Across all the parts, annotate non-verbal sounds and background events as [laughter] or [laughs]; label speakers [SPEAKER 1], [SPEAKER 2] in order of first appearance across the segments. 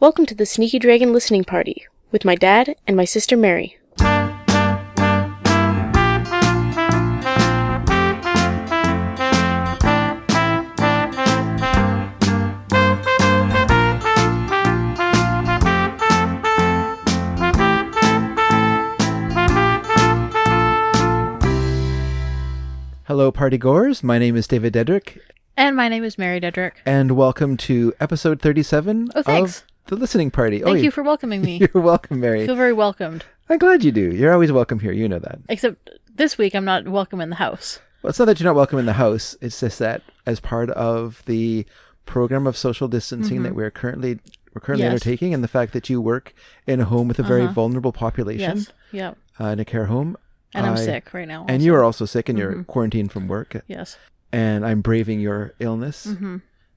[SPEAKER 1] Welcome to the Sneaky Dragon Listening Party with my dad and my sister Mary.
[SPEAKER 2] Hello, party goers. My name is David Dedrick,
[SPEAKER 3] And my name is Mary Dedrick.
[SPEAKER 2] and welcome to episode 37
[SPEAKER 3] Oh, thanks.
[SPEAKER 2] of The Listening Party.
[SPEAKER 3] Thank you for welcoming me.
[SPEAKER 2] oh, [laughs] You're welcome,
[SPEAKER 3] I
[SPEAKER 2] Mary.
[SPEAKER 3] feel very welcomed.
[SPEAKER 2] I'm glad you do. You're always welcome here. You know that.
[SPEAKER 3] Except this week I'm not welcome in the house.
[SPEAKER 2] Well, it's not that you're not welcome in the house, it's just that as part of the program of social distancing that we're currently we're currently
[SPEAKER 3] Mm-hmm. Yes. Uh-huh.
[SPEAKER 2] undertaking and the fact that you work in a home with a very vulnerable population
[SPEAKER 3] Yes. Yep.
[SPEAKER 2] uh, in a care home
[SPEAKER 3] And I'm
[SPEAKER 2] I-
[SPEAKER 3] sick Mm-hmm. right now.
[SPEAKER 2] and
[SPEAKER 3] also.
[SPEAKER 2] you are also sick and you're quarantined from work
[SPEAKER 3] Yes.
[SPEAKER 2] and I'm braving your
[SPEAKER 3] Mm-hmm.
[SPEAKER 2] illness,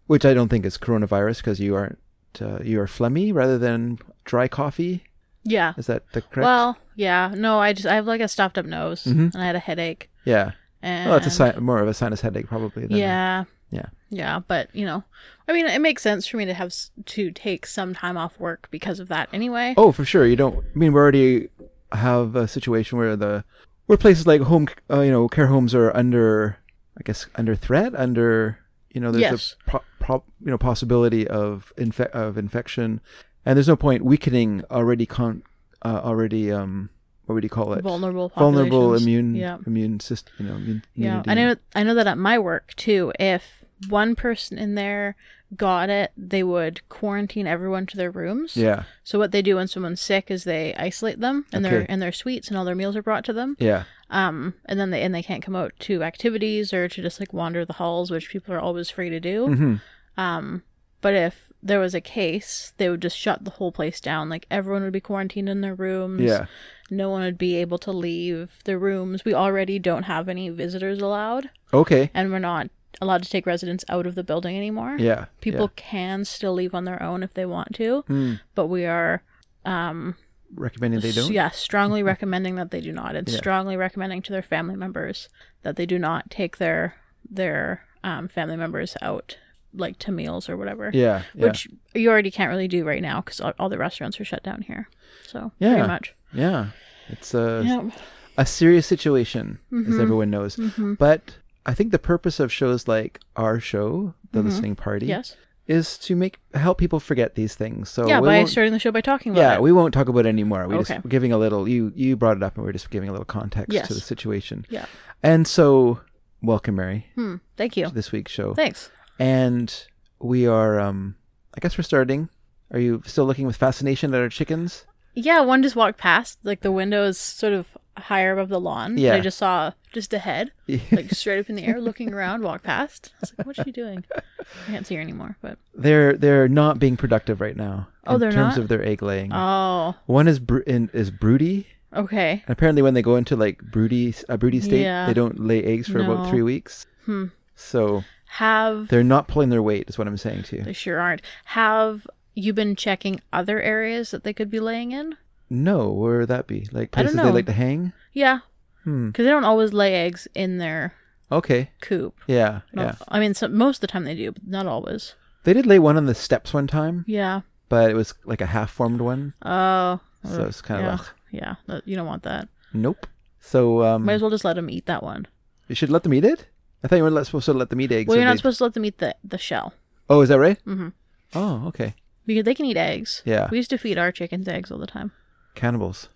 [SPEAKER 2] which I don't think is coronavirus because you aren't uh, you are phlegmy rather than dry coffee.
[SPEAKER 3] Yeah.
[SPEAKER 2] Is that the correct?
[SPEAKER 3] Well, yeah. No, I just I have like a stopped up nose and I had a headache.
[SPEAKER 2] yeah.
[SPEAKER 3] And
[SPEAKER 2] Well, Oh, that's a si- more of a sinus headache probably. Than
[SPEAKER 3] Yeah.
[SPEAKER 2] yeah.
[SPEAKER 3] Yeah, but you know, I mean, it makes sense for me to have s- to take some time off work because of that anyway.
[SPEAKER 2] Oh, for sure. You don't. I mean, we already have a situation where the where places like home, uh, you know, care homes are under, I guess, under threat. Under you know, there's
[SPEAKER 3] Yes.
[SPEAKER 2] a pro, pro, you know possibility of infe- of infection, and there's no point weakening already con uh, already um what would you call it
[SPEAKER 3] Vulnerable
[SPEAKER 2] vulnerable
[SPEAKER 3] populations.
[SPEAKER 2] immune
[SPEAKER 3] Yeah.
[SPEAKER 2] immune system you know immune,
[SPEAKER 3] Yeah,
[SPEAKER 2] immunity.
[SPEAKER 3] I know. I know that at my work too. If one person in there got it, they would quarantine everyone to their rooms.
[SPEAKER 2] yeah
[SPEAKER 3] So what they do when someone's sick is they isolate them and their
[SPEAKER 2] Okay.
[SPEAKER 3] and their suites and all their meals are brought to them.
[SPEAKER 2] yeah
[SPEAKER 3] Um, and then they and they can't come out to activities or to just like wander the halls, which people are always free to do.
[SPEAKER 2] hmm
[SPEAKER 3] Um, but if there was a case, they would just shut the whole place down. Like everyone would be quarantined in their rooms.
[SPEAKER 2] yeah
[SPEAKER 3] No one would be able to leave their rooms. We already don't have any visitors allowed
[SPEAKER 2] okay
[SPEAKER 3] and we're not allowed to take residents out of the building anymore.
[SPEAKER 2] yeah
[SPEAKER 3] People can still leave on their own if they want to,
[SPEAKER 2] yeah. Hmm.
[SPEAKER 3] but we are um
[SPEAKER 2] recommending they
[SPEAKER 3] s-
[SPEAKER 2] don't
[SPEAKER 3] yeah,
[SPEAKER 2] [laughs]
[SPEAKER 3] strongly recommending that they do not and
[SPEAKER 2] Yeah.
[SPEAKER 3] strongly recommending to their family members that they do not take their their um, family members out like to meals or whatever.
[SPEAKER 2] yeah yeah.
[SPEAKER 3] Which you already can't really do right now because all, all the restaurants are shut down here. So
[SPEAKER 2] Yeah.
[SPEAKER 3] pretty much.
[SPEAKER 2] yeah it's uh
[SPEAKER 3] Yeah.
[SPEAKER 2] a serious situation,
[SPEAKER 3] Mm-hmm.
[SPEAKER 2] as everyone knows. But I think the purpose of shows like our show, The Listening Party,
[SPEAKER 3] Mm-hmm. Yes.
[SPEAKER 2] is to make help people forget these things. So
[SPEAKER 3] Yeah,
[SPEAKER 2] we
[SPEAKER 3] by
[SPEAKER 2] won't-
[SPEAKER 3] starting the show by talking about
[SPEAKER 2] yeah,
[SPEAKER 3] it.
[SPEAKER 2] we won't talk about it anymore. We
[SPEAKER 3] Okay.
[SPEAKER 2] just we're giving a little. You you brought it up, and we're just giving a little context
[SPEAKER 3] Yes.
[SPEAKER 2] to the situation.
[SPEAKER 3] Yeah.
[SPEAKER 2] And so, welcome Mary
[SPEAKER 3] Hmm. Thank you.
[SPEAKER 2] to this week's show,
[SPEAKER 3] Thanks.
[SPEAKER 2] and we are. um I guess we're starting. Are you still looking with fascination at our chickens?
[SPEAKER 3] Yeah, one just walked past. Like the window is sort of higher above the lawn. and
[SPEAKER 2] Yeah.
[SPEAKER 3] I just saw just a head, like straight up in the air, looking around, walk past. I was like, what's she doing? I can't see her anymore. But
[SPEAKER 2] [laughs] they're they're not being productive right now.
[SPEAKER 3] Oh,
[SPEAKER 2] in
[SPEAKER 3] they're
[SPEAKER 2] terms
[SPEAKER 3] not?
[SPEAKER 2] of their egg laying.
[SPEAKER 3] oh,
[SPEAKER 2] One is bro- in, is broody,
[SPEAKER 3] okay.
[SPEAKER 2] and apparently when they go into like broody a broody state,
[SPEAKER 3] Yeah.
[SPEAKER 2] they don't lay eggs for about
[SPEAKER 3] No.
[SPEAKER 2] three weeks.
[SPEAKER 3] Hmm.
[SPEAKER 2] So
[SPEAKER 3] Have
[SPEAKER 2] they're not pulling their weight. Is what I'm saying to you.
[SPEAKER 3] they sure aren't. Have you been checking other areas that they could be laying in?
[SPEAKER 2] No, where would that be? Like
[SPEAKER 3] I don't
[SPEAKER 2] places they
[SPEAKER 3] know.
[SPEAKER 2] like to hang.
[SPEAKER 3] Yeah,
[SPEAKER 2] Hmm.
[SPEAKER 3] because they don't always lay eggs in their
[SPEAKER 2] Okay.
[SPEAKER 3] coop.
[SPEAKER 2] Yeah.
[SPEAKER 3] Not-
[SPEAKER 2] Yeah.
[SPEAKER 3] I mean, some, most of the time they do, but not always.
[SPEAKER 2] They did lay one on the steps one time,
[SPEAKER 3] Yeah.
[SPEAKER 2] but it was like a half-formed one.
[SPEAKER 3] Oh.
[SPEAKER 2] So it's kind
[SPEAKER 3] yeah.
[SPEAKER 2] of ugh,
[SPEAKER 3] yeah. that- You don't want that.
[SPEAKER 2] nope. So um,
[SPEAKER 3] Might as well just let them eat that one.
[SPEAKER 2] you should let them eat it. I thought you were not supposed to let them eat eggs.
[SPEAKER 3] Well,
[SPEAKER 2] if
[SPEAKER 3] you're not
[SPEAKER 2] they-
[SPEAKER 3] supposed to let them eat the, the shell
[SPEAKER 2] Oh, is that right?
[SPEAKER 3] Mhm.
[SPEAKER 2] Oh, okay.
[SPEAKER 3] because they can eat eggs.
[SPEAKER 2] Yeah.
[SPEAKER 3] We used to feed our chickens eggs all the time. Mm-hmm.
[SPEAKER 2] Cannibals.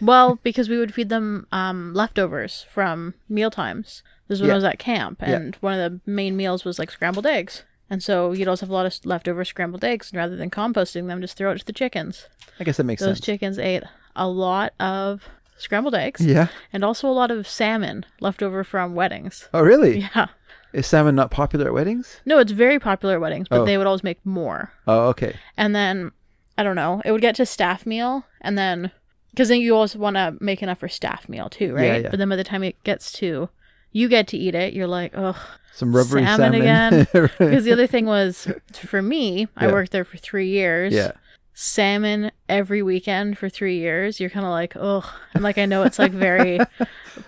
[SPEAKER 3] Well, because we would feed them um, leftovers from meal times. This is when
[SPEAKER 2] Yeah.
[SPEAKER 3] I was at camp,
[SPEAKER 2] Yeah.
[SPEAKER 3] and one of the main meals was like scrambled eggs. And so you'd also have a lot of leftover scrambled eggs, and rather than composting them, just throw it to the chickens.
[SPEAKER 2] I guess that makes
[SPEAKER 3] Those
[SPEAKER 2] sense.
[SPEAKER 3] chickens ate a lot of scrambled eggs
[SPEAKER 2] yeah.
[SPEAKER 3] and also a lot of salmon left over from weddings.
[SPEAKER 2] Oh, really?
[SPEAKER 3] Yeah.
[SPEAKER 2] Is salmon not popular at weddings?
[SPEAKER 3] No, it's very popular at weddings, but
[SPEAKER 2] Oh.
[SPEAKER 3] they would always make more.
[SPEAKER 2] Oh, okay.
[SPEAKER 3] and then I don't know, it would get to staff meal, and then because then you also want to make enough for staff meal too, right?
[SPEAKER 2] yeah.
[SPEAKER 3] But then by the time it gets to you get to eat it, you're like, ugh.
[SPEAKER 2] Some rubbery salmon.
[SPEAKER 3] Salmon again.
[SPEAKER 2] [laughs] Right.
[SPEAKER 3] Because the other thing was for me, I
[SPEAKER 2] Yeah.
[SPEAKER 3] worked there for three years.
[SPEAKER 2] yeah.
[SPEAKER 3] Salmon every weekend for three years. You're kind of like, ugh. And like, I know it's
[SPEAKER 2] [laughs]
[SPEAKER 3] like very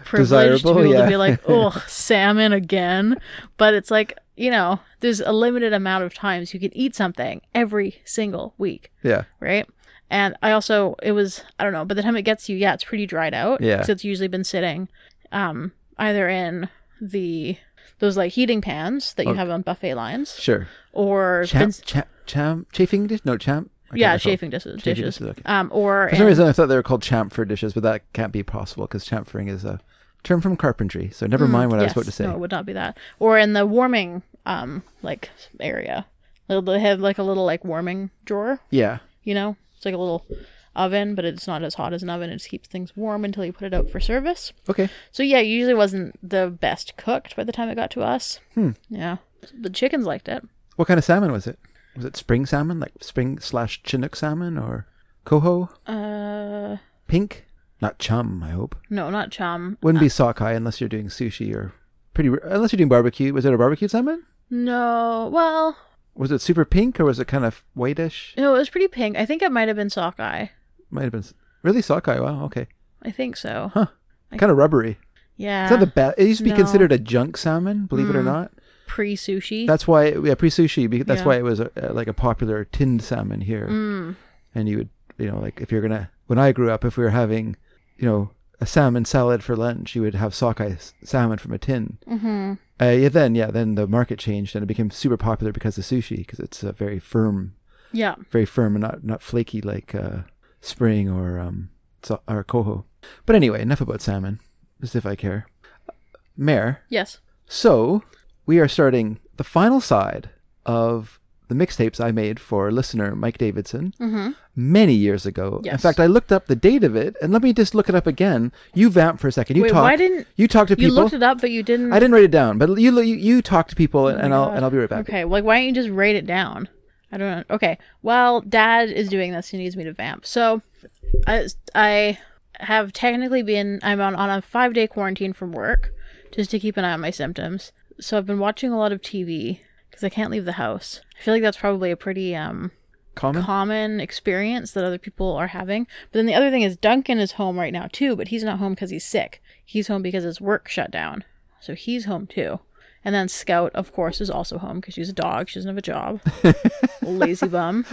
[SPEAKER 3] privileged to
[SPEAKER 2] Desirable,
[SPEAKER 3] be
[SPEAKER 2] [laughs]
[SPEAKER 3] able
[SPEAKER 2] yeah.
[SPEAKER 3] to be like, ugh, salmon again. But it's like, you know, there's a limited amount of times you can eat something every single week,
[SPEAKER 2] Yeah.
[SPEAKER 3] right? And I also, it was, I don't know, by the time it gets to you, yeah, it's pretty dried out.
[SPEAKER 2] Yeah.
[SPEAKER 3] 'cause it's usually been sitting um, either in the, those like heating pans that you
[SPEAKER 2] Okay.
[SPEAKER 3] have on buffet lines
[SPEAKER 2] Sure.
[SPEAKER 3] or, it's been-
[SPEAKER 2] Champ, champ, champ, chafing dish? No, champ. I can't
[SPEAKER 3] yeah,
[SPEAKER 2] recall.
[SPEAKER 3] chafing dishes,
[SPEAKER 2] Chafing
[SPEAKER 3] dishes.
[SPEAKER 2] dishes, okay.
[SPEAKER 3] Um, or
[SPEAKER 2] For some
[SPEAKER 3] in-
[SPEAKER 2] reason, I thought they were called chamfer dishes, but that can't be possible because chamfering is a term from carpentry. So never mind what I was
[SPEAKER 3] Mm, Yes.
[SPEAKER 2] about to say.
[SPEAKER 3] No, it would not be that. Or in the warming um like area. They'll- They have like a little like warming drawer,
[SPEAKER 2] yeah.
[SPEAKER 3] you know? It's like a little oven, but it's not as hot as an oven. It just keeps things warm until you put it out for service.
[SPEAKER 2] Okay.
[SPEAKER 3] So yeah, it usually wasn't the best cooked by the time it got to us. Hmm. Yeah. The chickens liked it.
[SPEAKER 2] What kind of salmon was it? Was it spring salmon, like spring slash Chinook salmon, or coho?
[SPEAKER 3] Uh
[SPEAKER 2] Pink? Not chum, I hope.
[SPEAKER 3] no, not chum.
[SPEAKER 2] Wouldn't be sockeye unless you're doing sushi or pretty. Unless you're doing barbecue. Was it a barbecue salmon?
[SPEAKER 3] No. Well,
[SPEAKER 2] Was it super pink or was it kind of whitish?
[SPEAKER 3] no, it was pretty pink. I think it might have been sockeye.
[SPEAKER 2] Might have been s- really sockeye. Wow. Okay.
[SPEAKER 3] I think so.
[SPEAKER 2] Huh. Kind of rubbery.
[SPEAKER 3] Yeah.
[SPEAKER 2] It's not the best. It used to be
[SPEAKER 3] No. Mm.
[SPEAKER 2] considered a junk salmon, believe it or not.
[SPEAKER 3] pre sushi.
[SPEAKER 2] That's why, yeah, pre sushi. That's
[SPEAKER 3] Yeah. Mm.
[SPEAKER 2] why it was a, uh, like a popular tinned salmon here. And you would, you know, like if you're gonna, when I grew up, if we were having, you know, a salmon salad for lunch, you would have sockeye s- salmon from a tin. Mm-hmm. Uh, yeah, then yeah, then the market changed and it became super popular because of sushi because it's a very firm,
[SPEAKER 3] Yeah.
[SPEAKER 2] very firm and not not flaky like uh, spring or um so, or coho. But anyway, enough about salmon, as if I care. Mare,
[SPEAKER 3] Yes.
[SPEAKER 2] so we are starting the final side of the mixtapes I made for listener Mike Davidson
[SPEAKER 3] Mm-hmm.
[SPEAKER 2] many years ago. In
[SPEAKER 3] Yes.
[SPEAKER 2] fact, I looked up the date of it, and let me just look it up again. You vamp for a second. You
[SPEAKER 3] Wait,
[SPEAKER 2] talk.
[SPEAKER 3] why didn't-
[SPEAKER 2] you talk to
[SPEAKER 3] You
[SPEAKER 2] people?
[SPEAKER 3] looked it up, but you didn't.
[SPEAKER 2] I didn't write it down, but you you, you talk to people, and, and I'll and I'll be right back.
[SPEAKER 3] Okay, like why don't you just write it down? I don't know. Okay, well, Dad is doing this. He needs me to vamp. So, I I have technically been I'm on on a five day quarantine from work, just to keep an eye on my symptoms. So I've been watching a lot of TV because I can't leave the house. I feel like that's probably a pretty um
[SPEAKER 2] Common.
[SPEAKER 3] common experience that other people are having. But then the other thing is Duncan is home right now too, but he's not home because he's sick. He's home because his work shut down. So he's home too. And then Scout, of course, is also home because she's a dog. She doesn't have a job. Lazy bum.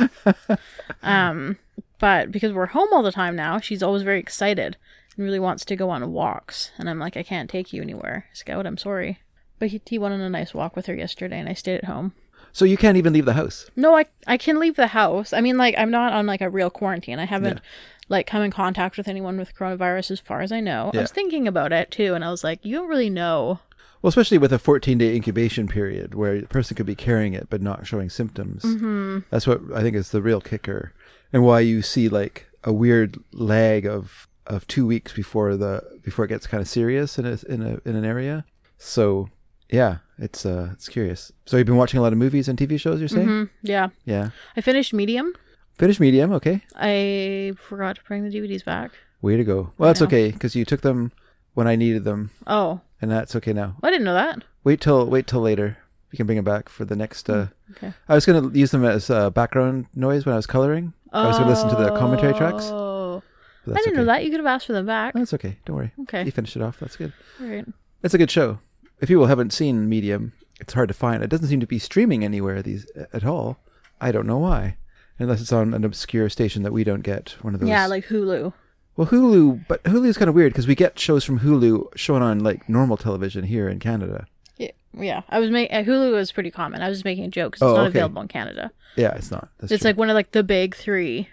[SPEAKER 3] Um, but because we're home all the time now, she's always very excited and really wants to go on walks. And I'm like, I can't take you anywhere. Scout, I'm sorry. But he, he went on a nice walk with her yesterday and I stayed at home.
[SPEAKER 2] so you can't even leave the house.
[SPEAKER 3] No, I I can leave the house. I mean, like I'm not on like a real quarantine. I haven't like come in contact with anyone with coronavirus as far as I know. I
[SPEAKER 2] Yeah.
[SPEAKER 3] was thinking about it too, and I was like, you don't really know.
[SPEAKER 2] Well, especially with a 14 day incubation period where the person could be carrying it but not showing symptoms. Mm-hmm. That's what I think is the real kicker and why you see like a weird lag of, of two weeks before the before it gets kind of serious in a, in a in an area. So yeah, it's uh it's curious. So you've been watching a lot of movies and TV shows. You're saying
[SPEAKER 3] Mm, yeah,
[SPEAKER 2] yeah.
[SPEAKER 3] I finished Medium.
[SPEAKER 2] Finish Medium, okay.
[SPEAKER 3] I forgot to bring the DVDs back.
[SPEAKER 2] Way to go. Well, that's
[SPEAKER 3] know.
[SPEAKER 2] okay because you took them when I needed them,
[SPEAKER 3] Oh,
[SPEAKER 2] and that's okay now.
[SPEAKER 3] I didn't know that.
[SPEAKER 2] Wait till wait till later. You can bring them back for the next. Uh,
[SPEAKER 3] okay.
[SPEAKER 2] I was gonna use them as uh, background noise when I was coloring. I was gonna listen to the commentary tracks.
[SPEAKER 3] Oh,
[SPEAKER 2] but
[SPEAKER 3] I
[SPEAKER 2] that's
[SPEAKER 3] didn't know
[SPEAKER 2] okay.
[SPEAKER 3] that. You could have asked for them back.
[SPEAKER 2] That's okay. Don't worry.
[SPEAKER 3] Okay.
[SPEAKER 2] You finished it off. That's good.
[SPEAKER 3] All right.
[SPEAKER 2] It's a good show. If people haven't seen Medium, it's hard to find. It doesn't seem to be streaming anywhere these at all. I don't know why, unless it's on an obscure station that we don't get. One of those.
[SPEAKER 3] Yeah, like Hulu.
[SPEAKER 2] Well, Hulu, but Hulu's kind of weird because we get shows from Hulu shown on like normal television here in Canada.
[SPEAKER 3] Yeah, yeah. I was making Hulu is pretty common. I was just making a joke 'cause
[SPEAKER 2] Oh,
[SPEAKER 3] it's not
[SPEAKER 2] okay.
[SPEAKER 3] available in Canada.
[SPEAKER 2] Yeah, it's not. That's
[SPEAKER 3] it's
[SPEAKER 2] true. Hmm. Mm-hmm.
[SPEAKER 3] like one of like the big three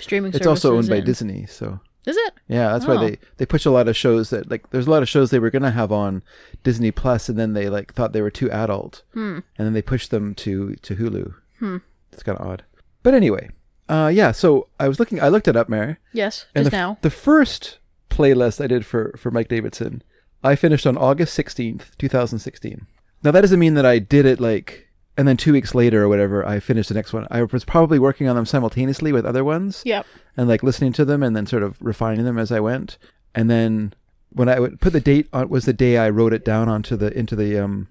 [SPEAKER 3] streaming.
[SPEAKER 2] it's also owned
[SPEAKER 3] services
[SPEAKER 2] by
[SPEAKER 3] in-
[SPEAKER 2] Disney, so
[SPEAKER 3] Is it?
[SPEAKER 2] Yeah, that's
[SPEAKER 3] Oh.
[SPEAKER 2] why they they push a lot of shows that like there's a lot of shows they were gonna have on Disney Plus, and then they like thought they were too adult,
[SPEAKER 3] Hmm.
[SPEAKER 2] and then they pushed them to to Hulu. It's kind of odd, but anyway, uh, yeah. So I was looking, I looked it up, Mary,
[SPEAKER 3] Yes,
[SPEAKER 2] and
[SPEAKER 3] just
[SPEAKER 2] the, f-
[SPEAKER 3] now.
[SPEAKER 2] the first playlist I did for for Mike Davidson, I finished on August sixteenth, two thousand sixteen. Now that doesn't mean that I did it like. And then two weeks later or whatever, I finished the next one. I was probably working on them simultaneously with other ones
[SPEAKER 3] Yep.
[SPEAKER 2] and like listening to them and then sort of refining them as I went. And then when I would put the date on was the day I wrote it down onto the into the um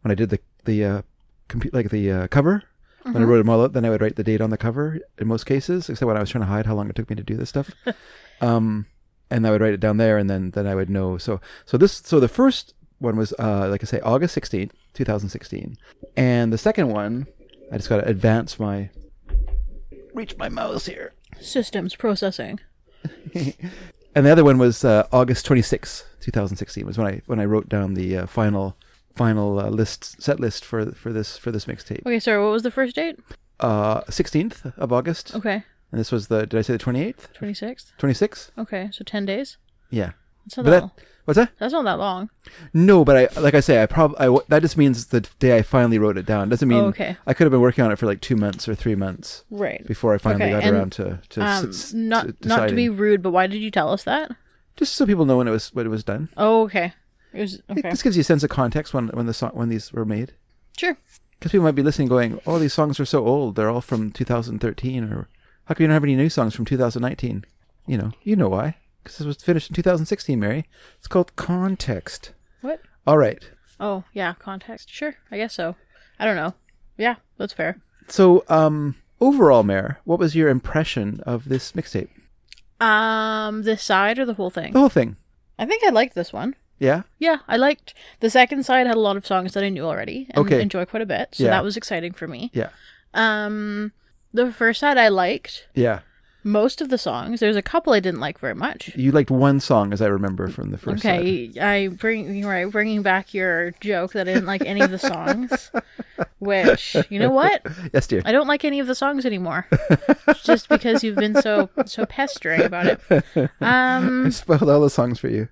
[SPEAKER 2] when I did the the uh compu- like the uh, cover when I wrote them all out, then I would write the date on the cover in most cases, except when I was trying to hide how long it took me to do this stuff. um, and I would write it down there, and then then I would know. So so this so the first one was uh like I say August sixteenth, 2016. And the second one, I just got to advance my reach my mouse here.
[SPEAKER 3] Systems processing.
[SPEAKER 2] And the other one was uh, August 26, 2016 was when I when I wrote down the uh, final final uh, list set list for for this for this mixtape.
[SPEAKER 3] Okay, sorry, what was the first date?
[SPEAKER 2] Uh 16th of August.
[SPEAKER 3] Okay,
[SPEAKER 2] And this was the did I say the 28th?
[SPEAKER 3] 26th.
[SPEAKER 2] 26th?
[SPEAKER 3] Okay, so 10 days?
[SPEAKER 2] Yeah.
[SPEAKER 3] That's
[SPEAKER 2] But
[SPEAKER 3] not that,
[SPEAKER 2] that what's that?
[SPEAKER 3] that's not that long.
[SPEAKER 2] No, but I like I say I probably that just means the day I finally wrote it down. Doesn't mean
[SPEAKER 3] Oh, okay.
[SPEAKER 2] I could have been working on it for like 2 months or 3 months
[SPEAKER 3] Right.
[SPEAKER 2] before I finally
[SPEAKER 3] Okay,
[SPEAKER 2] got
[SPEAKER 3] and,
[SPEAKER 2] around to to, s-
[SPEAKER 3] Um,
[SPEAKER 2] s-
[SPEAKER 3] not
[SPEAKER 2] to
[SPEAKER 3] not to be
[SPEAKER 2] deciding.
[SPEAKER 3] rude, but why did you tell us that?
[SPEAKER 2] just so people know when it was when it was done.
[SPEAKER 3] Oh, okay. It was okay.
[SPEAKER 2] This gives you a sense of context when when the song, when these were made.
[SPEAKER 3] Sure.
[SPEAKER 2] Because people might be listening, going, "Oh, these songs are so old. They're all from 2013." Or how come you don't have any new songs from 2019? You know, you know why? Because this was finished in 2016, Mary. It's called context.
[SPEAKER 3] What?
[SPEAKER 2] All right.
[SPEAKER 3] Oh, yeah, context. Sure. I guess so. I don't know. Yeah, that's fair.
[SPEAKER 2] So, um, overall, Mare, what was your impression of this mixtape?
[SPEAKER 3] Um, this side or the whole thing?
[SPEAKER 2] The whole thing.
[SPEAKER 3] I think I liked this one.
[SPEAKER 2] Yeah.
[SPEAKER 3] Yeah, I liked the second side had a lot of songs that I knew already and
[SPEAKER 2] Okay.
[SPEAKER 3] enjoy quite a bit. So
[SPEAKER 2] Yeah.
[SPEAKER 3] that was exciting for me.
[SPEAKER 2] Yeah.
[SPEAKER 3] Um the first side I liked
[SPEAKER 2] Yeah.
[SPEAKER 3] most of the songs. There's a couple I didn't like very much.
[SPEAKER 2] You liked one song, as I remember from the first. side.
[SPEAKER 3] Okay, I bring you're right bringing back your joke that I didn't like any of the songs, which you know what
[SPEAKER 2] Yes, dear.
[SPEAKER 3] I don't like any of the songs anymore, just because you've been so so pestering about it.
[SPEAKER 2] [laughs]
[SPEAKER 3] Um,
[SPEAKER 2] I spoiled all the songs for you.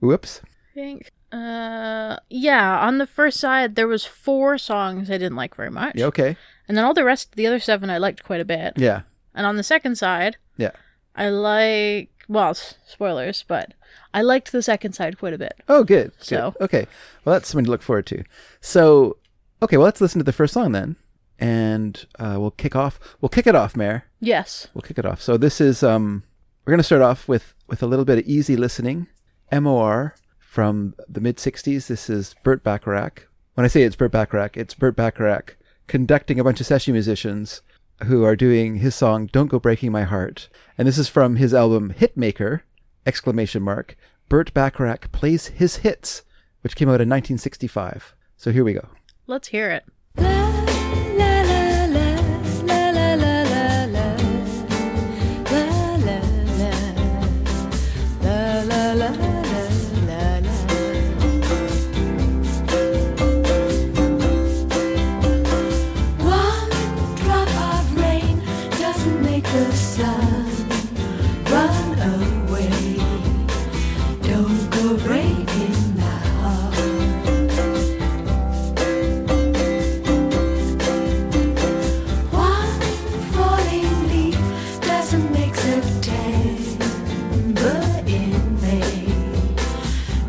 [SPEAKER 2] Whoops.
[SPEAKER 3] think uh yeah on the first side there was four songs i didn't like very much
[SPEAKER 2] Yeah. Okay.
[SPEAKER 3] and then all the rest the other seven i liked quite a bit
[SPEAKER 2] Yeah.
[SPEAKER 3] and on the second side
[SPEAKER 2] Yeah.
[SPEAKER 3] i like well s- spoilers but i liked the second side quite a bit
[SPEAKER 2] Oh, good. good.
[SPEAKER 3] So-
[SPEAKER 2] okay, well, that's something to look forward to. So, okay, well, let's listen to the first song then, and uh, we'll kick off. We'll kick it off, Mayor.
[SPEAKER 3] yes
[SPEAKER 2] We'll kick it off. So this is um, we're gonna start off with with a little bit of easy listening, M.O.R. from the mid '60s. This is Burt Bacharach. When I say it's Burt Bacharach, it's Burt Bacharach conducting a bunch of session musicians who are doing his song "Don't Go Breaking My Heart," and this is from his album Hitmaker! Exclamation mark. Burt Bacharach plays his hits, which came out in 1965. So here we go.
[SPEAKER 3] let's hear it
[SPEAKER 4] One drop of rain doesn't make the sun run away. Don't go breaking my heart. One falling leaf doesn't make September in May.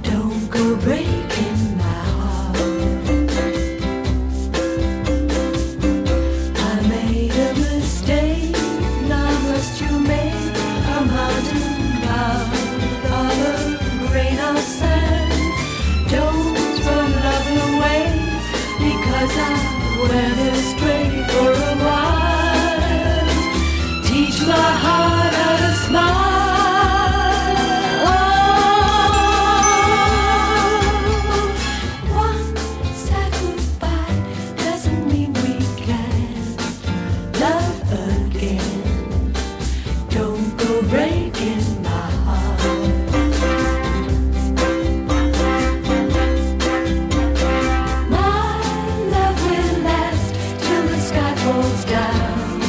[SPEAKER 4] Don't go breaking my heart. I made a mistake. Now must you make a mountain out of a grain of sand? Don't run love away because I went astray for a while. Teach my heart how to smile. One sad goodbye doesn't mean we can love again. Don't go breaking my heart. My love will last till the sky falls down.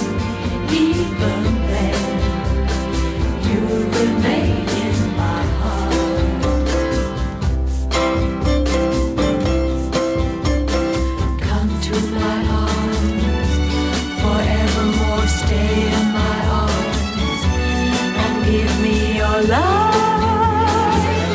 [SPEAKER 4] Even then, you remain in my heart. Come to my arms, forevermore stay in my arms, and give me your love.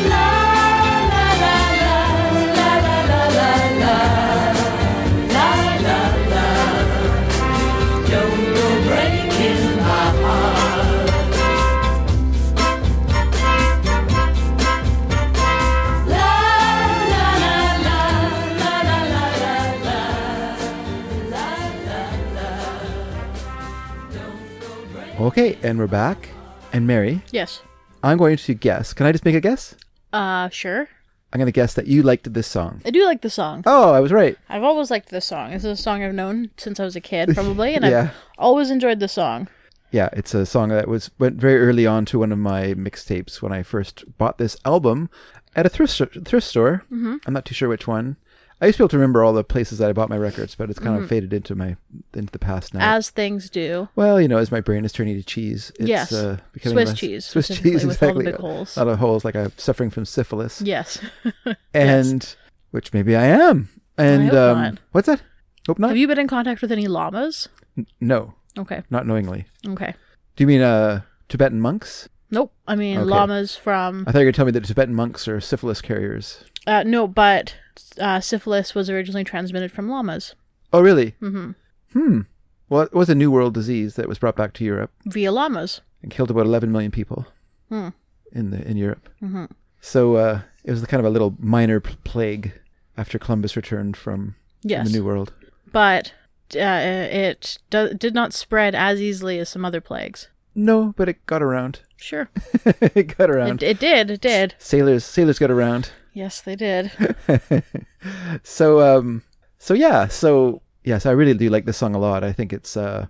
[SPEAKER 4] La la la la la la la la la la la la. Don't go breaking my heart. La la la la la la la la la la la. Don't go breaking.
[SPEAKER 2] Okay, and we're back. And Mary,
[SPEAKER 3] yes
[SPEAKER 2] I'm going to guess. Can I just make a guess?
[SPEAKER 3] uh sure
[SPEAKER 2] I'm going to guess that you liked this song.
[SPEAKER 3] I do like the song.
[SPEAKER 2] Oh, I was right.
[SPEAKER 3] I've always liked this song. This is a song I've known since I was a
[SPEAKER 2] [laughs]
[SPEAKER 3] kid, probably, and
[SPEAKER 2] Yeah.
[SPEAKER 3] I've always enjoyed the song.
[SPEAKER 2] Yeah, it's a song that was went very early on to one of my mixtapes when I first bought this album at a thrift sto- thrift store. Mm-hmm. I'm not too sure which one. I used to be able to remember all the places that I bought my records, but it's kind of faded into my into the past now.
[SPEAKER 3] Mm-hmm. As things do.
[SPEAKER 2] well, you know, as my brain is turning to cheese, it's
[SPEAKER 3] Yes.
[SPEAKER 2] uh, becoming
[SPEAKER 3] Swiss
[SPEAKER 2] less-
[SPEAKER 3] cheese,
[SPEAKER 2] Swiss
[SPEAKER 3] specifically,
[SPEAKER 2] cheese,
[SPEAKER 3] with all the
[SPEAKER 2] exactly.
[SPEAKER 3] big holes.
[SPEAKER 2] A lot of holes, like I'm suffering from syphilis,
[SPEAKER 3] Yes. [laughs]
[SPEAKER 2] and which maybe I am. And
[SPEAKER 3] hope
[SPEAKER 2] um,
[SPEAKER 3] not.
[SPEAKER 2] what's that? Hope not.
[SPEAKER 3] Have you been in contact with any llamas?
[SPEAKER 2] no,
[SPEAKER 3] Okay.
[SPEAKER 2] not knowingly.
[SPEAKER 3] Okay.
[SPEAKER 2] Do you mean uh, Tibetan monks?
[SPEAKER 3] Nope. I mean,
[SPEAKER 2] Okay.
[SPEAKER 3] llamas from.
[SPEAKER 2] I thought you were going to tell me that Tibetan monks are syphilis carriers.
[SPEAKER 3] Uh, no, but uh, syphilis was originally transmitted from llamas
[SPEAKER 2] Oh, really? Mm-hmm. Hmm. Well, it was a New World disease that was brought back to Europe
[SPEAKER 3] via llamas.
[SPEAKER 2] and killed about 11 million people
[SPEAKER 3] Hmm.
[SPEAKER 2] in the in Europe. Mm-hmm. So uh, it was kind of a little minor p- plague after Columbus returned from
[SPEAKER 3] Yes.
[SPEAKER 2] the New World.
[SPEAKER 3] But uh, it do- did not spread as easily as some other plagues.
[SPEAKER 2] No, but it got around. [laughs]
[SPEAKER 3] Sure.
[SPEAKER 2] it got around.
[SPEAKER 3] It, it did.
[SPEAKER 2] [laughs]
[SPEAKER 3] It did.
[SPEAKER 2] Sailors, sailors got around.
[SPEAKER 3] Yes, they did.
[SPEAKER 2] so um so yeah so yes i really do like this song a lot i think it's uh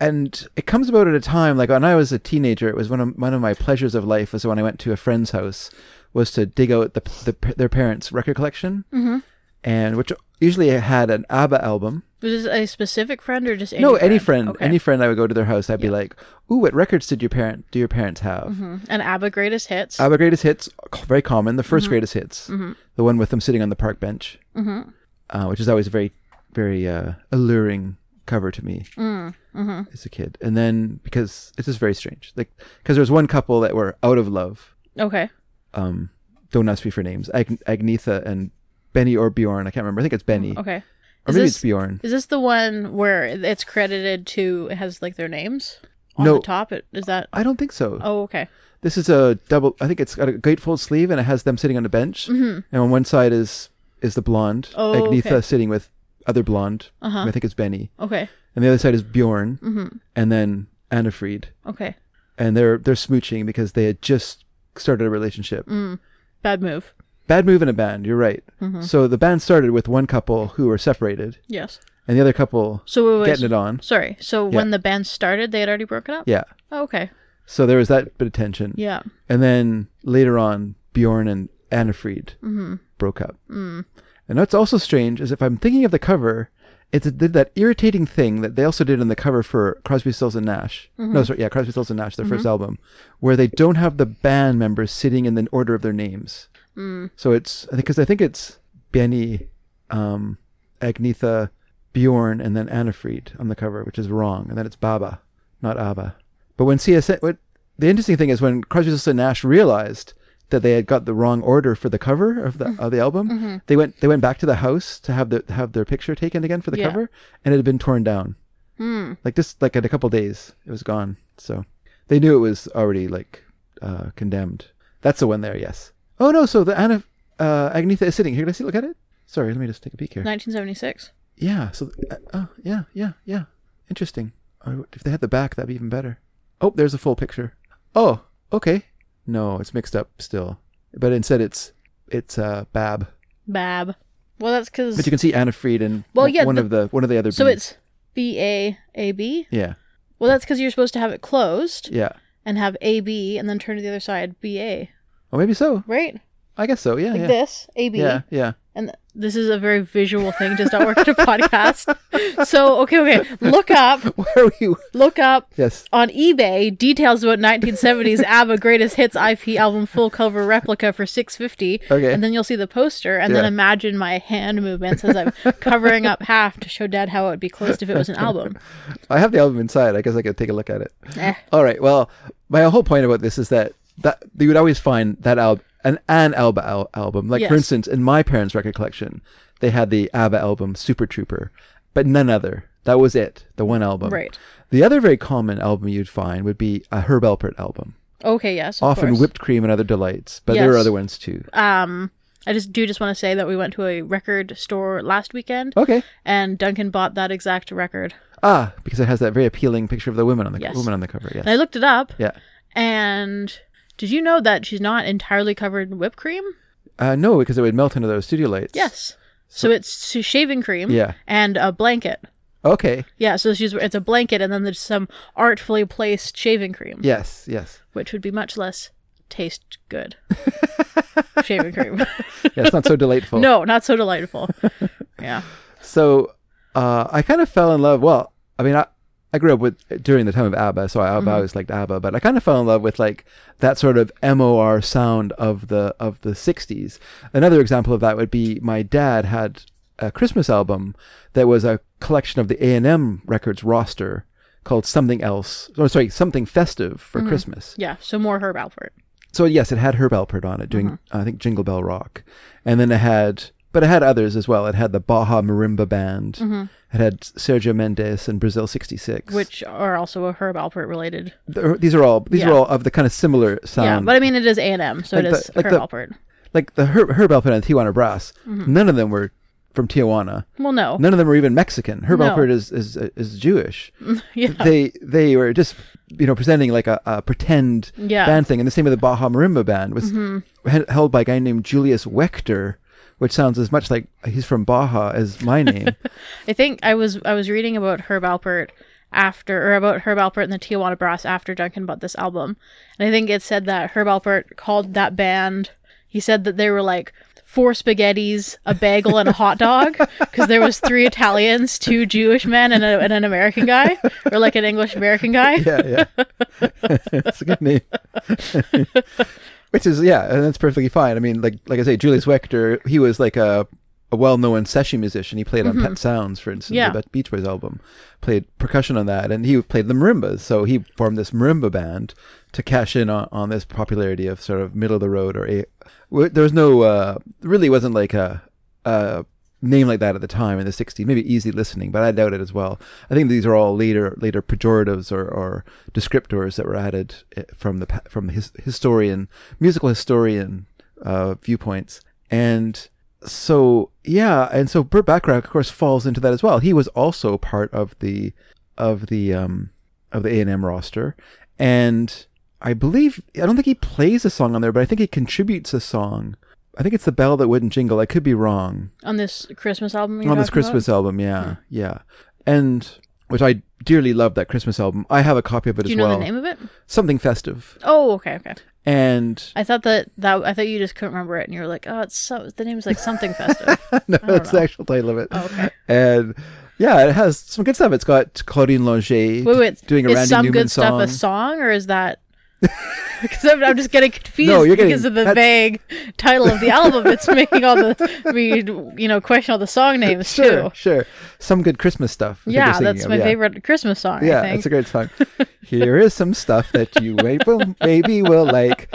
[SPEAKER 2] and it comes about at a time like when i was a teenager it was one of one of my pleasures of life was when i went to a friend's house was to dig out the, the their parents record collection mm-hmm. and which usually had an abba album
[SPEAKER 3] [laughs] Was this a specific friend or just any
[SPEAKER 2] no
[SPEAKER 3] friend?
[SPEAKER 2] any friend
[SPEAKER 3] Okay.
[SPEAKER 2] any friend i would go to their house i'd be like ooh what records did your parent do your parents have
[SPEAKER 3] Mhm. And ABBA Greatest Hits.
[SPEAKER 2] ABBA greatest hits, c- very common. The 1st
[SPEAKER 3] Mm-hmm.
[SPEAKER 2] greatest hits, the one with them sitting on the park bench, uh, which is always a very, very uh, alluring cover to me
[SPEAKER 3] Mm-hmm.
[SPEAKER 2] as a kid. And then because it's just very strange, like because there was one couple that were out of love.
[SPEAKER 3] okay.
[SPEAKER 2] Um, don't ask me for names. Ag- Agnetha and Benny or Bjorn. I can't remember. I think it's Benny,
[SPEAKER 3] Mm, Okay.
[SPEAKER 2] or
[SPEAKER 3] Is
[SPEAKER 2] maybe
[SPEAKER 3] this-
[SPEAKER 2] it's Bjorn.
[SPEAKER 3] Is this the one where it's credited to it has like their names on
[SPEAKER 2] No.
[SPEAKER 3] the top? It, is that?
[SPEAKER 2] I don't think so.
[SPEAKER 3] Oh, okay.
[SPEAKER 2] This is a double. I think it's got a gatefold sleeve, and it has them sitting on a bench. And on one side is is the blonde
[SPEAKER 3] Mm-hmm. Oh,
[SPEAKER 2] Agnetha
[SPEAKER 3] okay.
[SPEAKER 2] sitting with other blonde.
[SPEAKER 3] Uh-huh. Mm-hmm.
[SPEAKER 2] I think it's Benny,
[SPEAKER 3] Okay.
[SPEAKER 2] and the other side is Bjorn, and then Annafried,
[SPEAKER 3] Okay.
[SPEAKER 2] and they're they're smooching because they had just started a relationship.
[SPEAKER 3] Mm. Bad move.
[SPEAKER 2] Bad move in a band. You're right.
[SPEAKER 3] Mm-hmm.
[SPEAKER 2] So the band started with one couple who were separated,
[SPEAKER 3] Yes.
[SPEAKER 2] and the other couple
[SPEAKER 3] So it was.
[SPEAKER 2] getting it on.
[SPEAKER 3] Sorry. So when the band started, they had already broken up.
[SPEAKER 2] Yeah.
[SPEAKER 3] Oh, okay.
[SPEAKER 2] So there was that bit of tension.
[SPEAKER 3] Yeah.
[SPEAKER 2] And then later on, Bjorn and Annafried broke up. And what's also strange is if I'm thinking of the cover, it's did that irritating thing that they also did in the cover for Crosby, Stills and Nash. No, sorry, yeah, Crosby, Stills and Nash, their first album, where they don't have the band members sitting in the order of their names. So it's I think because I think it's Benny, um, Agnetha, Bjorn, and then Annafried on the cover, which is wrong, and then it's Baba, not Abba. But when CSN, what the interesting thing is when Crosby, Stills and Nash realized that they had got the wrong order for the cover of the of the album, they went they went back to the house to have the have their picture taken again for the
[SPEAKER 3] Yeah.
[SPEAKER 2] cover, and it had been torn down.
[SPEAKER 3] Hmm.
[SPEAKER 2] Like just like in a couple days, it was gone. So they knew it was already like uh, condemned. That's the one there, yes. Oh no, so the Anna uh, Agnetha is sitting here. Can I see? Look at it. Sorry, let me just take a peek here.
[SPEAKER 3] 1976.
[SPEAKER 2] Yeah. So, uh, oh, yeah, yeah, yeah. Interesting. Oh, If they had the back, that'd be even better. Oh, there's a full picture. Oh, okay. No, it's mixed up still. But instead, it's it's uh, Bab.
[SPEAKER 3] Bab. Well, that's because.
[SPEAKER 2] But you can see Anna Fried and
[SPEAKER 3] Well,
[SPEAKER 2] one-
[SPEAKER 3] yeah,
[SPEAKER 2] one
[SPEAKER 3] the-
[SPEAKER 2] of the one of the other.
[SPEAKER 3] so
[SPEAKER 2] beads.
[SPEAKER 3] it's B A A B.
[SPEAKER 2] yeah,
[SPEAKER 3] Well, that's because you're supposed to have it closed
[SPEAKER 2] yeah.
[SPEAKER 3] and have A B and then turn to the other side B A.
[SPEAKER 2] Well, maybe so.
[SPEAKER 3] Right?
[SPEAKER 2] I guess so. Yeah,
[SPEAKER 3] Like
[SPEAKER 2] Oh, yeah.
[SPEAKER 3] this A B.
[SPEAKER 2] Yeah, yeah.
[SPEAKER 3] And th- this is a very visual thing. Does not work in a podcast. [laughs] So okay, okay.
[SPEAKER 2] [laughs]
[SPEAKER 3] Look up.
[SPEAKER 2] Where were you?
[SPEAKER 3] Look up.
[SPEAKER 2] Yes.
[SPEAKER 3] on eBay details about 1970s ABBA Greatest Hits IP album full cover replica for 650.
[SPEAKER 2] Okay.
[SPEAKER 3] And then you'll see the poster and then
[SPEAKER 2] Yeah.
[SPEAKER 3] imagine my hand movements as I'm covering up half to show dad how it would be closed if
[SPEAKER 2] [laughs]
[SPEAKER 3] it was an album.
[SPEAKER 2] I have the album inside. I guess I could take a look at it.
[SPEAKER 3] Eh.
[SPEAKER 2] All right. Well, my whole point about this is that that you would always find that album an an Alba al- album. Like for
[SPEAKER 3] Yes.
[SPEAKER 2] instance, in my parents' record collection, they had the ABBA album Super Trooper, but none other. That was it. The one album.
[SPEAKER 3] Right.
[SPEAKER 2] The other very common album you'd find would be a Herb Alpert album,
[SPEAKER 3] Okay, yes. Of
[SPEAKER 2] often
[SPEAKER 3] course.
[SPEAKER 2] Whipped Cream and Other Delights, but there were
[SPEAKER 3] Yes.
[SPEAKER 2] other ones too.
[SPEAKER 3] Um, I just do just want to say that we went to a record store last weekend
[SPEAKER 2] Okay.
[SPEAKER 3] and Duncan bought that exact record.
[SPEAKER 2] Ah, because it has that very appealing picture of the woman on the
[SPEAKER 3] Yes.
[SPEAKER 2] woman on the cover. Yes.
[SPEAKER 3] And I looked it up
[SPEAKER 2] yeah.
[SPEAKER 3] and did you know that she's not entirely covered in whipped cream?
[SPEAKER 2] Uh, no, because it would melt under those studio lights.
[SPEAKER 3] Yes. So, it's s- shaving cream
[SPEAKER 2] Yeah.
[SPEAKER 3] and a blanket.
[SPEAKER 2] Okay.
[SPEAKER 3] Yeah, so she's it's a blanket and then there's some artfully placed shaving cream,
[SPEAKER 2] Yes. Yes.
[SPEAKER 3] which would be much less taste
[SPEAKER 2] [laughs]
[SPEAKER 3] good. shaving cream.
[SPEAKER 2] Yeah, it's not
[SPEAKER 3] [laughs]
[SPEAKER 2] so delightful.
[SPEAKER 3] no, not
[SPEAKER 2] [laughs]
[SPEAKER 3] so delightful. yeah.
[SPEAKER 2] So uh, I kind of fell in love. Well, I mean, I, I grew up with during the time of ABBA, so I,
[SPEAKER 3] Mm-hmm.
[SPEAKER 2] I've always liked ABBA. But I kind of fell in love with like that sort of MOR sound of the of the '60s. Another example of that would be my dad had a Christmas album that was a collection of the A and M records roster called Something Else, or sorry, Something Festive for
[SPEAKER 3] Mm-hmm.
[SPEAKER 2] Christmas.
[SPEAKER 3] Yeah, so more Herb Alpert.
[SPEAKER 2] So yes, it had Herb Alpert on it doing
[SPEAKER 3] Mm-hmm.
[SPEAKER 2] I think Jingle Bell Rock, and then it had but it had others as well. It had the Baja Marimba Band. It had Sergio Mendes and Brazil '66.
[SPEAKER 3] Mm-hmm. Which are also a Herb Alpert related.
[SPEAKER 2] Th- er, these are all these
[SPEAKER 3] Yeah.
[SPEAKER 2] are all of the kind of similar sound.
[SPEAKER 3] yeah, but I mean it is A and M, so
[SPEAKER 2] like
[SPEAKER 3] it
[SPEAKER 2] the-
[SPEAKER 3] is
[SPEAKER 2] like
[SPEAKER 3] Herb
[SPEAKER 2] the-
[SPEAKER 3] Alpert.
[SPEAKER 2] like the Herb, Herb Alpert and Tijuana Brass.
[SPEAKER 3] Mm-hmm.
[SPEAKER 2] None of them were from Tijuana.
[SPEAKER 3] Well, no,
[SPEAKER 2] None of them were even Mexican. Herb
[SPEAKER 3] No.
[SPEAKER 2] Alpert is is is Jewish.
[SPEAKER 3] [laughs] yeah,
[SPEAKER 2] They they were just you know presenting like a, a pretend
[SPEAKER 3] Yeah. Mm-hmm.
[SPEAKER 2] band thing, and the same with the Baja Marimba band was he- held by a guy named Julius Wechter, which sounds as much like he's from Baja as
[SPEAKER 3] [laughs]
[SPEAKER 2] my name.
[SPEAKER 3] I think I was I was reading about Herb Alpert after or about Herb Alpert and the Tijuana Brass after Duncan bought this album. And I think it said that Herb Alpert called that band he said that they were like four spaghettis, a bagel and a hot dog because there was three Italians, two Jewish men and, a, and an American guy or like an English American guy. [laughs]
[SPEAKER 2] yeah, yeah, [laughs] it's a good name. [laughs] which is yeah, and that's perfectly fine. I mean, like like I say, Julius Wechter, he was like a a well-known session musician. He played on Pet Sounds, for instance,
[SPEAKER 3] Yeah.
[SPEAKER 2] the Be- Beach Boys album. Played percussion on that, and he played the marimbas. So he formed this marimba band to cash in on, on this popularity of sort of middle of the road or a. w- There was no uh, really wasn't like a, a name like that at the time in the '60s. Maybe easy listening, but I doubt it as well. I think these are all later later pejoratives or, or descriptors that were added eh, from the pa- from his historian musical historian uh, viewpoints and so yeah, and so Burt Bacharach, of course, falls into that as well. He was also part of the of the um of the A and M roster, and I believe I don't think he plays a song on there, but I think he contributes a song. I think it's the bell that wouldn't jingle. I could be wrong
[SPEAKER 3] On this Christmas album you're Hmm.
[SPEAKER 2] on this
[SPEAKER 3] talking about?
[SPEAKER 2] Christmas album. Yeah, yeah, and which I dearly love that Christmas album. I have a copy of it
[SPEAKER 3] Do
[SPEAKER 2] as
[SPEAKER 3] you know
[SPEAKER 2] well.
[SPEAKER 3] the name of it?
[SPEAKER 2] Something festive
[SPEAKER 3] Oh, okay, okay. [laughs]
[SPEAKER 2] and
[SPEAKER 3] I thought that that I thought you just couldn't remember it, and you were like, "Oh, it's so the name's like something
[SPEAKER 2] [laughs]
[SPEAKER 3] festive."
[SPEAKER 2] no,
[SPEAKER 3] don't Oh.
[SPEAKER 2] that's the actual title of it.
[SPEAKER 3] okay.
[SPEAKER 2] And yeah, it has some good stuff. It's got Claudine Langer
[SPEAKER 3] Wait, wait.
[SPEAKER 2] doing a
[SPEAKER 3] is
[SPEAKER 2] Randy
[SPEAKER 3] some
[SPEAKER 2] Newman
[SPEAKER 3] good
[SPEAKER 2] song.
[SPEAKER 3] stuff a song or
[SPEAKER 2] [laughs]
[SPEAKER 3] is that? Because I'm, I'm just getting confused
[SPEAKER 2] No, you're getting-
[SPEAKER 3] because of the
[SPEAKER 2] that's-
[SPEAKER 3] vague title of the album. It's making all the me, you know, question all the song
[SPEAKER 2] [laughs]
[SPEAKER 3] names
[SPEAKER 2] Sure,
[SPEAKER 3] too.
[SPEAKER 2] sure. Some good Christmas stuff. I think
[SPEAKER 3] Yeah,
[SPEAKER 2] you're thinking
[SPEAKER 3] that's
[SPEAKER 2] of,
[SPEAKER 3] my
[SPEAKER 2] yeah.
[SPEAKER 3] favorite Christmas song. I
[SPEAKER 2] Yeah,
[SPEAKER 3] think.
[SPEAKER 2] it's a great
[SPEAKER 3] [laughs]
[SPEAKER 2] song. Here is some stuff that you may, will, maybe will like.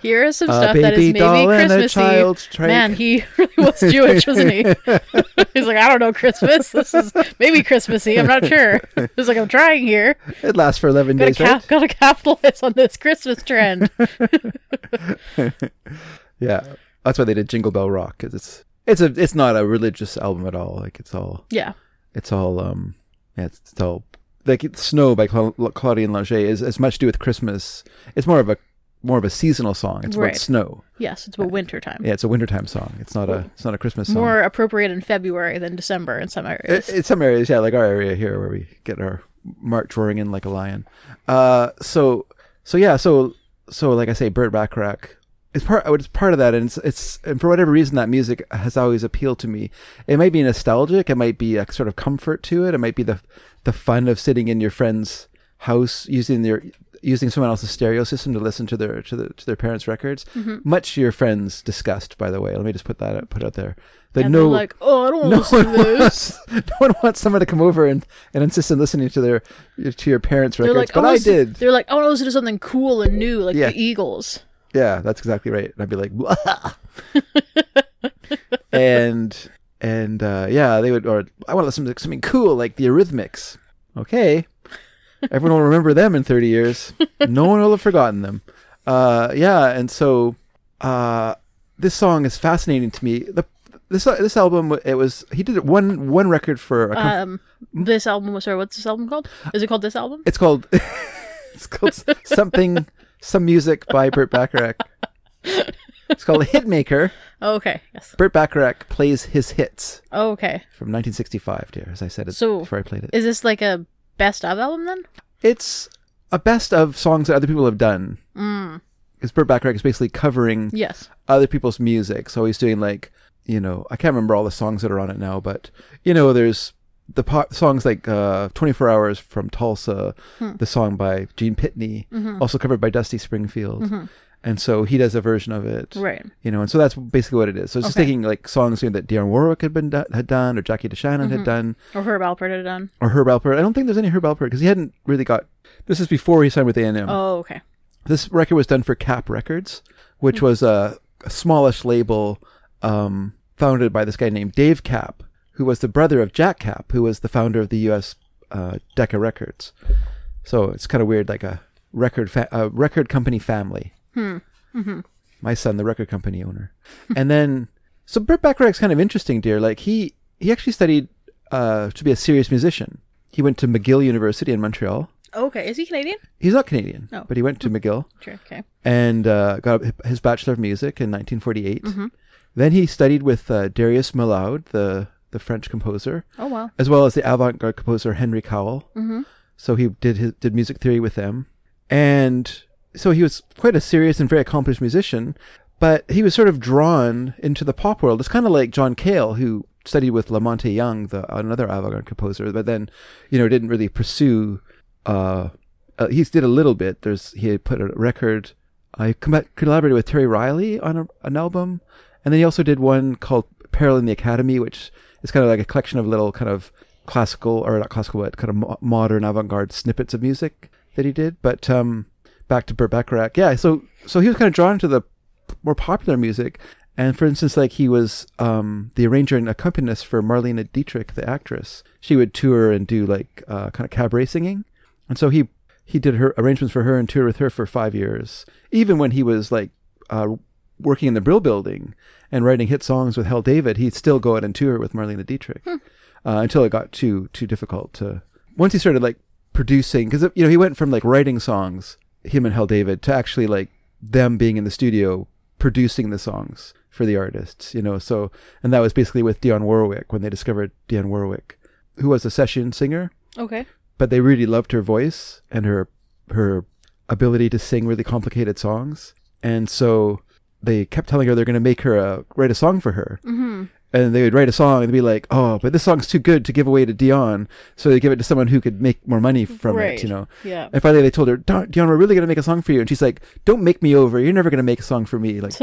[SPEAKER 3] Here is [laughs] some
[SPEAKER 2] A
[SPEAKER 3] stuff that is
[SPEAKER 2] Uh, baby
[SPEAKER 3] maybe
[SPEAKER 2] doll and a
[SPEAKER 3] Christmassy.
[SPEAKER 2] child's trike.
[SPEAKER 3] Man, he [laughs] really was Jewish,
[SPEAKER 2] [laughs]
[SPEAKER 3] wasn't he? He's like, I don't know Christmas. This is maybe Christmassy. I'm
[SPEAKER 2] [laughs]
[SPEAKER 3] not sure. He's like, I'm trying here.
[SPEAKER 2] It lasts for eleven
[SPEAKER 3] Got to
[SPEAKER 2] days, right?
[SPEAKER 3] cap- got to capitalize on this Christmas trend.
[SPEAKER 2] Yeah, that's why they did Jingle Bell Rock because it's it's a it's not a religious album at all. Like it's all
[SPEAKER 3] [laughs] yeah.
[SPEAKER 2] it's all um yeah, it's, it's all like it's snow by Cla- La- Claudine Langer is as much to do with Christmas. It's more of a more of a seasonal song. It's
[SPEAKER 3] Right.
[SPEAKER 2] about snow.
[SPEAKER 3] Yes, it's about winter time.
[SPEAKER 2] Yeah, it's a wintertime song. It's not a it's not a Christmas song.
[SPEAKER 3] more appropriate in February than December in some
[SPEAKER 2] I-
[SPEAKER 3] areas.
[SPEAKER 2] in some areas, yeah, like our area here where we get our March roaring in like a lion. Uh, so so yeah, so so like I say, Burt Bacharach. It's part. It's part of that, and it's, it's and for whatever reason, that music has always appealed to me. It might be nostalgic. It might be a sort of comfort to it. It might be the the fun of sitting in your friend's house using their using someone else's stereo system to listen to their to, the, to their parents' records. Much to your friend's disgust, by the way. Let me just put that out, put out there. They
[SPEAKER 3] and
[SPEAKER 2] know
[SPEAKER 3] they're like, oh, I don't want
[SPEAKER 2] [laughs] no
[SPEAKER 3] to
[SPEAKER 2] one
[SPEAKER 3] listen to this.
[SPEAKER 2] wants [laughs] no one wants someone to come over and, and insist on listening to their to your parents'
[SPEAKER 3] They're
[SPEAKER 2] records.
[SPEAKER 3] like,
[SPEAKER 2] but
[SPEAKER 3] wanna
[SPEAKER 2] I
[SPEAKER 3] listen-
[SPEAKER 2] did.
[SPEAKER 3] They're like, I want to listen to something cool and new, like
[SPEAKER 2] Yeah. [laughs]
[SPEAKER 3] the Eagles.
[SPEAKER 2] Yeah, that's exactly right. And I'd be like,
[SPEAKER 3] [laughs]
[SPEAKER 2] "Blah." and and uh, yeah, they would. Or I want to listen to something cool like the Eurythmics. Okay, everyone will remember them in thirty years. No one will have forgotten them. Uh, yeah, and so uh, this song is fascinating to me. The this this album it was he did one one record for a com-
[SPEAKER 3] Um, this album was sorry, what's this album called? Is it called this album?
[SPEAKER 2] It's called [laughs] it's called something some music by Burt Bacharach. It's called Hitmaker.
[SPEAKER 3] Oh, Okay. Yes. Oh,
[SPEAKER 2] Burt Bacharach plays his hits
[SPEAKER 3] Okay.
[SPEAKER 2] from 1965, dear, as I said it
[SPEAKER 3] So,
[SPEAKER 2] before I played it.
[SPEAKER 3] Is this like a best of album then?
[SPEAKER 2] It's a best of songs that other people have done. Mm. Because Burt Bacharach is basically covering
[SPEAKER 3] Mm, Yes.
[SPEAKER 2] other people's music. So he's doing like, you know, I can't remember all the songs that are on it now, but you know, there's the po- songs like uh, 24 Hours from Tulsa,
[SPEAKER 3] Hmm.
[SPEAKER 2] the song by Gene Pitney,
[SPEAKER 3] Mm-hmm.
[SPEAKER 2] also covered by Dusty Springfield. And so he does a version of it.
[SPEAKER 3] Right.
[SPEAKER 2] You know, and so that's basically what it is. So it's just
[SPEAKER 3] Okay.
[SPEAKER 2] taking like songs you know, that Dionne Warwick had been do- had done, or Jackie DeShannon
[SPEAKER 3] Mm-hmm.
[SPEAKER 2] had done,
[SPEAKER 3] Or Herb Alpert had done.
[SPEAKER 2] or Herb Alpert. I don't think there's any Herb Alpert because he hadn't really got. This is before he signed with A and M
[SPEAKER 3] Oh, okay.
[SPEAKER 2] this record was done for Cap Records, which was a, a smallish label um, founded by this guy named Dave Cap, who was the brother of Jack Cap, who was the founder of the U.S. Uh, Decca Records. So it's kind of weird, like a record fa- a record company family. My son, the record company owner, and then so Burt Bacharach's kind of interesting, dear. Like he he actually studied uh, to be a serious musician. He went to McGill University in Montreal.
[SPEAKER 3] Okay. Is he Canadian?
[SPEAKER 2] He's not Canadian,
[SPEAKER 3] Oh.
[SPEAKER 2] but he went to McGill
[SPEAKER 3] Sure. Okay.
[SPEAKER 2] and uh, got his bachelor of music in 1948. Then he studied with uh, Darius Milhaud, the the French composer,
[SPEAKER 3] Oh wow.
[SPEAKER 2] as well as the avant-garde composer Henry Cowell. Mm-hmm. So he did his, did music theory with them, and so he was quite a serious and very accomplished musician. But he was sort of drawn into the pop world. It's kind of like John Cale, who studied with Lamonte Young, the another avant-garde composer, but then, you know, didn't really pursue. Uh, uh, he did a little bit. There's he had put a record. I com- collaborated with Terry Riley on a, an album, and then he also did one called Peril in the Academy, which is kind of like a collection of little kind of classical or not classical, but kind of mo- modern avant-garde snippets of music that he did. But um, back to Burt Bacharach, yeah. So so he was kind of drawn to the p- more popular music, and for instance, like he was um, the arranger and accompanist for Marlene Dietrich, the actress. She would tour and do like uh, kind of cabaret singing. And so he he did her arrangements for her and toured with her for five years, even when he was like uh, working in the Brill Building and writing hit songs with Hell David. He'd still go out and tour with Marlene Dietrich uh, until it got too too difficult to. Once he started like producing, because you know he went from like writing songs, him and Hell David, to actually like them being in the studio producing the songs for the artists. You know, so and that was basically with Dionne Warwick when they discovered Dionne Warwick, who was a session singer
[SPEAKER 3] Okay.
[SPEAKER 2] but they really loved her voice and her her ability to sing really complicated songs. And so they kept telling her they're going to make her a, write a song for her. Mm-hmm. And they would write a song and they'd be like, "Oh, but this song's too good to give away to Dion." So they give it to someone who could make more money from
[SPEAKER 3] Right.
[SPEAKER 2] it, you know.
[SPEAKER 3] Yeah.
[SPEAKER 2] And finally, they told her, "Darn, "Dion, we're really going to make a song for you." And she's like, "Don't make me over. You're never going to make a song for me." Like,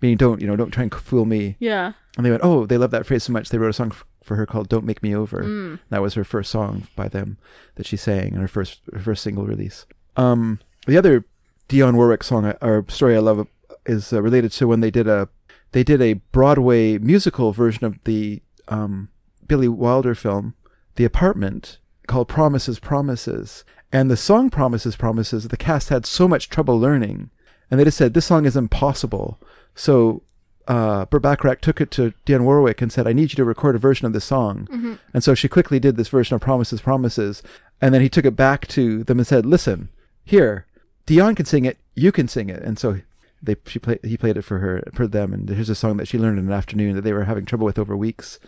[SPEAKER 2] meaning, don't you know? Don't try and fool me.
[SPEAKER 3] yeah.
[SPEAKER 2] And they went, oh, they love that phrase so much. They wrote a song f- for her called "Don't Make Me Over." That was her first song by them that she sang, and her first her first single release. Um, the other Dionne Warwick song I- or story I love is uh, related to when they did a they did a Broadway musical version of the um, Billy Wilder film, The Apartment, called Promises, Promises. And the song Promises, Promises, the cast had so much trouble learning. And they just said, this song is impossible. So uh, Burt Bacharach took it to Dan Warwick and said, I need you to record a version of this song. And so she quickly did this version of Promises, Promises. And then he took it back to them and said, listen, here, Dion can sing it, you can sing it. And so they she played he played it for her for them and here's a song that she learned in an afternoon that they were having trouble with over weeks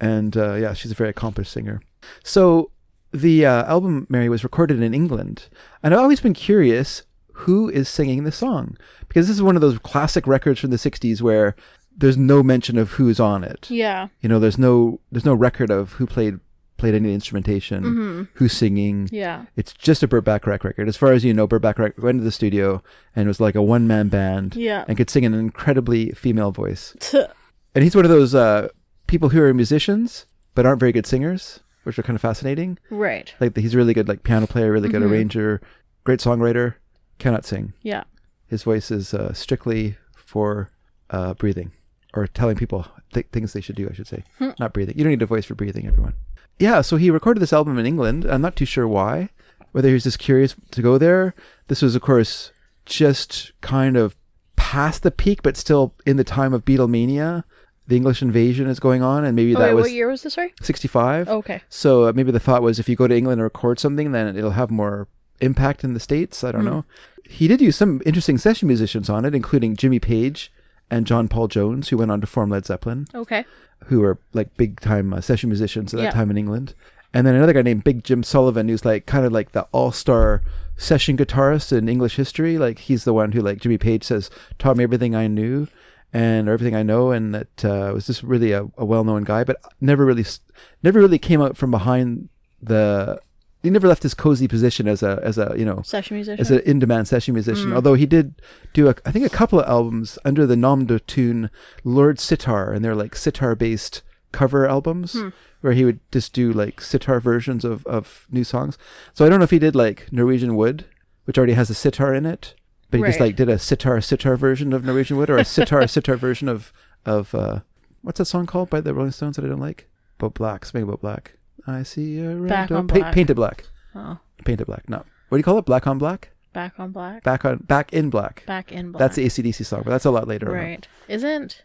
[SPEAKER 2] and uh, yeah she's a very accomplished singer so the uh, album mary was recorded in england and i've always been curious who is singing the song because this is one of those classic records from the 60s where there's no mention of who's on it
[SPEAKER 3] Yeah.
[SPEAKER 2] you know there's no there's no record of who played played any instrumentation who's singing
[SPEAKER 3] Yeah. [laughs]
[SPEAKER 2] it's just a Burt Bacharach record. As far as you know, Burt Bacharach went to the studio and was like a one man band
[SPEAKER 3] Yeah.
[SPEAKER 2] and could sing in an incredibly female voice.
[SPEAKER 3] Tuh.
[SPEAKER 2] And he's one of those uh, people who are musicians but aren't very good singers, which are kind of fascinating.
[SPEAKER 3] Right.
[SPEAKER 2] Like he's a really good like piano player, really good arranger, great songwriter, cannot sing.
[SPEAKER 3] Yeah.
[SPEAKER 2] His voice is uh, strictly for uh, breathing or telling people th- things they should do, I should say. Not breathing. You don't need a voice for breathing, everyone. Yeah, so he recorded this album in England. I'm not too sure why, whether he was just curious to go there. This was, of course, just kind of past the peak, but still in the time of Beatlemania. The English invasion is going on, and maybe
[SPEAKER 3] Oh,
[SPEAKER 2] that
[SPEAKER 3] wait,
[SPEAKER 2] was
[SPEAKER 3] what year was this? Sorry.
[SPEAKER 2] 65.
[SPEAKER 3] Okay.
[SPEAKER 2] So uh, maybe the thought was if you go to England and record something, then it'll have more impact in the States. I don't know. He did use some interesting session musicians on it, including Jimmy Page and John Paul Jones, who went on to form Led Zeppelin,
[SPEAKER 3] Okay.
[SPEAKER 2] who are like big time uh, session musicians at that
[SPEAKER 3] Yeah.
[SPEAKER 2] time in England. And then another guy named Big Jim Sullivan, who's like kind of like the all star session guitarist in English history. Like he's the one who, like Jimmy Page says, taught me everything I knew and or everything I know, and that uh, was just really a, a well known guy, but never really, s- never really came out from behind the. He never left his cozy position as a as a you know
[SPEAKER 3] Session musician.
[SPEAKER 2] as an in-demand session musician.
[SPEAKER 3] Mm.
[SPEAKER 2] Although he did do, a, I think, a couple of albums under the nom de tune Lord Sitar, and they're like sitar-based cover albums
[SPEAKER 3] Hmm.
[SPEAKER 2] where he would just do like sitar versions of of new songs. So I don't know if he did like Norwegian Wood, which already has a sitar in it, but he just
[SPEAKER 3] Right.
[SPEAKER 2] like did a sitar sitar version of Norwegian Wood or a sitar [laughs] sitar version of of uh, what's that song called by the Rolling Stones that I don't like? But Black, something about Black. I see a red
[SPEAKER 3] Back
[SPEAKER 2] door-
[SPEAKER 3] on
[SPEAKER 2] Pa-
[SPEAKER 3] Black.
[SPEAKER 2] painted black.
[SPEAKER 3] oh,
[SPEAKER 2] Painted black. No. What do you call it? Black on black?
[SPEAKER 3] back on black.
[SPEAKER 2] Back on Back in Black.
[SPEAKER 3] Back in black.
[SPEAKER 2] That's the ACDC song, but that's a lot later on.
[SPEAKER 3] Right. Oh Isn't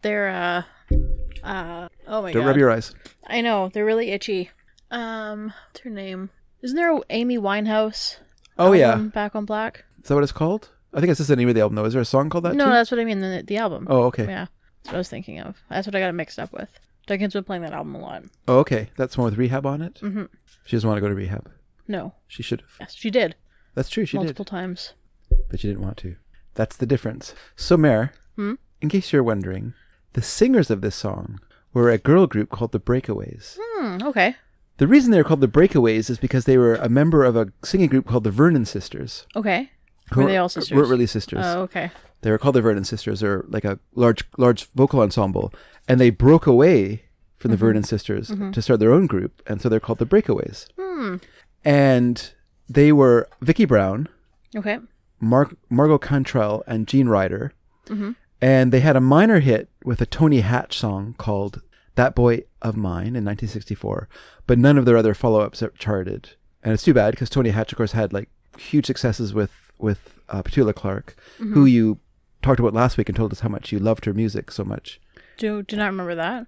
[SPEAKER 3] there uh uh oh my
[SPEAKER 2] Don't
[SPEAKER 3] god.
[SPEAKER 2] rub your eyes.
[SPEAKER 3] I know, they're really itchy. Um what's her name? Isn't there a Amy Winehouse?
[SPEAKER 2] Oh yeah.
[SPEAKER 3] album, Back on Black?
[SPEAKER 2] Is that what it's called? I think it's just the name of the album though. Is there a song called that
[SPEAKER 3] no,
[SPEAKER 2] too?
[SPEAKER 3] that's what I mean, the the album.
[SPEAKER 2] Oh okay.
[SPEAKER 3] Yeah. That's what I was thinking of. That's what I got it mixed up with. Duncan's been playing that album a lot.
[SPEAKER 2] Oh okay. That's the one with rehab on it.
[SPEAKER 3] Mhm.
[SPEAKER 2] She doesn't want to go to rehab.
[SPEAKER 3] No.
[SPEAKER 2] She should have.
[SPEAKER 3] Yes, she did.
[SPEAKER 2] That's true. She
[SPEAKER 3] multiple times.
[SPEAKER 2] did, but she didn't want to. That's the difference. So Mare,
[SPEAKER 3] Hmm?
[SPEAKER 2] in case you're wondering, the singers of this song were a girl group called the Breakaways.
[SPEAKER 3] Hmm, okay.
[SPEAKER 2] The reason they were called the Breakaways is because they were a member of a singing group called the Vernon Sisters.
[SPEAKER 3] Okay.
[SPEAKER 2] who
[SPEAKER 3] Were they
[SPEAKER 2] weren't-
[SPEAKER 3] all sisters?
[SPEAKER 2] Weren't really sisters.
[SPEAKER 3] Oh, okay.
[SPEAKER 2] they were called the Vernon Sisters, or like a large, large vocal ensemble, and they broke away from the Vernon Sisters to start their own group, and so they're called the Breakaways.
[SPEAKER 3] Hmm.
[SPEAKER 2] And they were Vicky Brown,
[SPEAKER 3] Okay.
[SPEAKER 2] Mark, Margot Cantrell, and Gene Ryder,
[SPEAKER 3] Mm-hmm.
[SPEAKER 2] and they had a minor hit with a Tony Hatch song called "That Boy of Mine" in 1964, but none of their other follow-ups are charted, and it's too bad because Tony Hatch, of course, had like huge successes with with uh, Petula Clark,
[SPEAKER 3] Mm-hmm.
[SPEAKER 2] who you talked about last week and told us how much you loved her music so much.
[SPEAKER 3] Do do not remember that.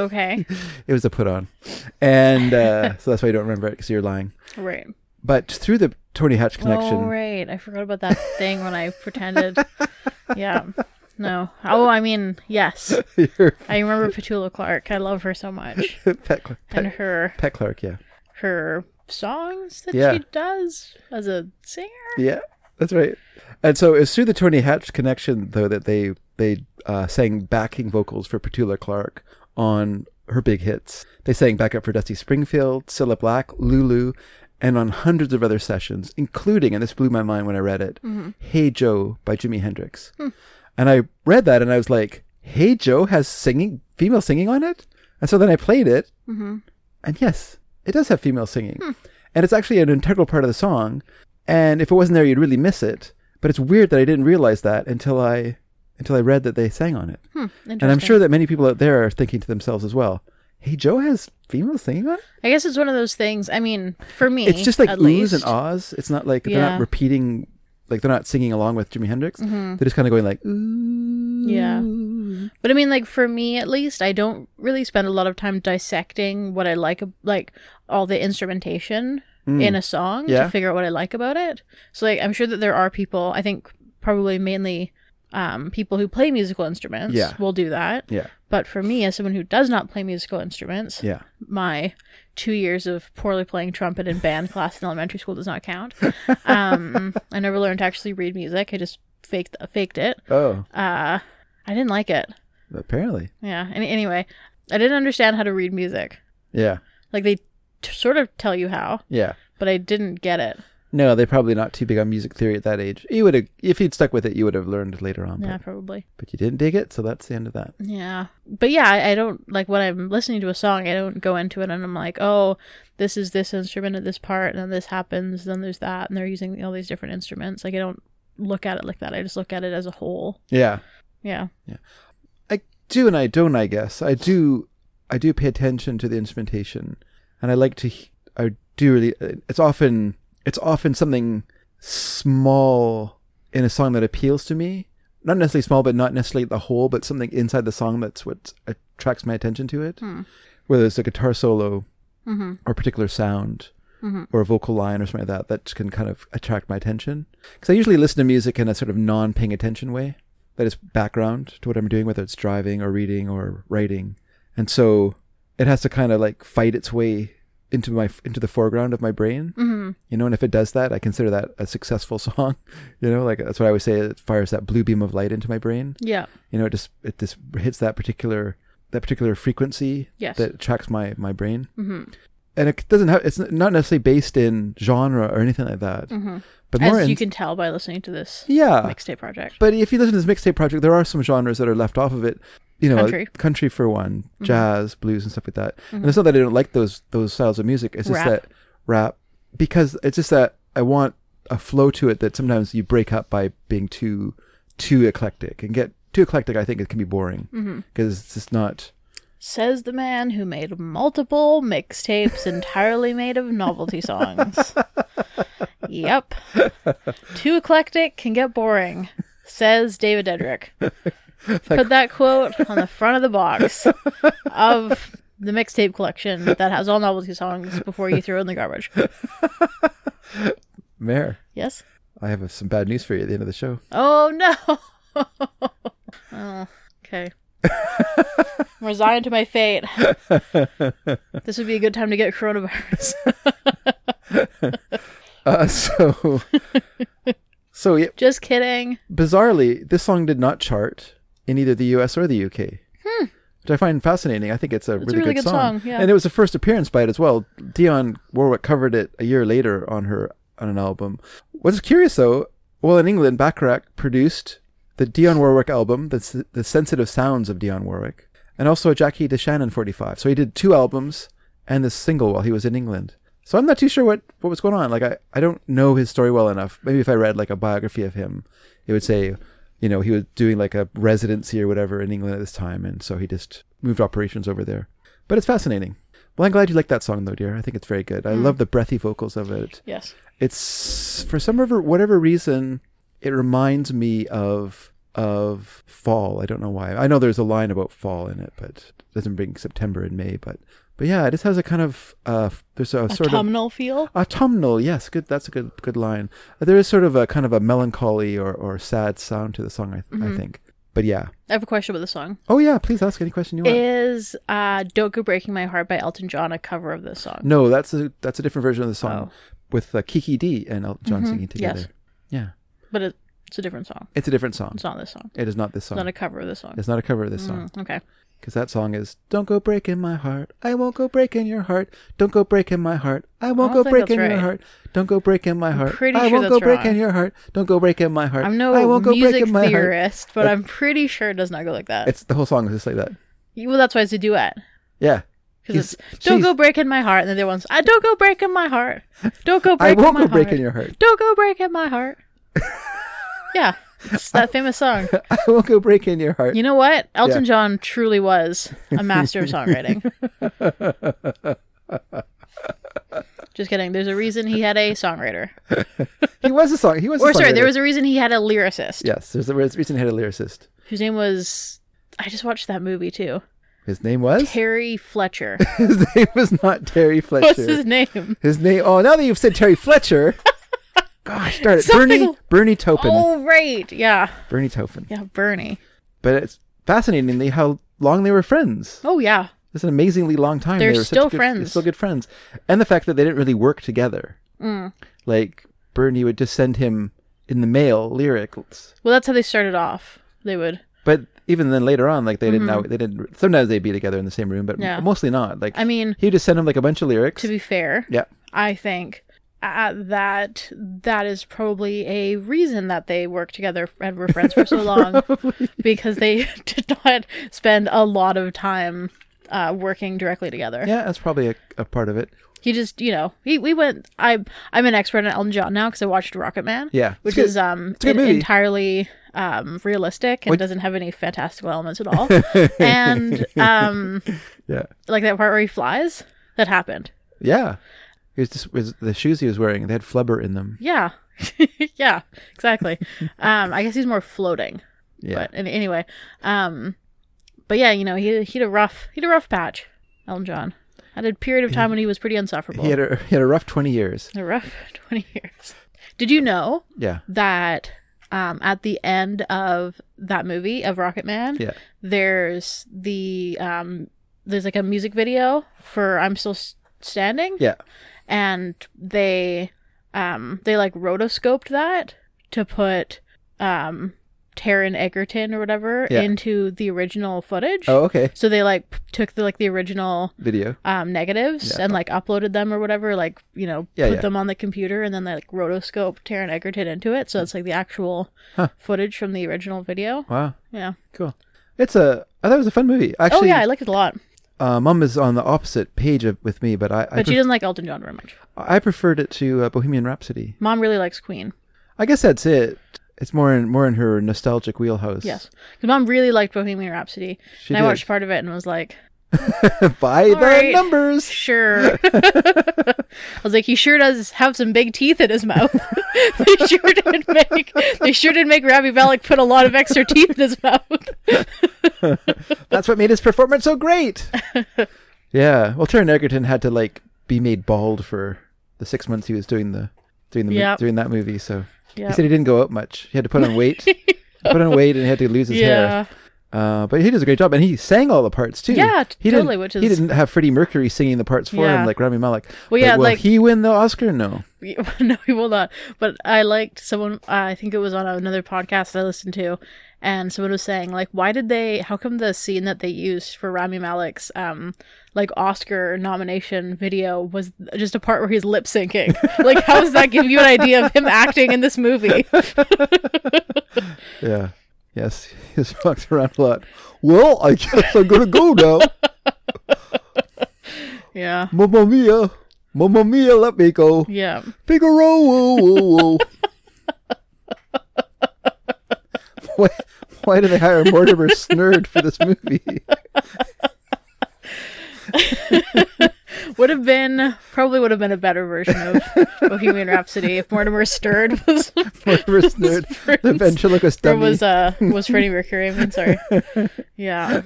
[SPEAKER 2] [laughs]
[SPEAKER 3] okay.
[SPEAKER 2] It was a put on, and
[SPEAKER 3] [laughs]
[SPEAKER 2] uh, so that's why you don't remember it because you're lying.
[SPEAKER 3] Right.
[SPEAKER 2] But through the Tony Hatch connection,
[SPEAKER 3] Oh,
[SPEAKER 2] [laughs]
[SPEAKER 3] right. I forgot about that thing when I pretended. yeah. No. Oh, I mean, yes.
[SPEAKER 2] your
[SPEAKER 3] I remember Petula Clark. I love her so
[SPEAKER 2] [laughs]
[SPEAKER 3] much.
[SPEAKER 2] Pat, Cla-
[SPEAKER 3] And
[SPEAKER 2] Pat,
[SPEAKER 3] her
[SPEAKER 2] Pat Clark, yeah,
[SPEAKER 3] her songs that
[SPEAKER 2] Yeah.
[SPEAKER 3] she does as a singer.
[SPEAKER 2] yeah, that's right. And so it's through the Tony Hatch connection though that they they uh, sang backing vocals for Petula Clark on her big hits. They sang backup for Dusty Springfield, Cilla Black, Lulu, and on hundreds of other sessions, including and this blew my mind when I read it, "Hey Joe" by Jimi Hendrix. And I read that and I was like, "Hey Joe has singing, female singing on it." And so then I played it, and yes, it does have female singing, and it's actually an integral part of the song. And if it wasn't there, you'd really miss it. But it's weird that I didn't realize that until I until I read that they sang on it.
[SPEAKER 3] Interesting.
[SPEAKER 2] And I'm sure that many people out there are thinking to themselves as well, "Hey, Joe has female singing on it."
[SPEAKER 3] I guess it's one of those things. I mean, for me,
[SPEAKER 2] it's just like
[SPEAKER 3] at
[SPEAKER 2] oohs
[SPEAKER 3] least,
[SPEAKER 2] and ahs. It's not like they're
[SPEAKER 3] Yeah. Mm-hmm.
[SPEAKER 2] not repeating, like they're not singing along with Jimi Hendrix. They're just kind of going like, "Ooh."
[SPEAKER 3] Yeah. But I mean, like for me at least, I don't really spend a lot of time dissecting what I like, ab- like all the instrumentation in a song
[SPEAKER 2] Hmm. Yeah.
[SPEAKER 3] to figure out what I like about it. So like, I'm sure that there are people. I think probably mainly um, people who play musical instruments
[SPEAKER 2] Yeah.
[SPEAKER 3] will do that.
[SPEAKER 2] Yeah,
[SPEAKER 3] But for me, as someone who does not play musical instruments,
[SPEAKER 2] yeah.
[SPEAKER 3] my two years of poorly playing trumpet and band class in elementary school does
[SPEAKER 2] [laughs]
[SPEAKER 3] not count. Um, I never learned to actually read music. I just faked faked it.
[SPEAKER 2] Oh,
[SPEAKER 3] Uh, I didn't like it.
[SPEAKER 2] apparently,
[SPEAKER 3] Yeah. Any, anyway, I didn't understand how to read music.
[SPEAKER 2] yeah,
[SPEAKER 3] Like they t- sort of tell you how,
[SPEAKER 2] yeah.
[SPEAKER 3] but I didn't get it.
[SPEAKER 2] No, they're probably not too big on music theory at that age. You would have, if you'd stuck with it, you would have learned later on.
[SPEAKER 3] Yeah,
[SPEAKER 2] But,
[SPEAKER 3] probably.
[SPEAKER 2] but you didn't dig it, so that's the end of that.
[SPEAKER 3] Yeah. But yeah, I, I don't like when I'm listening to a song, I don't go into it and I'm like, oh, this is this instrument at this part, and then this happens, then there's that, and they're using all these different instruments. Like I don't look at it like that. I just look at it as a whole.
[SPEAKER 2] Yeah,
[SPEAKER 3] Yeah.
[SPEAKER 2] I do and I don't. I guess I do. I do pay attention to the instrumentation, and I like to. he- I do really. uh, It's often. It's often something small in a song that appeals to me. Not necessarily small, but not necessarily the whole, but something inside the song that's what attracts my attention to it. Whether it's a guitar solo or a particular sound or a vocal line or something like that, that can kind of attract my attention. Because I usually listen to music in a sort of non paying attention way that is background to what I'm doing, whether it's driving or reading or writing. And so it has to kind of like fight its way into my into the foreground of my brain, mm-hmm. you know. And if it does that, I consider that a successful [laughs] song, you know. Like that's what I would say. It fires that blue beam of light into my brain.
[SPEAKER 3] Yeah.
[SPEAKER 2] You know, it just it just hits that particular that particular frequency
[SPEAKER 3] Yes.
[SPEAKER 2] that tracks my my brain. Mm-hmm. And it doesn't have it's not necessarily based in genre or anything like that, but more
[SPEAKER 3] Mm-hmm. As
[SPEAKER 2] in
[SPEAKER 3] you can tell by listening to this
[SPEAKER 2] yeah
[SPEAKER 3] mixtape project.
[SPEAKER 2] but if you listen to this mixtape project, there are some genres that are left off of it. You know,
[SPEAKER 3] Country. Mm-hmm.
[SPEAKER 2] for one, jazz, blues, and stuff like that. And it's not that I don't like those those styles of music. It's just
[SPEAKER 3] Rap.
[SPEAKER 2] that rap because it's just that I want a flow to it that sometimes you break up by being too too eclectic and get too eclectic. I think it can be boring because
[SPEAKER 3] Mm-hmm.
[SPEAKER 2] it's just not.
[SPEAKER 3] Says the man who made multiple mixtapes entirely made of novelty songs. yep. Too eclectic can get boring, says David Dedrick. Put that quote on the front of the box of the mixtape collection that has all novelty songs before you throw in the garbage.
[SPEAKER 2] Mayor,
[SPEAKER 3] Yes?
[SPEAKER 2] I have some bad news for you at the end of the show.
[SPEAKER 3] Oh no. [laughs] oh, [laughs] okay. I'm resigned to my fate. this would be a good time to get coronavirus. [laughs]
[SPEAKER 2] Uh, [laughs]
[SPEAKER 3] [laughs]
[SPEAKER 2] so, so yeah,
[SPEAKER 3] Just kidding.
[SPEAKER 2] bizarrely, this song did not chart in either the US or the UK. Which I find fascinating. I think it's a, really,
[SPEAKER 3] really
[SPEAKER 2] good,
[SPEAKER 3] good
[SPEAKER 2] song.
[SPEAKER 3] song, yeah.
[SPEAKER 2] And it was the first appearance by it as well. Dionne Warwick covered it a year later on her on an album. What's curious though, well in England, Bacharach produced the Dionne Warwick album, the, S- the sensitive sounds of Dionne Warwick, and also Jackie DeShannon 45. So he did two albums and this single while he was in England. So I'm not too sure what, what was going on. Like I, I don't know his story well enough. Maybe if I read like a biography of him, it would say, you know, he was doing like a residency or whatever in England at this time, and so he just moved operations over there. But it's fascinating. Well, I'm glad you like that song though, dear. I think it's very good. I love the breathy vocals of it.
[SPEAKER 3] Yes.
[SPEAKER 2] It's for some ever- whatever reason, it reminds me of of fall. I don't know why. I know there's a line about fall in it, but it doesn't bring September and May. But but yeah, it just has a kind of uh, there's a sort of
[SPEAKER 3] Autumnal feel.
[SPEAKER 2] autumnal yes good that's a good good line there is sort of a kind of a melancholy or, or sad sound to the song I,
[SPEAKER 3] Mm-hmm.
[SPEAKER 2] I think but yeah
[SPEAKER 3] I have a question about the song.
[SPEAKER 2] oh yeah please ask any question you want
[SPEAKER 3] Is uh Don't Go Breaking My Heart by Elton John a cover of this song?
[SPEAKER 2] no that's a that's a different version of the song
[SPEAKER 3] Oh. Mm-hmm.
[SPEAKER 2] with uh, kiki d and elton john singing together
[SPEAKER 3] yes.
[SPEAKER 2] yeah
[SPEAKER 3] But it, it's a different song.
[SPEAKER 2] it's a different song
[SPEAKER 3] It's not this song.
[SPEAKER 2] it is not this song
[SPEAKER 3] It's not a cover of this song.
[SPEAKER 2] it's not a cover of this song
[SPEAKER 3] Mm, okay.
[SPEAKER 2] because that song is don't go breaking my heart i won't go breaking your heart don't go breaking my heart i won't
[SPEAKER 3] don't
[SPEAKER 2] go
[SPEAKER 3] think that's
[SPEAKER 2] breaking your
[SPEAKER 3] right.
[SPEAKER 2] heart don't go breaking my heart
[SPEAKER 3] pretty
[SPEAKER 2] i
[SPEAKER 3] sure
[SPEAKER 2] won't go
[SPEAKER 3] that's
[SPEAKER 2] breaking
[SPEAKER 3] wrong.
[SPEAKER 2] your heart don't go breaking my heart
[SPEAKER 3] I'm no
[SPEAKER 2] i won't go
[SPEAKER 3] music
[SPEAKER 2] breaking my heart
[SPEAKER 3] theorist, but I'm pretty sure it does not go like that.
[SPEAKER 2] It's the whole song is just like that.
[SPEAKER 3] well, that's why it's a duet.
[SPEAKER 2] Yeah.
[SPEAKER 3] Because
[SPEAKER 2] He's-
[SPEAKER 3] it's don't
[SPEAKER 2] she's-
[SPEAKER 3] go breaking my heart, and then the other one's I don't go breaking my heart. Don't go
[SPEAKER 2] I
[SPEAKER 3] breaking
[SPEAKER 2] won't
[SPEAKER 3] my
[SPEAKER 2] go
[SPEAKER 3] heart.
[SPEAKER 2] breaking your heart. [laughs]
[SPEAKER 3] Don't go breaking my heart. yeah, it's that famous song.
[SPEAKER 2] I won't go breaking your heart.
[SPEAKER 3] You know what? Elton
[SPEAKER 2] Yeah.
[SPEAKER 3] John truly was a master of
[SPEAKER 2] [laughs]
[SPEAKER 3] songwriting. Just kidding. There's a reason he had a
[SPEAKER 2] [laughs]
[SPEAKER 3] songwriter.
[SPEAKER 2] he was a song. He was.
[SPEAKER 3] Or
[SPEAKER 2] a song
[SPEAKER 3] sorry, there
[SPEAKER 2] writer.
[SPEAKER 3] was a reason he had a lyricist
[SPEAKER 2] Yes, there's a there's a reason he had a lyricist.
[SPEAKER 3] whose name was I just watched that movie too.
[SPEAKER 2] His name was.
[SPEAKER 3] Terry Fletcher.
[SPEAKER 2] [laughs] his name was not Terry Fletcher.
[SPEAKER 3] [laughs] What's his name?
[SPEAKER 2] His name. Oh, now that you've said Terry
[SPEAKER 3] [laughs]
[SPEAKER 2] Fletcher. Gosh darn it,
[SPEAKER 3] Something-
[SPEAKER 2] Bernie Bernie Taupin.
[SPEAKER 3] Oh right, yeah,
[SPEAKER 2] Bernie Taupin.
[SPEAKER 3] yeah, Bernie.
[SPEAKER 2] But it's fascinatingly how long they were friends.
[SPEAKER 3] Oh yeah,
[SPEAKER 2] It's an amazingly long time.
[SPEAKER 3] They're
[SPEAKER 2] They were such
[SPEAKER 3] still
[SPEAKER 2] good-
[SPEAKER 3] friends.
[SPEAKER 2] Still good friends, and the fact that they didn't really work together.
[SPEAKER 3] Mm.
[SPEAKER 2] Like Bernie would just send him in the mail lyrics.
[SPEAKER 3] Well, that's how they started off. They would.
[SPEAKER 2] But even then, later on, like they didn't know they didn't. Sometimes they'd be together in the same room, but
[SPEAKER 3] Mm-hmm. Yeah.
[SPEAKER 2] mostly not. Like
[SPEAKER 3] I mean-
[SPEAKER 2] he would just send him like a bunch of lyrics.
[SPEAKER 3] To be fair,
[SPEAKER 2] yeah,
[SPEAKER 3] I think uh, that that is probably a reason that they worked together and were friends
[SPEAKER 2] [laughs]
[SPEAKER 3] for so long, because they [laughs] did not spend a lot of time uh, working directly together.
[SPEAKER 2] yeah, that's probably a, a part of it.
[SPEAKER 3] He just, you know, he we went. I I'm an expert on Elton John now because I watched Rocket Man.
[SPEAKER 2] Yeah, it's
[SPEAKER 3] which
[SPEAKER 2] good.
[SPEAKER 3] is um
[SPEAKER 2] a good
[SPEAKER 3] en-
[SPEAKER 2] movie.
[SPEAKER 3] entirely um realistic and
[SPEAKER 2] What-
[SPEAKER 3] doesn't have any fantastical
[SPEAKER 2] [laughs]
[SPEAKER 3] elements at all. and um
[SPEAKER 2] Yeah,
[SPEAKER 3] like that part where he flies that happened.
[SPEAKER 2] yeah. It was just was the shoes he was wearing. They had flubber in them.
[SPEAKER 3] Yeah. [laughs] yeah,
[SPEAKER 2] [laughs]
[SPEAKER 3] exactly. um, I guess he's more floating.
[SPEAKER 2] Yeah,
[SPEAKER 3] But an- anyway, um, but yeah, you know, he he had a rough he had a rough patch. Elton John had a period of time when he was pretty insufferable.
[SPEAKER 2] he had a [laughs]
[SPEAKER 3] [laughs]
[SPEAKER 2] he had a rough twenty years.
[SPEAKER 3] a rough twenty years. Did you know
[SPEAKER 2] Yeah,
[SPEAKER 3] that uh, um, at the end of that movie of Rocket Man,
[SPEAKER 2] Yeah.
[SPEAKER 3] there's the um, there's like a music video for I'm Still S- Standing,
[SPEAKER 2] Yeah.
[SPEAKER 3] and they um, they like rotoscoped that to put um, Taron Egerton or whatever
[SPEAKER 2] Yeah.
[SPEAKER 3] into the original footage.
[SPEAKER 2] Oh, okay.
[SPEAKER 3] So they like p- took the like the original
[SPEAKER 2] Video.
[SPEAKER 3] um, negatives
[SPEAKER 2] Yeah.
[SPEAKER 3] and like uploaded them or whatever, like you know,
[SPEAKER 2] Yeah,
[SPEAKER 3] put
[SPEAKER 2] yeah.
[SPEAKER 3] them on the computer and then they like rotoscope Taron Egerton into it, so it's like the actual
[SPEAKER 2] Huh.
[SPEAKER 3] footage from the original video.
[SPEAKER 2] Wow.
[SPEAKER 3] Yeah.
[SPEAKER 2] Cool. It's a. I thought it was a fun movie. Actually,
[SPEAKER 3] oh yeah, I liked it a lot,
[SPEAKER 2] uh, Mum is on the opposite page of, with me, but I I,
[SPEAKER 3] but she
[SPEAKER 2] pref-
[SPEAKER 3] doesn't like Elton John very much.
[SPEAKER 2] I preferred it to uh, Bohemian Rhapsody.
[SPEAKER 3] Mom really likes Queen.
[SPEAKER 2] I guess that's it. It's more in more in her nostalgic wheelhouse.
[SPEAKER 3] Yes, because Mom really liked Bohemian Rhapsody,
[SPEAKER 2] She
[SPEAKER 3] and I
[SPEAKER 2] did.
[SPEAKER 3] watched part of it and was like,
[SPEAKER 2] By the
[SPEAKER 3] Alright.
[SPEAKER 2] numbers. [laughs]
[SPEAKER 3] sure. I was like, he sure does have some big teeth in his mouth. [laughs] they sure did make they sure did make Robbie Valak put a lot of extra teeth in his mouth.
[SPEAKER 2] That's what made his performance so
[SPEAKER 3] [laughs]
[SPEAKER 2] great. yeah. Well, Taron Egerton had to like be made bald for the six months he was doing the doing the mo-
[SPEAKER 3] Yep.
[SPEAKER 2] doing that movie. So he
[SPEAKER 3] Yeah.
[SPEAKER 2] said [laughs] he didn't go out much. He had to put on
[SPEAKER 3] [laughs]
[SPEAKER 2] weight. put on weight and he had to lose his
[SPEAKER 3] Yeah.
[SPEAKER 2] hair. Uh, but he does a great job, and he sang all the parts too.
[SPEAKER 3] Yeah, t-
[SPEAKER 2] he
[SPEAKER 3] totally,
[SPEAKER 2] Didn't,
[SPEAKER 3] which
[SPEAKER 2] he
[SPEAKER 3] is-
[SPEAKER 2] didn't have Freddie Mercury singing the parts for
[SPEAKER 3] Yeah.
[SPEAKER 2] him like Rami Malek.
[SPEAKER 3] Well,
[SPEAKER 2] Like,
[SPEAKER 3] yeah,
[SPEAKER 2] will
[SPEAKER 3] like-
[SPEAKER 2] he win the Oscar? No.
[SPEAKER 3] [laughs] no, he will not. But I liked someone. Uh, I think it was on another podcast I listened to, and someone was saying like, why did they? How come the scene that they used for Rami Malek's um like Oscar nomination video was just a part where he's lip syncing? [laughs] like, how does that give you an idea of him acting in this movie? [laughs]
[SPEAKER 2] Yeah. Yes, [laughs] he's walked around a lot. Well, I guess I'm gonna go now.
[SPEAKER 3] Yeah,
[SPEAKER 2] Mamma mia, mamma mia, let me go.
[SPEAKER 3] yeah.
[SPEAKER 2] Figaro, whoa, whoa, whoa. [laughs] why, why do they hire Mortimer Snurd for this [laughs] movie?
[SPEAKER 3] Would have been probably would have been a better version
[SPEAKER 2] [laughs]
[SPEAKER 3] of Bohemian Rhapsody if Mortimer Stern was
[SPEAKER 2] Mortimer [laughs] Snurd, the ventriloquist
[SPEAKER 3] or
[SPEAKER 2] dummy.
[SPEAKER 3] was uh was Freddie Mercury. I mean, sorry. Yeah.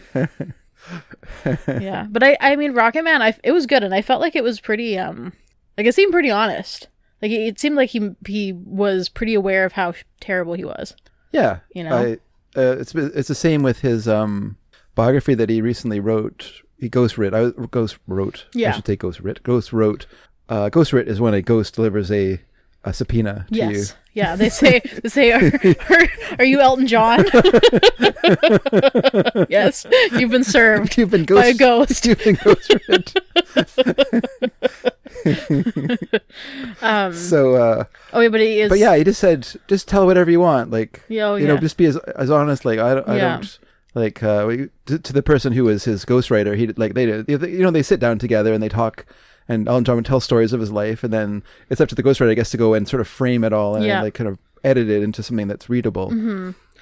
[SPEAKER 3] Yeah, but I I mean Rocket Man, I it was good, and I felt like it was pretty um like it seemed pretty honest. Like it, it seemed like he he was pretty aware of how terrible he was.
[SPEAKER 2] yeah,
[SPEAKER 3] you know?
[SPEAKER 2] I, uh, it's it's the same with his um biography that he recently wrote. He ghost writ. I was- ghost wrote. I
[SPEAKER 3] Yeah.
[SPEAKER 2] should say ghost writ. Ghost wrote. Uh, ghost writ is when a ghost delivers a a subpoena to you.
[SPEAKER 3] Yes. Yeah, they say they say are, are, are you
[SPEAKER 2] [laughs]
[SPEAKER 3] Elton John? [laughs] yes, you've been
[SPEAKER 2] [laughs]
[SPEAKER 3] served
[SPEAKER 2] You've been
[SPEAKER 3] by a
[SPEAKER 2] ghost. [laughs]
[SPEAKER 3] ghost.
[SPEAKER 2] You've been ghost [laughs] writ.
[SPEAKER 3] Um,
[SPEAKER 2] so, uh,
[SPEAKER 3] oh yeah, but he is.
[SPEAKER 2] but yeah, he just said, just tell whatever you want. Like,
[SPEAKER 3] Yeah, oh,
[SPEAKER 2] you know,
[SPEAKER 3] yeah.
[SPEAKER 2] just be as as honest. Like, I don't. I
[SPEAKER 3] Yeah.
[SPEAKER 2] don't like uh, we- to, to the person who was his ghostwriter, he like they you know they sit down together and they talk, and Alan John would tell stories of his life, and then it's up to the ghostwriter, I guess, to go and sort of frame it all and
[SPEAKER 3] Yeah. Mm-hmm.
[SPEAKER 2] like kind of edit it into something that's readable.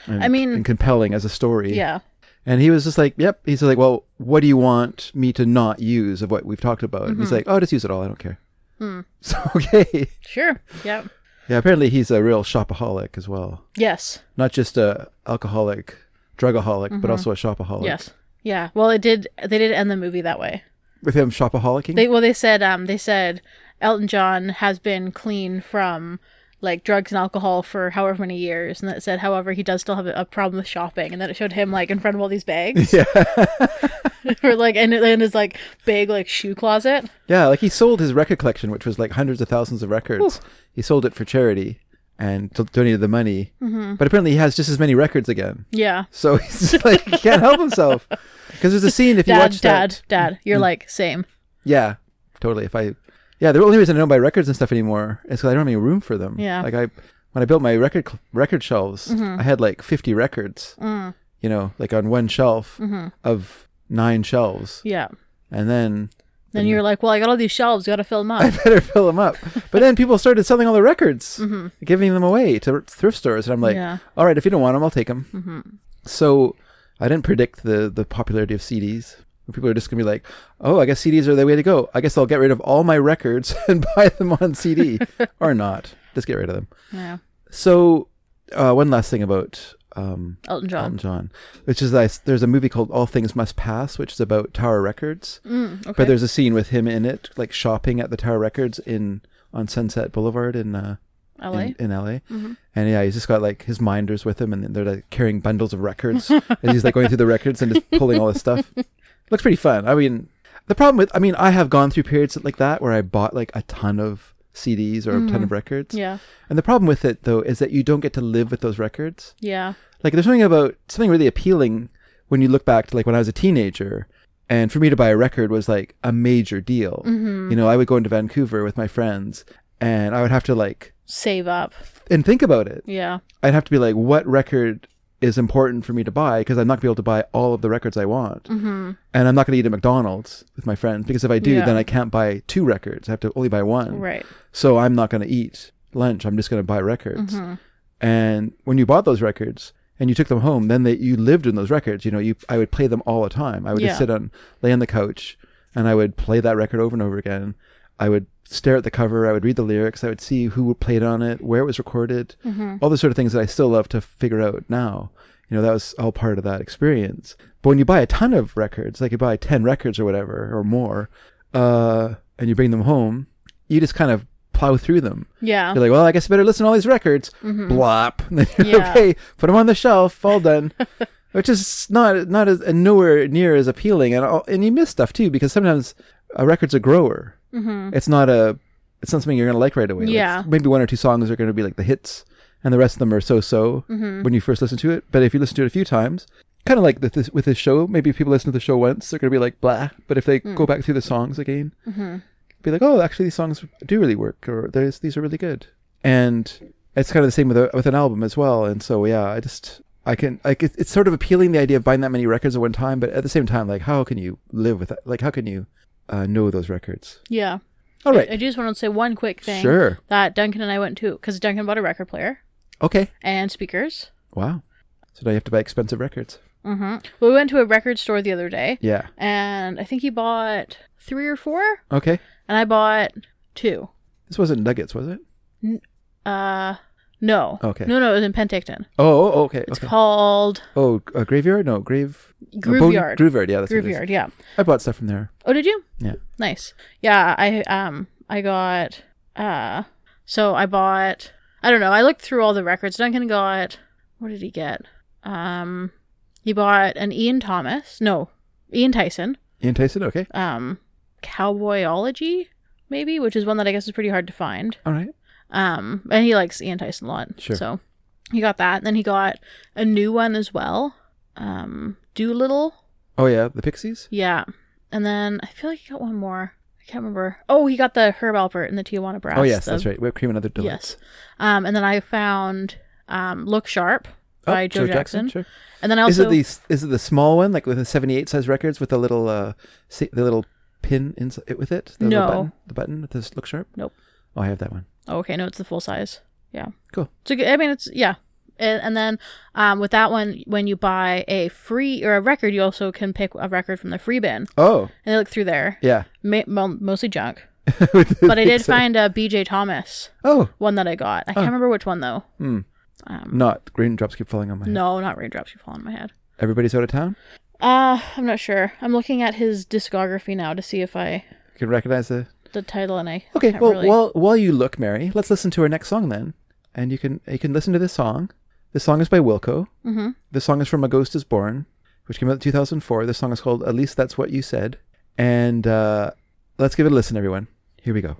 [SPEAKER 2] And,
[SPEAKER 3] I mean-
[SPEAKER 2] and compelling as a story.
[SPEAKER 3] yeah,
[SPEAKER 2] And he was just like, "Yep." He's like, "Well, what do you want me to not use of what we've talked about?" And
[SPEAKER 3] Mm-hmm.
[SPEAKER 2] he's like, "Oh, just use it all. I don't care."
[SPEAKER 3] Hmm.
[SPEAKER 2] [laughs] So okay.
[SPEAKER 3] sure, yeah,
[SPEAKER 2] Yeah, apparently he's a real shopaholic as well.
[SPEAKER 3] yes.
[SPEAKER 2] Not just a alcoholic, drugaholic, but also a shopaholic.
[SPEAKER 3] Mm-hmm. Yes. Yeah. Well, it did. They did end the movie that way.
[SPEAKER 2] With him shopaholicking?
[SPEAKER 3] They well, they said um they said Elton John has been clean from like drugs and alcohol for however many years, and that said, however, he does still have a, a problem with shopping, and then it showed him like in front of all these
[SPEAKER 2] [laughs]
[SPEAKER 3] bags. Yeah. [laughs] or like and in his like big like shoe closet.
[SPEAKER 2] yeah, like he sold his record collection, which was like hundreds of thousands of records. He sold it for charity and t- donated the money.
[SPEAKER 3] Mm-hmm.
[SPEAKER 2] But apparently he has just as many records again.
[SPEAKER 3] Yeah.
[SPEAKER 2] So [laughs] he's just like, he can't help himself. Because there's a scene, if you
[SPEAKER 3] Dad,
[SPEAKER 2] watch
[SPEAKER 3] dad,
[SPEAKER 2] that. Hmm.
[SPEAKER 3] dad. You're like same.
[SPEAKER 2] Yeah, totally. If I, yeah, the only reason I don't buy records and stuff anymore is because I don't have any room for them.
[SPEAKER 3] Yeah. Mm-hmm.
[SPEAKER 2] like I, when I built my record cl- record shelves, I had like fifty records.
[SPEAKER 3] Mm.
[SPEAKER 2] You know, like on one shelf of nine shelves,
[SPEAKER 3] Mm-hmm. Yeah.
[SPEAKER 2] and then
[SPEAKER 3] Then
[SPEAKER 2] Hmm.
[SPEAKER 3] you're like, well, I got all these shelves. You got to fill them
[SPEAKER 2] I
[SPEAKER 3] up.
[SPEAKER 2] [laughs] better fill them up. But then people started selling all the records, giving them away to thrift stores, and I'm like,
[SPEAKER 3] Mm-hmm. Yeah. Mm-hmm.
[SPEAKER 2] all right, if you don't want them, I'll take them. So I didn't predict the the popularity of CDs. People are just gonna be like, "Oh, I guess CDs are the way to go. I guess I'll get rid of all my records [laughs] and buy them on
[SPEAKER 3] [laughs]
[SPEAKER 2] CD, or not. Just get rid of them."
[SPEAKER 3] yeah.
[SPEAKER 2] So, uh, one last thing about um,
[SPEAKER 3] Elton John.
[SPEAKER 2] Elton John, which is that there's a movie called All Things Must Pass, which is about Tower Records.
[SPEAKER 3] Mm, okay.
[SPEAKER 2] But there's a scene with him in it, like shopping at the Tower Records in on Sunset Boulevard in uh,
[SPEAKER 3] LA?
[SPEAKER 2] in, in LA.
[SPEAKER 3] Mm-hmm.
[SPEAKER 2] And yeah, he's just got like his minders with him, and they're like carrying bundles of records [laughs] as he's like going through the records and just pulling all this
[SPEAKER 3] [laughs]
[SPEAKER 2] stuff. Looks pretty fun. I mean, the problem with I mean, I have gone through periods like that where I bought like a ton of CDs or a ton of records.
[SPEAKER 3] Mm-hmm. Yeah.
[SPEAKER 2] And the problem with it though is that you don't get to live with those records.
[SPEAKER 3] Yeah.
[SPEAKER 2] Like there's something about something really appealing when you look back to like when I was a teenager and for me to buy a record was like a major deal. You know, I would go into Vancouver with my friends and I would have to like
[SPEAKER 3] Save up.
[SPEAKER 2] and think about it.
[SPEAKER 3] Yeah.
[SPEAKER 2] I'd have to be like, what record is important for me to buy? Because I'm not gonna be able to buy all of the records I want, mm-hmm. and I'm not gonna eat at McDonald's with my friends because if I do,
[SPEAKER 3] Yeah.
[SPEAKER 2] then I can't buy two records. I have to only buy one.
[SPEAKER 3] Right.
[SPEAKER 2] So I'm not gonna eat lunch. I'm just gonna buy records. And when you bought those records and you took them home, then they, you lived in those records. You know, you I would play them all the time. I would
[SPEAKER 3] Yeah.
[SPEAKER 2] just sit on, lay on the couch, and I would play that record over and over again. I would stare at the cover. I would read the lyrics. I would see who played on it, where it was recorded, all the sort of things that I still love to figure out now. You know, that was all part of that experience. But when you buy a ton of records, like you buy 10 records or whatever, or more, uh, and you bring them home, you just kind of plow through them.
[SPEAKER 3] Yeah.
[SPEAKER 2] You're like, well, I guess I better listen to all these records. Blop. [laughs] And then you're,
[SPEAKER 3] Yeah.
[SPEAKER 2] okay, put them on the shelf. All done. Which is not not as and nowhere near as appealing, and all, and you miss stuff too because sometimes a record's a grower. Mm-hmm. It's not a it's not something you're gonna like right away. Like,
[SPEAKER 3] Yeah.
[SPEAKER 2] maybe one or two songs are gonna be like the hits, and the rest of them are so so when you first listen to it. But if you listen to it a few times, kind of like with this, with this show, maybe people listen to the show once, they're gonna be like blah. But if they go back through the songs again, be like, oh, actually, these songs do really work, or there's these are really good. And it's kind of the same with a, with an album as well. And so yeah, I just I can like it, it's sort of appealing the idea of buying that many records at one time, but at the same time, like how can you live with that? Like how can you uh, know those records?
[SPEAKER 3] Yeah.
[SPEAKER 2] All
[SPEAKER 3] I
[SPEAKER 2] right,
[SPEAKER 3] just want to say one quick thing.
[SPEAKER 2] Sure.
[SPEAKER 3] That Duncan and I went to because Duncan bought a record player
[SPEAKER 2] okay,
[SPEAKER 3] and speakers. Mm-hmm.
[SPEAKER 2] wow. So now you have to buy expensive records.
[SPEAKER 3] We went to a record store the other day,
[SPEAKER 2] Yeah.
[SPEAKER 3] and I think he bought three or four,
[SPEAKER 2] Okay.
[SPEAKER 3] and I bought two.
[SPEAKER 2] This wasn't Nuggets, was it?
[SPEAKER 3] Uh, no.
[SPEAKER 2] Okay.
[SPEAKER 3] No, no, it was in Penticton.
[SPEAKER 2] Oh, oh okay.
[SPEAKER 3] It's
[SPEAKER 2] okay.
[SPEAKER 3] called
[SPEAKER 2] oh, uh, Graveyard? No, Grave. uh, Bone-
[SPEAKER 3] Grooveyard.
[SPEAKER 2] Grooveyard. Yeah, that's what it is.
[SPEAKER 3] Grooveyard. Yeah.
[SPEAKER 2] I bought stuff from there.
[SPEAKER 3] Oh, did you?
[SPEAKER 2] Yeah.
[SPEAKER 3] Nice. Yeah, I um I got uh so I bought I don't know, I looked through all the records. Duncan got what did he get? Um he bought an Ian Thomas. No, Ian Tyson.
[SPEAKER 2] Ian Tyson. Okay.
[SPEAKER 3] Um Cowboyology, maybe, which is one that I guess is pretty hard to find.
[SPEAKER 2] All right.
[SPEAKER 3] Um and he likes Ian Tyson a lot.
[SPEAKER 2] Sure.
[SPEAKER 3] So he got that. And then he got a new one as well. Um Doolittle.
[SPEAKER 2] Oh yeah, the Pixies.
[SPEAKER 3] Yeah. And then I feel like he got one more. I can't remember. Oh, he got the Herb Alpert and the Tijuana Brass.
[SPEAKER 2] Oh yes,
[SPEAKER 3] the-
[SPEAKER 2] that's right. Whipped cream and other delights.
[SPEAKER 3] Yes. Um, and then I found um, Look Sharp
[SPEAKER 2] Oh,
[SPEAKER 3] by Joe, Jackson.
[SPEAKER 2] sure.
[SPEAKER 3] And then I also
[SPEAKER 2] is it the s- is it the small one like with the 78 size records with the little uh sa- the little pin in it with it? The little
[SPEAKER 3] No.
[SPEAKER 2] button, the button with this look sharp.
[SPEAKER 3] Nope.
[SPEAKER 2] Oh, I have that one.
[SPEAKER 3] Oh, okay, no, it's the full size. Yeah.
[SPEAKER 2] Cool.
[SPEAKER 3] So I mean, it's yeah. And, and then um, with that one, when you buy a free or a record, you also can pick a record from the free bin.
[SPEAKER 2] Oh
[SPEAKER 3] And I looked through there,
[SPEAKER 2] yeah. [laughs]
[SPEAKER 3] ma- mo- mostly junk.
[SPEAKER 2] With
[SPEAKER 3] But I did
[SPEAKER 2] the-
[SPEAKER 3] find a BJ Thomas
[SPEAKER 2] Oh, hmm.
[SPEAKER 3] one that I got. I can't remember which one though. Um,
[SPEAKER 2] not green drops keep falling on my. head.
[SPEAKER 3] No, not raindrops. You fall on my head.
[SPEAKER 2] Everybody's out of town.
[SPEAKER 3] Uh, I'm not sure. I'm looking at his discography now to see if I
[SPEAKER 2] You can recognize the.
[SPEAKER 3] the title and I
[SPEAKER 2] Okay,
[SPEAKER 3] can't
[SPEAKER 2] well,
[SPEAKER 3] really-
[SPEAKER 2] while while you look, Mary, let's listen to our next song then, and you can you can listen to this song. This song is by Wilco. Mm-hmm. This song is from A Ghost Is Born, which came out in 2004. This song is called At Least That's What You Said, and uh, let's give it a listen, everyone. Here we go.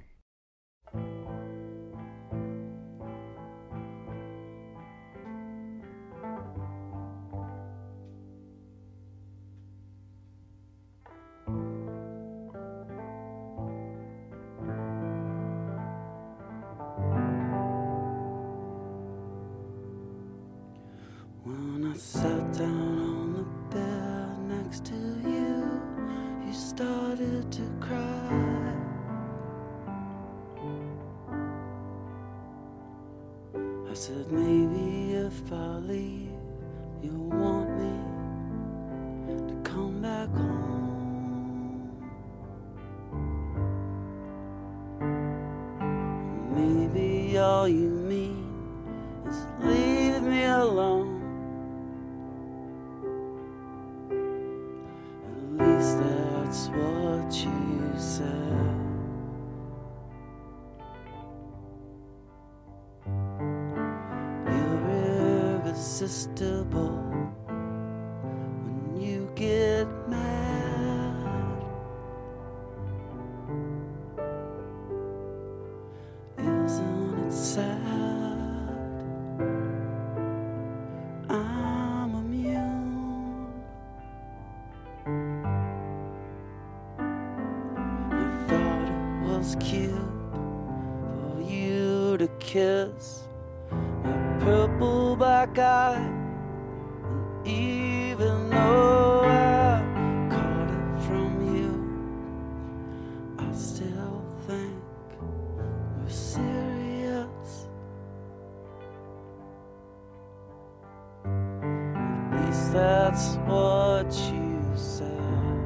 [SPEAKER 5] When I sat down on the bed next to you, you started to cry. I said, maybe if I leave, you'll want me to come back home. Maybe all you mean is leave me alone. At least that's what you said. irresistible when you get mad. Isn't it sad? I'm immune. I thought it was cute for you to kiss my purple black eye. And even though I caught it from you, I still think we're serious. At least that's what you said.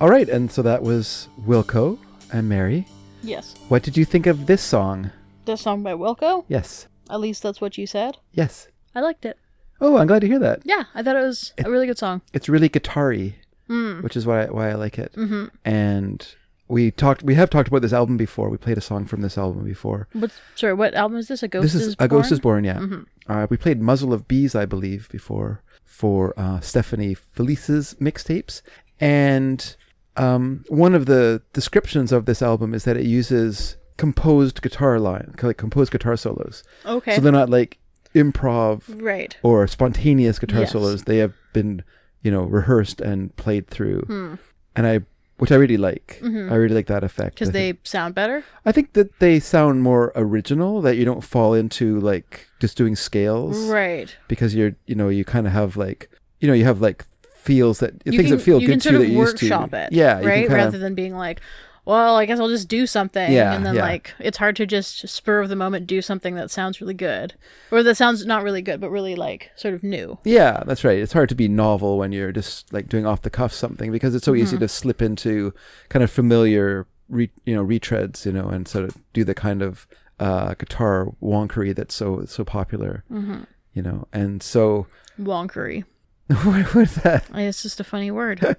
[SPEAKER 2] All right, and so that was Wilco and Mary.
[SPEAKER 3] Yes.
[SPEAKER 2] What did you think of this song?
[SPEAKER 3] That song by Wilco.
[SPEAKER 2] Yes.
[SPEAKER 3] At least that's what you said.
[SPEAKER 2] Yes.
[SPEAKER 3] I liked it.
[SPEAKER 2] Oh, I'm glad to hear that.
[SPEAKER 3] Yeah, I thought it was a really good song.
[SPEAKER 2] It's really guitar-y,
[SPEAKER 3] Hmm.
[SPEAKER 2] which is why why I like it.
[SPEAKER 3] Mm-hmm.
[SPEAKER 2] And we talked we have talked about this album before. We played a song from this album before.
[SPEAKER 3] But sorry, what album is this? A ghost
[SPEAKER 2] this is,
[SPEAKER 3] is
[SPEAKER 2] a ghost
[SPEAKER 3] Born? Mm-hmm.
[SPEAKER 2] is born. Yeah, uh, we played "Muzzle of Bees," I believe, before for uh, Stephanie Felice's mixtapes, and um, one of the descriptions of this album is that it uses composed guitar line, like composed guitar solos.
[SPEAKER 3] Okay.
[SPEAKER 2] So they're not like improv
[SPEAKER 3] right.
[SPEAKER 2] or spontaneous guitar
[SPEAKER 3] Yes. Hmm.
[SPEAKER 2] solos. They have been, you know, rehearsed and played through. And I which I really like. I really like that effect.
[SPEAKER 3] because
[SPEAKER 2] I think-
[SPEAKER 3] Mm-hmm. they sound better.
[SPEAKER 2] I think that they sound more original. That you don't fall into like just doing scales,
[SPEAKER 3] Right.
[SPEAKER 2] Because you're, you know, you kind of have like, you know, you have like feels that
[SPEAKER 3] You
[SPEAKER 2] things
[SPEAKER 3] can,
[SPEAKER 2] that feel
[SPEAKER 3] you
[SPEAKER 2] good
[SPEAKER 3] can
[SPEAKER 2] to
[SPEAKER 3] sort
[SPEAKER 2] you
[SPEAKER 3] of
[SPEAKER 2] that you used to.
[SPEAKER 3] workshop it.
[SPEAKER 2] Yeah, you can
[SPEAKER 3] Right.
[SPEAKER 2] kinda-
[SPEAKER 3] Rather than being like, well, I guess I'll just do something.
[SPEAKER 2] Yeah,
[SPEAKER 3] And then
[SPEAKER 2] yeah.
[SPEAKER 3] like, it's hard to just spur of the moment do something that sounds really good or that sounds not really good, but really like sort of new.
[SPEAKER 2] Yeah, that's right. It's hard to be novel when you're just like doing off the cuff something because it's so easy to slip into kind of familiar, re- you know, retreads, you know, and sort of do the kind of uh, guitar wonkery that's so so popular, you know. And so [laughs]
[SPEAKER 3] Wonkery.
[SPEAKER 2] what was that?
[SPEAKER 3] It's just a
[SPEAKER 2] [laughs]
[SPEAKER 3] funny word.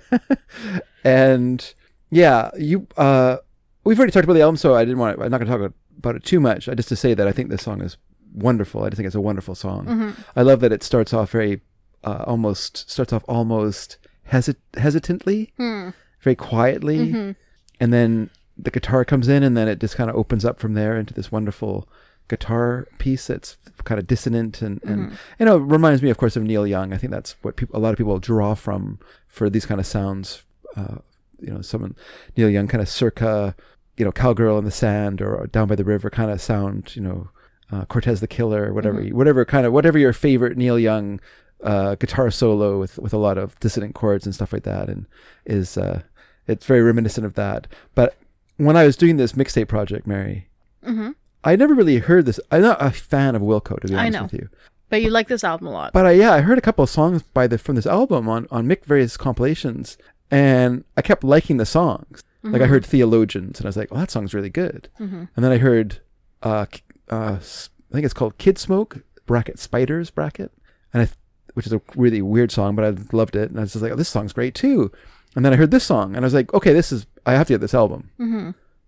[SPEAKER 2] And yeah, you uh, we've already talked about the album, so I didn't want. To, I'm not going to talk about it too much. I just to say that I think this song is wonderful. I just think it's a wonderful song. I love that it starts off very uh, almost starts off almost hesit- hesitantly, very quietly, and then the guitar comes in, and then it just kind of opens up from there into this wonderful guitar piece that's kind of dissonant and, and you know it reminds me of course of Neil Young. I think that's what people a lot of people draw from for these kind of sounds. Uh, you know, someone Neil Young kind of circa you know cowgirl in the sand or down by the river kind of sound. You know, uh, Cortez the Killer, whatever,
[SPEAKER 3] Mm-hmm.
[SPEAKER 2] whatever kind of whatever your favorite Neil Young uh, guitar solo with with a lot of dissonant chords and stuff like that, and is uh, it's very reminiscent of that. But when I was doing this mixtape project, Mary,
[SPEAKER 3] Mm-hmm.
[SPEAKER 2] I never really heard this. I'm not a fan of Wilco, to be
[SPEAKER 3] I
[SPEAKER 2] honest
[SPEAKER 3] know.
[SPEAKER 2] with you.
[SPEAKER 3] but you like this album a lot.
[SPEAKER 2] But I, yeah, I heard a couple of songs by the from this album on on Mick various compilations, and I kept liking the songs. Like I heard Theologians, and I was like, "Oh, that song's really good." And then I heard, uh, K- uh, s- I think it's called Kid Smoke bracket Spiders bracket, and I, th- which is a really weird song, but I loved it, and I was just like, "Oh, this song's great too." And then I heard this song, and I was like, "Okay, this is I have to get this album."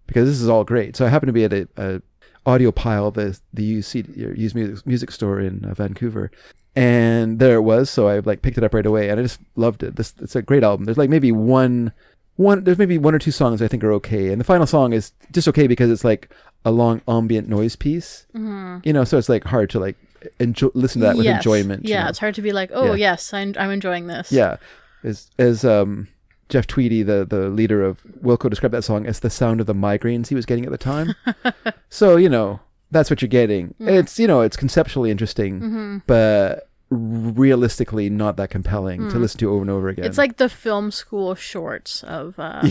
[SPEAKER 2] because this is all great. So I happened to be at a, a audio pile the the UC your used music music store in uh, Vancouver, and there it was. So I like picked it up right away, and I just loved it. This it's a great album. There's like maybe one one there's maybe one or two songs I think are okay, and the final song is just okay because it's like a long ambient noise piece, you know. So it's like hard to like enjoy listen to that with
[SPEAKER 3] Mm-hmm. Yes.
[SPEAKER 2] enjoyment. you
[SPEAKER 3] Yeah,
[SPEAKER 2] know?
[SPEAKER 3] it's hard to be like, oh
[SPEAKER 2] Yeah.
[SPEAKER 3] yes, I'm, I'm enjoying this.
[SPEAKER 2] Yeah, as as um, Jeff Tweedy, the the leader of Wilco, described that song as the sound of the migraines he was getting at the time.
[SPEAKER 3] [laughs]
[SPEAKER 2] so you know that's what you're getting.
[SPEAKER 3] Mm.
[SPEAKER 2] It's you know it's conceptually interesting,
[SPEAKER 3] Mm-hmm.
[SPEAKER 2] but realistically not that compelling to listen to over and over again.
[SPEAKER 3] Mm. It's like the film school shorts of
[SPEAKER 2] [laughs]
[SPEAKER 3] uh,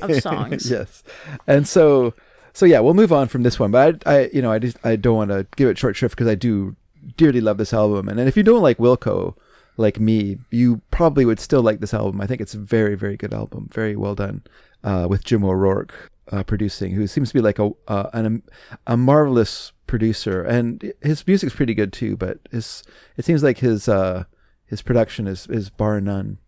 [SPEAKER 3] of songs.
[SPEAKER 2] yes, and so so yeah, we'll move on from this one. But I, I you know I just I don't want to give it short shrift because I do dearly love this album, and, and if you don't like Wilco like me, you probably would still like this album. I think it's a very very good album, very well done uh, with Jim O'Rourke uh, producing, who seems to be like a uh, an, a marvelous producer, and his music's pretty good too. But his it seems like his uh, his production is is bar none.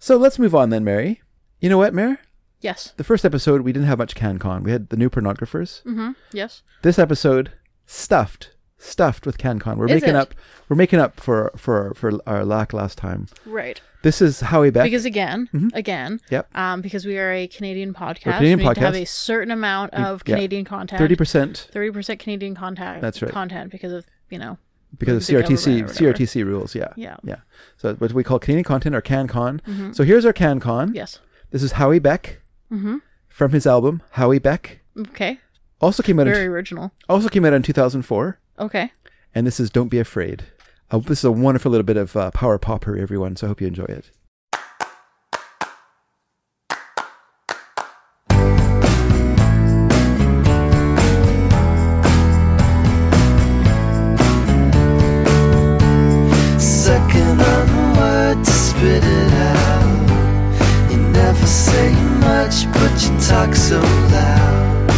[SPEAKER 2] So let's move on then, Mary. You know what, Mary?
[SPEAKER 3] Yes.
[SPEAKER 2] the first episode we didn't have much CanCon. We had the new pornographers.
[SPEAKER 3] hmm Yes.
[SPEAKER 2] This episode stuffed, stuffed with CanCon. We're
[SPEAKER 3] Is
[SPEAKER 2] making
[SPEAKER 3] it?
[SPEAKER 2] up. We're making up for for for our lack last time.
[SPEAKER 3] Right.
[SPEAKER 2] This is Howie Beck. Mm-hmm.
[SPEAKER 3] Because again, again,
[SPEAKER 2] Yep.
[SPEAKER 3] um, because we are a Canadian podcast,
[SPEAKER 2] Canadian
[SPEAKER 3] we need to have
[SPEAKER 2] podcast.
[SPEAKER 3] a certain amount of
[SPEAKER 2] yeah.
[SPEAKER 3] Canadian content.
[SPEAKER 2] Thirty percent
[SPEAKER 3] Thirty percent Canadian contact.
[SPEAKER 2] That's right.
[SPEAKER 3] Content because of you know.
[SPEAKER 2] because of
[SPEAKER 3] Because of government or
[SPEAKER 2] CRTC
[SPEAKER 3] whatever.
[SPEAKER 2] CRTC rules. Yeah.
[SPEAKER 3] Yeah. Mm-hmm.
[SPEAKER 2] Yeah. So what we call Canadian content or CanCon. So here's our CanCon.
[SPEAKER 3] Yes.
[SPEAKER 2] This is Howie Beck
[SPEAKER 3] Mm-hmm.
[SPEAKER 2] from his album Howie Beck.
[SPEAKER 3] Okay.
[SPEAKER 2] Also came out
[SPEAKER 3] Very
[SPEAKER 2] in,
[SPEAKER 3] original.
[SPEAKER 2] also came out in two thousand four.
[SPEAKER 3] Okay.
[SPEAKER 2] And this is Don't Be Afraid. Uh, this is a wonderful little bit of uh, power popper, everyone. So I hope you enjoy it.
[SPEAKER 5] Second on the word to spit it out. You never say much, but you talk so loud.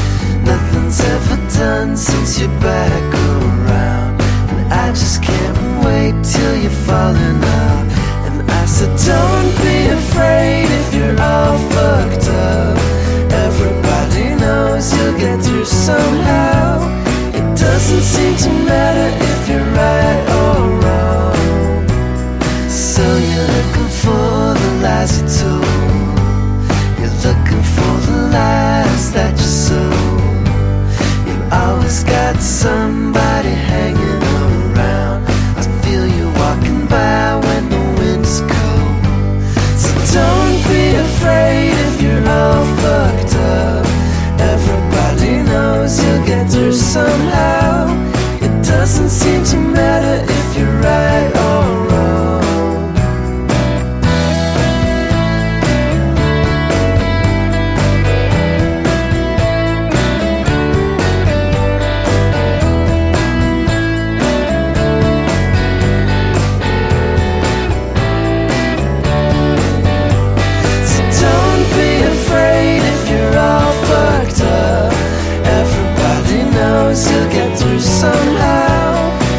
[SPEAKER 5] Nothing's ever done since you're back around. And I just can't wait till you're falling out. And I said, Don't be afraid if you're all fucked up. Everybody knows you'll get through somehow. It doesn't seem to matter if you're right or wrong. So you're looking for the lies you told. You're looking for the lies that you sold. You've always got somebody hanging around. I feel you walking by when the wind's cold. doesn't seem to matter if you're right or wrong. So don't be afraid if you're all fucked up. Everybody knows you'll get through somehow.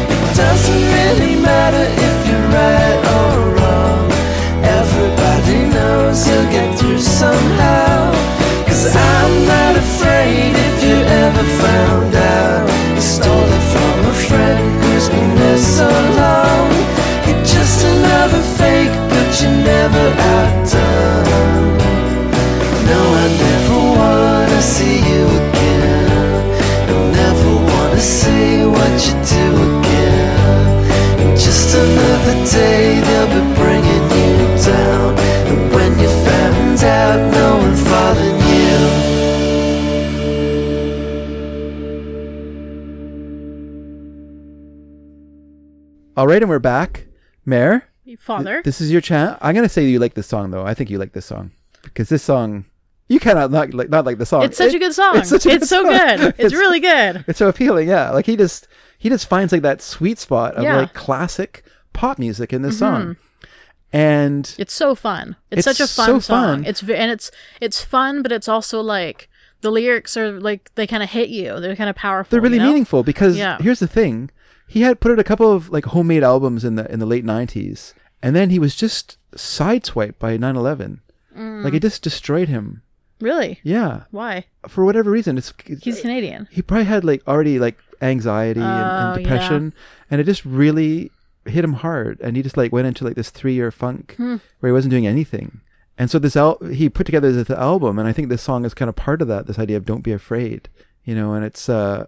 [SPEAKER 5] It doesn't really matter if you're right or wrong. Everybody knows you'll get through somehow. Cause I'm not afraid if you ever found out. You stole it from a friend who's been there so long. You're just another fake, but you're never outdone. No, I never wanna see you again. You'll never wanna see what you do again. And just another day they'll be bringing you down. And when you found out, no one followed you.
[SPEAKER 2] All right, and we're back. Mayor,
[SPEAKER 3] Father.
[SPEAKER 2] this is your chance. I'm gonna say you like this song though. I think you like this song because this song you cannot not like not like the song.
[SPEAKER 3] it's such
[SPEAKER 2] It-
[SPEAKER 3] a good song. It's,
[SPEAKER 2] such a
[SPEAKER 3] so
[SPEAKER 2] song. [laughs]
[SPEAKER 3] good. It's, really good.
[SPEAKER 2] It's so appealing. Yeah, like he just he just finds like that sweet spot of
[SPEAKER 3] Yeah. Mm-hmm.
[SPEAKER 2] like classic pop music in this song, and
[SPEAKER 3] It's so fun. It's,
[SPEAKER 2] It's
[SPEAKER 3] such a fun
[SPEAKER 2] so
[SPEAKER 3] song.
[SPEAKER 2] fun.
[SPEAKER 3] It's ve- and it's it's fun, but it's also like the lyrics are like they kind of hit you. They're kind of powerful.
[SPEAKER 2] they're really
[SPEAKER 3] you know?
[SPEAKER 2] meaningful because
[SPEAKER 3] Yeah.
[SPEAKER 2] here's the thing he had put out a couple of like homemade albums in the in the late 90s and then he was just sideswiped by 9-11
[SPEAKER 3] Mm.
[SPEAKER 2] like it just destroyed him
[SPEAKER 3] Really?
[SPEAKER 2] yeah
[SPEAKER 3] Why?
[SPEAKER 2] for whatever reason it's uh,
[SPEAKER 3] He's Canadian.
[SPEAKER 2] he probably had like already like anxiety and,
[SPEAKER 3] Oh,
[SPEAKER 2] and depression and it just really hit him hard and he just like went into like this three year funk where he wasn't doing anything and so this al- he put together this album and i think this song is kind of part of that this idea of don't be afraid you know and it's uh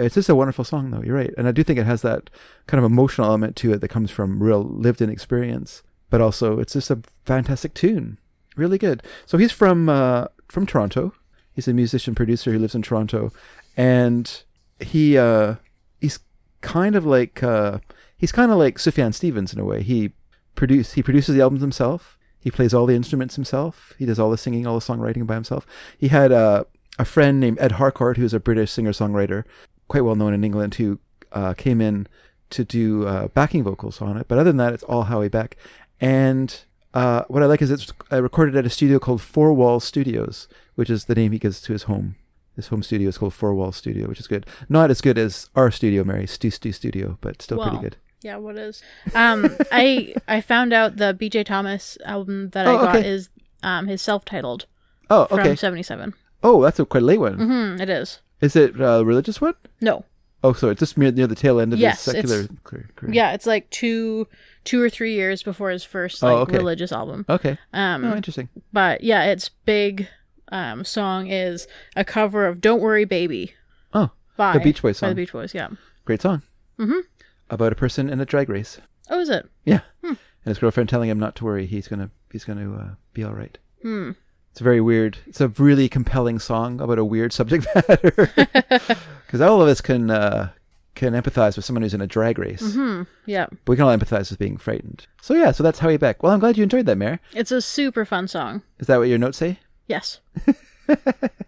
[SPEAKER 2] it's just a wonderful song though you're right and i do think it has that kind of emotional element to it that comes from real lived in experience but also it's just a fantastic tune really good so he's from uh from toronto he's a musician producer who lives in toronto and he uh he's kind of like uh he's kind of like sufjan stevens in a way he produce he produces the albums himself he plays all the instruments himself he does all the singing all the songwriting by himself he had uh, a friend named ed harcourt who's a british singer-songwriter quite well known in england who uh, came in to do uh, backing vocals on it but other than that it's all howie beck and uh, what i like is it's uh, recorded at a studio called four Walls studios which is the name he gives to his home his home studio is called Four Wall Studio, which is good. Not as good as our studio, Mary, Stu Stu Studio, but still
[SPEAKER 3] Well,
[SPEAKER 2] pretty good.
[SPEAKER 3] Yeah, what is? Um, I I found out the BJ Thomas album that I
[SPEAKER 2] Oh,
[SPEAKER 3] got
[SPEAKER 2] okay.
[SPEAKER 3] is um his self-titled
[SPEAKER 2] Oh,
[SPEAKER 3] from
[SPEAKER 2] okay.
[SPEAKER 3] '77.
[SPEAKER 2] Oh, that's a quite late one.
[SPEAKER 3] Mm-hmm, it is.
[SPEAKER 2] Is it a religious one?
[SPEAKER 3] No.
[SPEAKER 2] Oh, so it's just near, near the tail end of
[SPEAKER 3] Yes,
[SPEAKER 2] his
[SPEAKER 3] it's-
[SPEAKER 2] secular career. career.
[SPEAKER 3] Yeah, it's like two two or three years before his first
[SPEAKER 2] Oh,
[SPEAKER 3] like
[SPEAKER 2] okay.
[SPEAKER 3] religious album.
[SPEAKER 2] Okay.
[SPEAKER 3] Um,
[SPEAKER 2] Oh, interesting.
[SPEAKER 3] but yeah, its big um song is a cover of "Don't Worry, Baby"
[SPEAKER 2] Oh,
[SPEAKER 3] by
[SPEAKER 2] The Beach Boys
[SPEAKER 3] By the
[SPEAKER 2] song.
[SPEAKER 3] Beach Boys, yeah.
[SPEAKER 2] great song. Mm-hmm. About a person in a drag race.
[SPEAKER 3] Oh, is it?
[SPEAKER 2] Yeah. And his girlfriend telling him not to worry. He's gonna he's gonna uh, be all right. Hmm. It's very weird. It's a really compelling song about a weird subject [laughs]
[SPEAKER 3] [laughs]
[SPEAKER 2] matter. Because all of us can uh, can empathize with someone who's in a drag race.
[SPEAKER 3] Mm-hmm. Yeah,
[SPEAKER 2] But we can all empathize with being frightened. So yeah, so that's Howie Beck. Well, I'm glad you enjoyed that, Mayor.
[SPEAKER 3] it's a super fun song.
[SPEAKER 2] Is that what your notes say?
[SPEAKER 3] Yes.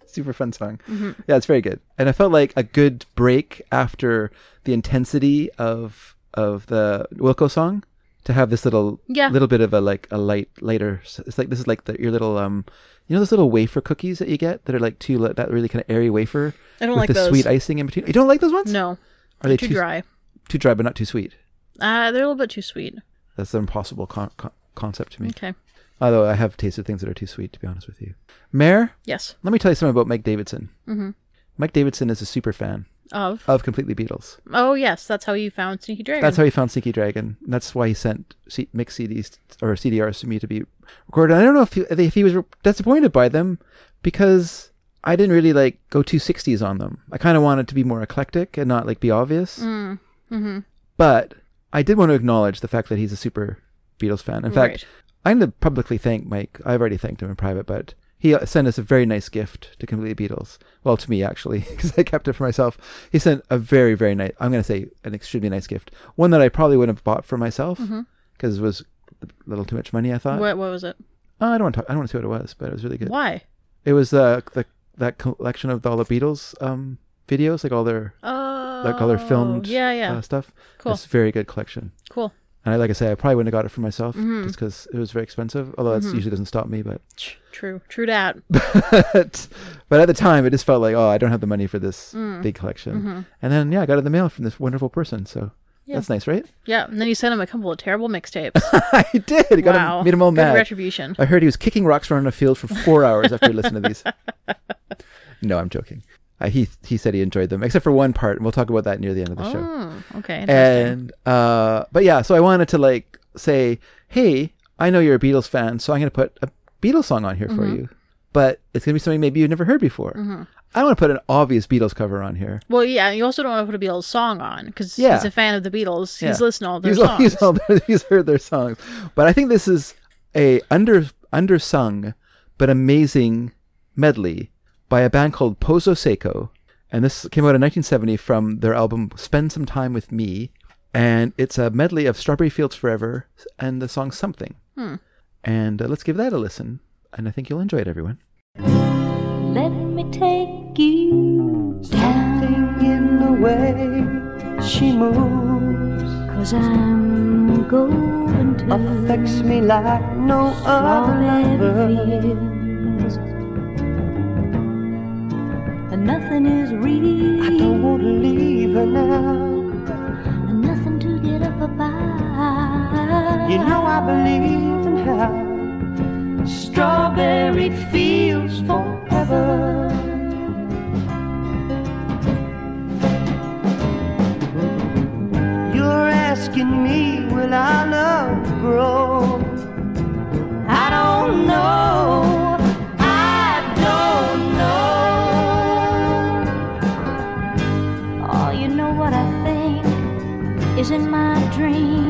[SPEAKER 2] Super fun song.
[SPEAKER 3] Mm-hmm.
[SPEAKER 2] Yeah, it's very good. And I felt like a good break after the intensity of of the Wilco song to have this little
[SPEAKER 3] Yeah.
[SPEAKER 2] little bit of a like a light lighter. s- It's like this is like the, your little um you know those little wafer cookies that you get that are like two li- that really kind of airy wafer
[SPEAKER 3] I don't
[SPEAKER 2] with
[SPEAKER 3] like
[SPEAKER 2] the
[SPEAKER 3] those.
[SPEAKER 2] sweet icing in between. You don't like those ones?
[SPEAKER 3] No,
[SPEAKER 2] Are they
[SPEAKER 3] too dry.
[SPEAKER 2] Too dry, but not too sweet.
[SPEAKER 3] Uh, they're a little bit too sweet.
[SPEAKER 2] That's an impossible con- con- concept to me.
[SPEAKER 3] Okay.
[SPEAKER 2] Although I have tasted things that are too sweet, to be honest with you. Mayor,
[SPEAKER 3] Yes.
[SPEAKER 2] let me tell you something about Mike Davidson. Mm-hmm. Mike Davidson is a super fan
[SPEAKER 3] Of.
[SPEAKER 2] of Completely Beatles.
[SPEAKER 3] Oh yes, that's how you found Sneaky Dragon.
[SPEAKER 2] That's how he found Sneaky Dragon. and That's why he sent C- mix CDs or CDRs to me to be recorded. I don't know if he, if he was disappointed by them because I didn't really like go 260s on them. I kind of wanted to be more eclectic and not like be obvious. Mm-hmm. But I did want to acknowledge the fact that he's a super Beatles fan. In fact,
[SPEAKER 3] Right.
[SPEAKER 2] I'm going to publicly thank Mike. I've already thanked him in private, but He uh, sent us a very nice gift to Complete Beatles. Well, to me actually, [laughs] because I kept it for myself. He sent a very, very nice. I'm going to say an extremely nice gift. One that I probably wouldn't have bought for myself because it was a little too much money. I thought.
[SPEAKER 3] Mm-hmm. What what was it?
[SPEAKER 2] Oh, I don't want to. I don't want to say what it was, but it was really good.
[SPEAKER 3] Why?
[SPEAKER 2] It was uh, the that collection of all the Beatles um, videos, like all their
[SPEAKER 3] Oh,
[SPEAKER 2] like all their filmed
[SPEAKER 3] Yeah, yeah,
[SPEAKER 2] Uh, stuff.
[SPEAKER 3] Cool.
[SPEAKER 2] It's a very good collection.
[SPEAKER 3] cool.
[SPEAKER 2] And I, like I say, I probably wouldn't have got it for myself
[SPEAKER 3] Mm-hmm.
[SPEAKER 2] just because it was very expensive. Although that usually doesn't stop me, but
[SPEAKER 3] Tch, True, true that.
[SPEAKER 2] but but at the time, it just felt like, oh, I don't have the money for this
[SPEAKER 3] Mm.
[SPEAKER 2] big collection. And then yeah, I got it in the mail from this wonderful person. So that's nice, right?
[SPEAKER 3] Mm-hmm.
[SPEAKER 2] [laughs]
[SPEAKER 3] Yeah, and then you sent him a couple of terrible mixtapes.
[SPEAKER 2] I did. I Got
[SPEAKER 3] wow,
[SPEAKER 2] him, made him all mad.
[SPEAKER 3] Good retribution.
[SPEAKER 2] I heard he was kicking rocks around a field for
[SPEAKER 3] [laughs]
[SPEAKER 2] four hours after he listened to these. No, I'm joking. Uh, he he said he enjoyed them, except for one part, and we'll talk about that near the end of the show.
[SPEAKER 3] Oh, okay, interesting.
[SPEAKER 2] and uh but yeah so i wanted to like say hey i know you're a beatles fan so i'm gonna put a beatles song on here for you but it's gonna be something maybe you've never heard before i want to put an obvious beatles cover on here
[SPEAKER 3] well, yeah, and you also don't want to put a Beatles song on because
[SPEAKER 2] Yeah.
[SPEAKER 3] he's a fan of the Beatles.
[SPEAKER 2] Yeah.
[SPEAKER 3] He's listened to all their
[SPEAKER 2] he's,
[SPEAKER 3] songs.
[SPEAKER 2] he's, all their- [laughs] he's heard their songs but i think this is a under undersung but amazing medley by a band called pozo seco and this came out in 1970 from their album spend some time with me and it's a medley of strawberry fields forever and the song something
[SPEAKER 3] Hmm.
[SPEAKER 2] and uh, let's give that a listen and i think you'll enjoy it everyone
[SPEAKER 6] Let me take you down,
[SPEAKER 5] in the way she moves
[SPEAKER 6] cause I'm going to
[SPEAKER 5] affects me like no other
[SPEAKER 6] strawberry
[SPEAKER 5] lover.
[SPEAKER 6] fields. And nothing is real,
[SPEAKER 5] I don't want to leave her now.
[SPEAKER 6] and nothing to get up about.
[SPEAKER 5] You know I believe in how strawberry fields forever. You're asking me, will our love grow? I don't know. I don't know.
[SPEAKER 6] Oh, you know what I think is in my dream.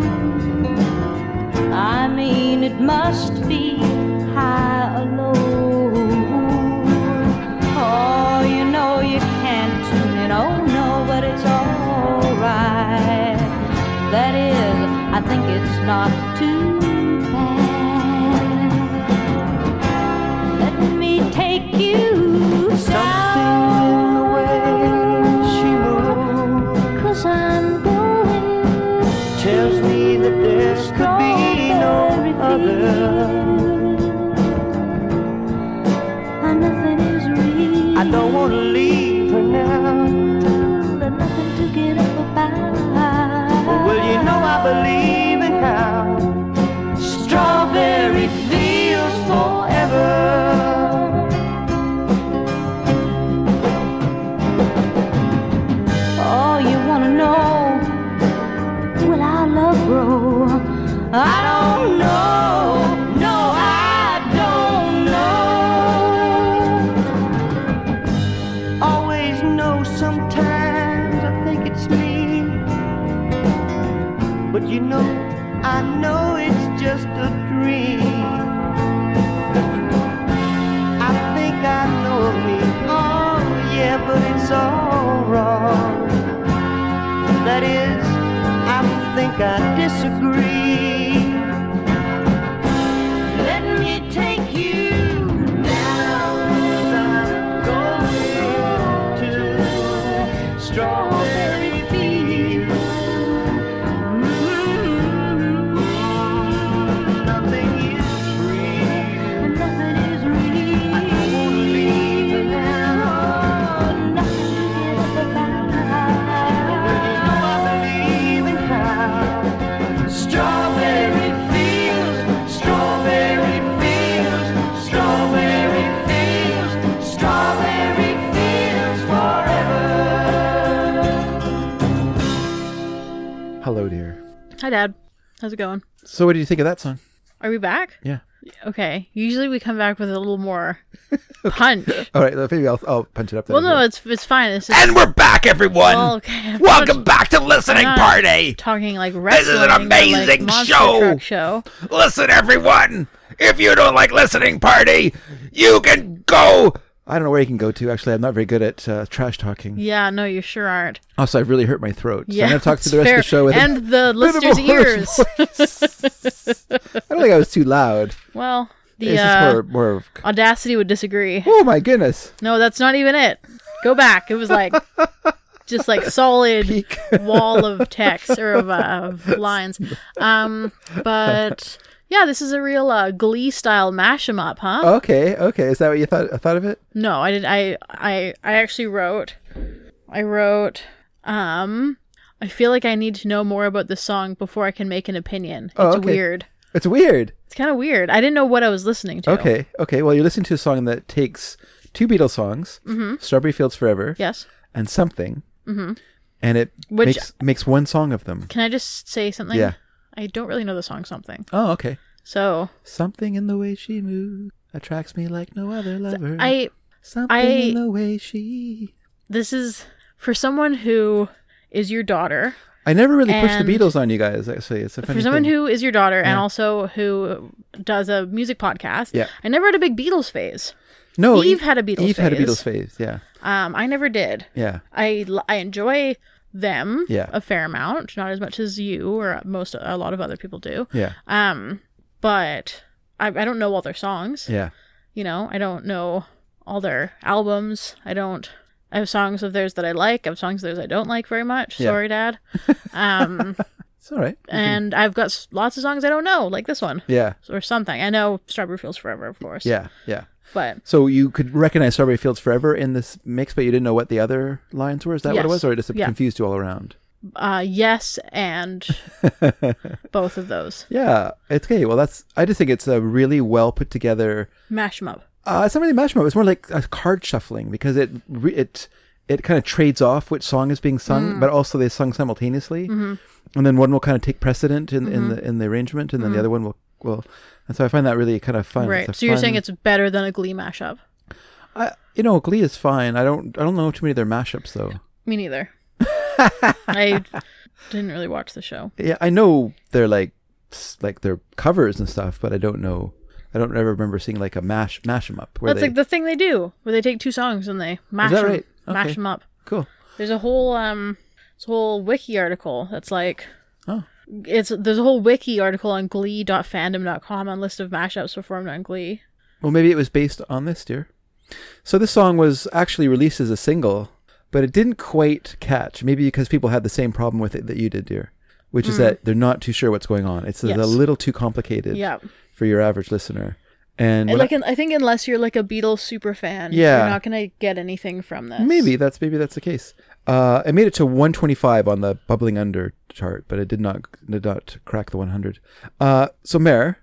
[SPEAKER 6] I mean, it must be high or low. Oh, you know you can't tune it. Oh no, but it's alright. That is, I think it's not too bad. Let me take you
[SPEAKER 5] Something in the
[SPEAKER 6] down.
[SPEAKER 5] way she moves
[SPEAKER 6] Cause I'm going
[SPEAKER 5] tells me that there could be no other.
[SPEAKER 6] And nothing is real.
[SPEAKER 5] I don't want to leave her now.
[SPEAKER 6] And nothing to get up about.
[SPEAKER 5] Well, you know I believe in how strawberry fields forever.
[SPEAKER 6] Oh, you wanna know? Will our love grow? I don't know. No, I don't know.
[SPEAKER 5] always know sometimes I think it's me. But you know, I know it's just a dream. I think I know me. Oh, yeah, but it's all wrong. That is, I think I disagree. Let me take you down. Go to Strawberry fields. Mm, Nothing is real.
[SPEAKER 6] And nothing is real.
[SPEAKER 5] I don't want to leave her now.
[SPEAKER 6] Oh, nothing to get up about.
[SPEAKER 5] You know I believe in how strawberry fields, strawberry fields, strawberry fields, strawberry fields forever.
[SPEAKER 2] hello dear
[SPEAKER 3] Hi, Dad. How's it going?
[SPEAKER 2] so what did you think of that song
[SPEAKER 3] Are we back?
[SPEAKER 2] yeah
[SPEAKER 3] Okay. Usually we come back with a little more
[SPEAKER 2] [laughs]
[SPEAKER 3] punch.
[SPEAKER 2] all right uh, maybe i'll, I'll punch it up then.
[SPEAKER 3] Well, no, it's it's fine. It's just,
[SPEAKER 7] And we're back, everyone.
[SPEAKER 3] well, okay. I'm
[SPEAKER 7] Welcome
[SPEAKER 3] not
[SPEAKER 7] back to Listening
[SPEAKER 3] not
[SPEAKER 7] Party.
[SPEAKER 3] Talking like wrestling.
[SPEAKER 7] is an
[SPEAKER 3] or, like,
[SPEAKER 7] amazing
[SPEAKER 3] monster
[SPEAKER 7] show.
[SPEAKER 3] truck show.
[SPEAKER 7] Listen, everyone.
[SPEAKER 2] if you don't like listening party, you can go. I don't know where you can go to. Actually, I'm not very good at uh, trash talking.
[SPEAKER 3] Yeah, no, you sure aren't.
[SPEAKER 2] Also, I've really hurt my throat. So
[SPEAKER 3] Yeah,
[SPEAKER 2] I'm going to talk
[SPEAKER 3] that's
[SPEAKER 2] to the rest
[SPEAKER 3] fair.
[SPEAKER 2] of the show with a
[SPEAKER 3] and
[SPEAKER 2] bit of a
[SPEAKER 3] the
[SPEAKER 2] [laughs]
[SPEAKER 3] listeners'
[SPEAKER 2] hoarse
[SPEAKER 3] ears.
[SPEAKER 2] voice. I don't think I was too loud.
[SPEAKER 3] Well, the
[SPEAKER 2] It's
[SPEAKER 3] uh,
[SPEAKER 2] just more, more of,
[SPEAKER 3] audacity would disagree.
[SPEAKER 2] oh my goodness.
[SPEAKER 3] No, that's not even it. Go back. It was
[SPEAKER 2] [laughs]
[SPEAKER 3] like just like solid
[SPEAKER 2] Peak.
[SPEAKER 3] wall of
[SPEAKER 2] [laughs]
[SPEAKER 3] text or of, uh, of lines. Um, but yeah, this is a real uh, Glee style mash 'em up, huh?
[SPEAKER 2] Okay, okay. Is that what you thought, uh, thought of it?
[SPEAKER 3] No, I did. I I I actually wrote. I wrote. Um, I feel like I need to know more about this song before I can make an opinion. It's
[SPEAKER 2] Oh, okay.
[SPEAKER 3] weird.
[SPEAKER 2] It's weird.
[SPEAKER 3] It's kind of weird. I didn't know what I was listening to.
[SPEAKER 2] Okay, okay. Well, you're listening to a song that takes two Beatles songs,
[SPEAKER 3] Mm-hmm.
[SPEAKER 2] Strawberry Fields Forever,
[SPEAKER 3] Yes.
[SPEAKER 2] and Something, and it
[SPEAKER 3] Mm-hmm. Which-
[SPEAKER 2] makes, makes one song of them.
[SPEAKER 3] Can I just say something?
[SPEAKER 2] Yeah.
[SPEAKER 3] I don't really know the song something.
[SPEAKER 2] Oh, okay.
[SPEAKER 3] So
[SPEAKER 2] Something in the way she moves attracts me like no other lover.
[SPEAKER 3] I
[SPEAKER 2] Something
[SPEAKER 3] I-
[SPEAKER 2] in the way she.
[SPEAKER 3] this is for someone who is your daughter
[SPEAKER 2] I never really pushed
[SPEAKER 3] And-
[SPEAKER 2] the Beatles on you guys. Actually, it's a funny
[SPEAKER 3] for someone
[SPEAKER 2] thing.
[SPEAKER 3] who is your daughter and
[SPEAKER 2] Yeah.
[SPEAKER 3] also who does a music podcast
[SPEAKER 2] Yeah.
[SPEAKER 3] i never had a big beatles phase
[SPEAKER 2] no
[SPEAKER 3] Eve had a Beatles
[SPEAKER 2] Eve had a
[SPEAKER 3] phase.
[SPEAKER 2] Beatles phase. Yeah,
[SPEAKER 3] um i never did
[SPEAKER 2] yeah.
[SPEAKER 3] i l- i enjoy them
[SPEAKER 2] Yeah.
[SPEAKER 3] a fair amount not as much as you or most a lot of other people do
[SPEAKER 2] Yeah,
[SPEAKER 3] um but i, I don't know all their songs
[SPEAKER 2] yeah,
[SPEAKER 3] you know i don't know all their albums i don't i have songs of theirs that i like i have songs of theirs i don't like very much
[SPEAKER 2] Yeah.
[SPEAKER 3] sorry dad
[SPEAKER 2] [laughs]
[SPEAKER 3] um
[SPEAKER 2] it's all right.
[SPEAKER 3] and I've got s- lots of songs I don't know, like this one
[SPEAKER 2] Yeah,
[SPEAKER 3] or something. I know Strawberry Fields Forever, of course.
[SPEAKER 2] yeah, yeah.
[SPEAKER 3] But
[SPEAKER 2] So you could recognize Strawberry Fields Forever in this mix, but you didn't know what the other lines were. Is that what it
[SPEAKER 3] Yes.
[SPEAKER 2] was, or just it
[SPEAKER 3] Yeah.
[SPEAKER 2] confused you all around?
[SPEAKER 3] uh, yes,
[SPEAKER 2] [laughs]
[SPEAKER 3] and both of those
[SPEAKER 2] Yeah, it's okay. Well, that's. I just think it's a really well put together.
[SPEAKER 3] mash them up.
[SPEAKER 2] Uh, it's not really mashup. It's more like a card shuffling because it re- it it kind of trades off which song is being sung,
[SPEAKER 3] Mm.
[SPEAKER 2] but also they sung simultaneously,
[SPEAKER 3] Mm-hmm.
[SPEAKER 2] and then one will kind of take precedent in, in the in the arrangement, and then the other one will will. And so I find that really kind of fun.
[SPEAKER 3] Mm. right. So
[SPEAKER 2] It's a
[SPEAKER 3] you're
[SPEAKER 2] fun-
[SPEAKER 3] saying it's better than a Glee mashup?
[SPEAKER 2] I, you know Glee is fine. I don't I don't know too many of their mashups though. [laughs]
[SPEAKER 3] Me neither. I didn't really watch the show.
[SPEAKER 2] Yeah, I know they're like s- like their covers and stuff, but I don't know. I don't ever remember seeing like a mash mash 'em up where
[SPEAKER 3] That's
[SPEAKER 2] they
[SPEAKER 3] like the thing they do, where they take two songs and they mash
[SPEAKER 2] that
[SPEAKER 3] them,
[SPEAKER 2] right? Okay.
[SPEAKER 3] up.
[SPEAKER 2] cool.
[SPEAKER 3] There's a whole um, this whole wiki article that's like
[SPEAKER 2] Oh,
[SPEAKER 3] it's there's a whole wiki article on Glee.fandom.com on list of mashups performed on Glee.
[SPEAKER 2] Well, maybe it was based on this, dear. So this song was actually released as a single, but it didn't quite catch. Maybe because people had the same problem with it that you did, dear, which is that they're not too sure what's going on. It's a
[SPEAKER 3] Mm. Yes.
[SPEAKER 2] little too complicated
[SPEAKER 3] Yeah.
[SPEAKER 2] for your average listener. And
[SPEAKER 3] And
[SPEAKER 2] when I-
[SPEAKER 3] like, I think unless you're like a Beatles super fan,
[SPEAKER 2] Yeah.
[SPEAKER 3] you're not gonna get anything from this.
[SPEAKER 2] maybe that's maybe that's the case. Uh, it made it to 125 on the bubbling under chart, but it did not did not crack the 100. Uh, so Mare,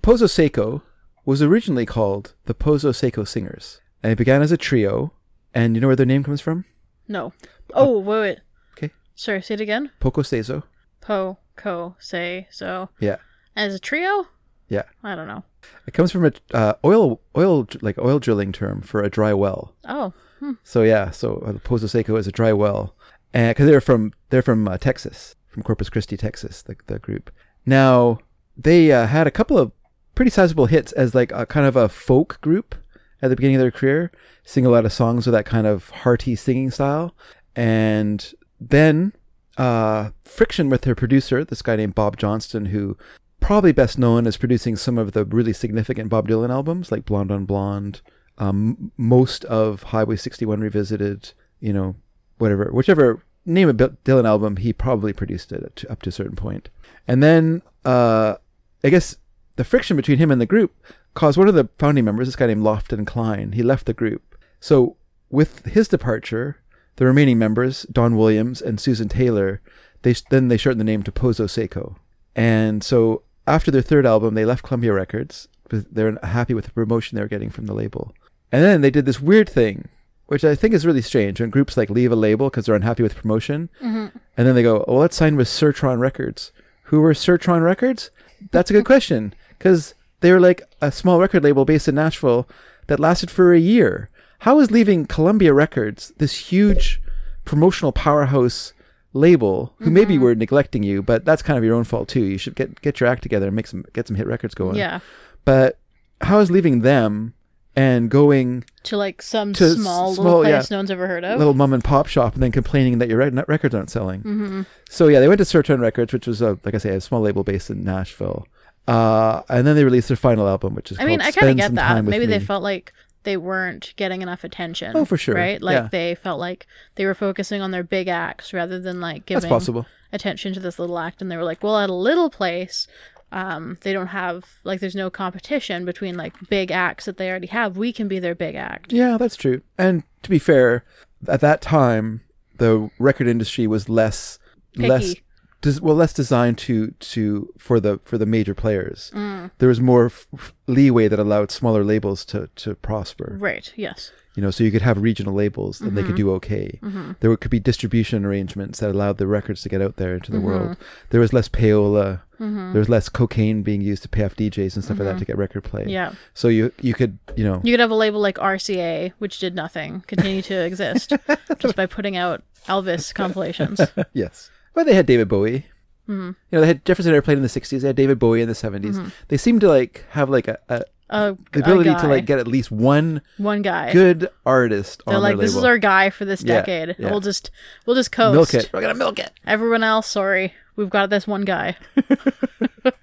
[SPEAKER 2] Pozo Seco was originally called the Pozo Seco Singers, and it began as a trio. And you know where their name comes from?
[SPEAKER 3] No. Oh wait, wait.
[SPEAKER 2] Okay.
[SPEAKER 3] Sorry, say it again.
[SPEAKER 2] Poco Sezo.
[SPEAKER 3] Po, co, say so.
[SPEAKER 2] Yeah,
[SPEAKER 3] As a trio,
[SPEAKER 2] yeah.
[SPEAKER 3] I don't know.
[SPEAKER 2] It comes from a uh, oil oil like oil drilling term for a dry well.
[SPEAKER 3] Oh, hmm.
[SPEAKER 2] So yeah, so uh, Pozo Seco is a dry well, and because they're from they're from uh, Texas, from Corpus Christi, Texas, the the group. Now they uh, had a couple of pretty sizable hits as like a kind of a folk group at the beginning of their career, sing a lot of songs with that kind of hearty singing style, and then uh, friction with their producer, this guy named Bob Johnston, who probably best known as producing some of the really significant Bob Dylan albums, like Blonde on Blonde, um, most of Highway 61 Revisited, you know, whatever, whichever name a Bill- Dylan album, he probably produced it up to, up to a certain point. And then, uh, I guess the friction between him and the group caused one of the founding members, this guy named Lofton Klein, he left the group. So with his departure, the remaining members, Don Williams and Susan Taylor, they then they shortened the name to Pozo Seco. And so after their third album, they left Columbia Records. because They're unhappy with the promotion they were getting from the label. And then they did this weird thing, which I think is really strange when groups like leave a label because they're unhappy with promotion. And then they go, well, let's sign with Sertron Records. Who were Sertron Records? That's a good question because they were like a small record label based in Nashville that lasted for a year. How is leaving Columbia Records, this huge promotional powerhouse label, who maybe were neglecting you, but that's kind of your own fault too. You should get get your act together and make some get some hit records going.
[SPEAKER 3] yeah.
[SPEAKER 2] But how is leaving them and going
[SPEAKER 3] to like some
[SPEAKER 2] To
[SPEAKER 3] small,
[SPEAKER 2] small,
[SPEAKER 3] little place
[SPEAKER 2] yeah.
[SPEAKER 3] no one's ever heard of.
[SPEAKER 2] little mom and pop shop and then complaining that your rec- records aren't selling.
[SPEAKER 3] Mm-hmm.
[SPEAKER 2] So yeah, they went to Search on Records, which was a like I say a small label based in Nashville. Uh, and then they released their final album, which is
[SPEAKER 3] I mean,
[SPEAKER 2] called
[SPEAKER 3] I kind of
[SPEAKER 2] Spend
[SPEAKER 3] get
[SPEAKER 2] Some
[SPEAKER 3] that.
[SPEAKER 2] Time With
[SPEAKER 3] Maybe they
[SPEAKER 2] Me.
[SPEAKER 3] felt like they weren't getting enough attention.
[SPEAKER 2] Oh, for sure.
[SPEAKER 3] Right? Like
[SPEAKER 2] Yeah.
[SPEAKER 3] they felt like they were focusing on their big acts rather than like
[SPEAKER 2] that's
[SPEAKER 3] giving
[SPEAKER 2] possible.
[SPEAKER 3] attention to this little act. And they were like, well, at a little place, um, they don't have like there's no competition between like big acts that they already have. We can be their big act.
[SPEAKER 2] Yeah, that's true. And to be fair, at that time, the record industry was less less
[SPEAKER 3] Picky.
[SPEAKER 2] des- well less designed to to for the for the major players.
[SPEAKER 3] Mm.
[SPEAKER 2] There was more f- f- leeway that allowed smaller labels to to prosper.
[SPEAKER 3] Right. Yes.
[SPEAKER 2] You know, so you could have regional labels and they could
[SPEAKER 3] Mm-hmm.
[SPEAKER 2] do okay. There were- could be distribution arrangements that allowed the records to get out there into the world.
[SPEAKER 3] Mm-hmm.
[SPEAKER 2] There was less payola. There was less cocaine being used to pay off DJs and stuff like that to get record play.
[SPEAKER 3] Mm-hmm. Yeah.
[SPEAKER 2] So you you could you know
[SPEAKER 3] You could have a label like RCA, which did nothing, continue to
[SPEAKER 2] [laughs]
[SPEAKER 3] exist just by putting out Elvis compilations.
[SPEAKER 2] [laughs] Yes. Well, they had David Bowie.
[SPEAKER 3] Mm-hmm.
[SPEAKER 2] You know, they had Jefferson Airplane in the '60s. They had David Bowie in the '70s. They seemed to like have like a, a
[SPEAKER 3] A,
[SPEAKER 2] the ability
[SPEAKER 3] a
[SPEAKER 2] to
[SPEAKER 3] guy.
[SPEAKER 2] like get at least one
[SPEAKER 3] one guy.
[SPEAKER 2] good artist
[SPEAKER 3] They're
[SPEAKER 2] on
[SPEAKER 3] like,
[SPEAKER 2] their
[SPEAKER 3] this is
[SPEAKER 2] label.
[SPEAKER 3] our guy for this
[SPEAKER 2] Yeah,
[SPEAKER 3] decade. and
[SPEAKER 2] yeah.
[SPEAKER 3] We'll just we'll just coast.
[SPEAKER 2] milk it. We're gonna milk it.
[SPEAKER 3] Everyone else, sorry, we've got this one guy.
[SPEAKER 2] [laughs]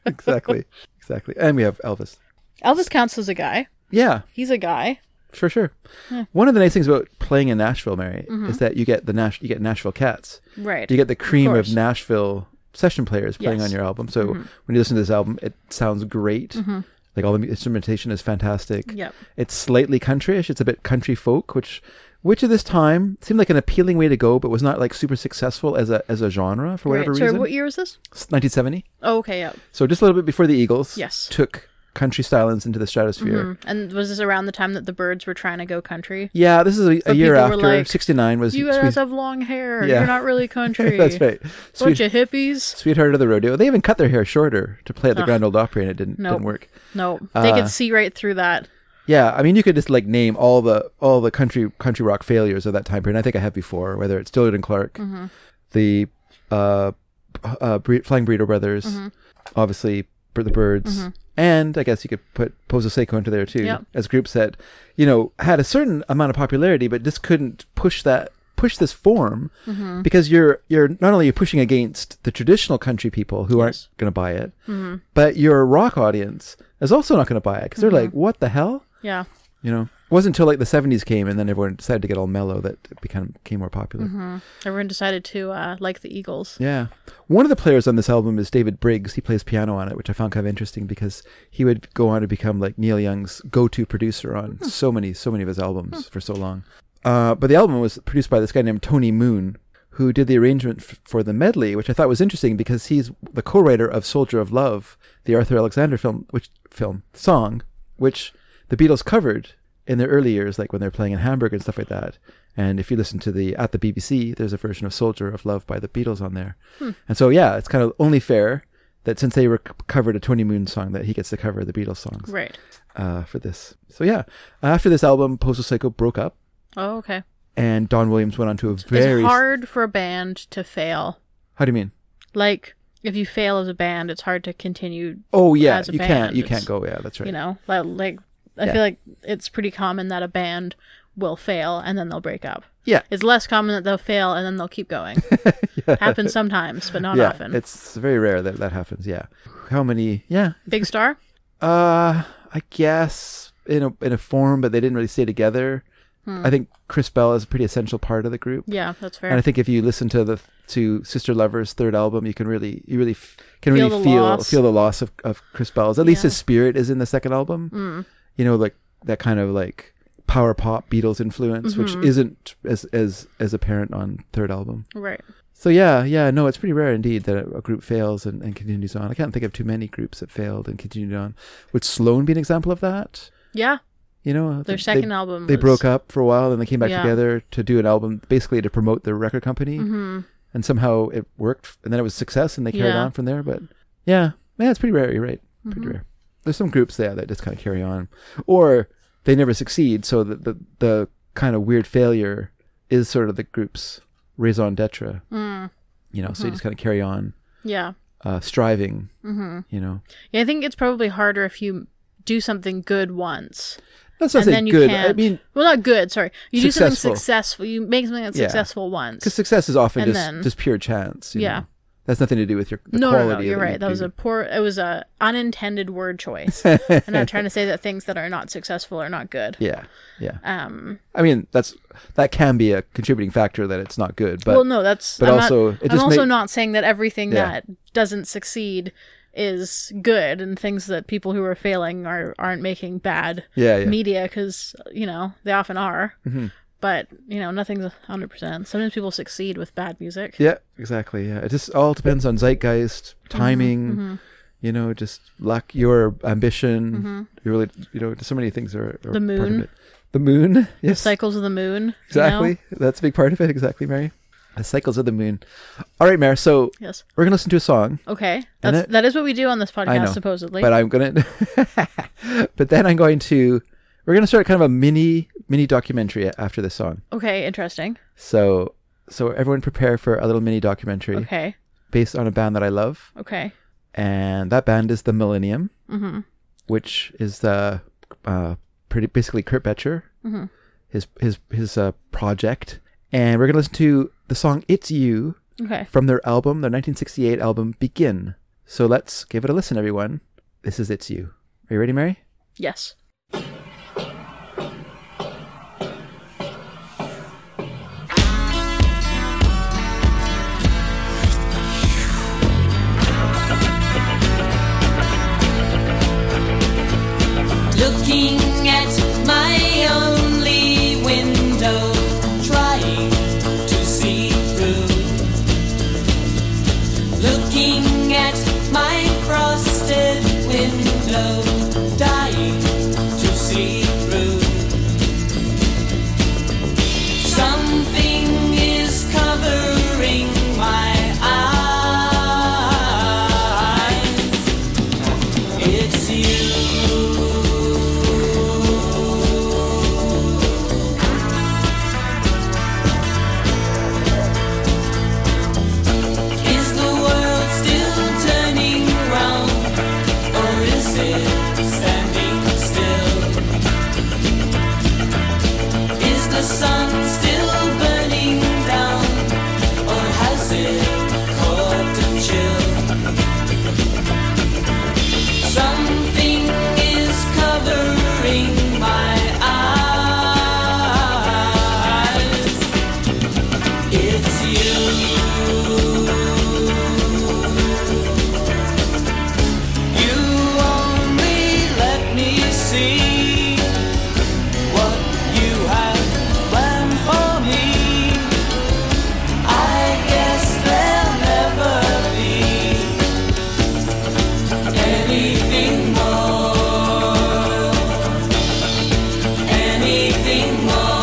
[SPEAKER 2] exactly. Exactly. And we have Elvis.
[SPEAKER 3] Elvis counts as a guy.
[SPEAKER 2] Yeah,
[SPEAKER 3] He's a guy.
[SPEAKER 2] for sure.
[SPEAKER 3] Hmm.
[SPEAKER 2] One of the nice things about playing in Nashville, Mary,
[SPEAKER 3] Mm-hmm.
[SPEAKER 2] is that you get the Nash you get Nashville Cats.
[SPEAKER 3] Right.
[SPEAKER 2] You get the cream of,
[SPEAKER 3] course.
[SPEAKER 2] Nashville session players playing
[SPEAKER 3] Yes. Mm-hmm.
[SPEAKER 2] on your album. So when you listen to this album, it sounds great. Like all the instrumentation is fantastic.
[SPEAKER 3] Yep.
[SPEAKER 2] It's slightly countryish. It's a bit country folk, which which at this time seemed like an appealing way to go, but was not like super successful as a as a genre for whatever
[SPEAKER 3] Right. Sorry,
[SPEAKER 2] reason.
[SPEAKER 3] what year was this?
[SPEAKER 2] 1970.
[SPEAKER 3] Oh, okay, yeah.
[SPEAKER 2] So just a little bit before the Eagles.
[SPEAKER 3] Yes. Mm-hmm.
[SPEAKER 2] Took country stylings into the stratosphere.
[SPEAKER 3] And was this around the time that the birds were trying to go country?
[SPEAKER 2] Yeah, this is a, a year
[SPEAKER 3] people were
[SPEAKER 2] after.
[SPEAKER 3] like,
[SPEAKER 2] 69 was
[SPEAKER 3] You
[SPEAKER 2] Sweet-
[SPEAKER 3] guys have long hair.
[SPEAKER 2] Yeah.
[SPEAKER 3] You're not really country.
[SPEAKER 2] [laughs] That's right.
[SPEAKER 3] Bunch
[SPEAKER 2] Sweet-
[SPEAKER 3] of hippies.
[SPEAKER 2] Sweetheart of the Rodeo. They even cut their hair shorter to play at the Grand Old Opry, and it didn't
[SPEAKER 3] Nope.
[SPEAKER 2] didn't work.
[SPEAKER 3] No, they
[SPEAKER 2] Uh,
[SPEAKER 3] could see right through that.
[SPEAKER 2] Yeah, I mean, you could just like name all the all the country country rock failures of that time period. I think I have before, whether it's Dillard and Clark, the uh, uh, Bre- Flying Burrito Brothers, obviously for the Birds, and I guess you could put Pozo Seco into there too,
[SPEAKER 3] Yep.
[SPEAKER 2] as groups that you know had a certain amount of popularity, but just couldn't push that push this form because you're you're not only you're pushing against the traditional country people who aren't going to buy it, but your rock audience is also not going to buy it because they're like, what the hell?
[SPEAKER 3] Yeah.
[SPEAKER 2] You know, it wasn't until like the seventies came and then everyone decided to get all mellow that it became became more popular.
[SPEAKER 3] Everyone decided to uh, like the Eagles.
[SPEAKER 2] Yeah, one of the players on this album is David Briggs. He plays piano on it, which I found kind of interesting because he would go on to become like Neil Young's go-to producer on so many so many of his albums for so long. Uh, but the album was produced by this guy named Tony Moon, who did the arrangement f- for the medley, which I thought was interesting because he's the co-writer of "Soldier of Love," the Arthur Alexander film, which film song, which the Beatles covered in their early years, like when they're playing in Hamburg and stuff like that. And if you listen to the at the BBC, there's a version of "Soldier of Love" by the Beatles on there.
[SPEAKER 3] Hmm.
[SPEAKER 2] And so, yeah, it's kind of only fair that since they were c- covered a Tony Moon song, that he gets to cover the Beatles songs
[SPEAKER 3] Right.
[SPEAKER 2] uh, for this. So yeah, after this album, Postal Psycho broke up,
[SPEAKER 3] Oh, okay.
[SPEAKER 2] and Don Williams went on to a very
[SPEAKER 3] It's hard for a band to fail.
[SPEAKER 2] How do you mean?
[SPEAKER 3] Like if you fail as a band, it's hard to continue
[SPEAKER 2] Oh yeah,
[SPEAKER 3] as a
[SPEAKER 2] you can't
[SPEAKER 3] band,
[SPEAKER 2] you
[SPEAKER 3] it's-
[SPEAKER 2] can't go. Yeah, that's right.
[SPEAKER 3] you know like, like i
[SPEAKER 2] Yeah.
[SPEAKER 3] feel like it's pretty common that a band will fail and then they'll break up
[SPEAKER 2] yeah,
[SPEAKER 3] it's less common that they'll fail and then they'll
[SPEAKER 2] [laughs]
[SPEAKER 3] keep going happens sometimes but not
[SPEAKER 2] yeah.
[SPEAKER 3] often
[SPEAKER 2] It's very rare that that happens. Yeah, how many? Yeah,
[SPEAKER 3] big star
[SPEAKER 2] uh, I guess in a in a form, but they didn't really stay together. I think Chris Bell is a pretty essential part of the group.
[SPEAKER 3] Hmm. yeah that's
[SPEAKER 2] And I
[SPEAKER 3] fair
[SPEAKER 2] think if you listen to the to Sister Lovers' third album, you can really you really f- can
[SPEAKER 3] Feel
[SPEAKER 2] really
[SPEAKER 3] the
[SPEAKER 2] feel
[SPEAKER 3] loss.
[SPEAKER 2] feel the loss of of Chris Bell's. At least
[SPEAKER 3] Yeah. Hmm.
[SPEAKER 2] his spirit is in the second album. You know, like that kind of like power pop Beatles influence,
[SPEAKER 3] Mm-hmm.
[SPEAKER 2] which isn't as as as apparent on third album.
[SPEAKER 3] right
[SPEAKER 2] So yeah, yeah, no, it's pretty rare indeed that a, a group fails and, and continues on. I can't think of too many groups that failed and continued on. Would Sloan be an example of that?
[SPEAKER 3] yeah
[SPEAKER 2] You know,
[SPEAKER 3] their
[SPEAKER 2] they-
[SPEAKER 3] second album
[SPEAKER 2] they
[SPEAKER 3] was-
[SPEAKER 2] broke up for a while and they came back
[SPEAKER 3] Yeah.
[SPEAKER 2] together to do an album basically to promote their record company and somehow it worked and then it was success and they carried
[SPEAKER 3] Mm-hmm. Yeah. Mm-hmm.
[SPEAKER 2] on from there but yeah yeah it's pretty rare you're right pretty rare there's some groups there that just kind of carry on or they never succeed so the the, the kind of weird failure is sort of the group's raison d'etre
[SPEAKER 3] Mm.
[SPEAKER 2] you know so
[SPEAKER 3] Hmm.
[SPEAKER 2] you just kind of carry on
[SPEAKER 3] yeah
[SPEAKER 2] uh, striving you know
[SPEAKER 3] Mm-hmm. yeah i think it's probably harder if you do something good once.
[SPEAKER 2] That's not
[SPEAKER 3] and then
[SPEAKER 2] saying
[SPEAKER 3] you
[SPEAKER 2] good.
[SPEAKER 3] can
[SPEAKER 2] I mean,
[SPEAKER 3] well, not good. Sorry, you do
[SPEAKER 2] Successful.
[SPEAKER 3] something successful. You make something that's
[SPEAKER 2] Yeah.
[SPEAKER 3] successful once.
[SPEAKER 2] because success is often
[SPEAKER 3] And
[SPEAKER 2] just,
[SPEAKER 3] then-
[SPEAKER 2] just pure chance. you
[SPEAKER 3] Yeah.
[SPEAKER 2] know. That's nothing to do with your the
[SPEAKER 3] no, no,
[SPEAKER 2] quality.
[SPEAKER 3] no,
[SPEAKER 2] of
[SPEAKER 3] you're
[SPEAKER 2] it
[SPEAKER 3] right.
[SPEAKER 2] you
[SPEAKER 3] That was
[SPEAKER 2] do.
[SPEAKER 3] a poor. It was a unintended word
[SPEAKER 2] [laughs]
[SPEAKER 3] choice. and I'm trying to say that things that are not successful are not good.
[SPEAKER 2] Yeah, yeah.
[SPEAKER 3] Um.
[SPEAKER 2] I mean, that's that can be a contributing factor that it's not good, but
[SPEAKER 3] well, no, that's.
[SPEAKER 2] but
[SPEAKER 3] I'm not-
[SPEAKER 2] also it
[SPEAKER 3] I'm
[SPEAKER 2] just
[SPEAKER 3] also
[SPEAKER 2] ma-
[SPEAKER 3] not saying that everything
[SPEAKER 2] Yeah.
[SPEAKER 3] that doesn't succeed is good, and things that people who are failing are aren't making bad
[SPEAKER 2] Yeah, Mm-hmm. yeah.
[SPEAKER 3] media because you know they often are. But you know, nothing's hundred percent. Sometimes people succeed with bad music.
[SPEAKER 2] yeah, exactly. Yeah, it just all depends on zeitgeist,
[SPEAKER 3] Mm-hmm,
[SPEAKER 2] timing. You know, just luck, your ambition. You really, you know, so many things are, are
[SPEAKER 3] Mm-hmm. The
[SPEAKER 2] Part of
[SPEAKER 3] moon.
[SPEAKER 2] it. The moon, [laughs] yes,
[SPEAKER 3] Cycles of the Moon. you
[SPEAKER 2] exactly.
[SPEAKER 3] know?
[SPEAKER 2] That's a big part of it. Exactly, Mary. The cycles of the moon. All right, Mary. So
[SPEAKER 3] Yes.
[SPEAKER 2] we're gonna listen to a song.
[SPEAKER 3] Okay. That's
[SPEAKER 2] it-
[SPEAKER 3] that is what we do on this
[SPEAKER 2] I know,
[SPEAKER 3] podcast, supposedly.
[SPEAKER 2] but I'm gonna. [laughs] but then I'm going to. We're gonna start kind of a mini mini documentary after this song.
[SPEAKER 3] okay, interesting.
[SPEAKER 2] So so everyone prepare for a little mini documentary
[SPEAKER 3] Okay.
[SPEAKER 2] based on a band that I love,
[SPEAKER 3] Okay.
[SPEAKER 2] and that band is the Millennium,
[SPEAKER 3] Mm-hmm.
[SPEAKER 2] which is the uh, pretty basically Kurt Becher,
[SPEAKER 3] Mm-hmm.
[SPEAKER 2] his his his uh, project, and we're gonna listen to the song "It's You"
[SPEAKER 3] Okay.
[SPEAKER 2] from their album, their 1968 album "Begin." So let's give it a listen, everyone. This is "It's You." Are you ready, Mary?
[SPEAKER 3] Yes.
[SPEAKER 5] Looking at my only window, trying to see through. Looking at my frosted window, dying to see through. Something is covering my eyes. It's you. Is the world still turning round, or is it standing still? Is the sun still burning down, or has it caught a chill? Something is covering my eyes. It's you. You only let me see what you have planned for me. I guess there'll never be anything more, anything more.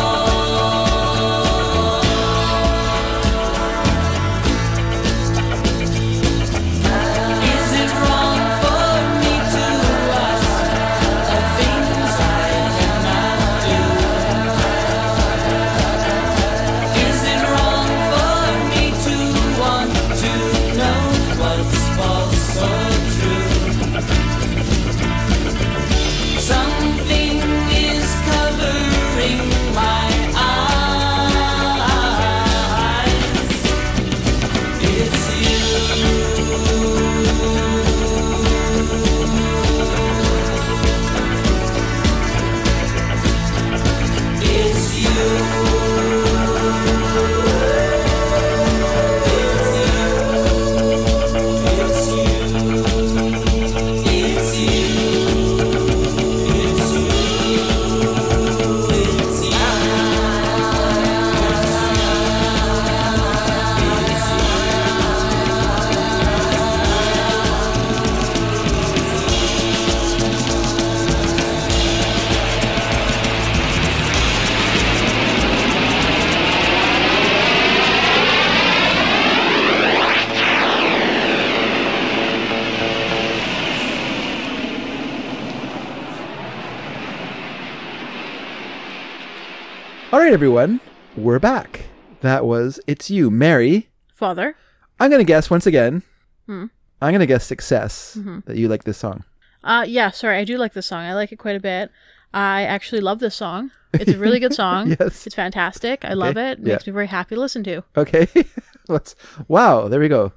[SPEAKER 5] Is it wrong for me to ask the things I cannot do? Is it wrong for me to want to know what's false or true? Something is covering my eyes. It's you. It's you. It's you. It's you. It's you. It's you.
[SPEAKER 2] All right, everyone, we're back. That was "It's You," Mary.
[SPEAKER 3] Father.
[SPEAKER 2] I'm gonna guess once again. I'm gonna guess success that you like this song.
[SPEAKER 3] Uh, yeah, sorry, I do like this song. I like it quite a bit. I actually love this song. It's
[SPEAKER 2] [laughs]
[SPEAKER 3] a really good song.
[SPEAKER 2] Yes.
[SPEAKER 3] It's fantastic. I love it. It
[SPEAKER 2] yeah.
[SPEAKER 3] makes me very happy to listen to.
[SPEAKER 2] Okay. [laughs] Let's. Wow. There we go.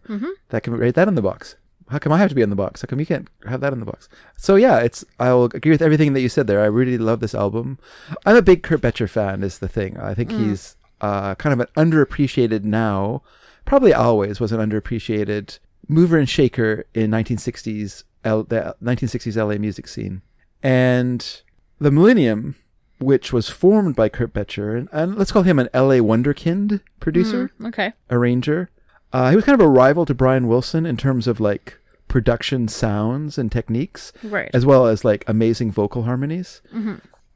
[SPEAKER 2] That can rate that in the box. How come I have to be in the box? How come you can't have that in the box? So yeah, it's. I will agree with everything that you said there. I really love this album. I'm a big Kurt Becher fan. Is the thing. I think he's uh, kind of an underappreciated now. Probably always was an underappreciated mover and shaker in 1960s L, the 1960s LA music scene, and the Millennium, which was formed by Kurt Becher, and, and let's call him an LA wonderkind
[SPEAKER 3] Mm.
[SPEAKER 2] producer
[SPEAKER 3] Mm-hmm. Okay.
[SPEAKER 2] arranger. Uh, he was kind of a rival to Brian Wilson in terms of like production sounds and techniques,
[SPEAKER 3] Right. Mm-hmm.
[SPEAKER 2] as well as like amazing vocal harmonies.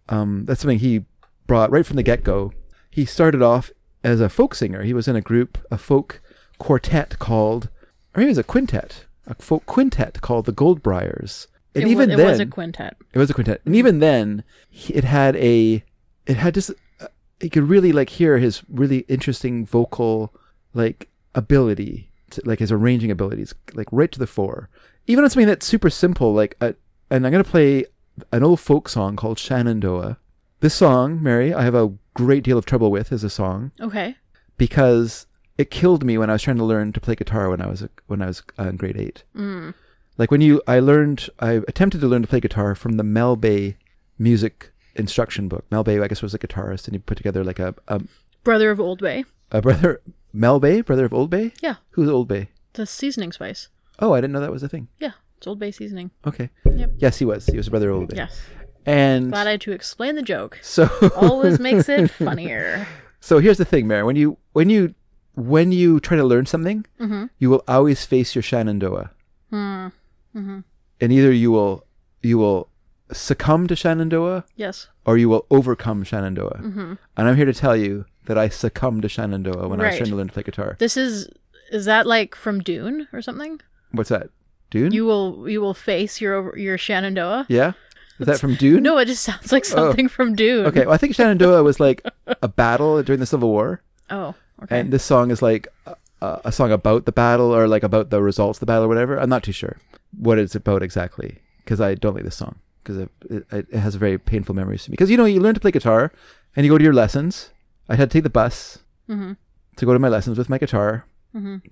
[SPEAKER 2] Um, that's something he brought right from the get go. He started off as a folk singer. He was in a group, a folk quartet called, or maybe it was a quintet, a folk quintet called the Goldbriars. And
[SPEAKER 3] it wa-
[SPEAKER 2] even
[SPEAKER 3] it
[SPEAKER 2] then,
[SPEAKER 3] was a quintet.
[SPEAKER 2] it was a quintet, and even then, he- it had a, it had just, uh, you could really like hear his really interesting vocal like ability, to, like his arranging abilities, like right to the fore. Even on something that's super simple, like, a, and I'm gonna play an old folk song called Shenandoah. This song, Mary, I have a great deal of trouble with as a song
[SPEAKER 3] Okay.
[SPEAKER 2] because it killed me when I was trying to learn to play guitar when I was when I was uh, in grade eight.
[SPEAKER 3] Mm.
[SPEAKER 2] Like when you, I learned, I attempted to learn to play guitar from the Mel Bay music instruction book. Mel Bay, I guess, was a guitarist, and he put together like a a,
[SPEAKER 3] Brother of Old Bay.
[SPEAKER 2] a brother [laughs] Mel Bay, brother of Old Bay.
[SPEAKER 3] Yeah.
[SPEAKER 2] Who's Old Bay?
[SPEAKER 3] The seasoning spice.
[SPEAKER 2] Oh, I didn't know that was a thing.
[SPEAKER 3] Yeah. It's Old Bay seasoning.
[SPEAKER 2] Okay.
[SPEAKER 3] Yep.
[SPEAKER 2] Yes, he was. He was a brother of Old Bay.
[SPEAKER 3] Yes.
[SPEAKER 2] And
[SPEAKER 3] Glad I had to explain
[SPEAKER 2] [laughs]
[SPEAKER 3] the joke. [laughs]
[SPEAKER 2] so
[SPEAKER 3] Always makes it funnier.
[SPEAKER 2] So here's the thing, Mary. When you when you when you try to learn something,
[SPEAKER 3] Mm-hmm.
[SPEAKER 2] you will always face your Shenandoah,
[SPEAKER 3] Hmm. Mm-hmm.
[SPEAKER 2] and either you will you will succumb to Shenandoah
[SPEAKER 3] Yes.
[SPEAKER 2] or you will overcome Shenandoah.
[SPEAKER 3] Mm-hmm.
[SPEAKER 2] And I'm here to tell you that I succumbed to Shenandoah when I was
[SPEAKER 3] Right.
[SPEAKER 2] trying to learn to play guitar.
[SPEAKER 3] This is is that like from Dune or something?
[SPEAKER 2] What's that, Dune?
[SPEAKER 3] You will you will face your over your Shenandoah.
[SPEAKER 2] yeah, is that from Dune? Oh.
[SPEAKER 3] No, it just sounds like something from Dune.
[SPEAKER 2] Okay, well, I think Shenandoah was like a battle during the Civil War.
[SPEAKER 3] Oh. Okay.
[SPEAKER 2] and this song is like a, a song about the battle or like about the results of the battle or whatever. I'm not too sure what it's about exactly because I don't like this song because it, it, it has very painful memories to me. Because you know, you learn to play guitar and you go to your lessons. I had to take the bus
[SPEAKER 3] Mm-hmm.
[SPEAKER 2] to go to my lessons with my guitar,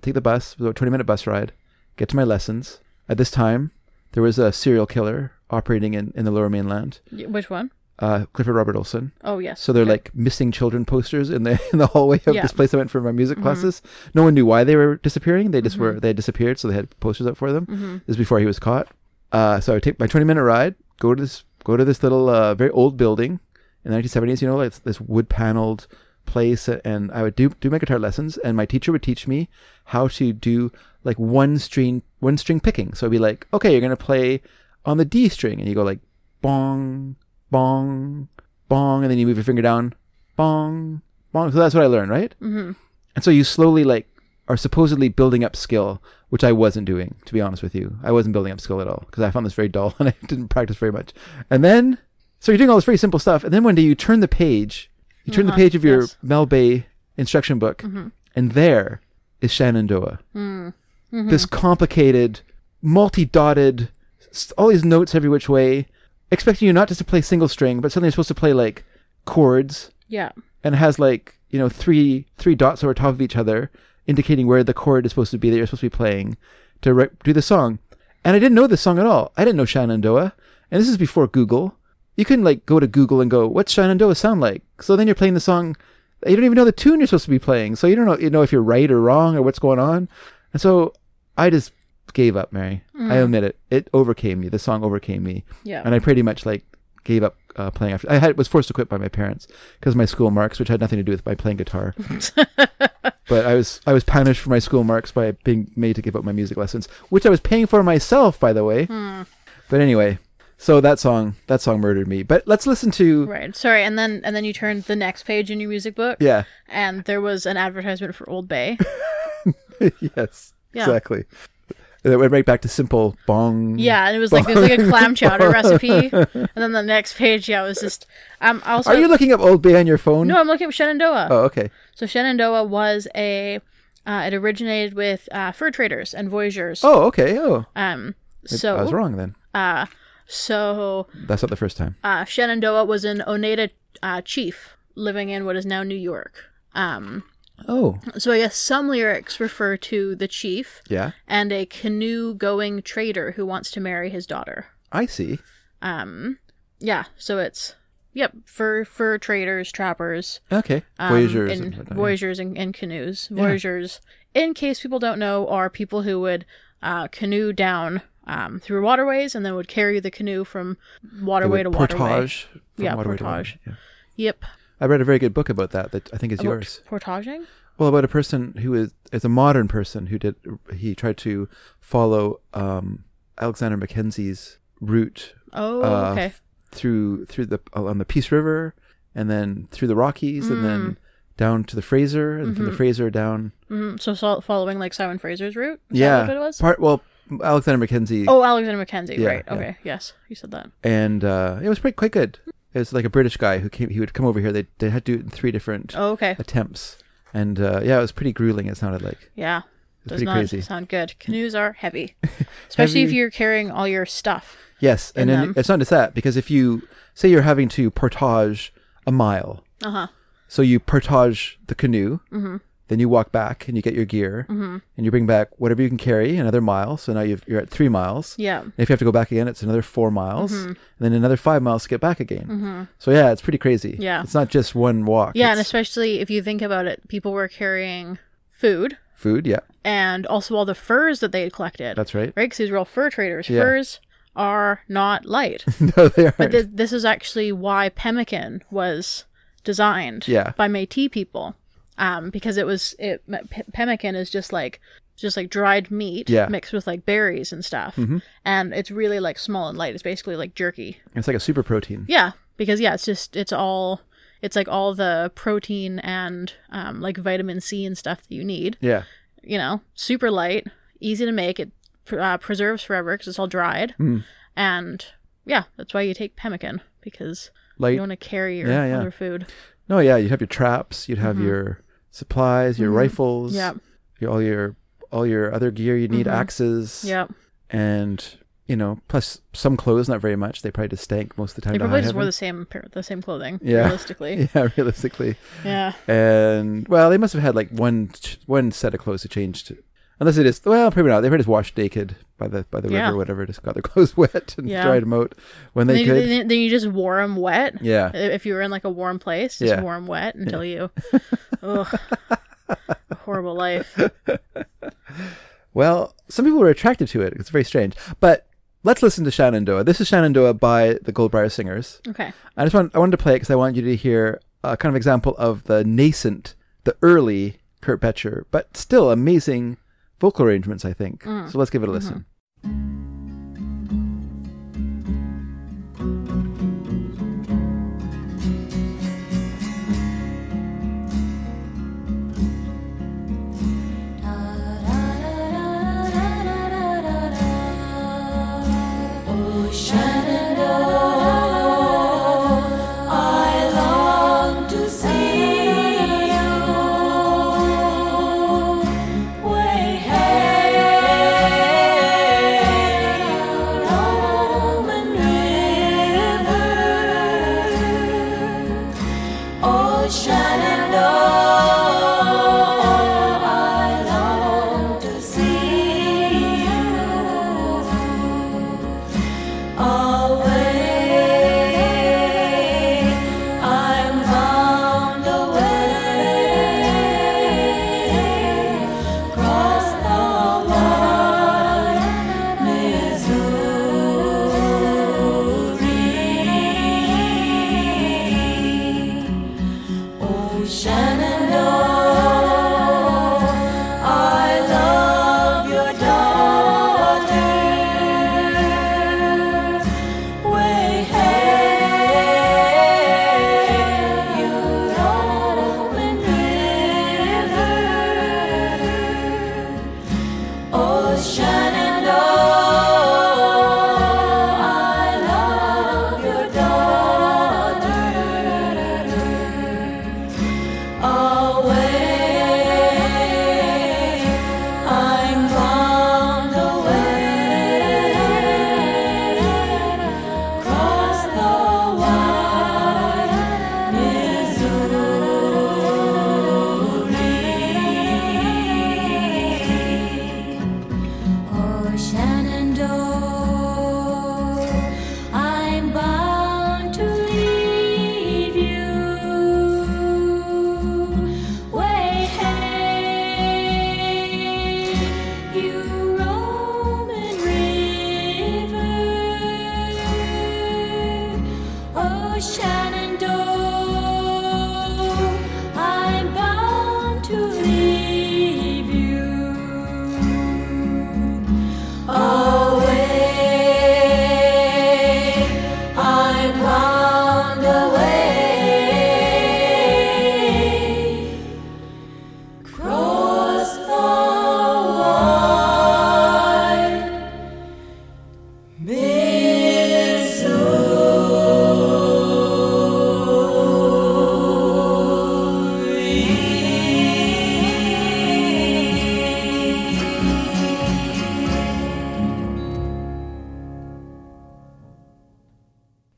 [SPEAKER 2] take the bus, about a 20 minute bus ride, get to my lessons. At this time, there was a serial killer operating in, in the lower mainland,
[SPEAKER 3] Y- Which one?
[SPEAKER 2] uh, Clifford Robert Olson.
[SPEAKER 3] Oh yes.
[SPEAKER 2] So they're like missing children posters in the [laughs] in the hallway of
[SPEAKER 3] Yeah. Mm-hmm.
[SPEAKER 2] this place I went for my music classes. No one knew why they were disappearing. They just were they had disappeared, so they had posters up for them.
[SPEAKER 3] Mm-hmm.
[SPEAKER 2] This is before he was caught. Uh, so I would take my twenty minute ride, go to this go to this little uh, very old building in the nineteen seventies. You know, like this wood paneled place, and I would do do my guitar lessons, and my teacher would teach me how to do like one string one string picking. So it'd be like, okay, you're gonna play on the D string, and you go like bong bong bong, and then you move your finger down, bong, bong. So that's what I learned, right? Mm-hmm. And so you slowly like are supposedly building up skill, which I wasn't doing, to be honest with you. I wasn't building up skill at all because I found this very dull [laughs] and I didn't practice very much. And then, so you're doing all this very simple stuff, and then one day you turn the page, you turn the page of your
[SPEAKER 3] yes.
[SPEAKER 2] Mel Bay instruction book, and there is Shenandoah. This complicated, multi-dotted, s- all these notes every which way expecting you not just to play single string, but suddenly you're supposed to play like chords
[SPEAKER 3] yeah.
[SPEAKER 2] and it has like, you know, three three dots over top of each other indicating where the chord is supposed to be that you're supposed to be playing to re- do the song. And I didn't know this song at all. I didn't know Shenandoah. And this is before Google. You couldn't like go to Google and go, what's Shenandoah sound like? So then you're playing the song. You don't even know the tune you're supposed to be playing. So you don't know, you know if you're right or wrong or what's going on. And so I just gave up, Mary. I admit it. It overcame me. The song overcame me.
[SPEAKER 3] Yeah.
[SPEAKER 2] And I pretty much like gave up uh, playing after. I had, was forced to quit by my parents because of my school marks, which had nothing to do with my playing
[SPEAKER 3] [laughs]
[SPEAKER 2] guitar. but I was I was punished for my school marks by being made to give up my music lessons, which I was paying for myself, by the way.
[SPEAKER 3] Hmm.
[SPEAKER 2] But anyway, so that song that song murdered me. But let's listen to
[SPEAKER 3] Right. Sorry. And then and then you turned the next page in your music book.
[SPEAKER 2] yeah [laughs]
[SPEAKER 3] And there was an advertisement for Old Bay.
[SPEAKER 2] yes
[SPEAKER 3] Yeah.
[SPEAKER 2] exactly. And it went right back to simple bong.
[SPEAKER 3] Yeah, and it was like there's like a
[SPEAKER 2] [laughs]
[SPEAKER 3] clam chowder recipe, and then the next page, yeah, was just um also.
[SPEAKER 2] Are you looking up Old Bay on your phone?
[SPEAKER 3] no, I'm looking at Shenandoah.
[SPEAKER 2] Oh, okay.
[SPEAKER 3] So Shenandoah was a, uh, it originated with uh, fur traders and voyageurs.
[SPEAKER 2] Oh, okay. Oh,
[SPEAKER 3] Um,
[SPEAKER 2] I was
[SPEAKER 3] so
[SPEAKER 2] wrong then.
[SPEAKER 3] uh, So
[SPEAKER 2] That's not the first time.
[SPEAKER 3] uh, Shenandoah was an Oneida uh, chief living in what is now New York. Um,
[SPEAKER 2] Oh,
[SPEAKER 3] so I guess some lyrics refer to the chief
[SPEAKER 2] yeah.
[SPEAKER 3] and a canoe going trader who wants to marry his daughter.
[SPEAKER 2] I see.
[SPEAKER 3] Um, yeah, so it's yep for for traders, trappers,
[SPEAKER 2] Okay.
[SPEAKER 3] um,
[SPEAKER 2] Voyagers.
[SPEAKER 3] and
[SPEAKER 2] whatnot, yeah.
[SPEAKER 3] voyageurs and, and canoes. Voyageurs, in case people don't know, are people who would uh, canoe down um, through waterways and then would carry the canoe from
[SPEAKER 2] They
[SPEAKER 3] waterway to
[SPEAKER 2] would
[SPEAKER 3] waterway.
[SPEAKER 2] portage from
[SPEAKER 3] Yeah,
[SPEAKER 2] waterway to waterway,
[SPEAKER 3] portage.
[SPEAKER 2] yeah.
[SPEAKER 3] Yep,
[SPEAKER 2] I read a very good book about that that I think is
[SPEAKER 3] About
[SPEAKER 2] yours.
[SPEAKER 3] Portaging.
[SPEAKER 2] Well, about a person who is it's a modern person who did he tried to follow um, Alexander Mackenzie's route
[SPEAKER 3] Oh,
[SPEAKER 2] uh,
[SPEAKER 3] okay.
[SPEAKER 2] f- through through the on the Peace River and then through the Rockies and
[SPEAKER 3] Hmm.
[SPEAKER 2] then down to the Fraser and
[SPEAKER 3] Mm-hmm.
[SPEAKER 2] from the Fraser down
[SPEAKER 3] Mm, so, so following like Simon Fraser's route. Is that
[SPEAKER 2] yeah
[SPEAKER 3] what it was.
[SPEAKER 2] part well Alexander Mackenzie
[SPEAKER 3] oh, Alexander Mackenzie.
[SPEAKER 2] Yeah,
[SPEAKER 3] right.
[SPEAKER 2] yeah.
[SPEAKER 3] Okay. Yes, you said that.
[SPEAKER 2] and uh, it was pretty quite good. It was like a British guy who came he would come over here they they had to do it in three different
[SPEAKER 3] Oh, okay.
[SPEAKER 2] attempts and uh, yeah it was pretty grueling it sounded like
[SPEAKER 3] Yeah. Does
[SPEAKER 2] pretty
[SPEAKER 3] not
[SPEAKER 2] crazy.
[SPEAKER 3] sound good. Canoes are
[SPEAKER 2] [laughs]
[SPEAKER 3] heavy, especially if
[SPEAKER 2] Heavy.
[SPEAKER 3] you're carrying all your stuff.
[SPEAKER 2] Yes, and
[SPEAKER 3] in
[SPEAKER 2] then
[SPEAKER 3] them.
[SPEAKER 2] it's not just that because if you say you're having to portage a mile,
[SPEAKER 3] Uh huh.
[SPEAKER 2] so you portage the canoe,
[SPEAKER 3] Mm-hmm.
[SPEAKER 2] then you walk back and you get your gear, and you bring back whatever you can carry another mile. So now you've, you're at three miles.
[SPEAKER 3] Yeah. Mm-hmm.
[SPEAKER 2] And if you have to go back again, it's another four miles, and then another five miles to get back again. So yeah, it's pretty crazy.
[SPEAKER 3] Yeah.
[SPEAKER 2] it's not just one walk.
[SPEAKER 3] Yeah, and
[SPEAKER 2] it's
[SPEAKER 3] especially if you think about it, people were carrying food
[SPEAKER 2] food. Yeah,
[SPEAKER 3] and also all the furs that they had collected.
[SPEAKER 2] that's right.
[SPEAKER 3] right. Because these were all fur traders.
[SPEAKER 2] Yeah.
[SPEAKER 3] Furs are not light.
[SPEAKER 2] [laughs] no, they aren't.
[SPEAKER 3] But th- this is actually why pemmican was designed
[SPEAKER 2] Yeah.
[SPEAKER 3] by Métis people, um, because it was it p- pemmican is just like just like dried meat
[SPEAKER 2] Yeah. Mm-hmm.
[SPEAKER 3] mixed with like berries and stuff, and it's really like small and light. It's basically like jerky.
[SPEAKER 2] it's like a super protein.
[SPEAKER 3] Yeah, because yeah, it's just it's all it's like all the protein and um, like vitamin C and stuff that you need.
[SPEAKER 2] Yeah,
[SPEAKER 3] You know, super light, easy to make. It pr- uh, preserves forever because it's all dried,
[SPEAKER 2] Mm.
[SPEAKER 3] and yeah, that's why you take pemmican because
[SPEAKER 2] like
[SPEAKER 3] you want to carry your
[SPEAKER 2] Yeah, yeah.
[SPEAKER 3] other food.
[SPEAKER 2] No, yeah, you'd have your traps, you'd
[SPEAKER 3] Mm-hmm.
[SPEAKER 2] have your supplies, your rifles,
[SPEAKER 3] Yep.
[SPEAKER 2] your, all your all your other gear you
[SPEAKER 3] Mm-hmm.
[SPEAKER 2] need, axes,
[SPEAKER 3] Yep.
[SPEAKER 2] and you know, plus some clothes, not very much. They probably just stank most of the time.
[SPEAKER 3] They
[SPEAKER 2] to
[SPEAKER 3] probably
[SPEAKER 2] high
[SPEAKER 3] just wore the
[SPEAKER 2] heaven.
[SPEAKER 3] same pair, the same clothing.
[SPEAKER 2] Yeah. [laughs]
[SPEAKER 3] Realistically.
[SPEAKER 2] Yeah, realistically,
[SPEAKER 3] yeah.
[SPEAKER 2] and well, they must have had like one ch- one set of clothes to change to. Unless it is well, probably not. They probably just washed naked by the by the
[SPEAKER 3] Yeah.
[SPEAKER 2] river or whatever, just got their [laughs] clothes wet and
[SPEAKER 3] Yeah.
[SPEAKER 2] dried them out when they
[SPEAKER 3] Then, you,
[SPEAKER 2] could.
[SPEAKER 3] then, then you just wore them wet.
[SPEAKER 2] yeah,
[SPEAKER 3] If you were in like a warm place, just
[SPEAKER 2] Yeah.
[SPEAKER 3] warm wet until
[SPEAKER 2] [laughs]
[SPEAKER 3] you. Ugh. Horrible life.
[SPEAKER 2] Well, some people were attracted to it. It's very strange. But let's listen to Shenandoah. This is Shenandoah by the Goldbriar Singers.
[SPEAKER 3] Okay.
[SPEAKER 2] I just want I wanted to play it because I want you to hear a kind of example of the nascent, the early Kurt Becher, but still amazing vocal arrangements. I think. So let's give it a listen.
[SPEAKER 4] Oh, oh, Shenandoah, I long to see you. Away, I'm bound away. Cross the wide Missouri. Oh,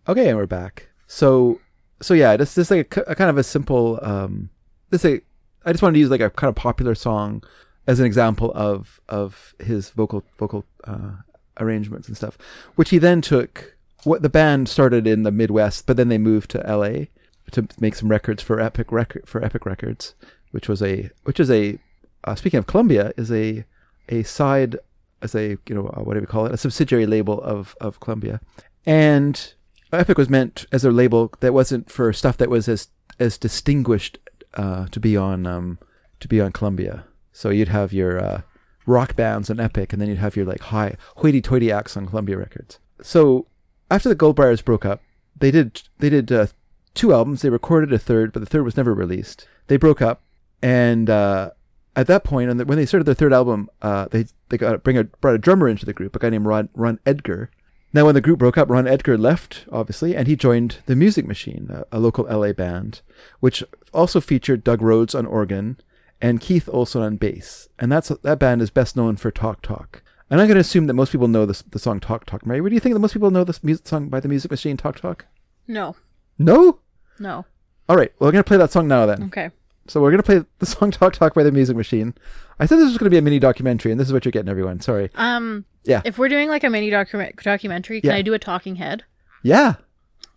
[SPEAKER 2] Okay, and we're back. So, so yeah, this this like a, k- a kind of a simple um this a I just wanted to use like a kind of popular song as an example of of his vocal vocal uh, arrangements and stuff, which he then took. What the band started in the Midwest, but then they moved to L.A. to make some records for Epic Record for Epic Records, which was a which is a uh, speaking of Columbia is a a side as a you know uh, what do we call it a subsidiary label of of Columbia, and Epic was meant as a label that wasn't for stuff that was as as distinguished uh, to be on um, to be on Columbia. So you'd have your uh, rock bands on Epic, and then you'd have your like high hoity-toity acts on Columbia Records. So after the Goldbriars broke up, they did they did uh, two albums. They recorded a third, but the third was never released. They broke up, and uh, at that point, on the, when they started their third album, uh, they they got bring a brought a drummer into the group, a guy named Ron Ron Edgar. Now, when the group broke up, Ron Edgar left, obviously, and he joined the Music Machine, a, a local LA band, which also featured Doug Rhodes on organ and Keith Olsen on bass. And that's that band is best known for Talk Talk. And I'm going to assume that most people know this, the song Talk Talk. Mary, what do you think that most people know this music song by the Music Machine, Talk Talk?
[SPEAKER 3] No,
[SPEAKER 2] No?
[SPEAKER 3] no.
[SPEAKER 2] All right, well, we're going to play that song now then.
[SPEAKER 3] Okay.
[SPEAKER 2] So we're going to play the song Talk Talk by the Music Machine. I said this was going to be a mini documentary, and this is what you're getting, everyone. Sorry.
[SPEAKER 3] Um,
[SPEAKER 2] Yeah.
[SPEAKER 3] if we're doing like a mini docu- documentary, can
[SPEAKER 2] Yeah.
[SPEAKER 3] I do a talking head?
[SPEAKER 2] Yeah.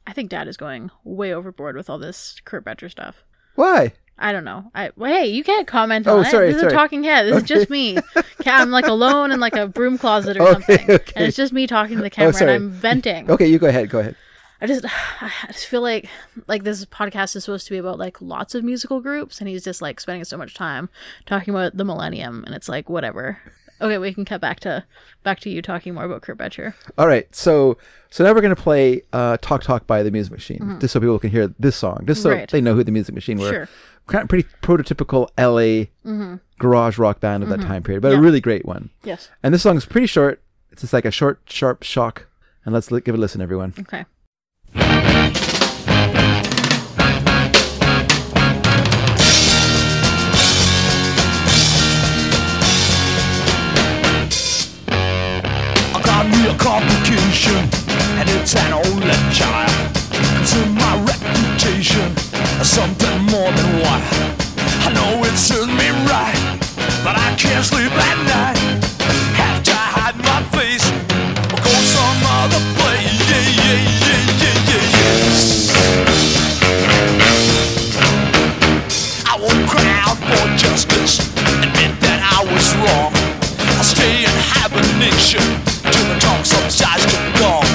[SPEAKER 3] I think Dad is going way overboard with all this Kurt Becher stuff.
[SPEAKER 2] Why?
[SPEAKER 3] I don't know. I well, hey, you can't comment
[SPEAKER 2] Oh,
[SPEAKER 3] on it.
[SPEAKER 2] sorry,
[SPEAKER 3] This
[SPEAKER 2] sorry.
[SPEAKER 3] is a talking head. This is
[SPEAKER 2] [laughs]
[SPEAKER 3] just me. Ca- I'm like alone in like a broom closet or
[SPEAKER 2] Okay,
[SPEAKER 3] something,
[SPEAKER 2] okay. Oh,
[SPEAKER 3] and it's just me talking to the camera, and
[SPEAKER 2] sorry.
[SPEAKER 3] I'm venting.
[SPEAKER 2] Okay, you go ahead. Go ahead.
[SPEAKER 3] I just, [sighs] I just feel like like this podcast is supposed to be about like lots of musical groups, and he's just like spending so much time talking about the Millennium, and it's like whatever. Okay, we can cut back to back to you talking more about Kurt Becher.
[SPEAKER 2] All right, so so now we're gonna play uh, "Talk Talk" by the Music Machine, just so people can hear this song, just so
[SPEAKER 3] Mm-hmm. Right.
[SPEAKER 2] they know who the Music Machine were.
[SPEAKER 3] Sure. Mm-hmm.
[SPEAKER 2] Kind of pretty prototypical LA garage rock band of that time period, but a really great one.
[SPEAKER 3] Yes.
[SPEAKER 2] And this song is pretty short. It's just like a short, sharp shock. And let's li- give it a listen, everyone.
[SPEAKER 3] Okay.
[SPEAKER 7] I got me a complication, and it's an only child. It's in my reputation, something more than wire. I know it serves me right, but I can't sleep at night. Have to hide my face, or go some other place. Yeah, yeah, yeah, yeah, yeah, yeah. I won't cry out for justice, admit that I was wrong. I stay in hibernation till the talk subsides to dawn.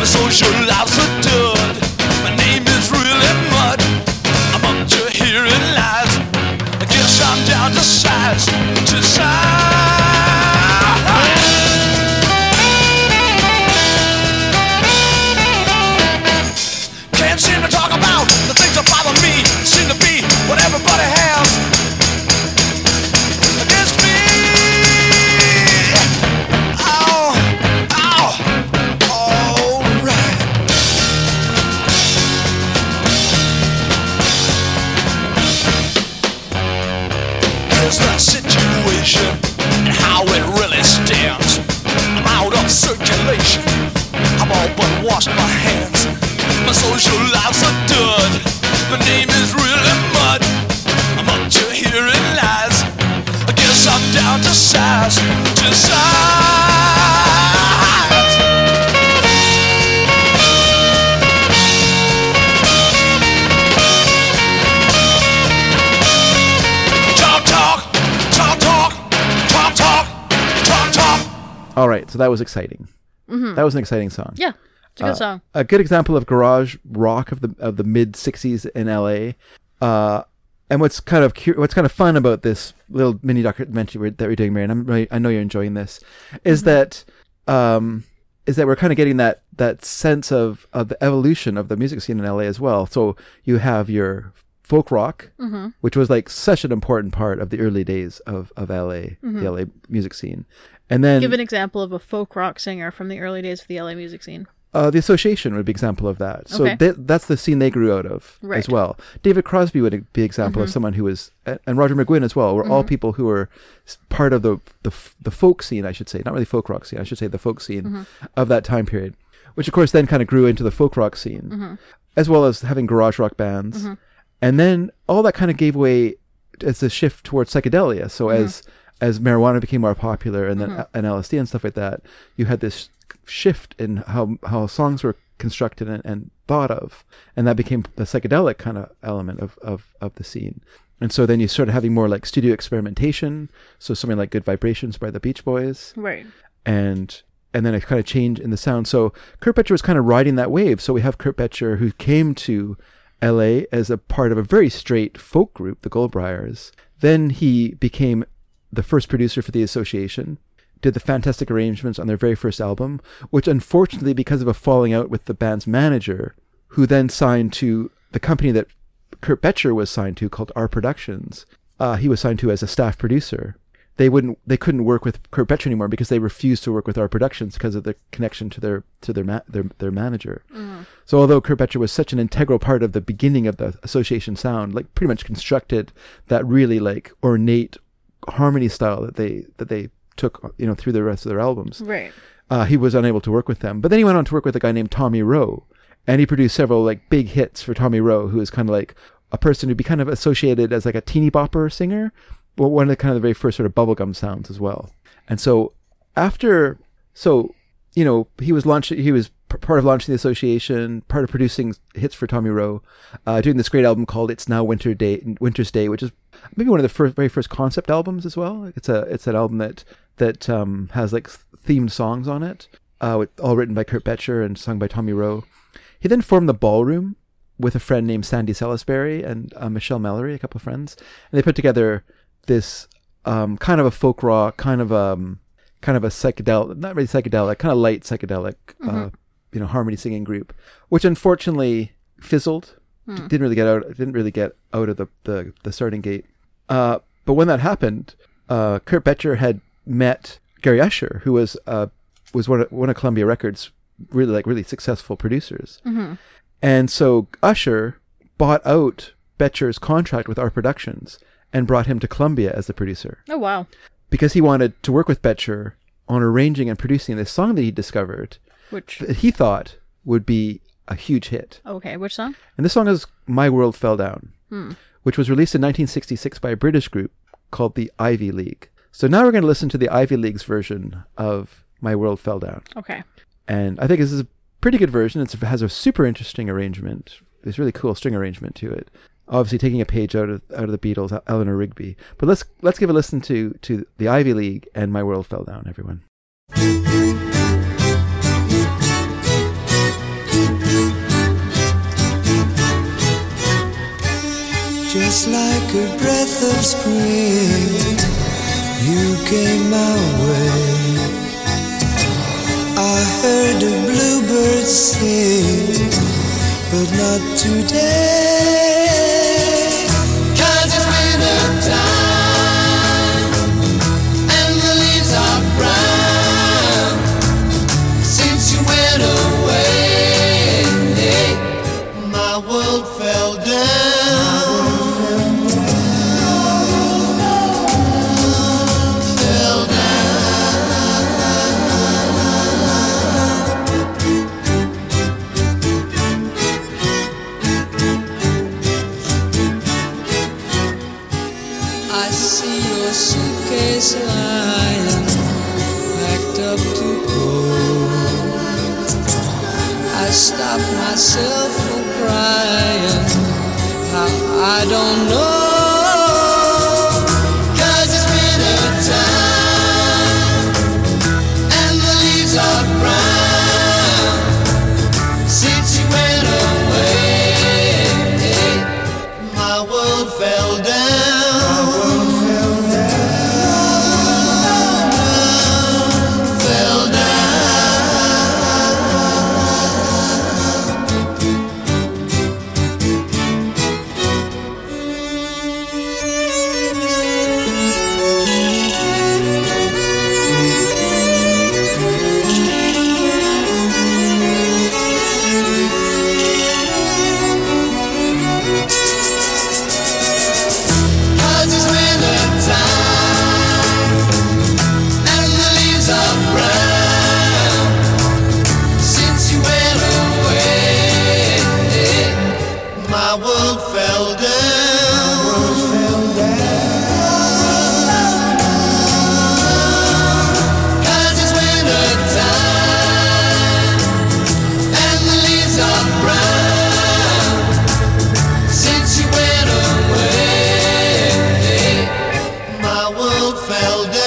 [SPEAKER 7] My social life's a dud. My name is really mud. I'm up to hearing lies. I guess I'm down to size. To size. Can't seem to talk about the things that bother me. Seem to be what everybody has against me. Ow, ow, alright. Here's the situation and how it really stands. I'm out of circulation. I've all but washed my hands. My social life's a dud. My name is really mud. I'm up to hearing lies. I guess I'm down to size. To size. Talk, talk, talk, talk, talk, talk, talk, talk.
[SPEAKER 2] All right, so that was exciting. That was an exciting song.
[SPEAKER 3] Oh. Mm-hmm. Yeah, it's a good song.
[SPEAKER 2] a good example of garage rock of the of the mid '60s in LA. Uh, and what's kind of cu- what's kind of fun about this little mini documentary we're- that we're doing, Mary, and I'm really, I know you're enjoying this, is that um, is that we're kind of getting that that sense of of the evolution of the music scene in LA as well. So you have your folk rock, which was like such an important part of the early days of of LA, the LA music scene, and then
[SPEAKER 3] Give an example of a folk rock singer from the early days of the LA music scene.
[SPEAKER 2] Uh, the Association would be example of that. So
[SPEAKER 3] Okay.
[SPEAKER 2] they, that's the scene they grew out of as
[SPEAKER 3] Right. Mm-hmm.
[SPEAKER 2] well. David Crosby would be example of someone who was, a- and Roger McGuinn as well, were all people who were s- part
[SPEAKER 3] Mm-hmm.
[SPEAKER 2] of the, the f- the folk scene, I should say, not really folk rock scene, I should say the folk scene of that time period. which of course then kind of grew into the folk rock scene,
[SPEAKER 3] Mm-hmm.
[SPEAKER 2] as well as having garage rock bands, and then all that kind of gave way as a shift towards psychedelia. So as as marijuana became more popular, and then and LSD and stuff like that, you had this shift in how how songs were constructed and, and thought of, and that became the psychedelic kind of element of of of the scene. And so then you started having more like studio experimentation. So something like "Good Vibrations" by the Beach Boys,
[SPEAKER 3] Right.
[SPEAKER 2] and and then a kind of change in the sound. So Kurt Becher was kind of riding that wave. So we have Kurt Becher who came to LA as a part of a very straight folk group, the Goldbriars. Then he became the first producer for the association, did the fantastic arrangements on their very first album, which unfortunately, because of a falling out with the band's manager, who then signed to the company that Kurt Becher was signed to called R Productions, uh, he was signed to as a staff producer they wouldn't they couldn't work with Kurt Becher anymore because they refused to work with our productions because of the connection to their to their ma- their, their manager. So although Kurt Becher was such an integral part of the beginning of the association sound, like pretty much constructed that really like ornate harmony style that they that they took you know through the rest of their albums
[SPEAKER 3] Right.
[SPEAKER 2] uh, he was unable to work with them. But then he went on to work with a guy named Tommy Rowe, and he produced several like big hits for Tommy Rowe, who is kind of like a person who'd be kind of associated as like a teeny bopper singer, but one of the kind of the very first sort of bubblegum sounds as well. And so after, so you know, he was launching, he was p- part of launching the association, part of producing hits for Tommy Rowe, uh, doing this great album called "It's Now Winter Day," Winter's Day, which is maybe one of the first, very first concept albums as well. It's a, it's an album that that um, has like themed songs on it, uh, with, all written by Kurt Becher and sung by Tommy Rowe. He then formed the Ballroom with a friend named Sandy Salisbury and uh, Michelle Mallory, a couple of friends, and they put together this um, kind of a folk rock, kind of um, kind of a psychedelic, not really psychedelic, kind of light psychedelic, uh, you know, harmony singing group, which unfortunately fizzled. D- Didn't really get out. Didn't really get out of the the, the starting gate. Uh, but when that happened, uh, Kurt Becher had met Gary Usher, who was uh, was one of, one of Columbia Records' really like really successful producers. And so Usher bought out Betcher's contract with our productions and brought him to Columbia as the producer
[SPEAKER 3] Oh wow.
[SPEAKER 2] because he wanted to work with Betcher on arranging and producing this song that he discovered
[SPEAKER 3] Which
[SPEAKER 2] that he thought would be a huge hit.
[SPEAKER 3] okay, which song?
[SPEAKER 2] And this song is My World Fell Down,
[SPEAKER 3] Hmm.
[SPEAKER 2] which was released in 1966 by a British group called the Ivy League. So now we're going to listen to the Ivy League's version of My World Fell Down
[SPEAKER 3] Okay.
[SPEAKER 2] and I think this is a pretty good version. It's, it has a super interesting arrangement. This really cool string arrangement to it. Obviously, taking a page out of out of the Beatles, Eleanor Rigby. But let's let's give a listen to to the Ivy League and My World Fell Down. Everyone.
[SPEAKER 5] Just like a breath of spring, you came my way. I heard a bluebird sing, but not today. 'Cause it's winter time, and the leaves are brown since you went away. My world fell down. I see your suitcase lying packed up to go. I stop myself from crying. How I don't know. 'Cause it's winter time and the leaves are brown since you went away. My world fell down. Fell down. fell down. Cause it's winter time and the leaves are brown. Since you went away, my world fell down.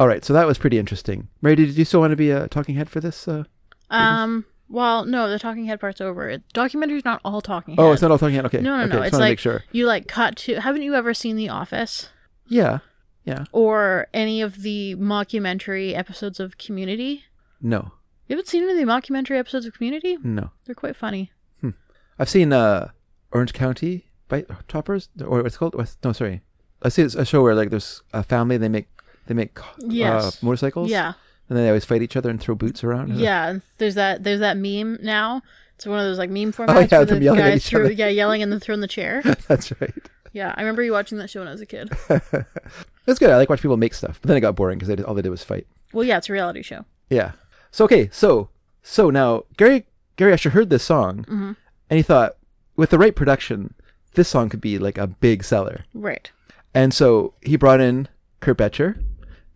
[SPEAKER 2] All right, so that was pretty interesting. Mary, did you still want to be a talking head for this? Uh,
[SPEAKER 3] Um. Well, no, the talking head part's over. It, documentary's not all talking head.
[SPEAKER 2] oh, it's not all talking head. Okay,
[SPEAKER 3] No, no,
[SPEAKER 2] okay,
[SPEAKER 3] no.
[SPEAKER 2] Just
[SPEAKER 3] It's
[SPEAKER 2] wanna
[SPEAKER 3] like
[SPEAKER 2] make sure.
[SPEAKER 3] you like cut to. Haven't you ever seen The Office
[SPEAKER 2] Yeah, yeah.
[SPEAKER 3] or any of the mockumentary episodes of Community?
[SPEAKER 2] No,
[SPEAKER 3] You haven't seen any of the mockumentary episodes of Community?
[SPEAKER 2] no.
[SPEAKER 3] They're quite funny.
[SPEAKER 2] I've seen uh, Orange County Bite Toppers, or what's it called? What's- No, sorry. I see it's a show where like there's a family. They make they make uh,
[SPEAKER 3] Yes.
[SPEAKER 2] motorcycles.
[SPEAKER 3] Yeah.
[SPEAKER 2] and then they always fight each other and throw boots around.
[SPEAKER 3] Yeah, and there's that there's that meme now. It's one of those like
[SPEAKER 2] [laughs]
[SPEAKER 3] meme formats
[SPEAKER 2] Oh, yeah,
[SPEAKER 3] where
[SPEAKER 2] them
[SPEAKER 3] the
[SPEAKER 2] yelling at
[SPEAKER 3] guys
[SPEAKER 2] each
[SPEAKER 3] threw
[SPEAKER 2] other.
[SPEAKER 3] yeah yelling and then throwing the
[SPEAKER 2] [laughs]
[SPEAKER 3] chair.
[SPEAKER 2] [laughs] that's right.
[SPEAKER 3] Yeah, I remember you watching that show when I was a kid.
[SPEAKER 2] That's good. I like watch people make stuff, but then it got boring because they did, all they did was fight.
[SPEAKER 3] Well, yeah, it's a reality show.
[SPEAKER 2] Yeah. So okay, so so now Gary Gary Asher heard this song,
[SPEAKER 3] Mm-hmm.
[SPEAKER 2] and he thought, with the right production, this song could be like a big seller.
[SPEAKER 3] Right.
[SPEAKER 2] And so he brought in Kurt Betcher.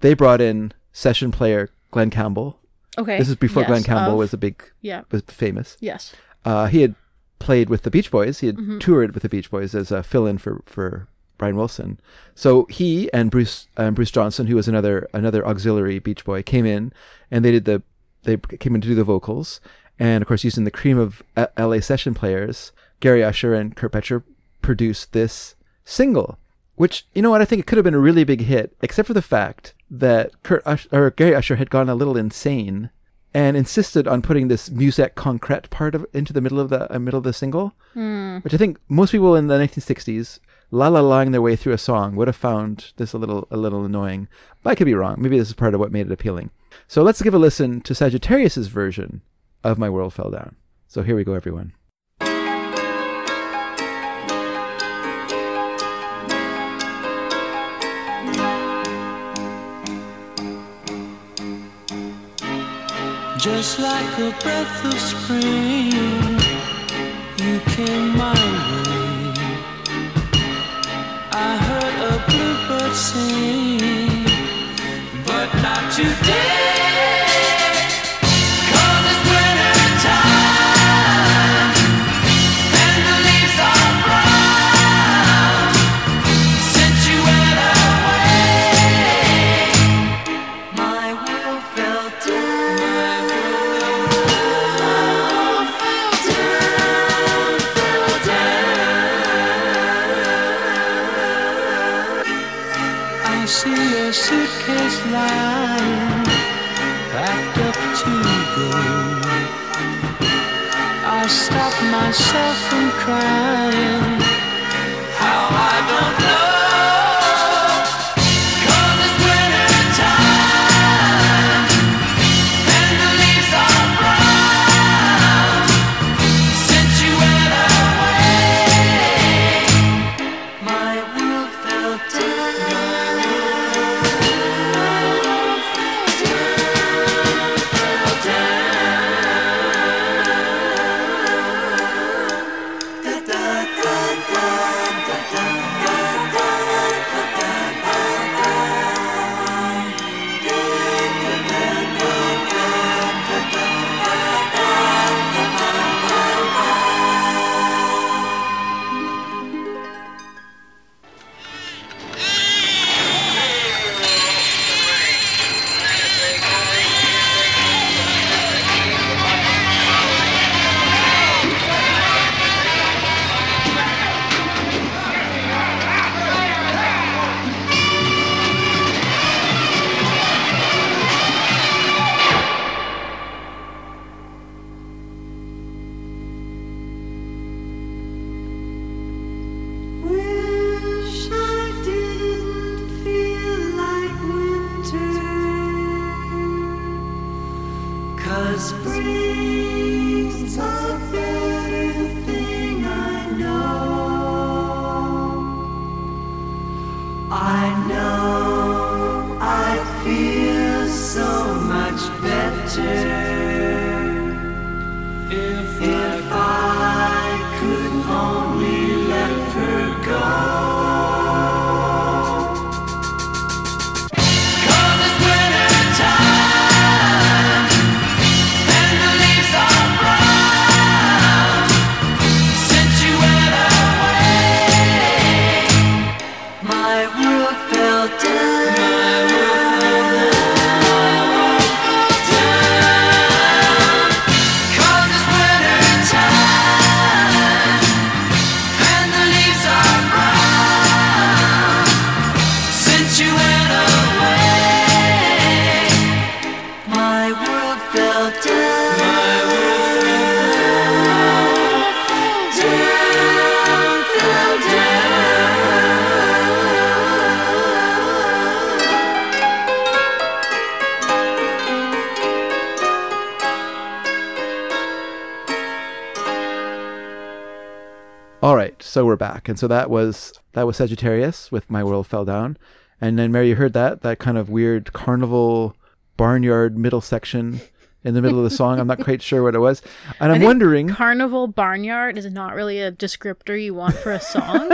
[SPEAKER 2] They brought in session player Glenn Campbell.
[SPEAKER 3] Okay.
[SPEAKER 2] This is before
[SPEAKER 3] Yes,
[SPEAKER 2] Glenn Campbell
[SPEAKER 3] of-
[SPEAKER 2] was a big
[SPEAKER 3] Yeah.
[SPEAKER 2] was famous.
[SPEAKER 3] Yes.
[SPEAKER 2] Uh, he had played with the Beach Boys. He had
[SPEAKER 3] Mm-hmm.
[SPEAKER 2] toured with the Beach Boys as a fill-in for for Brian Wilson. So he and Bruce and Bruce Johnson, who was another another auxiliary Beach Boy, came in and they did the they came in to do the vocals. And of course, using the cream of uh, LA session players, Gary Usher and Kurt Betcher produced this single. Which you know what I think it could have been a really big hit, except for the fact that Kurt Ush- or Gary Usher had gone a little insane and insisted on putting this musette concrete part of into the middle of the uh, middle of the single, which I think most people in the 1960s la la laing their way through a song would have found this a little a little annoying. But I could be wrong. Maybe this is part of what made it appealing. So let's give a listen to Sagittarius's version of "My World Fell Down." So here we go, everyone.
[SPEAKER 5] Just like a breath of spring, you came my way. I heard a bluebird sing, but not today. 'Cause it's winter time, and the leaves are brown. Since you went away, my world fell down. I see a suitcase lying packed up to go. I stop myself from crying. How I don't know. 'Cause it's winter time and the leaves are brown. Since you went away, my world fell down. Da, da, da, da.
[SPEAKER 2] All right, so we're back, and so that was that was Sagittarius with "My World Fell Down," and then Mary, you heard that that kind of weird carnival barnyard middle section in the middle of the song. I'm not quite sure what it was, and I'm
[SPEAKER 3] think
[SPEAKER 2] wondering.
[SPEAKER 3] Carnival Barnyard is not really a descriptor you want for
[SPEAKER 2] [laughs]
[SPEAKER 3] a song.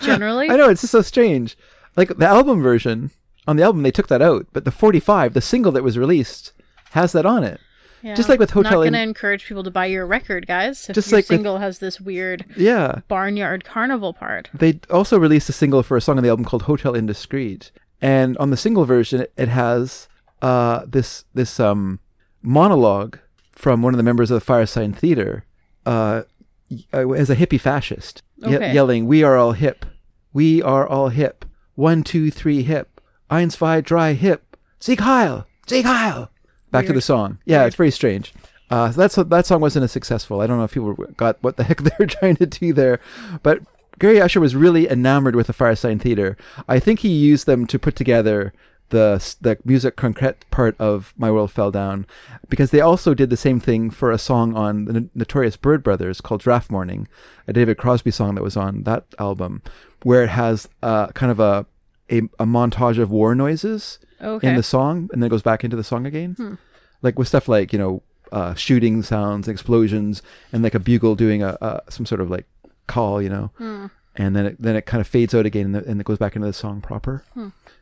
[SPEAKER 3] generally.
[SPEAKER 2] I know it's just so strange. Like the album version on the album, they took that out, but the 45, the single that was released, has that on it.
[SPEAKER 3] Yeah.
[SPEAKER 2] Just like with Hotel.
[SPEAKER 3] Not
[SPEAKER 2] in-
[SPEAKER 3] gonna encourage people to buy your record, guys. If
[SPEAKER 2] Just
[SPEAKER 3] your
[SPEAKER 2] like with-
[SPEAKER 3] single has this weird
[SPEAKER 2] yeah,
[SPEAKER 3] barnyard carnival part.
[SPEAKER 2] they also released a single for a song on the album called Hotel Indiscreet. And on the single version, it- it has uh, this this um, monologue from one of the members of the Fireside Theater uh, y- uh, as a hippie fascist ye-
[SPEAKER 3] Okay.
[SPEAKER 2] yelling, We are all hip. We are all hip. One, two, three, hip. Eins, zwei, drei, hip. Sieg Heil! Sieg Heil! Back to the song. Yeah, it's very strange. Uh, so that's, that song wasn't as successful. I don't know if people got what the [laughs] heck they were trying to do there. But Gary Usher was really enamored with the Fireside Theater. I think he used them to put together the s- the music concrete part of My World Fell Down, because they also did the same thing for a song on the N- Notorious Bird Brothers called Draft Morning, a David Crosby song that was on that album, where it has uh, kind of a, a a montage of war noises
[SPEAKER 3] Okay.
[SPEAKER 2] in the song, and then it goes back into the song again, like with stuff like you know uh, shooting sounds, explosions, and like a bugle doing a, a some sort of like call, you know. And then it, then it kind of fades out again, and, the, and it goes back into the song proper.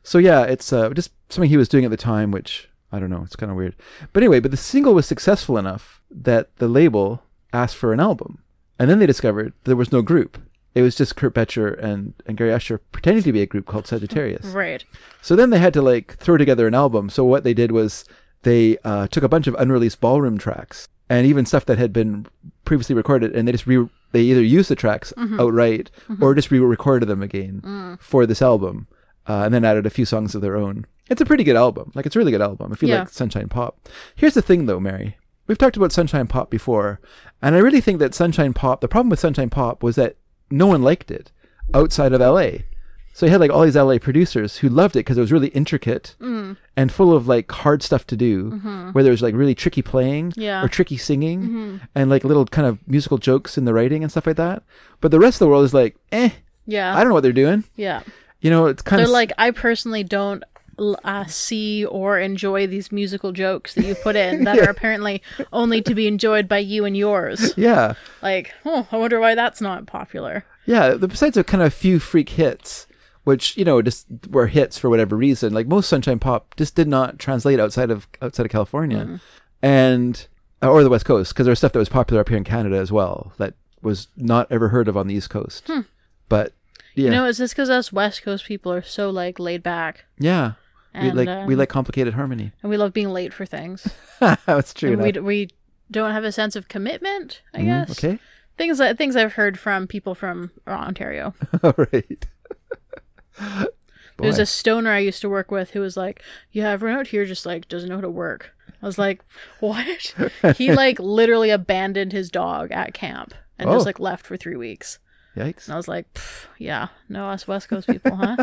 [SPEAKER 2] So yeah, it's uh, just something he was doing at the time, which I don't know. It's kind of weird. But anyway, but the single was successful enough that the label asked for an album, and then they discovered there was no group. It was just Kurt Becher and, and Gary Usher pretending to be a group called Sagittarius.
[SPEAKER 3] Right.
[SPEAKER 2] So then they had to like throw together an album. So what they did was they uh, took a bunch of unreleased ballroom tracks and even stuff that had been previously recorded, and they just re- they either used the tracks outright or just re-recorded them again for this album, uh, and then added a few songs of their own. It's a pretty good album. Like it's a really good album if you
[SPEAKER 3] Yeah.
[SPEAKER 2] like Sunshine Pop. Here's the thing though, Mary. We've talked about Sunshine Pop before, and I really think that Sunshine Pop, the problem with Sunshine Pop was that no one liked it outside of LA. So he had like all these LA producers who loved it because it was really intricate
[SPEAKER 3] Mm.
[SPEAKER 2] and full of like hard stuff to do, where there was like really tricky playing
[SPEAKER 3] Mm-hmm. Yeah. Mm-hmm.
[SPEAKER 2] or tricky singing and like little kind of musical jokes in the writing and stuff like that. But the rest of the world is like, eh,
[SPEAKER 3] Yeah.
[SPEAKER 2] I don't know what they're doing.
[SPEAKER 3] yeah.
[SPEAKER 2] You know, it's kind
[SPEAKER 3] They're
[SPEAKER 2] of
[SPEAKER 3] like, I personally don't l- uh, see or enjoy these musical jokes that you
[SPEAKER 2] [laughs]
[SPEAKER 3] put in that are apparently only to be enjoyed by you and yours.
[SPEAKER 2] yeah,
[SPEAKER 3] Like, oh, I wonder why that's not popular.
[SPEAKER 2] yeah. the- Besides a kind of few freak hits, which you know just were hits for whatever reason. Like most sunshine pop just did not translate outside of outside of California,
[SPEAKER 3] Mm.
[SPEAKER 2] and uh, or the West Coast because there was stuff that was popular up here in Canada as well that was not ever heard of on the East Coast. But yeah,
[SPEAKER 3] Hmm. You know, is this because us West Coast people are so like laid back
[SPEAKER 2] yeah.
[SPEAKER 3] and,
[SPEAKER 2] we like we
[SPEAKER 3] um,
[SPEAKER 2] like complicated harmony. [laughs]
[SPEAKER 3] and we love being late for things?
[SPEAKER 2] That's true.
[SPEAKER 3] and we
[SPEAKER 2] enough.
[SPEAKER 3] d- we don't have a sense of commitment. I
[SPEAKER 2] Mm,
[SPEAKER 3] guess
[SPEAKER 2] Okay. [laughs]
[SPEAKER 3] things that things I've heard from people from Ontario.
[SPEAKER 2] All right. [laughs]
[SPEAKER 3] There's
[SPEAKER 2] Oh, Boy.
[SPEAKER 3] a stoner I used to work with who was like, "Yeah, everyone out here just like doesn't know how to work." I was like, [laughs] "What?"
[SPEAKER 2] [laughs]
[SPEAKER 3] he like literally abandoned his dog at camp and
[SPEAKER 2] Oh.
[SPEAKER 3] just like left for three weeks.
[SPEAKER 2] Yikes.
[SPEAKER 3] And I was like, "Pff, "Yeah, no, us West Coast people,
[SPEAKER 2] [laughs]
[SPEAKER 3] huh?"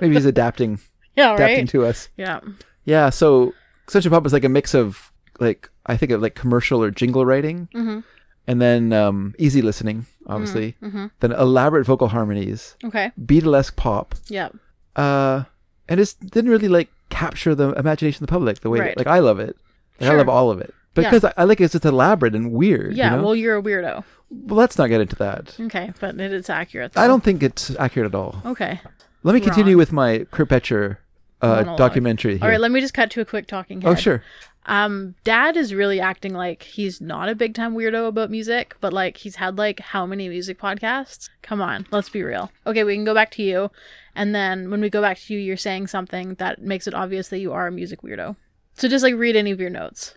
[SPEAKER 2] Maybe he's
[SPEAKER 3] [laughs]
[SPEAKER 2] adapting
[SPEAKER 3] yeah,
[SPEAKER 2] adapting
[SPEAKER 3] right.
[SPEAKER 2] to us.
[SPEAKER 3] yeah,
[SPEAKER 2] Yeah, so Sunshine Pop was like a mix of like I think of like commercial or jingle writing,
[SPEAKER 3] Mm-hmm.
[SPEAKER 2] and then um, easy listening, obviously,
[SPEAKER 3] Mm-hmm.
[SPEAKER 2] then elaborate vocal harmonies,
[SPEAKER 3] okay,
[SPEAKER 2] Beatlesque pop,
[SPEAKER 3] yeah,
[SPEAKER 2] uh, and it didn't really like capture the imagination of the public the way
[SPEAKER 3] Right.
[SPEAKER 2] like I love it, like, I
[SPEAKER 3] Sure.
[SPEAKER 2] love all of it
[SPEAKER 3] Yeah.
[SPEAKER 2] because I, I like it's just elaborate and weird.
[SPEAKER 3] yeah.
[SPEAKER 2] you know?
[SPEAKER 3] Well, you're a weirdo.
[SPEAKER 2] Well, let's not get into that.
[SPEAKER 3] Okay, but it is accurate.
[SPEAKER 2] I
[SPEAKER 3] so-
[SPEAKER 2] don't think it's accurate at all. [laughs]
[SPEAKER 3] Okay.
[SPEAKER 2] Let me continue with my Kurt Becher uh,
[SPEAKER 3] Monologue.
[SPEAKER 2] documentary. Here.
[SPEAKER 3] All right. Let me just cut to a quick talking head.
[SPEAKER 2] oh sure,
[SPEAKER 3] um dad is really acting like he's not a big time weirdo about music but like he's had like how many music podcasts come on let's be real okay we can go back to you and then when we go back to you you're saying something that makes it obvious that you are a music weirdo so just like read any of your notes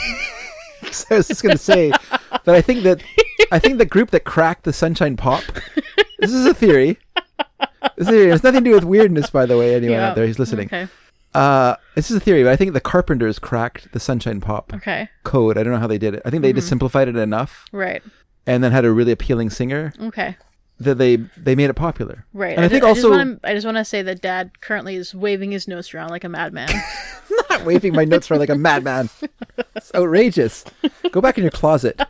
[SPEAKER 2] [laughs] I was just gonna say that I think that I think the group that cracked the Sunshine Pop. This is a theory. This is a theory. It has nothing to do with weirdness, by the way. Anyone
[SPEAKER 3] Yeah.
[SPEAKER 2] out there who's listening,
[SPEAKER 3] okay
[SPEAKER 2] uh, this is a theory. But I think the Carpenters cracked the Sunshine Pop
[SPEAKER 3] okay
[SPEAKER 2] code. I don't know how they did it. I think they
[SPEAKER 3] Mm-hmm.
[SPEAKER 2] just simplified it enough,
[SPEAKER 3] right
[SPEAKER 2] and then had a really appealing singer
[SPEAKER 3] okay
[SPEAKER 2] that they they made it popular.
[SPEAKER 3] right
[SPEAKER 2] And I, think
[SPEAKER 3] ju-
[SPEAKER 2] also
[SPEAKER 3] just wanna, I just want to say that dad currently is waving his notes around like
[SPEAKER 2] [laughs]
[SPEAKER 3] a madman
[SPEAKER 2] I'm waving my notes around like a madman. It's outrageous. Go back in your closet.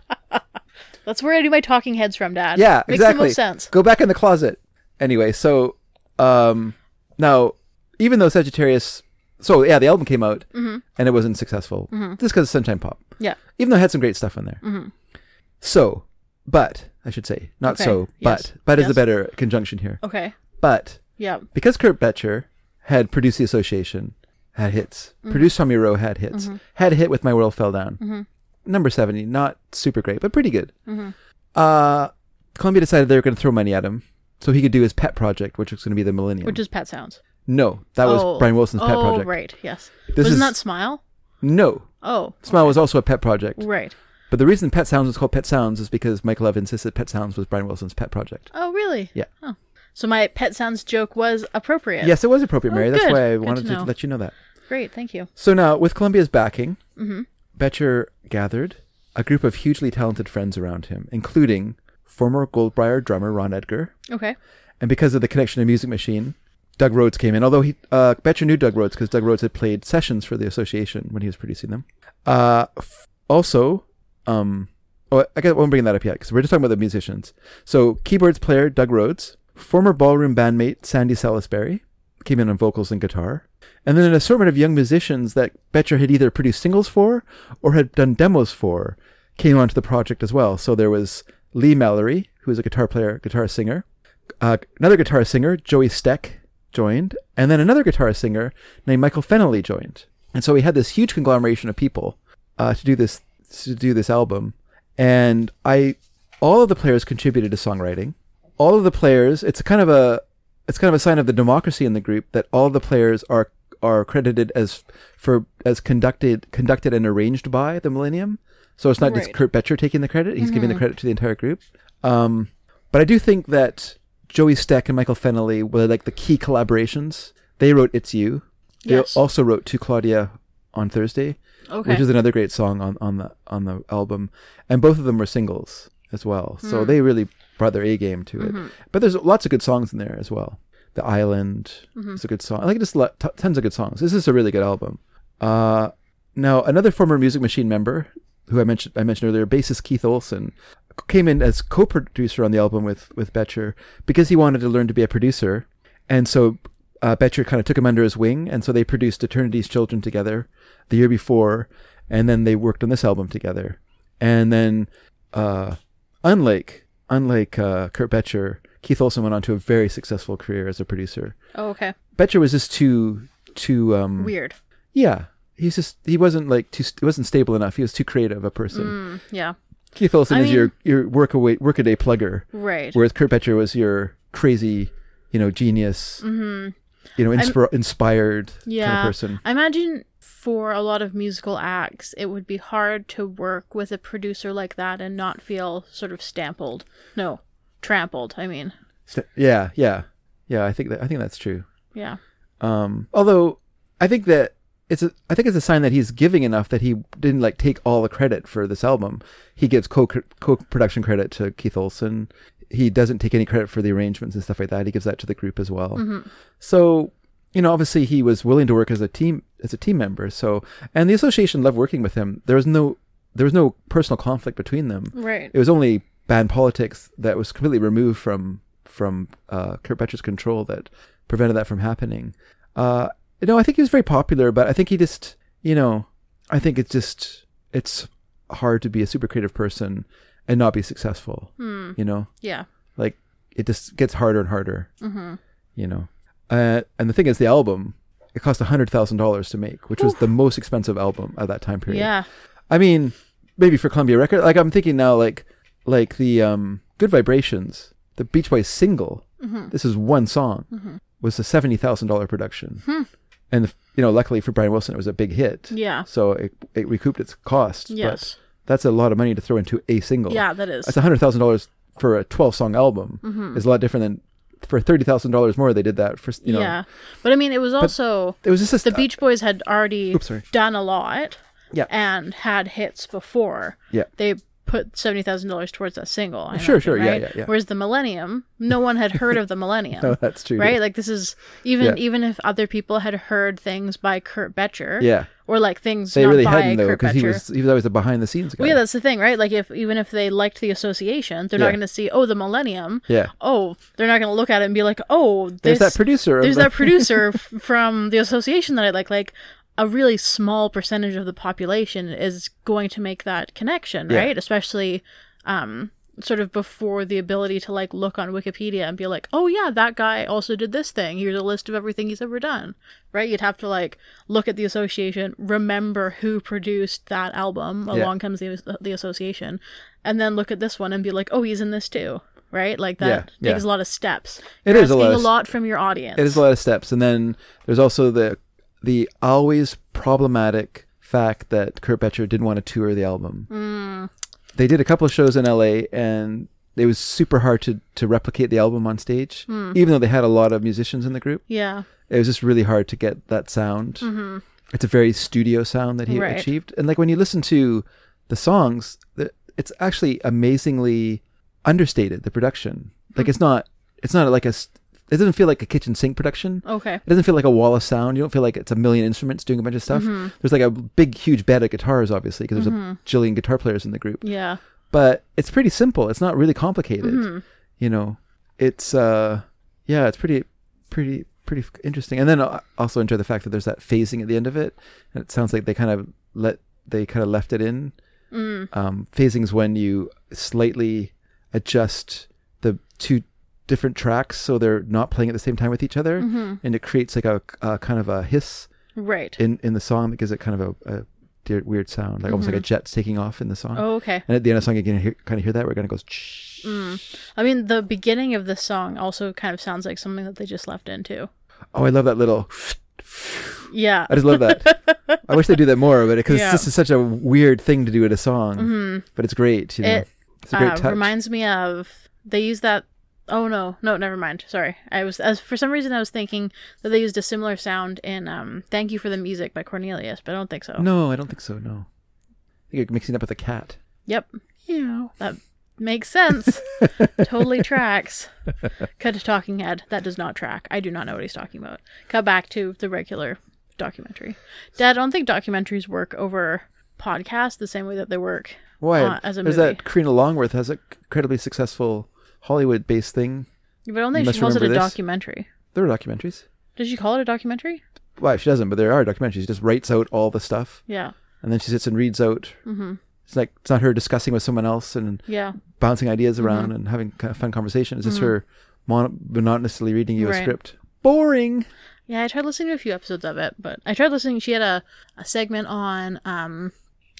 [SPEAKER 3] That's where I do my talking heads from, Dad.
[SPEAKER 2] Yeah,
[SPEAKER 3] Makes
[SPEAKER 2] exactly.
[SPEAKER 3] the most sense.
[SPEAKER 2] Go back in the closet. Anyway, so um, now even though Sagittarius, so yeah, the album came out and it wasn't successful just because of Sunshine Pop,
[SPEAKER 3] Mm-hmm. Yeah. Mm-hmm.
[SPEAKER 2] even though it had some great stuff on there. So, but I should say not
[SPEAKER 3] Okay,
[SPEAKER 2] so,
[SPEAKER 3] yes,
[SPEAKER 2] but but is
[SPEAKER 3] yes.
[SPEAKER 2] a better conjunction here.
[SPEAKER 3] Okay.
[SPEAKER 2] But
[SPEAKER 3] Yeah.
[SPEAKER 2] because Kurt Betcher had produced the association, had hits,
[SPEAKER 3] Mm-hmm.
[SPEAKER 2] produced Tommy Rowe, had hits, had a hit with My World Fell Down, number 70, not super great, but pretty good.
[SPEAKER 3] Mm-hmm.
[SPEAKER 2] Uh, Columbia decided they were going to throw money at him so he could do his pet project, which was going to be the Millennium.
[SPEAKER 3] Which is Pet Sounds.
[SPEAKER 2] no, that was Brian Wilson's pet
[SPEAKER 3] oh,
[SPEAKER 2] project.
[SPEAKER 3] right. Yes.
[SPEAKER 2] This
[SPEAKER 3] Wasn't
[SPEAKER 2] is-
[SPEAKER 3] that Smile?
[SPEAKER 2] No,
[SPEAKER 3] Oh,
[SPEAKER 2] Smile was also a pet project.
[SPEAKER 3] right.
[SPEAKER 2] But the reason Pet Sounds was called Pet Sounds is because Michael Love insisted Pet Sounds was Brian Wilson's pet project.
[SPEAKER 3] Oh, really?
[SPEAKER 2] Yeah.
[SPEAKER 3] Oh. So my Pet Sounds joke was appropriate.
[SPEAKER 2] Yes, it was appropriate,
[SPEAKER 3] Oh,
[SPEAKER 2] Mary. That's
[SPEAKER 3] good.
[SPEAKER 2] why I
[SPEAKER 3] Good
[SPEAKER 2] wanted
[SPEAKER 3] to
[SPEAKER 2] to,
[SPEAKER 3] know.
[SPEAKER 2] let you know that.
[SPEAKER 3] Great. Thank you.
[SPEAKER 2] So now, with Columbia's backing, Betcher gathered a group of hugely talented friends around him, including former Goldbriar drummer Ron Edgar.
[SPEAKER 3] Okay.
[SPEAKER 2] And because of the connection to Music Machine, Doug Rhodes came in. Although he, uh, Betcher knew Doug Rhodes because Doug Rhodes had played sessions for the association when he was producing them. Uh, f- also, um, oh, I guess I won't bring that up yet because we're just talking about the musicians. So, keyboards player Doug Rhodes, former ballroom bandmate Sandy Salisbury came in on vocals and guitar, and then an assortment of young musicians that Betcher had either produced singles for or had done demos for came onto the project as well. So there was Lee Mallory, who is a guitar player, guitar singer, uh, another guitar singer, Joey Steck, joined, and then another guitar singer named Michael Fennelly joined. And so we had this huge conglomeration of people uh, to do this to do this album, and I all of the players contributed to songwriting. All of the players, it's kind of a it's kind of a sign of the democracy in the group that all the players are are credited as for as conducted conducted and arranged by the Millennium. So it's not just
[SPEAKER 3] Right. Mm-hmm.
[SPEAKER 2] Kurt Betcher taking the credit; he's giving the credit to the entire group. Um, but I do think that Joey Steck and Michael Fennelly were like the key collaborations. They wrote "It's You." They
[SPEAKER 3] Yes.
[SPEAKER 2] also wrote "To Claudia" on Thursday,
[SPEAKER 3] Okay.
[SPEAKER 2] which is another great song on, on the on the album, and both of them were singles as well. So they really brought their A game to it. But there's lots of good songs in there as well. The Island is a good song. Like just lo- t- tons of good songs. This is a really good album. Uh, now another former Music Machine member who I mentioned I mentioned earlier, bassist Keith Olsen, c- came in as co-producer on the album with with Betcher because he wanted to learn to be a producer, and so uh, Betcher kind of took him under his wing, and so they produced Eternity's Children together the year before, and then they worked on this album together, and then uh, unlike unlike uh, Kurt Betcher, Keith Olsen went on to a very successful career as a producer.
[SPEAKER 3] oh, okay.
[SPEAKER 2] Betcher was just too too um,
[SPEAKER 3] Weird.
[SPEAKER 2] yeah, he's just he wasn't like too st- he wasn't stable enough. He was too creative a person.
[SPEAKER 3] Yeah.
[SPEAKER 2] Keith Olsen
[SPEAKER 3] Mm. I
[SPEAKER 2] is your your work away work a day plugger,
[SPEAKER 3] Right.
[SPEAKER 2] whereas Kurt Betcher was your crazy, you know, genius, you know, inspir- inspired
[SPEAKER 3] Mm-hmm. yeah.
[SPEAKER 2] kind of person.
[SPEAKER 3] I imagine for a lot of musical acts, it would be hard to work with a producer like that and not feel sort of stampled. No, trampled. I mean,
[SPEAKER 2] St- yeah, yeah, yeah. I think that I think that's true.
[SPEAKER 3] yeah.
[SPEAKER 2] Um, although I think that it's a, I think it's a sign that he's giving enough that he didn't like take all the credit for this album. He gives co co production credit to Keith Olsen. He doesn't take any credit for the arrangements and stuff like that. He gives that to the group as well. So you know, obviously he was willing to work as a team as a team member. So and the association loved working with him. There was no there was no personal conflict between them.
[SPEAKER 3] Right.
[SPEAKER 2] It was only band politics that was completely removed from from uh, Kurt Betcher's control that prevented that from happening. Uh, you know, I think he was very popular, but I think he just, you know, I think it's just it's hard to be a super creative person and not be successful. You know,
[SPEAKER 3] Yeah.
[SPEAKER 2] like it just gets harder and harder. You know, uh, and the thing is, the album it cost hundred thousand dollars to make, which was the most expensive album at that time period.
[SPEAKER 3] Yeah.
[SPEAKER 2] I mean, maybe for Columbia Record. Like I'm thinking now, like like the um, Good Vibrations, the Beach Boys single.
[SPEAKER 3] Mm-hmm.
[SPEAKER 2] This is one song. Was a seventy thousand dollar production, and the, you know, luckily for Brian Wilson, it was a big hit.
[SPEAKER 3] Hmm. Yeah.
[SPEAKER 2] So it, it recouped its cost.
[SPEAKER 3] Yes.
[SPEAKER 2] But that's a lot of money to throw into a single.
[SPEAKER 3] Yeah, that is. Mm-hmm.
[SPEAKER 2] That's hundred thousand dollars for a twelve song album. Is a lot different than for thirty thousand dollars more. They did that for you know.
[SPEAKER 3] yeah. But I mean, it was also.
[SPEAKER 2] It was just this,
[SPEAKER 3] the Beach Boys had already
[SPEAKER 2] Oops, sorry.
[SPEAKER 3] done a lot
[SPEAKER 2] Yeah.
[SPEAKER 3] and had hits before.
[SPEAKER 2] Yeah. [laughs]
[SPEAKER 3] They put seventy thousand dollars towards that single. I
[SPEAKER 2] Sure,
[SPEAKER 3] imagine,
[SPEAKER 2] sure, yeah,
[SPEAKER 3] right?
[SPEAKER 2] yeah, yeah.
[SPEAKER 3] Whereas the Millennium, no one had heard of the Millennium.
[SPEAKER 2] [laughs] No, that's true,
[SPEAKER 3] Right?
[SPEAKER 2] yeah.
[SPEAKER 3] Like this is even
[SPEAKER 2] Yeah.
[SPEAKER 3] even if other people had heard things by Kurt Becher,
[SPEAKER 2] Yeah.
[SPEAKER 3] or like things
[SPEAKER 2] They
[SPEAKER 3] not
[SPEAKER 2] really
[SPEAKER 3] by
[SPEAKER 2] hadn't though,
[SPEAKER 3] Kurt
[SPEAKER 2] because
[SPEAKER 3] Becher.
[SPEAKER 2] he was he was always a behind the scenes guy.
[SPEAKER 3] Well, yeah, that's the thing, right? Like, if even if they liked the association, they're
[SPEAKER 2] Yeah.
[SPEAKER 3] not going to see, oh, the Millennium.
[SPEAKER 2] Yeah.
[SPEAKER 3] Oh, they're not going to look at it and be like, oh,
[SPEAKER 2] there's
[SPEAKER 3] this-
[SPEAKER 2] that producer. of
[SPEAKER 3] There's
[SPEAKER 2] the-
[SPEAKER 3] that
[SPEAKER 2] [laughs]
[SPEAKER 3] producer f- from the association that I like. Like, a really small percentage of the population is going to make that connection,
[SPEAKER 2] Yeah.
[SPEAKER 3] right? Especially, um, sort of before the ability to like look on Wikipedia and be like, oh yeah, that guy also did this thing. Here's a list of everything he's ever done, right? You'd have to like look at the association, remember who produced that album.
[SPEAKER 2] Yeah.
[SPEAKER 3] Along comes the the association, and then look at this one and be like, oh, he's in this too. Right, like that
[SPEAKER 2] Yeah,
[SPEAKER 3] takes
[SPEAKER 2] yeah.
[SPEAKER 3] a lot of steps.
[SPEAKER 2] It
[SPEAKER 3] You're
[SPEAKER 2] is a lot
[SPEAKER 3] asking
[SPEAKER 2] of
[SPEAKER 3] a lot from your audience.
[SPEAKER 2] It is a lot of steps, and then there's also the the always problematic fact that Kurt Becher didn't want to tour the album.
[SPEAKER 3] Mm.
[SPEAKER 2] They did a couple of shows in L.A. and it was super hard to to replicate the album on stage,
[SPEAKER 3] Hmm.
[SPEAKER 2] even though they had a lot of musicians in the group.
[SPEAKER 3] Yeah,
[SPEAKER 2] It was just really hard to get that sound. It's a very studio sound that he
[SPEAKER 3] Right.
[SPEAKER 2] achieved, and like when you listen to the songs, the- it's actually amazingly understated. The production, like it's not, it's not like a. s- It doesn't feel like a kitchen sink production.
[SPEAKER 3] Okay.
[SPEAKER 2] It doesn't feel like a wall of sound. You don't feel like it's a million instruments doing a bunch of stuff. There's like a big, huge bed of guitars, obviously, because there's a jillion guitar players in the group.
[SPEAKER 3] Yeah.
[SPEAKER 2] But it's pretty simple. It's not really complicated. You know, it's uh, yeah, it's pretty, pretty, pretty f- interesting. And then I also enjoy the fact that there's that phasing at the end of it, and it sounds like they kind of let they kind of left it in. Um, phasing is when you slightly adjust the two different tracks so they're not playing at the same time with each other and it creates like a, a kind of a hiss
[SPEAKER 3] Right.
[SPEAKER 2] in in the song that gives it kind of a, a dear, weird sound like almost like a jet's taking off in the song
[SPEAKER 3] oh, okay.
[SPEAKER 2] and at the end of the song you can hear, kind of hear that where it kind of goes "Shh."
[SPEAKER 3] I mean, the beginning of this song also kind of sounds like something that they just left into.
[SPEAKER 2] oh i love that little
[SPEAKER 3] Yeah.
[SPEAKER 2] i just love that i wish they do that more but because
[SPEAKER 3] Yeah. Mm-hmm.
[SPEAKER 2] this is such a weird thing to do in a song but it's great you know
[SPEAKER 3] It,
[SPEAKER 2] it's a great
[SPEAKER 3] uh,
[SPEAKER 2] touch
[SPEAKER 3] reminds me of they use that. Oh no, no, never mind. Sorry, I was as for some reason I was thinking that they used a similar sound in um "Thank You for the Music" by Cornelius, but I don't think so.
[SPEAKER 2] no i don't think so no i think you're mixing it up with a cat
[SPEAKER 3] Yep. Yeah. That
[SPEAKER 2] [laughs]
[SPEAKER 3] makes sense. totally tracks. Cut to Talking Head. That does not track. I do not know what he's talking about. Cut back to the regular documentary. Dad, I don't think documentaries work over podcasts the same way that they work.
[SPEAKER 2] Why?
[SPEAKER 3] uh, as a
[SPEAKER 2] There's
[SPEAKER 3] movie.
[SPEAKER 2] that Karina Longworth has an incredibly successful Hollywood based thing.
[SPEAKER 3] But I don't
[SPEAKER 2] You
[SPEAKER 3] think
[SPEAKER 2] must
[SPEAKER 3] she calls it a
[SPEAKER 2] remember this.
[SPEAKER 3] documentary.
[SPEAKER 2] There are documentaries.
[SPEAKER 3] Did she call it a documentary?
[SPEAKER 2] Why? She doesn't, but there are documentaries. She just writes out all the stuff
[SPEAKER 3] Yeah.
[SPEAKER 2] and then she sits and reads out. Mm-hmm. It's like, it's not her discussing with someone else and
[SPEAKER 3] Yeah.
[SPEAKER 2] bouncing ideas
[SPEAKER 3] Mm-hmm.
[SPEAKER 2] around and having kind of fun conversation. It's just her mon- monotonously reading you
[SPEAKER 3] Right.
[SPEAKER 2] a script. Boring.
[SPEAKER 3] Yeah, I tried listening to a few episodes of it, but I tried listening. She had a, a segment on um,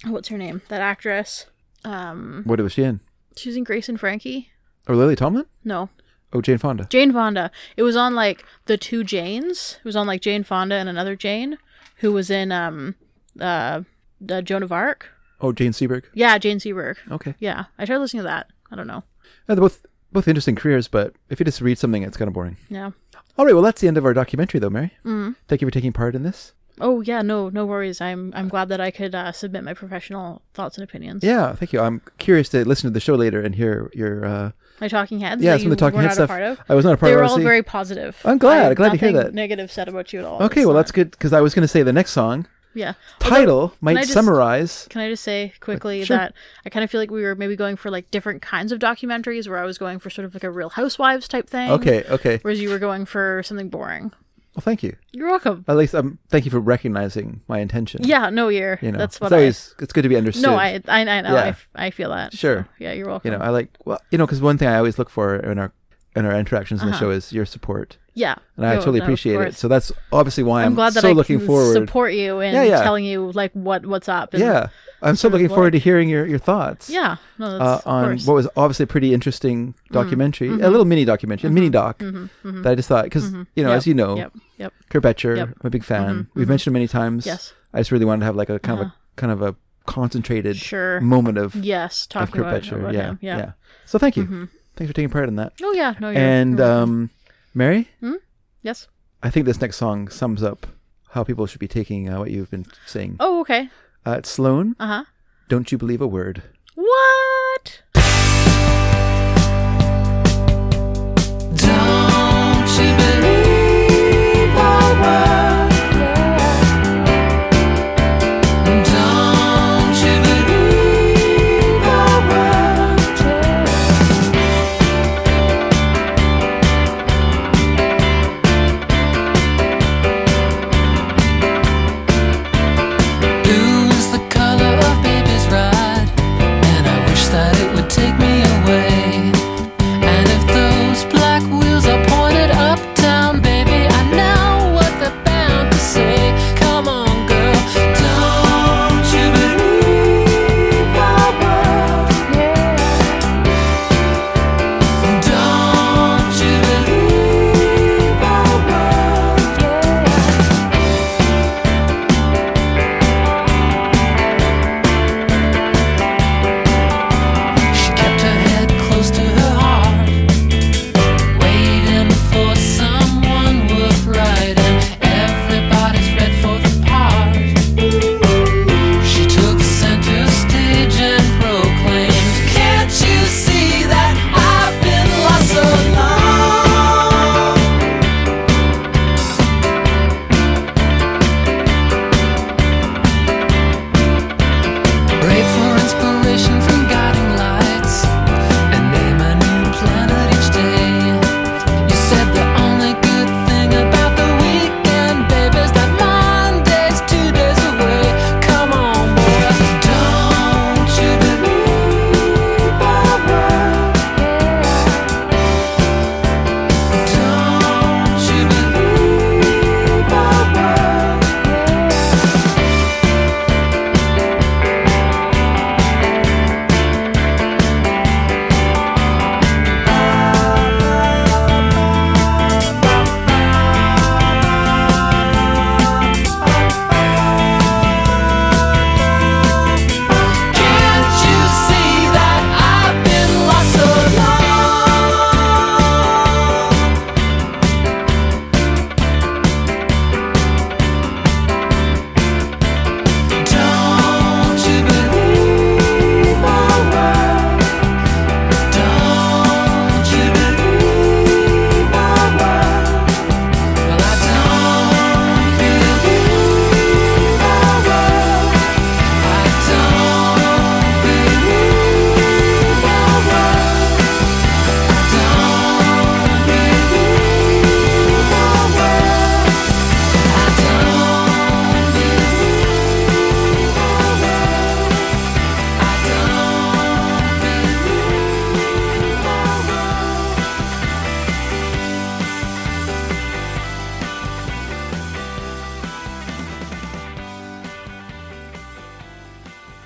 [SPEAKER 3] what's her name? That actress. Um,
[SPEAKER 2] What was she in?
[SPEAKER 3] she was in Grace and Frankie.
[SPEAKER 2] Oh, Lily Tomlin?
[SPEAKER 3] No,
[SPEAKER 2] Oh, Jane Fonda.
[SPEAKER 3] Jane Fonda. It was on like the two Janes. It was on like Jane Fonda and another Jane who was in um uh the Joan of Arc.
[SPEAKER 2] Oh, Jane Seberg.
[SPEAKER 3] Yeah, Jane Seberg.
[SPEAKER 2] Okay.
[SPEAKER 3] Yeah, I tried listening to that. I don't know.
[SPEAKER 2] Yeah, they're both, both interesting careers, but if you just read something, it's kind of boring.
[SPEAKER 3] Yeah.
[SPEAKER 2] All right. Well, that's the end of our documentary, though, Mary. Mm-hmm. Thank you for taking part in this.
[SPEAKER 3] Oh yeah, no, no worries. I'm I'm glad that I could uh, submit my professional thoughts and opinions.
[SPEAKER 2] Yeah, thank you. I'm curious to listen to the show later and hear your. Uh,
[SPEAKER 3] My talking heads.
[SPEAKER 2] Yeah,
[SPEAKER 3] that
[SPEAKER 2] some of the
[SPEAKER 3] you
[SPEAKER 2] Talking
[SPEAKER 3] were
[SPEAKER 2] Head
[SPEAKER 3] not
[SPEAKER 2] stuff
[SPEAKER 3] A part of.
[SPEAKER 2] I was not a part
[SPEAKER 3] They
[SPEAKER 2] of,
[SPEAKER 3] were all
[SPEAKER 2] obviously.
[SPEAKER 3] very positive.
[SPEAKER 2] I'm glad.
[SPEAKER 3] I
[SPEAKER 2] I'm
[SPEAKER 3] had
[SPEAKER 2] glad to hear
[SPEAKER 3] nothing
[SPEAKER 2] that.
[SPEAKER 3] Negative said about you at all.
[SPEAKER 2] okay,
[SPEAKER 3] It's
[SPEAKER 2] well
[SPEAKER 3] not-
[SPEAKER 2] that's good because I was going to say the next song
[SPEAKER 3] Yeah.
[SPEAKER 2] title might
[SPEAKER 3] I just-
[SPEAKER 2] summarize.
[SPEAKER 3] Can I just say quickly
[SPEAKER 2] Sure.
[SPEAKER 3] that I kind of feel like we were maybe going for like different kinds of documentaries where I was going for sort of like a real housewives type thing.
[SPEAKER 2] Okay, okay.
[SPEAKER 3] Whereas you were going for something boring.
[SPEAKER 2] Well, thank you.
[SPEAKER 3] You're welcome.
[SPEAKER 2] At least, um, thank you for recognizing my intention.
[SPEAKER 3] Yeah, no year.
[SPEAKER 2] you know,
[SPEAKER 3] That's
[SPEAKER 2] it's
[SPEAKER 3] what
[SPEAKER 2] always it's good to be
[SPEAKER 3] I
[SPEAKER 2] understood.
[SPEAKER 3] No, I I, I know.
[SPEAKER 2] Yeah.
[SPEAKER 3] I f I I, feel that.
[SPEAKER 2] Sure.
[SPEAKER 3] So, yeah, you're welcome.
[SPEAKER 2] You know, I like well, you know, because one thing I always look for in our in our interactions in the show is your support,
[SPEAKER 3] yeah.
[SPEAKER 2] and I
[SPEAKER 3] No,
[SPEAKER 2] totally
[SPEAKER 3] Uh-huh. Oh, no, of
[SPEAKER 2] appreciate it.
[SPEAKER 3] course.
[SPEAKER 2] So that's obviously why I'm,
[SPEAKER 3] I'm glad that
[SPEAKER 2] so
[SPEAKER 3] I
[SPEAKER 2] looking
[SPEAKER 3] can
[SPEAKER 2] forward.
[SPEAKER 3] support you and
[SPEAKER 2] Yeah, yeah.
[SPEAKER 3] telling you like what what's up. And,
[SPEAKER 2] yeah, I'm so
[SPEAKER 3] sort of
[SPEAKER 2] looking forward to
[SPEAKER 3] like-
[SPEAKER 2] hearing your your thoughts.
[SPEAKER 3] Yeah. No, that's,
[SPEAKER 2] uh,
[SPEAKER 3] of
[SPEAKER 2] on
[SPEAKER 3] course. Mm-hmm,
[SPEAKER 2] what was obviously a pretty interesting documentary, a little mini documentary, a mini doc that I just thought because you know,
[SPEAKER 3] Mm-hmm, Yep,
[SPEAKER 2] as you know,
[SPEAKER 3] Yep. Yep.
[SPEAKER 2] Kurt Becher,
[SPEAKER 3] Yep. Mm-hmm,
[SPEAKER 2] I'm a big fan. We've mentioned many times.
[SPEAKER 3] Yes. Uh-huh.
[SPEAKER 2] I just really wanted to have like a kind of a kind of a concentrated
[SPEAKER 3] Sure.
[SPEAKER 2] moment of,
[SPEAKER 3] Yes.
[SPEAKER 2] of
[SPEAKER 3] Talking
[SPEAKER 2] Kurt
[SPEAKER 3] about,
[SPEAKER 2] Becher.
[SPEAKER 3] about
[SPEAKER 2] yeah,
[SPEAKER 3] him.
[SPEAKER 2] yeah,
[SPEAKER 3] Yeah. Mm-hmm.
[SPEAKER 2] So thank you, thanks for taking part in that.
[SPEAKER 3] Oh yeah. No. You're,
[SPEAKER 2] and
[SPEAKER 3] you're welcome. Mm.
[SPEAKER 2] um, Mary,
[SPEAKER 3] yes.
[SPEAKER 2] I think this next song sums up how people should be taking uh, what you've been saying.
[SPEAKER 3] Oh okay.
[SPEAKER 2] Uh, it's Sloan.
[SPEAKER 3] Uh huh.
[SPEAKER 2] Don't you believe a word?
[SPEAKER 3] What?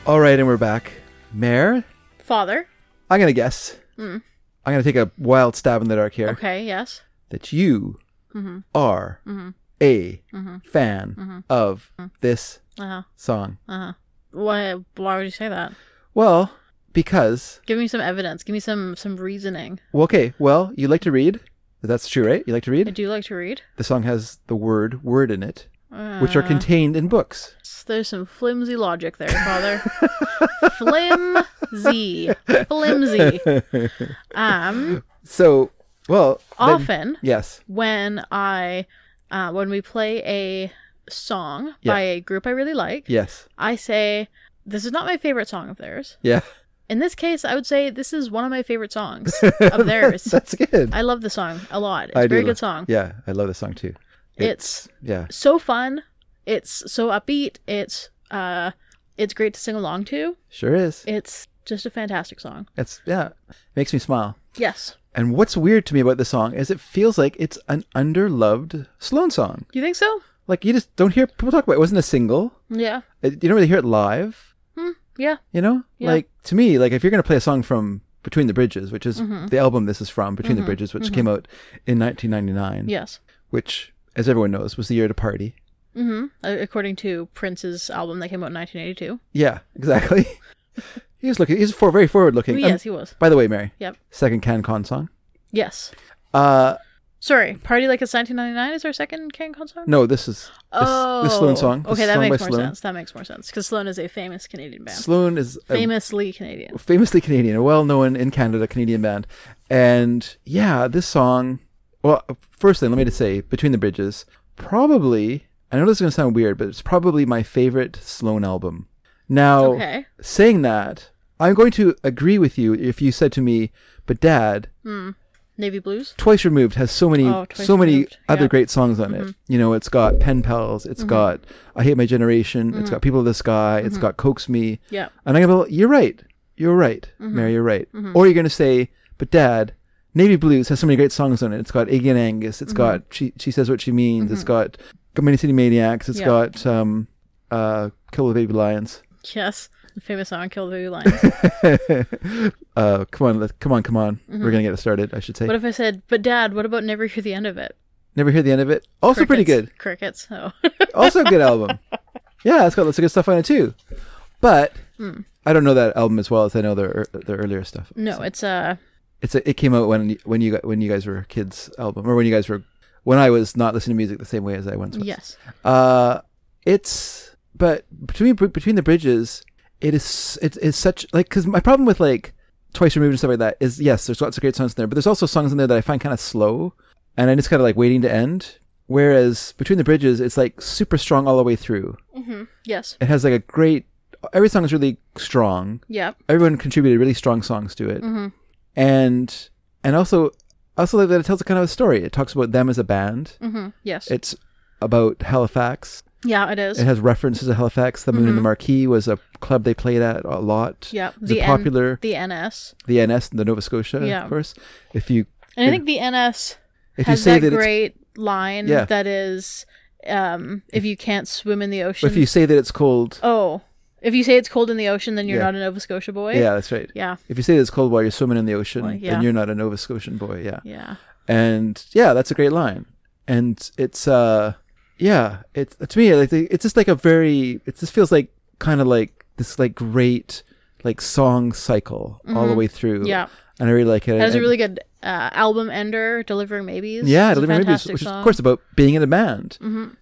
[SPEAKER 2] All right, and we're back. Mare?
[SPEAKER 3] Father.
[SPEAKER 2] I'm going to guess. I'm going to take a wild stab in the dark here.
[SPEAKER 3] Mm. Okay, Mm-hmm. yes.
[SPEAKER 2] That you are a fan of this
[SPEAKER 3] Mm-hmm. Uh-huh.
[SPEAKER 2] song.
[SPEAKER 3] Why why would you say that?
[SPEAKER 2] Well, because,
[SPEAKER 3] Give me some evidence. Give me some some reasoning.
[SPEAKER 2] well, okay, well, you like to read. That's true, right? You like to
[SPEAKER 3] I
[SPEAKER 2] read?
[SPEAKER 3] do like to read.
[SPEAKER 2] The song has the word word in it, which are
[SPEAKER 3] Ah.
[SPEAKER 2] contained in
[SPEAKER 3] [laughs]
[SPEAKER 2] books.
[SPEAKER 3] Uh, There's some flimsy logic there, Father.
[SPEAKER 2] [laughs]
[SPEAKER 3] flimsy. Flimsy. Um
[SPEAKER 2] So, well, then-
[SPEAKER 3] often
[SPEAKER 2] yes.
[SPEAKER 3] when I uh, when we play a song
[SPEAKER 2] Yeah.
[SPEAKER 3] by a group I really like,
[SPEAKER 2] Yes.
[SPEAKER 3] I say this is not my favorite song of theirs.
[SPEAKER 2] Yeah.
[SPEAKER 3] In this case, I would say this is one of my favorite songs
[SPEAKER 2] [laughs]
[SPEAKER 3] of theirs.
[SPEAKER 2] That's good.
[SPEAKER 3] I love the song a lot. It's
[SPEAKER 2] I
[SPEAKER 3] a very
[SPEAKER 2] do
[SPEAKER 3] good
[SPEAKER 2] love-
[SPEAKER 3] song.
[SPEAKER 2] Yeah, I love this song too.
[SPEAKER 3] It's-
[SPEAKER 2] yeah,
[SPEAKER 3] So fun. It's so upbeat. It's uh it's great to sing along to.
[SPEAKER 2] sure is.
[SPEAKER 3] It's just a fantastic song.
[SPEAKER 2] It's yeah, makes me smile.
[SPEAKER 3] Yes.
[SPEAKER 2] And what's weird to me about this song is it feels like it's an underloved Sloan song.
[SPEAKER 3] You think so?
[SPEAKER 2] Like you just don't hear people talk about. It, it wasn't a single.
[SPEAKER 3] Yeah.
[SPEAKER 2] It, you don't really hear it live.
[SPEAKER 3] Yeah.
[SPEAKER 2] You know,
[SPEAKER 3] Yeah.
[SPEAKER 2] like to me, like if you're gonna play a song from Between the Bridges, which is
[SPEAKER 3] Mm-hmm.
[SPEAKER 2] the album this is from, Between the Bridges, which came out in 1999,
[SPEAKER 3] Yes.
[SPEAKER 2] which, as everyone knows, was the year to party.
[SPEAKER 3] Mhm. A- According to Prince's album that came out in 1982.
[SPEAKER 2] Yeah, [laughs] exactly. he was looking. He's for, very forward looking.
[SPEAKER 3] yes, he was.
[SPEAKER 2] by the way, Mary,
[SPEAKER 3] Yep.
[SPEAKER 2] second CanCon song.
[SPEAKER 3] Yes.
[SPEAKER 2] Uh,
[SPEAKER 3] Sorry, Party Like It's 1999 is our second CanCon song? Oh.
[SPEAKER 2] no, this is this, this Sloan song. This
[SPEAKER 3] okay,
[SPEAKER 2] is
[SPEAKER 3] that
[SPEAKER 2] song by
[SPEAKER 3] makes more
[SPEAKER 2] Sloan.
[SPEAKER 3] sense. That makes more sense because Sloan is a famous Canadian band.
[SPEAKER 2] Sloan is a
[SPEAKER 3] Famously Canadian.
[SPEAKER 2] famously Canadian, a well-known in Canada Canadian band, and yeah, this song. Well, first thing, let me just say, Between the Bridges, probably. I know this is going to sound weird, but it's probably my favorite Sloan album. Now,
[SPEAKER 3] Okay.
[SPEAKER 2] saying that, I'm going to agree with you if you said to me, "But Dad,
[SPEAKER 3] Navy Blues.
[SPEAKER 2] Twice Removed has so many
[SPEAKER 3] Oh, Twice
[SPEAKER 2] so many
[SPEAKER 3] Removed,
[SPEAKER 2] other
[SPEAKER 3] yeah. Mm-hmm.
[SPEAKER 2] great songs on it. You know, it's got Pen Pals, it's got I Hate My Generation, it's got People of the Sky, it's got Coax Me.
[SPEAKER 3] Mm-hmm. Yeah.
[SPEAKER 2] And I'm gonna be like, You're right. You're right,
[SPEAKER 3] Mm-hmm.
[SPEAKER 2] Mary, you're right. Or you're gonna say, But Dad, Navy Blues has so many great songs on it. It's got Iggy and Angus,
[SPEAKER 3] Mm-hmm.
[SPEAKER 2] It's got She She Says What She Means, it's got Many City Maniacs, It's
[SPEAKER 3] Yeah.
[SPEAKER 2] got um uh Kill the Baby Lions. [laughs]
[SPEAKER 3] Yes. The famous song Kill the Baby Lions.
[SPEAKER 2] Uh come on, let, come on, come on. We're gonna get it started, I should say.
[SPEAKER 3] Mm-hmm. what if I said, but Dad, what about Never Hear the End of It?
[SPEAKER 2] Never hear the end of it. Also pretty good.
[SPEAKER 3] Crickets. Crickets.
[SPEAKER 2] [laughs]
[SPEAKER 3] Oh.
[SPEAKER 2] also a good
[SPEAKER 3] [laughs]
[SPEAKER 2] album. Yeah, it's got lots of good stuff on it too. But I don't know that album as well as I know their ear- their earlier stuff.
[SPEAKER 3] Hmm. no, it's uh,
[SPEAKER 2] It's a, it came out when you- when you gu- when you guys were kids album or when you guys were when I was not listening to music the same way as I once was.
[SPEAKER 3] yes.
[SPEAKER 2] Uh, it's but between between the bridges, it is it is such like because my problem with like twice removed and stuff like that is yes, there's lots of great songs in there, but there's also songs in there that I find kind of slow, and I'm just kind of like waiting to end. Whereas between the bridges, it's like super strong all the way through.
[SPEAKER 3] Yes.
[SPEAKER 2] It has like a great every song is really strong
[SPEAKER 3] Yep.
[SPEAKER 2] everyone contributed really strong songs to it,
[SPEAKER 3] Mm-hmm.
[SPEAKER 2] and and also also like that it tells a kind of a story. It talks about them as a band.
[SPEAKER 3] hmm Yes.
[SPEAKER 2] It's about Halifax.
[SPEAKER 3] yeah, it is.
[SPEAKER 2] It has references to Halifax. The Moon and the Marquee was a club they played at a lot.
[SPEAKER 3] Mm-hmm. Yep.
[SPEAKER 2] it was a
[SPEAKER 3] N-
[SPEAKER 2] popular
[SPEAKER 3] the NS.
[SPEAKER 2] the NS and the Nova Scotia,
[SPEAKER 3] Yeah.
[SPEAKER 2] of course. If you
[SPEAKER 3] And I think the NS
[SPEAKER 2] if you
[SPEAKER 3] has
[SPEAKER 2] say
[SPEAKER 3] that,
[SPEAKER 2] that it's
[SPEAKER 3] great line
[SPEAKER 2] Yeah.
[SPEAKER 3] that is, um, if you can't swim in the ocean.
[SPEAKER 2] if you say that it's cold,
[SPEAKER 3] Oh, if you say it's cold in the ocean, then you're
[SPEAKER 2] Yeah.
[SPEAKER 3] not a Nova Scotia boy.
[SPEAKER 2] yeah, that's right.
[SPEAKER 3] Yeah.
[SPEAKER 2] If you say that it's cold while you're swimming in the ocean,
[SPEAKER 3] Well, yeah.
[SPEAKER 2] then you're not a Nova Scotian boy. Yeah.
[SPEAKER 3] Yeah.
[SPEAKER 2] and yeah that's a great line and it's uh yeah it's to me like it's just like a very it just feels like kind of like this like great like song cycle all the way through
[SPEAKER 3] Mm-hmm. Yeah.
[SPEAKER 2] and i really like it
[SPEAKER 3] That is a
[SPEAKER 2] And-
[SPEAKER 3] really good uh, album ender, Delivering Maybes.
[SPEAKER 2] yeah
[SPEAKER 3] It's a
[SPEAKER 2] delivering maybes
[SPEAKER 3] fantastic
[SPEAKER 2] which is of
[SPEAKER 3] song. Mm-hmm.
[SPEAKER 2] course about being in a band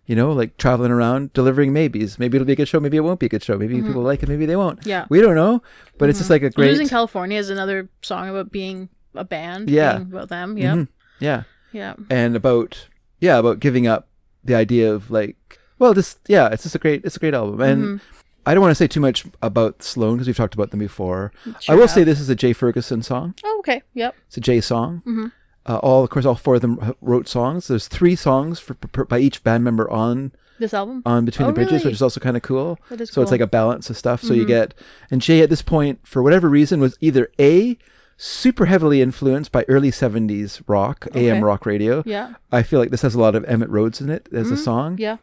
[SPEAKER 2] you know like traveling around delivering maybes maybe it'll be a good show maybe it won't be a good show maybe people like it maybe they won't
[SPEAKER 3] Mm-hmm. Yeah. Mm-hmm.
[SPEAKER 2] we don't know but it's just like a great
[SPEAKER 3] Losing California is another song about being a band.
[SPEAKER 2] Yeah.
[SPEAKER 3] being about them. Yep.
[SPEAKER 2] Mm-hmm. yeah
[SPEAKER 3] Yeah.
[SPEAKER 2] and about yeah about giving up the idea of like well just yeah it's just a great it's a great album and
[SPEAKER 3] Mm-hmm.
[SPEAKER 2] i don't want to say too much about sloan because we've talked about them before i will say this is a jay ferguson song
[SPEAKER 3] Oh, okay. Yep.
[SPEAKER 2] it's a jay song
[SPEAKER 3] Mm-hmm.
[SPEAKER 2] uh, all of course all four of them h- wrote songs there's three songs for, per, by each band member on
[SPEAKER 3] This album.
[SPEAKER 2] on between
[SPEAKER 3] Oh,
[SPEAKER 2] the bridges
[SPEAKER 3] really?
[SPEAKER 2] which is also kind of cool so
[SPEAKER 3] That is
[SPEAKER 2] it's
[SPEAKER 3] cool. Mm-hmm.
[SPEAKER 2] like a balance of stuff so you get and jay at this point for whatever reason was either a super heavily influenced by early 70s rock, AM
[SPEAKER 3] Okay.
[SPEAKER 2] rock radio.
[SPEAKER 3] Yeah.
[SPEAKER 2] I feel like this has a lot of Emmett Rhodes in it as a song.
[SPEAKER 3] Yeah.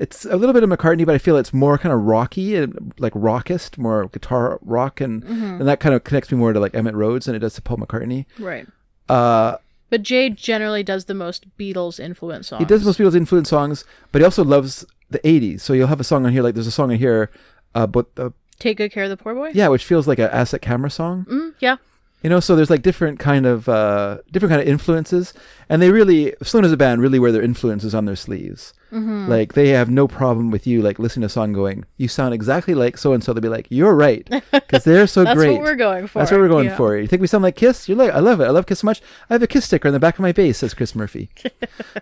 [SPEAKER 2] It's a little bit of McCartney, but I feel it's more kind of rocky and like rockist, more guitar rock. And, and that kind of connects me more to like Emmett Rhodes than it does to Paul McCartney.
[SPEAKER 3] Right.
[SPEAKER 2] Uh,
[SPEAKER 3] But Jade generally does the most Beatles influence songs.
[SPEAKER 2] He does most Beatles influence songs, but he also loves the '80s. So you'll have a song on here, like there's a song on here, uh, but uh,
[SPEAKER 3] Take good care of the poor boy.
[SPEAKER 2] yeah, Oh, which feels like an asset camera song.
[SPEAKER 3] Mm, yeah.
[SPEAKER 2] You know, so there's like different kind of uh, different kind of influences, and they really Sloan as a band really wear their influences on their sleeves.
[SPEAKER 3] Mm-hmm.
[SPEAKER 2] Like they have no problem with you like listening to a song going, you sound exactly like so and so. They'll be like, you're right, because they're so
[SPEAKER 3] [laughs] That's
[SPEAKER 2] great.
[SPEAKER 3] what we're going for.
[SPEAKER 2] That's what we're going
[SPEAKER 3] Yeah.
[SPEAKER 2] for. You think we sound like Kiss? You're like, I love it. I love Kiss so much. I have a Kiss sticker on the back of my bass, says Chris
[SPEAKER 3] [laughs]
[SPEAKER 2] Murphy.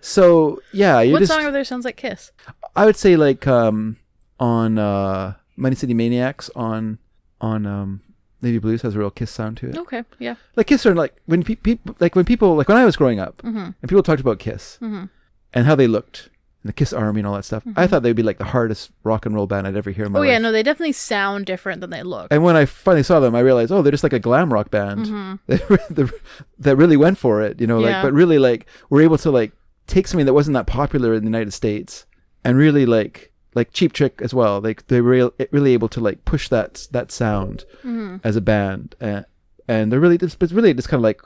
[SPEAKER 2] so yeah, you
[SPEAKER 3] What
[SPEAKER 2] just,
[SPEAKER 3] song over there sounds like Kiss?
[SPEAKER 2] I would say like um on uh Money City Maniacs on on um Navy Blues has a real Kiss sound to it.
[SPEAKER 3] Okay. Yeah.
[SPEAKER 2] Like Kiss are like when pe- pe- like when people like when I was growing up
[SPEAKER 3] Mm-hmm.
[SPEAKER 2] and people talked about Kiss and how they looked and the Kiss Army and all that stuff. I thought they would be like the hardest rock and roll band I'd ever hear in my
[SPEAKER 3] Mm-hmm. Oh
[SPEAKER 2] life.
[SPEAKER 3] yeah. No, they definitely sound different than they look.
[SPEAKER 2] And when I finally saw them, I realized, oh, they're just like a glam rock band [laughs] that, that really went for it, you know,
[SPEAKER 3] Yeah.
[SPEAKER 2] like, but really like were able to like take something that wasn't that popular in the United States and really like, like Cheap Trick as well. Like they were real- really able to like push that, that sound as a band. And, and they're really, just- it's really just kind of like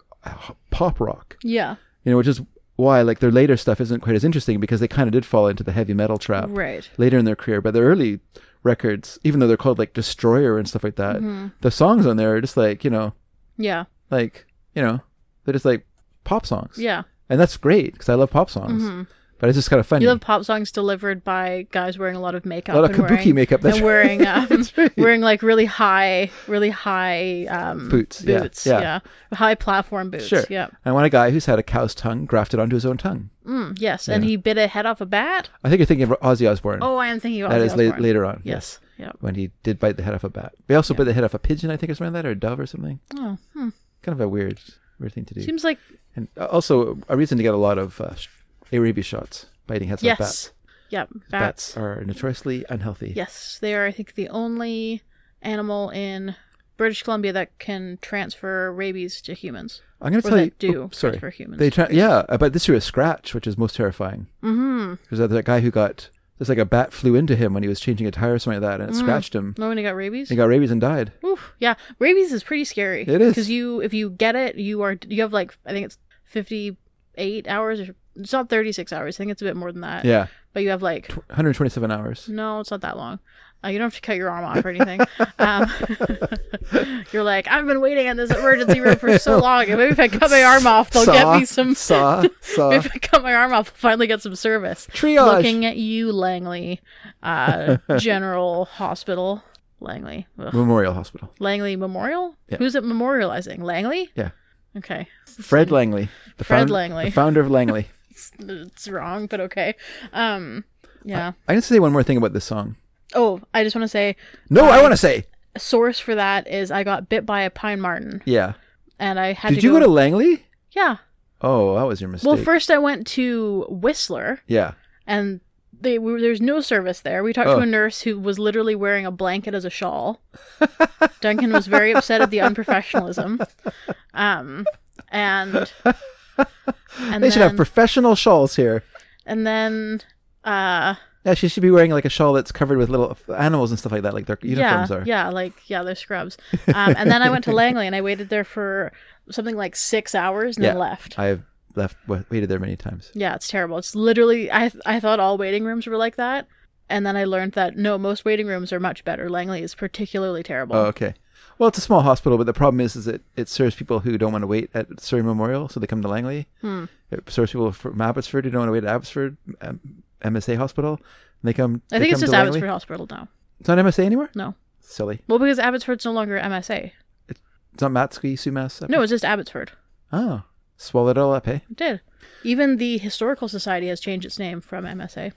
[SPEAKER 2] pop rock,
[SPEAKER 3] yeah.
[SPEAKER 2] you know, which is why like their later stuff isn't quite as interesting because they kind of did fall into the heavy metal trap
[SPEAKER 3] Right.
[SPEAKER 2] later in their career, but their early records, even though they're called like Destroyer and stuff like that,
[SPEAKER 3] Mm-hmm.
[SPEAKER 2] the songs on there are just like, you know,
[SPEAKER 3] Yeah.
[SPEAKER 2] like, you know, they're just like pop songs.
[SPEAKER 3] Yeah. Mm-hmm.
[SPEAKER 2] And that's great because I love pop songs. But it's just kind of funny.
[SPEAKER 3] You love pop songs delivered by guys wearing a lot of makeup,
[SPEAKER 2] lot of
[SPEAKER 3] and
[SPEAKER 2] kabuki
[SPEAKER 3] wearing,
[SPEAKER 2] makeup, [laughs] that's
[SPEAKER 3] and wearing um,
[SPEAKER 2] right.
[SPEAKER 3] wearing like really high, really high um,
[SPEAKER 2] Boots, yeah,
[SPEAKER 3] boots,
[SPEAKER 2] yeah.
[SPEAKER 3] high platform boots.
[SPEAKER 2] Sure.
[SPEAKER 3] Yeah.
[SPEAKER 2] I want a guy who's had a cow's tongue grafted onto his own tongue.
[SPEAKER 3] Mm, yes, and he bit a head off a bat.
[SPEAKER 2] I think you're thinking of Ozzy Osbourne.
[SPEAKER 3] Oh, I am thinking about
[SPEAKER 2] that
[SPEAKER 3] Ozzy
[SPEAKER 2] is la-
[SPEAKER 3] Osbourne.
[SPEAKER 2] later on.
[SPEAKER 3] Yes. Yeah.
[SPEAKER 2] When he did bite the head off a bat. They also bit the head off a pigeon, I think, or something like that, or a dove or something.
[SPEAKER 3] Oh, hmm.
[SPEAKER 2] Kind of a weird, weird thing to do.
[SPEAKER 3] Seems like
[SPEAKER 2] and uh, also, a reason to get a lot of uh, sh- Arabia shots, biting heads off bats.
[SPEAKER 3] yes. Yeah. Bats.
[SPEAKER 2] bats are notoriously unhealthy.
[SPEAKER 3] Yes, they are. I think the only animal in British Columbia that can transfer rabies to humans.
[SPEAKER 2] I'm going
[SPEAKER 3] Or
[SPEAKER 2] to tell you.
[SPEAKER 3] that do
[SPEAKER 2] oh, sorry,
[SPEAKER 3] transfer humans.
[SPEAKER 2] they try. Yeah, uh, but this year is scratch, which is most terrifying. Mm-hmm. There's that, that guy who got. There's like a bat flew into him when he was changing a tire or something like that, and it
[SPEAKER 3] Mm.
[SPEAKER 2] scratched him.
[SPEAKER 3] No one got rabies.
[SPEAKER 2] He got rabies and died.
[SPEAKER 3] Oof, yeah, rabies is pretty scary.
[SPEAKER 2] It is.
[SPEAKER 3] because you if you get it, you are you have like I think it's fifty eight hours. Or, it's not thirty six hours. I think it's a bit more than that.
[SPEAKER 2] Yeah,
[SPEAKER 3] but you have like
[SPEAKER 2] 127 hours.
[SPEAKER 3] no, it's not that long. Uh, you don't have to cut your arm off
[SPEAKER 2] [laughs]
[SPEAKER 3] or anything. Um, [laughs] you're like, I've been waiting in this emergency room for so long, and maybe if I cut my arm off, they'll get me some.
[SPEAKER 2] saw saw.
[SPEAKER 3] [laughs] Maybe if I cut my arm off, I'll finally get some service.
[SPEAKER 2] Triage.
[SPEAKER 3] Looking at you, Langley,
[SPEAKER 2] [laughs]
[SPEAKER 3] uh, General Hospital, Langley. Ugh.
[SPEAKER 2] Memorial Hospital.
[SPEAKER 3] Langley Memorial?
[SPEAKER 2] Yeah.
[SPEAKER 3] Who's it memorializing? Langley?
[SPEAKER 2] Yeah,
[SPEAKER 3] Okay.
[SPEAKER 2] Fred Langley. The
[SPEAKER 3] Fred
[SPEAKER 2] found-
[SPEAKER 3] Langley.
[SPEAKER 2] the founder of
[SPEAKER 3] [laughs]
[SPEAKER 2] Langley.
[SPEAKER 3] It's wrong, but okay. Um yeah.
[SPEAKER 2] I'm going to say one more thing about this song.
[SPEAKER 3] oh, I just want to say
[SPEAKER 2] No, I want to say.
[SPEAKER 3] a source for that is I got bit by a pine marten
[SPEAKER 2] Yeah.
[SPEAKER 3] and I had
[SPEAKER 2] Did
[SPEAKER 3] to
[SPEAKER 2] you go to Langley?
[SPEAKER 3] Yeah.
[SPEAKER 2] Oh, that was your mistake.
[SPEAKER 3] Well, first I went to Whistler
[SPEAKER 2] Yeah.
[SPEAKER 3] and they we, there's no service there. We talked
[SPEAKER 2] Oh.
[SPEAKER 3] to a nurse who was literally wearing a blanket as a shawl. Duncan was very upset at the unprofessionalism. Um
[SPEAKER 2] [laughs]
[SPEAKER 3] and and
[SPEAKER 2] They should have
[SPEAKER 3] then-
[SPEAKER 2] professional shawls here.
[SPEAKER 3] and then uh
[SPEAKER 2] Yeah, she should be wearing like a shawl that's covered with little f- animals and stuff like that, like their uniforms
[SPEAKER 3] yeah,
[SPEAKER 2] are.
[SPEAKER 3] Yeah, like yeah, they're scrubs. Um, and then I
[SPEAKER 2] [laughs]
[SPEAKER 3] went to Langley and I waited there for something like six hours and then left.
[SPEAKER 2] I have left wa- waited there many times.
[SPEAKER 3] yeah, it's terrible. It's literally I I thought all waiting rooms were like that, and then I learned that no, most waiting rooms are much better. Langley is particularly terrible.
[SPEAKER 2] Oh, okay. Well, it's a small hospital, but the problem is, is it, it serves people who don't want to wait at Surrey Memorial, so they come to Langley.
[SPEAKER 3] Hmm.
[SPEAKER 2] It serves people from Abbotsford who don't want to wait at Abbotsford um, MSA Hospital, and they come. they
[SPEAKER 3] I think it's
[SPEAKER 2] come
[SPEAKER 3] just
[SPEAKER 2] to
[SPEAKER 3] Abbotsford
[SPEAKER 2] Langley.
[SPEAKER 3] Hospital now.
[SPEAKER 2] It's not MSA anymore.
[SPEAKER 3] No,
[SPEAKER 2] Silly.
[SPEAKER 3] well because Abbotsford's no longer MSA.
[SPEAKER 2] It's not Matsky Sumas.
[SPEAKER 3] No, it's just Abbotsford.
[SPEAKER 2] Oh, swallowed it all up, hey?
[SPEAKER 3] It did. Even the Historical Society has changed its name from MSA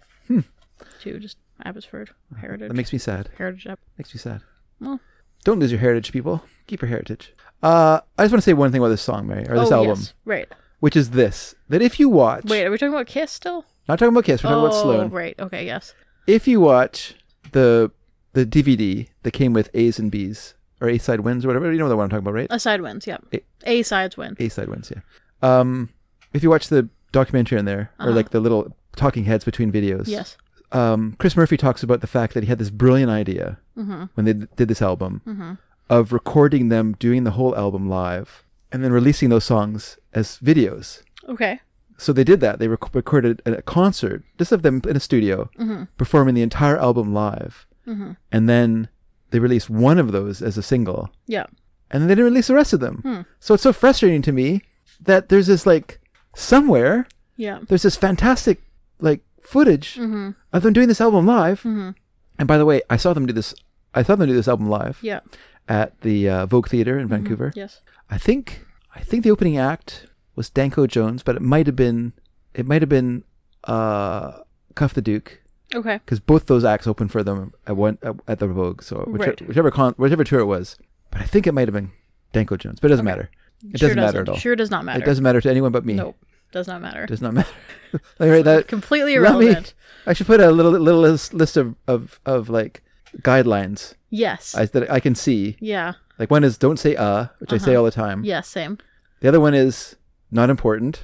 [SPEAKER 3] to just Abbotsford Heritage.
[SPEAKER 2] That makes Hmm. me sad.
[SPEAKER 3] Heritage Ab-
[SPEAKER 2] Makes me sad.
[SPEAKER 3] Well.
[SPEAKER 2] Don't lose your heritage, people. Keep your heritage. Uh, I just want to say one thing about this song, Mary, or this
[SPEAKER 3] oh,
[SPEAKER 2] album,
[SPEAKER 3] Yes. Right.
[SPEAKER 2] which is this: that if you watch,
[SPEAKER 3] Wait, are we talking about Kiss still?
[SPEAKER 2] not talking about Kiss, we're talking about Sloan.
[SPEAKER 3] Oh, right. Okay, yes.
[SPEAKER 2] If you watch the the
[SPEAKER 3] Uh.
[SPEAKER 2] DVD that came with A's and B's or A side wins or whatever, you know what I'm talking about, right?
[SPEAKER 3] Aside wins, yeah.
[SPEAKER 2] A-
[SPEAKER 3] A sides win.
[SPEAKER 2] A side wins, yeah. Um, if you watch the documentary in there, or like the little talking heads between videos,
[SPEAKER 3] Uh-huh. Yes.
[SPEAKER 2] um, Chris Murphy talks about the fact that he had this brilliant idea when they d- did this album of recording them doing the whole album live and then releasing those songs as videos.
[SPEAKER 3] Okay.
[SPEAKER 2] So they did that. They rec- recorded a a concert just of them in a studio performing the entire album live, and then they released one of those as a single,
[SPEAKER 3] Yeah.
[SPEAKER 2] and then they didn't release the rest of them. So it's so frustrating to me that there's this like somewhere
[SPEAKER 3] Yeah.
[SPEAKER 2] there's this fantastic like footage
[SPEAKER 3] Mm-hmm.
[SPEAKER 2] of them doing this album live. And by the way, I saw them do this. I saw them do this album live
[SPEAKER 3] Yeah. Mm-hmm.
[SPEAKER 2] at the uh, Vogue Theater in Vancouver.
[SPEAKER 3] Yes.
[SPEAKER 2] I think I think the opening act was Danko Jones, but it might have been it might have been uh, Cuff the Duke
[SPEAKER 3] Okay.
[SPEAKER 2] because both those acts opened for them at one at, at the Vogue. So whichever
[SPEAKER 3] Right.
[SPEAKER 2] whichever, con, whichever tour it was, but I think it might have been Danko Jones. But it doesn't matter. It doesn't, matter at all.
[SPEAKER 3] Sure does not matter.
[SPEAKER 2] It doesn't matter to anyone but me.
[SPEAKER 3] Nope. Does not matter.
[SPEAKER 2] It does not matter. [laughs] All right, that
[SPEAKER 3] Completely
[SPEAKER 2] let me-
[SPEAKER 3] irrelevant.
[SPEAKER 2] I should put a little little list, list of, of of like guidelines
[SPEAKER 3] Yes.
[SPEAKER 2] I, that I can see.
[SPEAKER 3] yeah.
[SPEAKER 2] Like one is don't say uh, which I say all the time.
[SPEAKER 3] Uh-huh. Yeah. Same.
[SPEAKER 2] The other one is not important.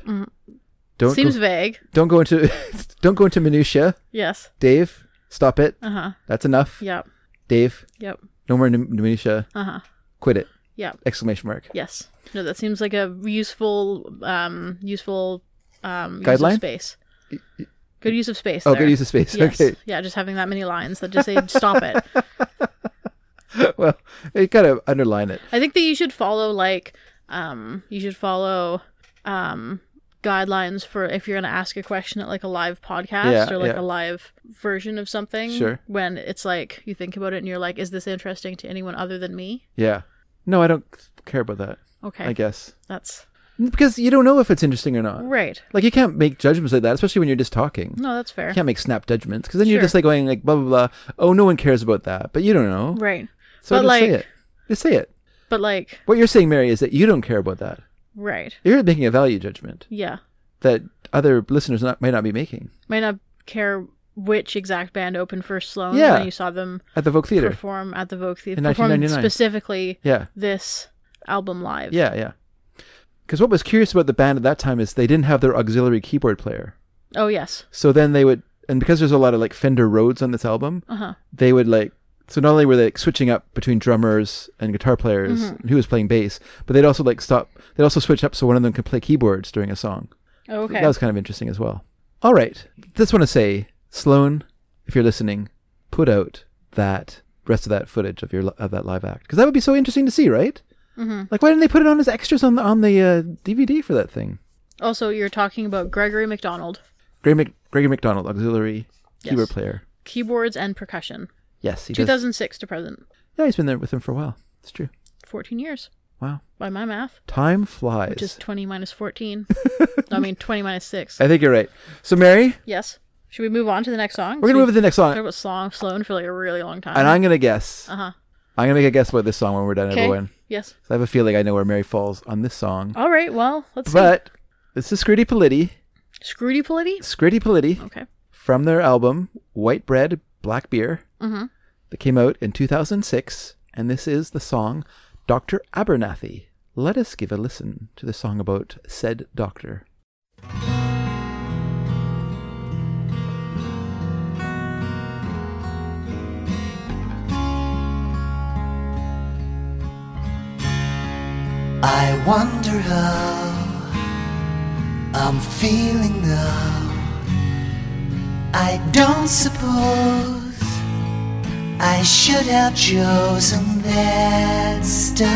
[SPEAKER 2] Don't
[SPEAKER 3] Seems
[SPEAKER 2] go,
[SPEAKER 3] vague.
[SPEAKER 2] don't go into [laughs] don't go into minutia.
[SPEAKER 3] Yes.
[SPEAKER 2] Dave, stop it.
[SPEAKER 3] Uh huh.
[SPEAKER 2] That's enough.
[SPEAKER 3] Yep.
[SPEAKER 2] Dave,
[SPEAKER 3] Yep.
[SPEAKER 2] no more nu- minutia.
[SPEAKER 3] Uh huh.
[SPEAKER 2] Quit it!
[SPEAKER 3] Yep.
[SPEAKER 2] Exclamation mark.
[SPEAKER 3] Yes. No, that seems like a useful, um, useful, um, Use
[SPEAKER 2] Guideline?
[SPEAKER 3] of space. Good use of space.
[SPEAKER 2] Oh,
[SPEAKER 3] there.
[SPEAKER 2] good use of space.
[SPEAKER 3] Yes.
[SPEAKER 2] Okay. [laughs]
[SPEAKER 3] Yeah, just having that many lines that just say stop it.
[SPEAKER 2] Well, you gotta underline it.
[SPEAKER 3] I think that you should follow like um you should follow um guidelines for if you're going to ask a question at like a live podcast
[SPEAKER 2] Yeah,
[SPEAKER 3] or like
[SPEAKER 2] yeah.
[SPEAKER 3] a live version of something
[SPEAKER 2] Sure.
[SPEAKER 3] when it's like you think about it and you're like is this interesting to anyone other than me?
[SPEAKER 2] Yeah. No, I don't care about that.
[SPEAKER 3] Okay.
[SPEAKER 2] I guess
[SPEAKER 3] That's
[SPEAKER 2] because you don't know if it's interesting or not.
[SPEAKER 3] right.
[SPEAKER 2] Like you can't make judgments like that, especially when you're just talking.
[SPEAKER 3] No, that's fair.
[SPEAKER 2] You can't make snap judgments because then
[SPEAKER 3] Sure.
[SPEAKER 2] you're just like going like blah blah blah. Oh, no one cares about that, but you don't know.
[SPEAKER 3] [laughs] Right.
[SPEAKER 2] So
[SPEAKER 3] but
[SPEAKER 2] just
[SPEAKER 3] like
[SPEAKER 2] say it. Just say it.
[SPEAKER 3] but like
[SPEAKER 2] What you're saying, Mary, is that you don't care about that.
[SPEAKER 3] right.
[SPEAKER 2] You're making a value judgment
[SPEAKER 3] Yeah.
[SPEAKER 2] that other listeners not, might not be making
[SPEAKER 3] Might not care which exact band opened for Sloan
[SPEAKER 2] Yeah.
[SPEAKER 3] when you saw them
[SPEAKER 2] at the Vogue Theater.
[SPEAKER 3] perform at the Vogue Theater.
[SPEAKER 2] In
[SPEAKER 3] Perform
[SPEAKER 2] 1999.
[SPEAKER 3] specifically
[SPEAKER 2] yeah,
[SPEAKER 3] this album live.
[SPEAKER 2] yeah, yeah. Because what was curious about the band at that time is they didn't have their auxiliary keyboard player.
[SPEAKER 3] Oh yes.
[SPEAKER 2] So then they would, and because there's a lot of like Fender Rhodes on this album,
[SPEAKER 3] Uh-huh.
[SPEAKER 2] they would like. So not only were they like, switching up between drummers and guitar players
[SPEAKER 3] Mm-hmm.
[SPEAKER 2] and who was playing bass, but they'd also like stop. They'd also switch up so one of them could play keyboards during a song.
[SPEAKER 3] Okay.
[SPEAKER 2] That was kind of interesting as well. All right. Just want to say, Sloan, if you're listening, put out that rest of that footage of your li- of that live act because that would be so interesting to see, right? Mm-hmm. Like, why didn't they put it on as extras on the on the uh, DVD for that thing?
[SPEAKER 3] Also, you're talking about Gregory McDonald,
[SPEAKER 2] Greg Mc- Gregory McDonald, auxiliary
[SPEAKER 3] Yes.
[SPEAKER 2] keyboard player.
[SPEAKER 3] keyboards and percussion,
[SPEAKER 2] Yes, he does.
[SPEAKER 3] 2006 to present,
[SPEAKER 2] Yeah, he's been there with him for a while. It's true.
[SPEAKER 3] 14 years
[SPEAKER 2] Wow.
[SPEAKER 3] by my math,
[SPEAKER 2] Time flies.
[SPEAKER 3] which is 20
[SPEAKER 2] [laughs]
[SPEAKER 3] minus 14. No, I mean 20 minus six.
[SPEAKER 2] I think you're right. So, Mary,
[SPEAKER 3] Yes. Should we move on to the next song?
[SPEAKER 2] we're going to move to the next
[SPEAKER 3] Talk
[SPEAKER 2] song.
[SPEAKER 3] about Sloan, Sloan for like a really long time.
[SPEAKER 2] And I'm going to guess.
[SPEAKER 3] Uh-huh.
[SPEAKER 2] I'm going to make a guess about this song when we're done,
[SPEAKER 3] Okay. Oh,
[SPEAKER 2] everyone.
[SPEAKER 3] Yes.
[SPEAKER 2] So I have a feeling I know where Mary falls on this song.
[SPEAKER 3] All right. Well, let's
[SPEAKER 2] But this is Scritti Politti.
[SPEAKER 3] see. Scrooty Polity.
[SPEAKER 2] Scritti Politti
[SPEAKER 3] Okay.
[SPEAKER 2] from their album White Bread, Black Beer
[SPEAKER 3] Mhm.
[SPEAKER 2] that came out in 2006. And this is the song Dr. Abernathy. Let us give a listen to the song about said doctor.
[SPEAKER 5] I wonder how I'm feeling now. I don't suppose I should have chosen that stuff.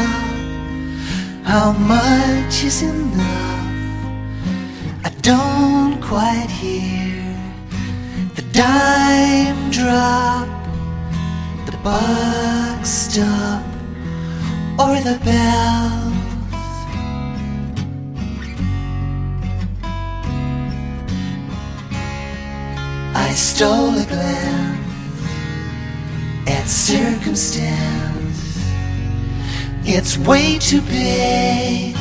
[SPEAKER 5] How much is enough? I don't quite hear the dime drop, the buck stop, or the bell. I stole a glance at circumstance. It's way too big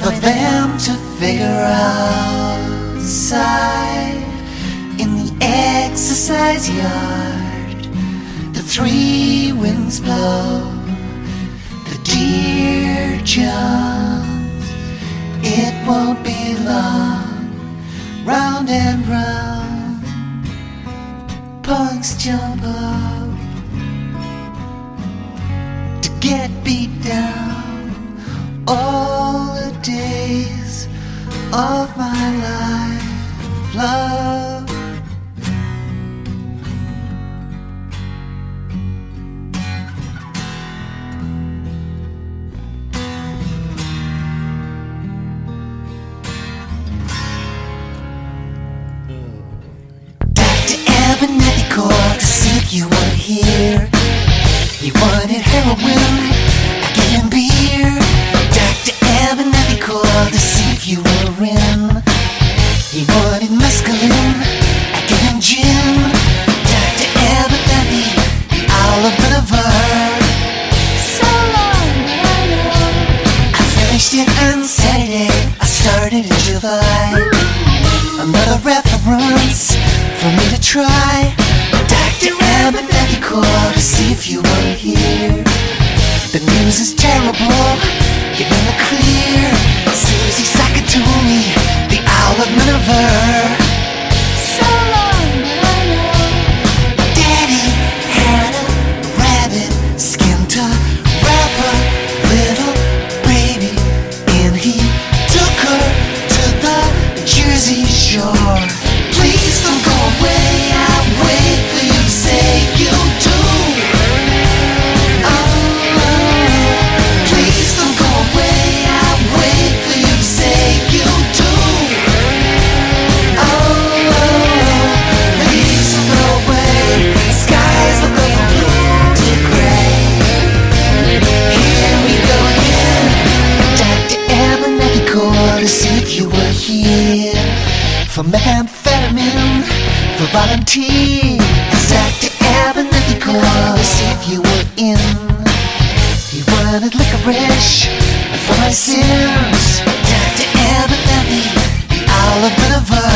[SPEAKER 5] for them to figure outside. In the exercise yard, the three winds blow, the deer jump.
[SPEAKER 8] round and round. Punks jump up to get beat down. All the days of my life, love. Dr. Abernathy called to see if you were here. He wanted heroin, I gave him beer. Dr. Abernathy called to see if you were in. He wanted mescaline, I gave him gin. Dr. Abernathy, the Owl of Boulevard.
[SPEAKER 9] So long, hello.
[SPEAKER 8] I finished it on Saturday, I started in July. Another reference for me to try. Dr. Abernathy called to see if you were here. The news is terrible, you're in the clear. Susie Sakatumi, the owl of Minerva.
[SPEAKER 9] So long, hello.
[SPEAKER 8] Daddy had a rabbit skinned a rapper, little baby, and he took her to the Jersey Shore. Please don't go away, I'll wait for you, to say you do. Oh, please don't go away, I'll wait for you, to say you do. Oh. Leaves blow away, skies look over blue to gray. Here we go again. Dr. Abernathy called to see if you were here for methamphetamine, for volunteer. Dr. Abernathy called to see if you were in. He wanted licorice for my sins. Dr. Abernathy, the owl of Minerva.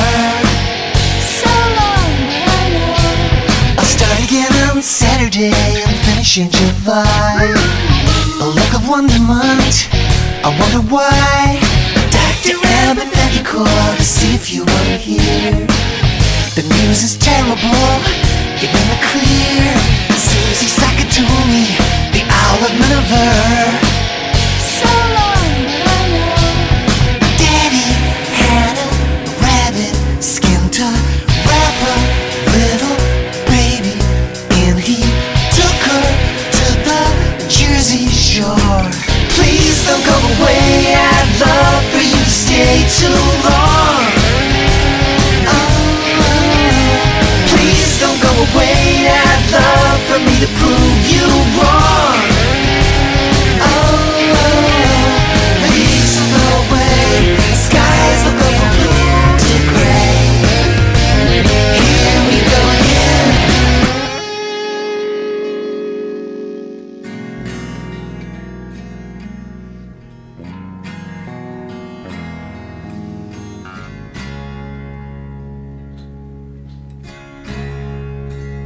[SPEAKER 9] So long, hello.
[SPEAKER 8] I'll start again on Saturday and finish in July. A look of wonderment, I wonder why. Dr. Abernathy called to see if you were here. The news is terrible, you're in the clear. Susie Sakatumi, the owl of Minerva.
[SPEAKER 9] So long, hello.
[SPEAKER 8] Daddy had a rabbit skinned a rapper, little baby, and he took her to the Jersey Shore. Please don't go away, I'd love for you to stay too long. Oh, please don't go away, I'd love for me to prove you wrong. Leaves blow away, skies look over blue to gray. Here we go again.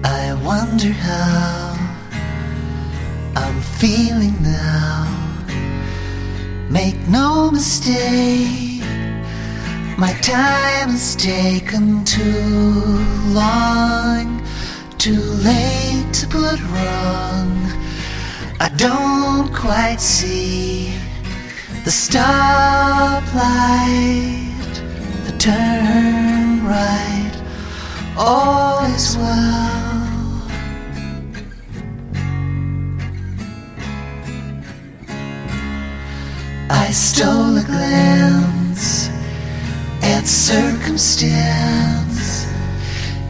[SPEAKER 8] I wonder how I'm feeling now. Make no mistake, my time has taken too long, too late to put wrong. I don't quite see the stoplight, the turn right. All is well. I stole a glance at circumstance.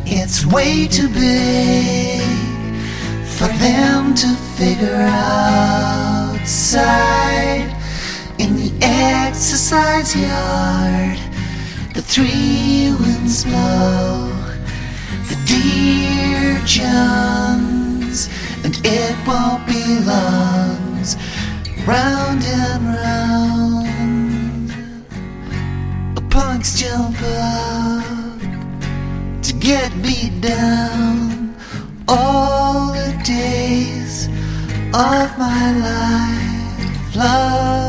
[SPEAKER 8] It's way too big for them to figure outside. In the exercise yard, the three winds blow, the deer jumps, and it won't be long. Round and round, the punks jump up to get beat down all the days of my life, love.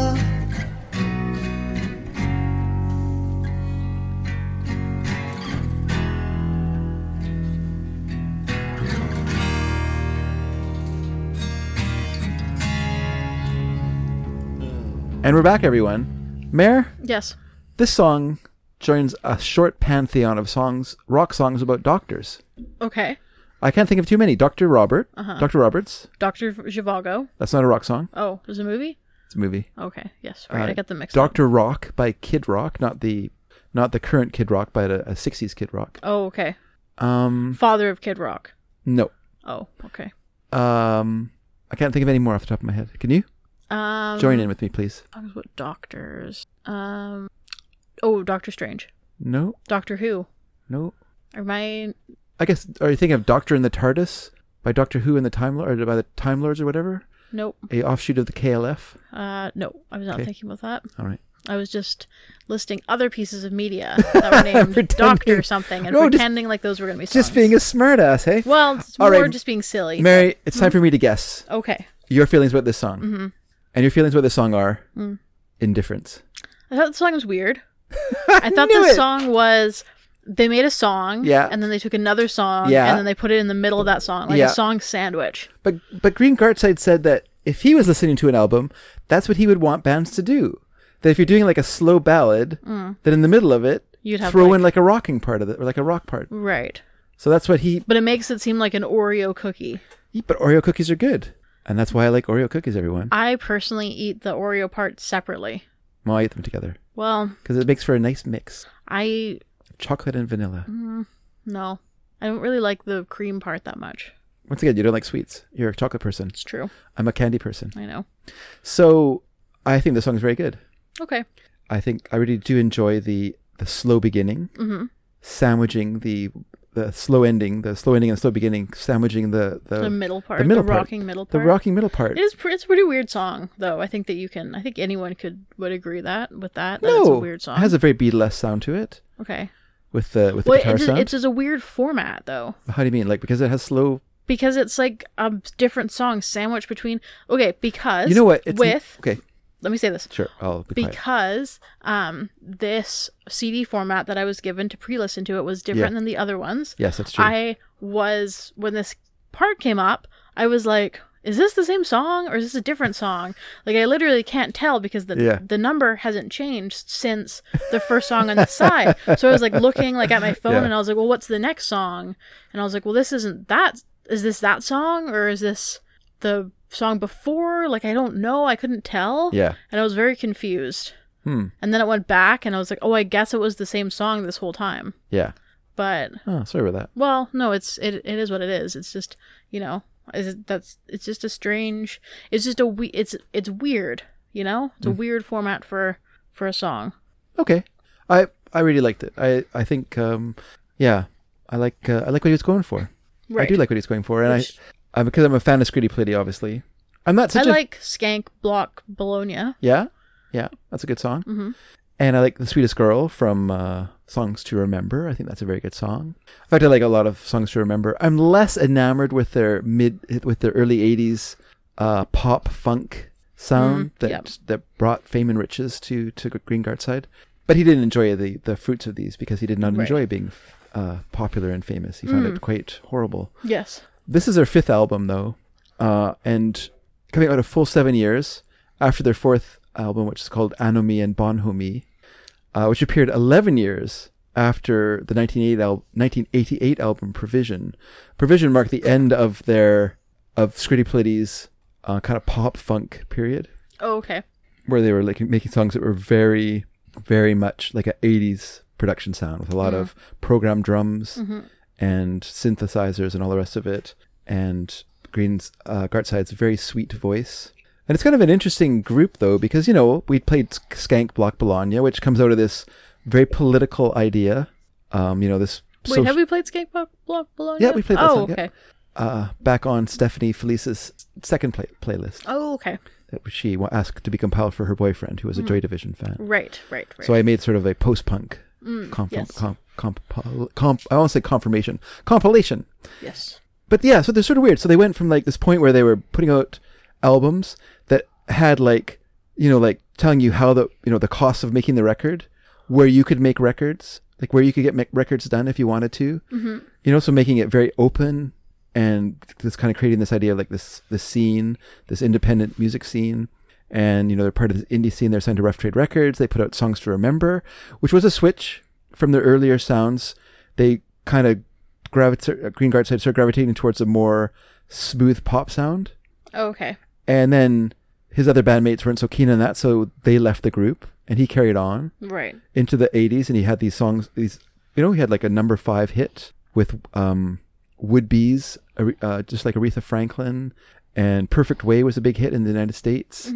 [SPEAKER 2] And we're back, everyone. Mayor,
[SPEAKER 3] Yes.
[SPEAKER 2] this song joins a short pantheon of songs, rock songs about doctors.
[SPEAKER 3] Okay.
[SPEAKER 2] I can't think of too many. Dr. Robert,
[SPEAKER 3] Uh-huh.
[SPEAKER 2] Dr. Roberts.
[SPEAKER 3] Dr. Zhivago.
[SPEAKER 2] That's not a rock song.
[SPEAKER 3] Oh, there's a movie?
[SPEAKER 2] It's a movie. Uh,
[SPEAKER 3] Okay. Yes. All right. I got them mixed up.
[SPEAKER 2] Doctor Rock by Kid Rock, not the not the current Kid Rock, but a, a '60s Kid Rock.
[SPEAKER 3] Oh, okay.
[SPEAKER 2] Um,
[SPEAKER 3] Father of Kid Rock.
[SPEAKER 2] no.
[SPEAKER 3] Oh, okay.
[SPEAKER 2] Um, I can't think of any more off the top of my head. Can you
[SPEAKER 3] Um,
[SPEAKER 2] join in with me, please?
[SPEAKER 3] talks about doctors. Um, oh, Doctor Strange.
[SPEAKER 2] No,
[SPEAKER 3] Doctor Who.
[SPEAKER 2] no.
[SPEAKER 3] Or my
[SPEAKER 2] I guess are you thinking of Doctor in the TARDIS by Doctor Who and the Time Lord, or by the Time Lords or whatever,
[SPEAKER 3] nope.
[SPEAKER 2] a offshoot of the KLF?
[SPEAKER 3] Uh, no, I was not
[SPEAKER 2] Okay.
[SPEAKER 3] thinking about that.
[SPEAKER 2] All right.
[SPEAKER 3] I was just listing other pieces of media
[SPEAKER 2] [laughs]
[SPEAKER 3] that were named
[SPEAKER 2] Pretending.
[SPEAKER 3] Doctor something and
[SPEAKER 2] No, just-
[SPEAKER 3] pretending like those were going to be songs.
[SPEAKER 2] Just being a smartass, hey?
[SPEAKER 3] well, it's
[SPEAKER 2] All
[SPEAKER 3] more
[SPEAKER 2] right.
[SPEAKER 3] just being silly.
[SPEAKER 2] Mary, it's time for me to guess
[SPEAKER 3] okay,
[SPEAKER 2] your feelings about this song, mm-hmm. and your feelings about this song are
[SPEAKER 3] Mm.
[SPEAKER 2] indifference.
[SPEAKER 3] I thought the song
[SPEAKER 2] [laughs]
[SPEAKER 3] was weird. I thought the
[SPEAKER 2] knew it.
[SPEAKER 3] song was they made a song,
[SPEAKER 2] Yeah.
[SPEAKER 3] and then they took another song,
[SPEAKER 2] Yeah.
[SPEAKER 3] and then they put it in the middle of that song, like
[SPEAKER 2] Yeah.
[SPEAKER 3] a song sandwich.
[SPEAKER 2] But but Green Gartside said that if he was listening to an album, that's what he would want bands to do. That if you're doing like a slow ballad, that in the middle of it,
[SPEAKER 3] Mm. You'd have,
[SPEAKER 2] throw
[SPEAKER 3] like-
[SPEAKER 2] in like a rocking part of it or like a rock part.
[SPEAKER 3] Right,
[SPEAKER 2] So that's what he.
[SPEAKER 3] but it makes it seem like an Oreo cookie.
[SPEAKER 2] But Oreo cookies are good, and that's why I like Oreo cookies. Everyone,
[SPEAKER 3] I personally eat the Oreo part separately.
[SPEAKER 2] well, I eat them together
[SPEAKER 3] Well,
[SPEAKER 2] because it makes for a nice mix:
[SPEAKER 3] I
[SPEAKER 2] chocolate and vanilla.
[SPEAKER 3] Mm. no, I don't really like the cream part that much.
[SPEAKER 2] Once again, you don't like sweets. You're a chocolate person.
[SPEAKER 3] It's true.
[SPEAKER 2] I'm a candy person.
[SPEAKER 3] I know.
[SPEAKER 2] So I think the song's very good.
[SPEAKER 3] Okay.
[SPEAKER 2] I think I really do enjoy the the slow beginning,
[SPEAKER 3] Mm-hmm.
[SPEAKER 2] sandwiching the the slow ending, the slow ending and slow beginning, sandwiching the the,
[SPEAKER 3] The middle part,
[SPEAKER 2] middle
[SPEAKER 3] the
[SPEAKER 2] part,
[SPEAKER 3] rocking middle
[SPEAKER 2] the
[SPEAKER 3] part.
[SPEAKER 2] rocking middle part.
[SPEAKER 3] It is. Pre- it's a pretty weird song, though. I think that you can. I think anyone could would agree that with that. that it's a
[SPEAKER 2] no,
[SPEAKER 3] weird song.
[SPEAKER 2] it has a very Beatles sound to it
[SPEAKER 3] okay.
[SPEAKER 2] with the with the
[SPEAKER 3] Well,
[SPEAKER 2] guitar
[SPEAKER 3] it's
[SPEAKER 2] sound.
[SPEAKER 3] it's just a weird format though,
[SPEAKER 2] How do you mean? Like because it has slow.
[SPEAKER 3] because it's like a different song sandwiched between. Okay, because
[SPEAKER 2] You know what? It's
[SPEAKER 3] with
[SPEAKER 2] okay,
[SPEAKER 3] let me say this.
[SPEAKER 2] sure. I'll be quiet.
[SPEAKER 3] because um, this CD format that I was given to pre-listen to it was different
[SPEAKER 2] Yeah.
[SPEAKER 3] than the other ones.
[SPEAKER 2] Yes, that's true.
[SPEAKER 3] I was when this part came up, I was like, "Is this the same song or is this a different song?" Like I literally can't tell because the
[SPEAKER 2] Yeah.
[SPEAKER 3] the number hasn't changed since the first song on the side. So I was like looking
[SPEAKER 2] [laughs]
[SPEAKER 3] like at my phone
[SPEAKER 2] Yeah.
[SPEAKER 3] and I was like, "Well, what's the next song?" And I was like, "Well, this isn't that. Is this that song or is this the song before?" Like I don't know. I couldn't tell.
[SPEAKER 2] Yeah.
[SPEAKER 3] And I was very confused.
[SPEAKER 2] Hmm.
[SPEAKER 3] And then it went back and I was like, "Oh, I guess it was the same song this whole time."
[SPEAKER 2] Yeah.
[SPEAKER 3] But
[SPEAKER 2] Oh, sorry about that.
[SPEAKER 3] well, no, it's it, it is what it is. It's just you know, is it, that's it's just a strange. It's just a we. It's it's weird. You know, it's a
[SPEAKER 2] Mm.
[SPEAKER 3] weird format for for a song.
[SPEAKER 2] Okay, I I really liked it. I I think um yeah, I like uh, I like what he was going for. I
[SPEAKER 3] Right.
[SPEAKER 2] do like what he's going for, and
[SPEAKER 3] Which-
[SPEAKER 2] I, I because I'm a fan of Scritti Politti, obviously. I'm not
[SPEAKER 3] I
[SPEAKER 2] such a
[SPEAKER 3] like Skank Block Bologna.
[SPEAKER 2] yeah, yeah. That's a good song,
[SPEAKER 3] Mm-hmm.
[SPEAKER 2] and I like the Sweetest Girl from uh, Songs to Remember. I think that's a very good song. In fact, I like a lot of songs to remember. I'm less enamored with their mid with their early '80s uh, pop funk sound that
[SPEAKER 3] Mm-hmm. yep.
[SPEAKER 2] that brought fame and riches to to Green Side. But he didn't enjoy the the fruits of these because he did not
[SPEAKER 3] Right. Mm.
[SPEAKER 2] enjoy being uh, popular and famous. He found it quite horrible.
[SPEAKER 3] Yes.
[SPEAKER 2] This is their fifth album, though, uh, and coming out a full seven years after their fourth album, which is called Anomi and Bonhomi, uh, which appeared 11 years after the 1988, al- 1988 album Provision. Provision marked the end of their of Scritti Plitty's uh, kind of pop funk period,
[SPEAKER 3] Oh, okay.
[SPEAKER 2] where they were like making songs that were very, very much like a 80s production sound with a lot of program drums
[SPEAKER 3] Mm-hmm.
[SPEAKER 2] and synthesizers and all the rest of it. And Green's uh, Gartside's very sweet voice. And it's kind of an interesting group though, because you know we played Sk- Skank Block Bologna, which comes out of this very political idea. Um, you know this.
[SPEAKER 3] Wait,
[SPEAKER 2] soci-
[SPEAKER 3] have we played Skank Block Block Bologna?
[SPEAKER 2] Yeah, we played that
[SPEAKER 3] Oh,
[SPEAKER 2] song, yeah.
[SPEAKER 3] okay.
[SPEAKER 2] uh, back on Stephanie Felice's second play- playlist
[SPEAKER 3] Oh, okay.
[SPEAKER 2] that she wa- asked to be compiled for her boyfriend, who was a
[SPEAKER 3] Mm.
[SPEAKER 2] Joy Division fan.
[SPEAKER 3] Right. Right. Right. Mm,
[SPEAKER 2] So I made sort of a post-punk conf-
[SPEAKER 3] yes.
[SPEAKER 2] comp- compil- comp- I want to say confirmation compilation
[SPEAKER 3] yes.
[SPEAKER 2] but yeah, so they're sort of weird. So they went from like this point where they were putting out albums that had like you know like telling you how the you know the cost of making the record, where you could make records, like where you could get make records done if you wanted to, mm-hmm. you know, so making it very open and this kind of creating this idea of like this this scene, this independent music scene, and you know they're part of this indie scene. They're signed to Rough Trade Records. They put out Songs to Remember, which was a switch from their earlier sounds. They kind of gravitate. uh, Green Guard started gravitating towards a more smooth pop sound,
[SPEAKER 3] Oh, okay.
[SPEAKER 2] and then his other bandmates weren't so keen on that, so they left the group, and he carried on
[SPEAKER 3] Right.
[SPEAKER 2] into the 80s and he had these songs these you know he had like a number five hit with um would be's uh, just like aretha franklin and perfect way was a big hit in the united states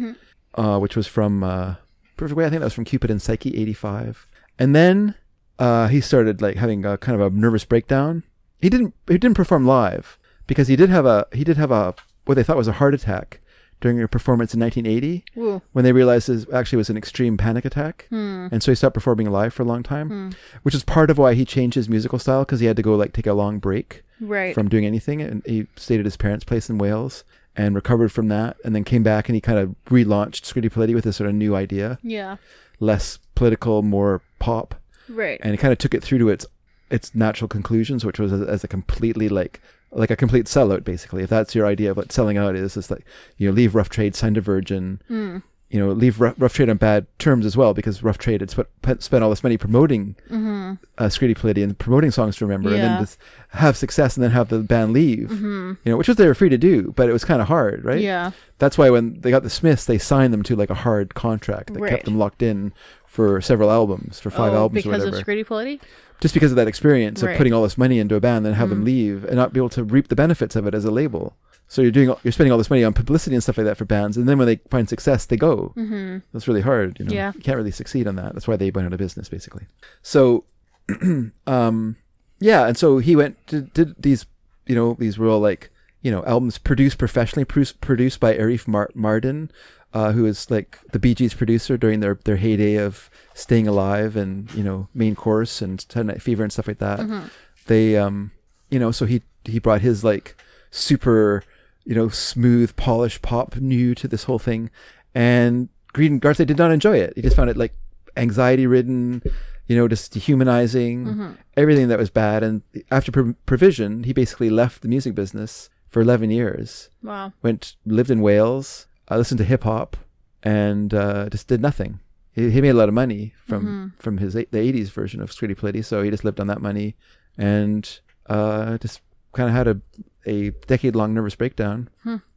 [SPEAKER 2] uh, which was from uh, perfect way i think that was from cupid and psyche 85 and then uh, he started like having a kind of a nervous breakdown he didn't he didn't perform live because he did have a he did have a what they thought was a heart attack during a performance in 1980
[SPEAKER 3] Woo. Hmm.
[SPEAKER 2] when they realized this actually was an extreme panic attack. And so he stopped performing live for a long time, which is part of why he changed his musical style because he had to go like take a long break
[SPEAKER 3] Right.
[SPEAKER 2] from doing anything. And he stayed at his parents' place in Wales and recovered from that and then came back and he kind of relaunched Scritti Politi with a sort of new idea,
[SPEAKER 3] yeah.
[SPEAKER 2] less political, more pop.
[SPEAKER 3] Right.
[SPEAKER 2] And he kind of took it through to its its natural conclusions, which was as, as a completely like like a complete sellout basically. If that's your idea of what selling out is, it's like you know leave rough trade, sign to Virgin,
[SPEAKER 3] Hmm.
[SPEAKER 2] you know, leave rough, rough trade on bad terms as well because rough trade had sp- spent all this money promoting uh, Scritti Politti and promoting songs to remember, and
[SPEAKER 3] Mm-hmm. Yeah. Mm-hmm.
[SPEAKER 2] then just have success and then have the band leave, you know, which was they were free to do, but it was kind of hard, right?
[SPEAKER 3] Yeah.
[SPEAKER 2] That's why when they got the Smiths, they signed them to like a hard contract that
[SPEAKER 3] Right.
[SPEAKER 2] kept them locked in for several albums, for five
[SPEAKER 3] oh,
[SPEAKER 2] albums or
[SPEAKER 3] because
[SPEAKER 2] whatever
[SPEAKER 3] of Scritti Polity?
[SPEAKER 2] just because of that experience
[SPEAKER 3] Right.
[SPEAKER 2] of putting all this money into a band then have them leave and not be able to reap the benefits of it as a label so you're doing you're spending all this money on publicity and stuff like that for bands and then when they find success they go mm-hmm. that's really hard you know
[SPEAKER 3] Yeah.
[SPEAKER 2] you can't really succeed on that that's why they went out of business basically so [clears throat] um yeah and so he went to did these you know these real like you know albums produced professionally produced, produced by Arif Mar- Mardin uh, who is like the Bee Gees producer during their their heyday of staying alive and you know main course and Saturday Night Fever and stuff like that they um you know so he he brought his like super you know smooth polished pop new to this whole thing and Green Garth did not enjoy it he just found it like anxiety ridden you know just dehumanizing everything that was bad and after Pro- provision he basically left the music business for 11 years
[SPEAKER 3] Wow.
[SPEAKER 2] went lived in Wales, uh, listened to hip hop, and uh, just did nothing. He, he made a lot of money from from his eight- the '80s version of Scritti Politti, so he just lived on that money and uh, just kind of had a a decade long nervous breakdown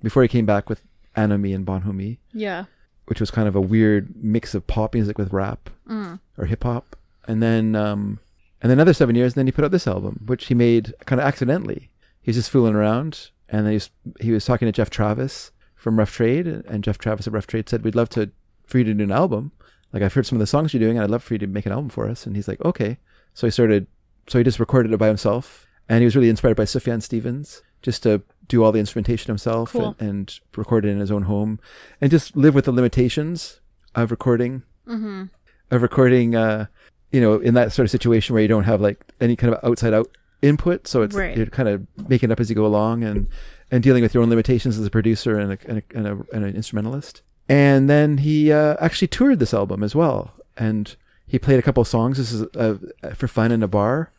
[SPEAKER 2] before he came back with Anomi and Bonhomie,
[SPEAKER 3] Yeah.
[SPEAKER 2] which was kind of a weird mix of pop music with rap or hip hop, and then um, and then another seven years, and then he put out this album, which he made kind of accidentally. He was just fooling around, and then he was, he was talking to Jeff Travis from Rough Trade, and Jeff Travis at Rough Trade said, "We'd love to for you to do an album. Like I've heard some of the songs you're doing, and I'd love for you to make an album for us." And he's like, "Okay." So he started. So he just recorded it by himself, and he was really inspired by Sufjan Stevens just to do all the instrumentation himself
[SPEAKER 3] Cool.
[SPEAKER 2] and, and record it in his own home, and just live with the limitations of recording
[SPEAKER 3] Mm-hmm.
[SPEAKER 2] of recording uh you know in that sort of situation where you don't have like any kind of outside out input so it's
[SPEAKER 3] Right.
[SPEAKER 2] you're kind of making it up as you go along and and dealing with your own limitations as a producer and a, and, a, and, a, and an instrumentalist and then he uh, actually toured this album as well and he played a couple of songs this is uh, for fun in a bar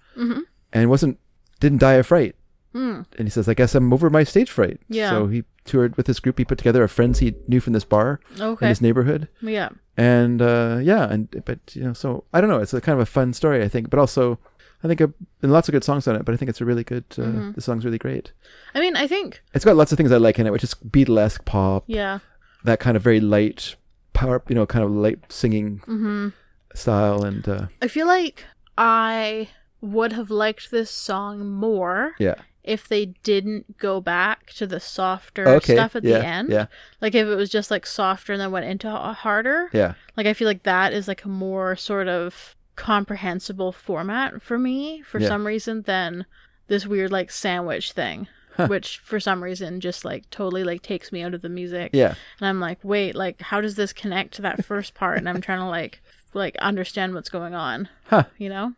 [SPEAKER 2] and wasn't didn't die of fright and he says i guess i'm over my stage fright
[SPEAKER 3] Hmm. Yeah.
[SPEAKER 2] so he toured with this group he put together of friends he knew from this bar
[SPEAKER 3] Okay.
[SPEAKER 2] in his neighborhood
[SPEAKER 3] Yeah.
[SPEAKER 2] and uh, yeah, and but you know, so I don't know. It's a kind of a fun story, I think, but also I think a, and lots of good songs on it. But I think it's a really good. Uh,
[SPEAKER 3] Mm-hmm.
[SPEAKER 2] The song's really great.
[SPEAKER 3] I mean, I think.
[SPEAKER 2] It's got lots of things I like in it, which is Beatlesque pop,
[SPEAKER 3] Yeah.
[SPEAKER 2] that kind of very light power, you know, kind of light singing
[SPEAKER 3] Mm-hmm.
[SPEAKER 2] style, and uh,
[SPEAKER 3] I feel like I would have liked this song more
[SPEAKER 2] yeah,
[SPEAKER 3] if they didn't go back to the softer
[SPEAKER 2] okay,
[SPEAKER 3] stuff at
[SPEAKER 2] yeah,
[SPEAKER 3] the end.
[SPEAKER 2] yeah,
[SPEAKER 3] Like if it was just like softer and then went into h- harder.
[SPEAKER 2] yeah,
[SPEAKER 3] Like I feel like that is like a more sort of comprehensible format for me for
[SPEAKER 2] Yeah.
[SPEAKER 3] some reason than this weird like sandwich thing. Which for some reason just like totally like takes me out of the music.
[SPEAKER 2] yeah,
[SPEAKER 3] And I'm like, wait, like how does this connect to that first part? And I'm trying to like like understand what's going on.
[SPEAKER 2] Huh.
[SPEAKER 3] You know?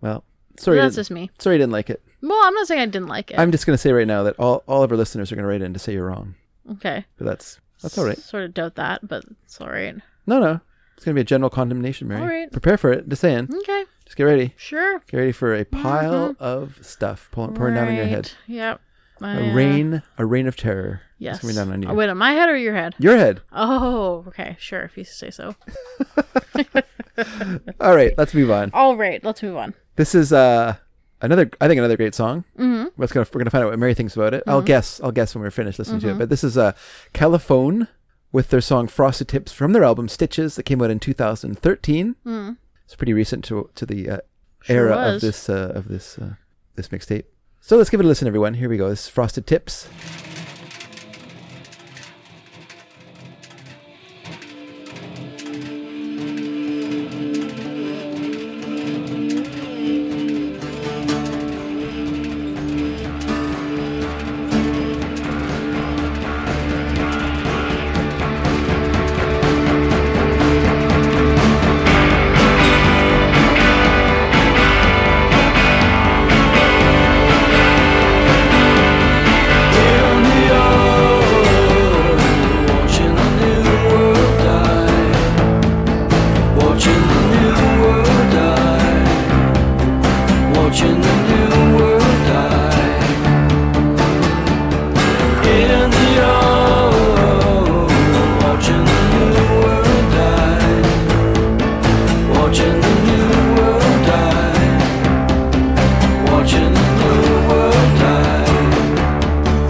[SPEAKER 2] Well, sorry,
[SPEAKER 3] that's
[SPEAKER 2] didn't-
[SPEAKER 3] just me.
[SPEAKER 2] sorry, I didn't like it.
[SPEAKER 3] Well, I'm not saying I didn't like it.
[SPEAKER 2] I'm just gonna say right now that all all of our listeners are gonna write in to say you're wrong,
[SPEAKER 3] okay.
[SPEAKER 2] but that's that's all right.
[SPEAKER 3] Sort of doubt that, but it's all right.
[SPEAKER 2] No, no, it's gonna be a general condemnation, Mary.
[SPEAKER 3] All right. Mm-hmm.
[SPEAKER 2] Prepare for it. Just saying.
[SPEAKER 3] Okay.
[SPEAKER 2] Just get ready.
[SPEAKER 3] Sure. Mm-hmm.
[SPEAKER 2] Get ready for a pile of stuff pour- pouring down in your
[SPEAKER 3] Right.
[SPEAKER 2] head.
[SPEAKER 3] Yep. uh,
[SPEAKER 2] a rain, a rain of terror. is
[SPEAKER 3] Yes.
[SPEAKER 2] coming down on you.
[SPEAKER 3] Oh, wait, on my head or your head?
[SPEAKER 2] Your head.
[SPEAKER 3] Oh, okay, sure. If you say so.
[SPEAKER 2] All right, let's move on.
[SPEAKER 3] All right, let's move on.
[SPEAKER 2] This is uh another I think another great song. Mm-hmm. We're gonna we're gonna find out what Mary thinks about it.
[SPEAKER 3] Mm-hmm.
[SPEAKER 2] I'll guess I'll guess when we're finished listening to it. But this is uh Caliphone with their song Frosted Tips from their album Stitches that came out in 2013. It's pretty recent to to the uh, era of
[SPEAKER 3] Mm. was.
[SPEAKER 2] this uh, of this uh, this mixtape. So let's give it a listen, everyone. Here we go. This is Frosted Tips.
[SPEAKER 5] Watching the new world die. Watching the new world die.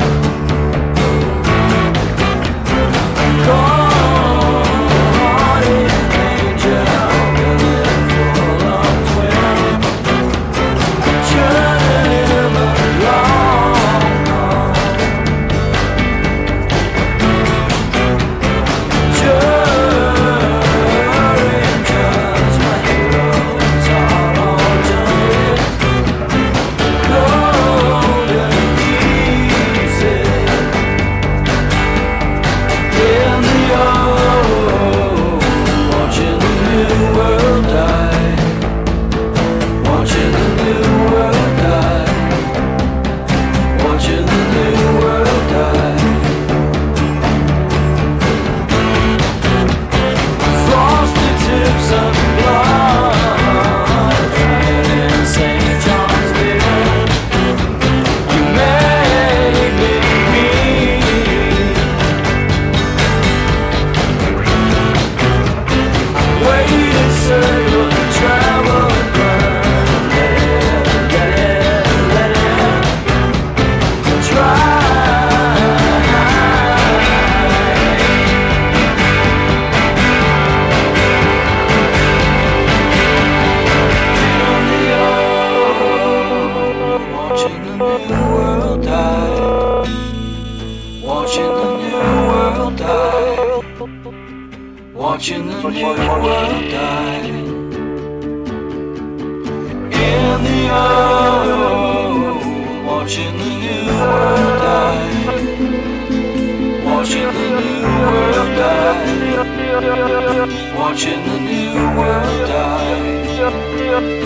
[SPEAKER 5] Watching the new world die. Frosted tips and blood in St. John's beer. You made me Waited circle travel Let it, let it, let it Try Watching the new world die. Watching the new world die. Watching the new world die. In the old, watching the new world die. Watching the new world die. Watching the new world die.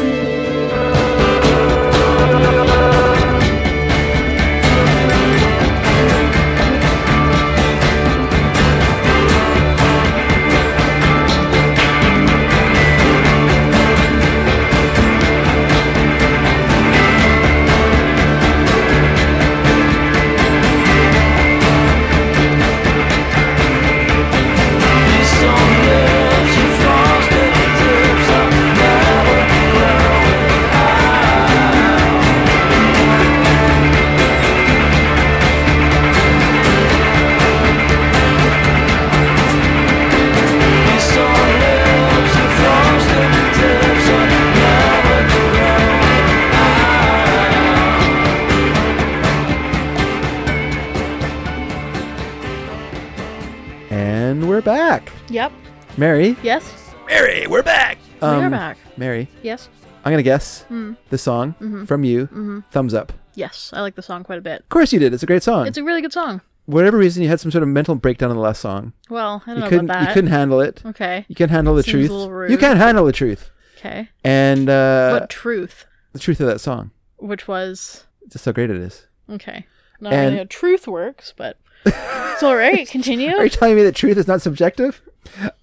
[SPEAKER 2] And we're back.
[SPEAKER 3] Yep.
[SPEAKER 2] Mary.
[SPEAKER 3] Yes.
[SPEAKER 2] Mary, we're back.
[SPEAKER 3] We're back. Mm.
[SPEAKER 2] Mary,
[SPEAKER 3] Yes.
[SPEAKER 2] I'm gonna guess this song
[SPEAKER 3] Mm-hmm.
[SPEAKER 2] from you. Thumbs up. Of
[SPEAKER 3] Yes. I like the song quite a bit.
[SPEAKER 2] course you did. It's a great song.
[SPEAKER 3] It's a really good song.
[SPEAKER 2] whatever reason you had some sort of mental breakdown in the last song.
[SPEAKER 3] Well, I don't
[SPEAKER 2] You
[SPEAKER 3] know
[SPEAKER 2] couldn't
[SPEAKER 3] about that.
[SPEAKER 2] you couldn't handle it.
[SPEAKER 3] Okay.
[SPEAKER 2] You can't handle the
[SPEAKER 3] Seems a
[SPEAKER 2] truth.
[SPEAKER 3] little rude.
[SPEAKER 2] You can't handle the truth.
[SPEAKER 3] Okay.
[SPEAKER 2] And uh
[SPEAKER 3] but truth,
[SPEAKER 2] the truth of that song.
[SPEAKER 3] which was
[SPEAKER 2] Just how great it is.
[SPEAKER 3] okay. Not
[SPEAKER 2] And-
[SPEAKER 3] really how truth works, but it's all
[SPEAKER 2] [laughs]
[SPEAKER 3] right. Continue.
[SPEAKER 2] Are you telling me that truth is not subjective? [laughs]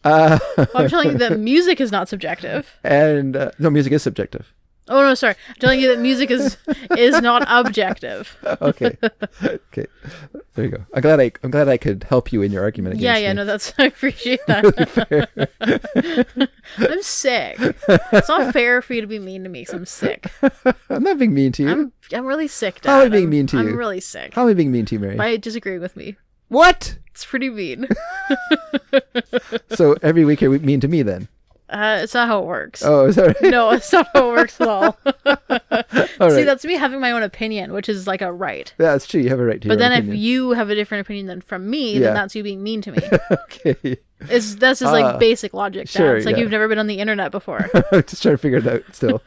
[SPEAKER 3] Well, I'm telling you that music is not subjective. [laughs]
[SPEAKER 2] And uh, no music is subjective.
[SPEAKER 3] Oh no, sorry. I'm telling you that music is is
[SPEAKER 2] [laughs]
[SPEAKER 3] not objective.
[SPEAKER 2] Okay. okay. There you go. I'm glad I I'm glad I could help you in your argument
[SPEAKER 3] Yeah,
[SPEAKER 2] against me.
[SPEAKER 3] yeah, no, that's I appreciate
[SPEAKER 2] [laughs]
[SPEAKER 3] that. I'm sick. It's not fair for you to be mean to me because I'm sick.
[SPEAKER 2] I'm not being mean to you.
[SPEAKER 3] I'm I'm really sick. Dad.
[SPEAKER 2] How am I being
[SPEAKER 3] I'm-
[SPEAKER 2] mean to you?
[SPEAKER 3] I'm really sick.
[SPEAKER 2] How am I being mean to you, Mary?
[SPEAKER 3] By disagreeing with me,
[SPEAKER 2] What?
[SPEAKER 3] it's
[SPEAKER 2] [laughs]
[SPEAKER 3] pretty mean.
[SPEAKER 2] so every week you're mean to me then?
[SPEAKER 3] Uh, it's not how it works.
[SPEAKER 2] Oh, sorry.
[SPEAKER 3] [laughs] No, it's not how it works at all.
[SPEAKER 2] [laughs] All right.
[SPEAKER 3] See, that's me having my own opinion, which is like a right.
[SPEAKER 2] yeah, that's true. You have a right to.
[SPEAKER 3] But
[SPEAKER 2] your
[SPEAKER 3] then if
[SPEAKER 2] opinion.
[SPEAKER 3] you have a different opinion than from me,
[SPEAKER 2] Yeah.
[SPEAKER 3] then that's you being mean to me.
[SPEAKER 2] [laughs] okay,
[SPEAKER 3] It's that's just like basic logic. Dad.
[SPEAKER 2] Uh, sure,
[SPEAKER 3] it's like
[SPEAKER 2] yeah.
[SPEAKER 3] you've never been on the internet before. [laughs]
[SPEAKER 2] [laughs] I'm just trying to figure it out. Still,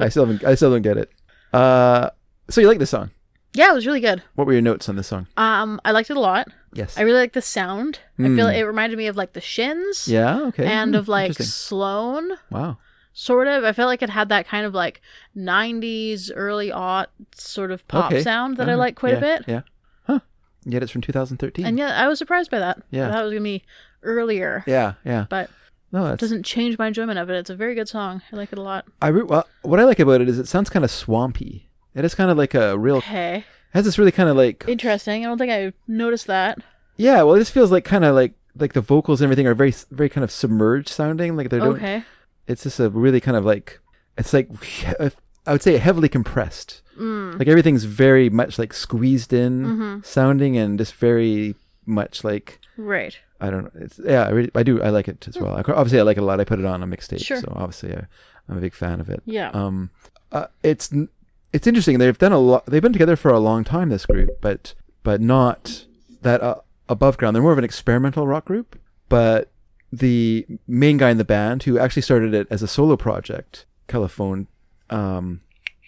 [SPEAKER 2] I still haven't. I still don't get it. Uh, so you like this song?
[SPEAKER 3] yeah, it was really good.
[SPEAKER 2] What were your notes on this song?
[SPEAKER 3] Um, I liked it a lot.
[SPEAKER 2] Yes.
[SPEAKER 3] I really like the sound. I feel like it reminded me of like the Shins.
[SPEAKER 2] Hmm. yeah. Okay.
[SPEAKER 3] And
[SPEAKER 2] Hmm,
[SPEAKER 3] of like
[SPEAKER 2] interesting.
[SPEAKER 3] Sloan,
[SPEAKER 2] Wow.
[SPEAKER 3] sort of. I felt like it had that kind of like '90s, early aught sort of pop
[SPEAKER 2] okay.
[SPEAKER 3] sound that I
[SPEAKER 2] Uh-huh.
[SPEAKER 3] like quite
[SPEAKER 2] Yeah,
[SPEAKER 3] a bit.
[SPEAKER 2] Yeah. Huh. Yet it's from 2013.
[SPEAKER 3] And yeah, I was surprised by that.
[SPEAKER 2] Yeah.
[SPEAKER 3] I thought it was gonna be earlier,
[SPEAKER 2] yeah. Yeah.
[SPEAKER 3] but
[SPEAKER 2] No, that's.
[SPEAKER 3] doesn't change my enjoyment of it. It's a very good song. I like it a lot.
[SPEAKER 2] I re- well, what I like about it is it sounds kind of swampy. It is kind of like a real.
[SPEAKER 3] Okay,
[SPEAKER 2] Has this really kind of like
[SPEAKER 3] interesting. I don't think I noticed that.
[SPEAKER 2] Yeah, well, this feels like kind of like like the vocals and everything are very very kind of submerged sounding. Like they don't.
[SPEAKER 3] Okay,
[SPEAKER 2] It's just a really kind of like it's like I would say heavily compressed. Like everything's very much like squeezed in sounding and just very much like
[SPEAKER 3] right.
[SPEAKER 2] I don't know. It's yeah, I really I do I like it as well. I, obviously, I like it a lot. I put it on a mixtape,
[SPEAKER 3] Sure.
[SPEAKER 2] so obviously I, I'm a big fan of it.
[SPEAKER 3] Yeah.
[SPEAKER 2] Um, uh, it's n- it's interesting. They've done a lot. They've been together for a long time. This group, but but not that uh, above ground. They're more of an experimental rock group. But the main guy in the band, who actually started it as a solo project, Caliphone, um,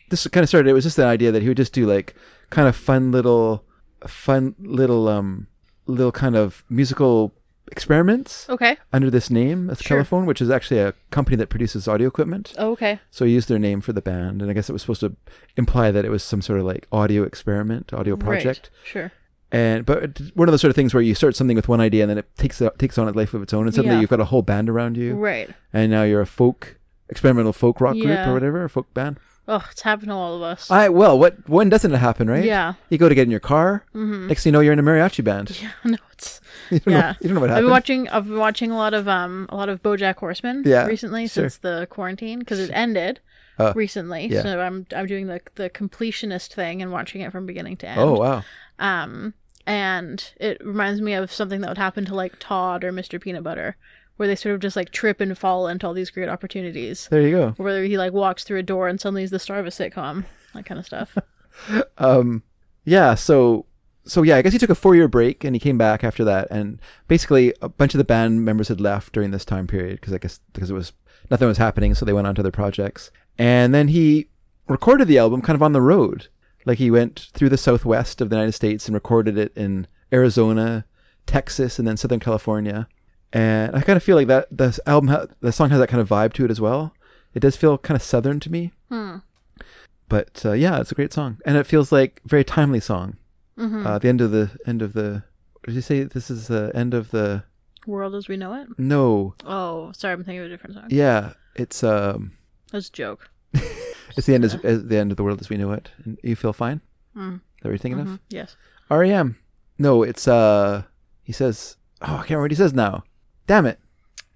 [SPEAKER 2] this kind of started. It was just the idea that he would just do like kind of fun little, fun little, um, little kind of musical experiments
[SPEAKER 3] Okay.
[SPEAKER 2] under this name as
[SPEAKER 3] Oh. Sure.
[SPEAKER 2] Caliphone, which is actually a company that produces audio equipment.
[SPEAKER 3] okay.
[SPEAKER 2] So he used their name for the band, and I guess it was supposed to imply that it was some sort of like audio experiment, audio project.
[SPEAKER 3] Right. Sure.
[SPEAKER 2] And but it's one of those sort of things where you start something with one idea, and then it takes uh, takes on a life of its own, and suddenly
[SPEAKER 3] Yeah.
[SPEAKER 2] you've got a whole band around you,
[SPEAKER 3] Right.
[SPEAKER 2] and now you're a folk experimental folk rock group
[SPEAKER 3] Yeah.
[SPEAKER 2] or whatever, a folk band.
[SPEAKER 3] Oh, it's happened to all of us. [laughs]
[SPEAKER 2] I well, what when doesn't it happen, right?
[SPEAKER 3] Yeah.
[SPEAKER 2] You go to get in your car, next thing you know, you're in a mariachi
[SPEAKER 3] [laughs]
[SPEAKER 2] band. [laughs]
[SPEAKER 3] yeah. No, it's.
[SPEAKER 2] You don't know-
[SPEAKER 3] Yeah.
[SPEAKER 2] you don't know what
[SPEAKER 3] I've
[SPEAKER 2] happened.
[SPEAKER 3] been watching. I've been watching a lot of um a lot of BoJack Horseman.
[SPEAKER 2] Yeah,
[SPEAKER 3] Recently,
[SPEAKER 2] sure.
[SPEAKER 3] since the quarantine, because it ended.
[SPEAKER 2] Uh,
[SPEAKER 3] recently,
[SPEAKER 2] yeah.
[SPEAKER 3] so I'm I'm doing the the completionist thing and watching it from beginning to end.
[SPEAKER 2] oh wow,
[SPEAKER 3] Um, and it reminds me of something that would happen to like Todd or Mr. Peanut Butter, where they sort of just like trip and fall into all these great opportunities.
[SPEAKER 2] there you go.
[SPEAKER 3] Where he like walks through a door and suddenly he's the star of a sitcom, that kind of
[SPEAKER 2] [laughs]
[SPEAKER 3] stuff.
[SPEAKER 2] um yeah so so yeah i guess he took a four year break and he came back after that and basically a bunch of the band members had left during this time period because i guess because it was nothing was happening so they went on to their projects and then he recorded the album kind of on the road like he went through the southwest of the united states and recorded it in arizona texas and then southern california and i kind of feel like that this album ha- the song has that kind of vibe to it as well it does feel kind of southern to me but uh, yeah, it's a great song, and it feels like a very timely song. Uh, the end of the end of the. Did you say this is the end of the?
[SPEAKER 3] World as we know it.
[SPEAKER 2] No,
[SPEAKER 3] Oh, sorry, I'm thinking of a different song.
[SPEAKER 2] yeah, it's um,
[SPEAKER 3] That's a joke.
[SPEAKER 2] it's the end as, as the end of the world as we know it. And you feel fine. Is that what you're thinking of?
[SPEAKER 3] Mm-hmm. Yes.
[SPEAKER 2] REM. No, it's uh, he says. Oh, I can't remember what he says now. Damn it!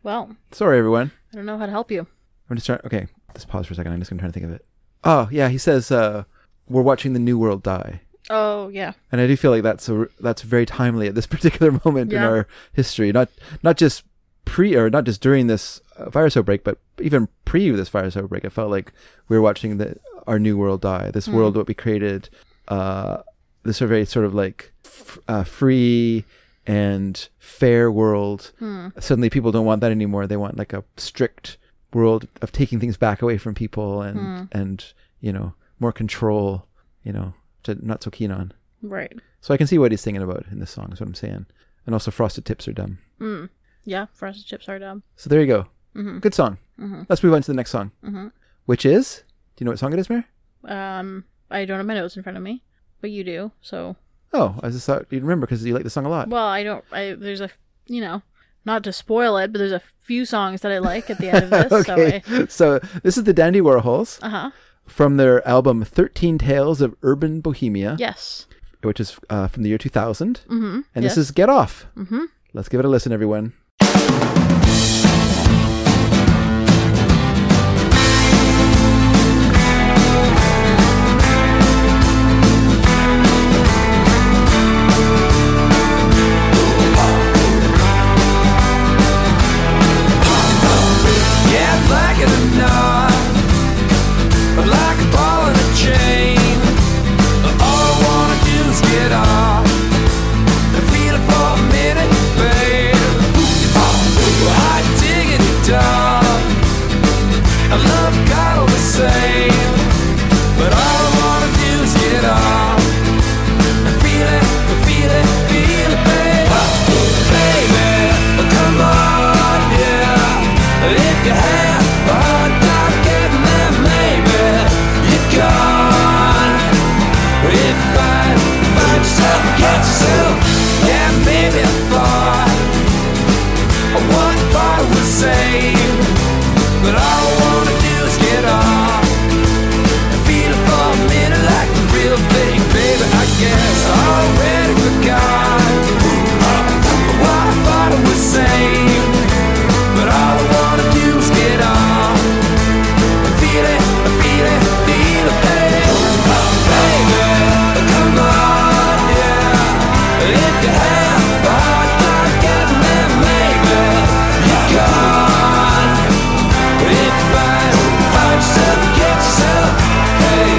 [SPEAKER 3] Well,
[SPEAKER 2] Sorry, everyone.
[SPEAKER 3] I don't know how to help you.
[SPEAKER 2] I'm just trying. Okay, just pause for a second. I'm just gonna try to think of it. Oh yeah, he says. Uh, we're watching the new world die.
[SPEAKER 3] Oh yeah,
[SPEAKER 2] and I do feel like that's a, that's very timely at this [laughs] particular moment in
[SPEAKER 3] Yeah.
[SPEAKER 2] our history. Not not just pre or not just during this uh, virus outbreak, but even pre this virus outbreak. I felt like we were watching the our new world die.
[SPEAKER 3] Hmm.
[SPEAKER 2] This world what we created, uh, this very sort of like f- uh, free and fair world.
[SPEAKER 3] Hmm.
[SPEAKER 2] Suddenly, people don't want that anymore. They want like a strict world of taking things back away from people and and you know more control. You know, to not so keen on.
[SPEAKER 3] right.
[SPEAKER 2] So I can see what he's thinking about in this song, is what I'm saying. And also, frosted tips are dumb.
[SPEAKER 3] Yeah, frosted chips are dumb.
[SPEAKER 2] So there you go. Good song. Let's move on to the next song, which is. Do you know what song it is, Mary?
[SPEAKER 3] Um, I don't have my notes in front of me, but you do. So,
[SPEAKER 2] [laughs] Oh, I just thought you'd remember because you like the song a lot.
[SPEAKER 3] well, I don't. I there's a you know Not to spoil it, but there's a few songs that I like at the end of
[SPEAKER 2] [laughs]
[SPEAKER 3] this.
[SPEAKER 2] okay.
[SPEAKER 3] So I,
[SPEAKER 2] So this is the Dandy Warhols
[SPEAKER 3] uh-huh.
[SPEAKER 2] from their album 13 Tales of Urban Bohemia,
[SPEAKER 3] Yes.
[SPEAKER 2] which is uh, from the year 2000. Mm-hmm. And
[SPEAKER 3] Yes.
[SPEAKER 2] this is Get Off. Mm-hmm. Let's give it a listen, everyone.
[SPEAKER 8] Yeah, I'd like it or not. I'd like a ball and a chain. But all I wanna do is get off. And feel it for a minute, babe. Well, I dig it, dog. I love God all the same. But all I wanna do is get off. And feel it, feel it, feel it, babe. Baby, come on, yeah. If you have a hard time getting there, maybe you can. If I find yourself, get yourself, yeah, maybe I thought of what I thought I would say. But all I wanna do is get off and feel it for a minute like the real thing, baby. I guess I already forgot what I thought I would say. But all I wanna do is get on. Feel it, feel it, feel it, baby. Baby, come on, yeah. If you have a hard time getting there, maybe you're gone. If I find yourself, get yourself. Hey,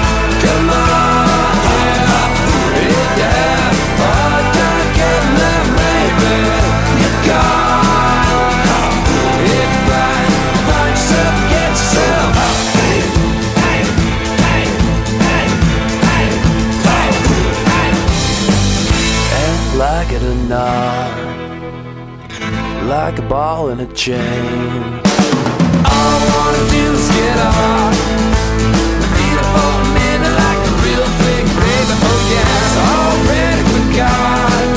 [SPEAKER 8] come on, yeah. If you have a hard time getting there, maybe you're gone. If I find yourself, get yourself. Hey, hey, hey, hey, hey, hey, hey.
[SPEAKER 10] And like it or not, like a ball in a chain.
[SPEAKER 8] All I wanna do is get off. Feel it for a minute like a real big baby. Oh yes, I already forgot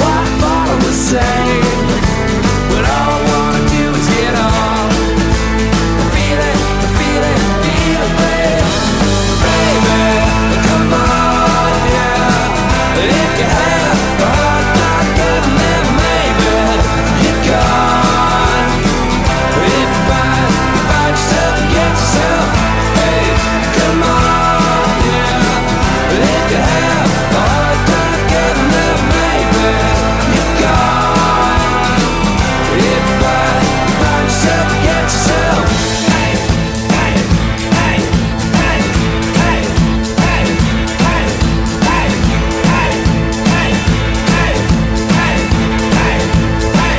[SPEAKER 8] what I thought I was saying. But all I wanna do is get off. Feel it, feel it, feel it, baby. Baby, come on, yeah. If you have a hard time getting there, maybe you're gone. If I find yourself, get yourself. Hey, come on, yeah. If you have a hard time getting there, maybe you're gone. If I find yourself, get yourself. Hey, hey, hey, hey, hey, hey, hey, hey, hey, hey, hey, hey, hey, hey, hey.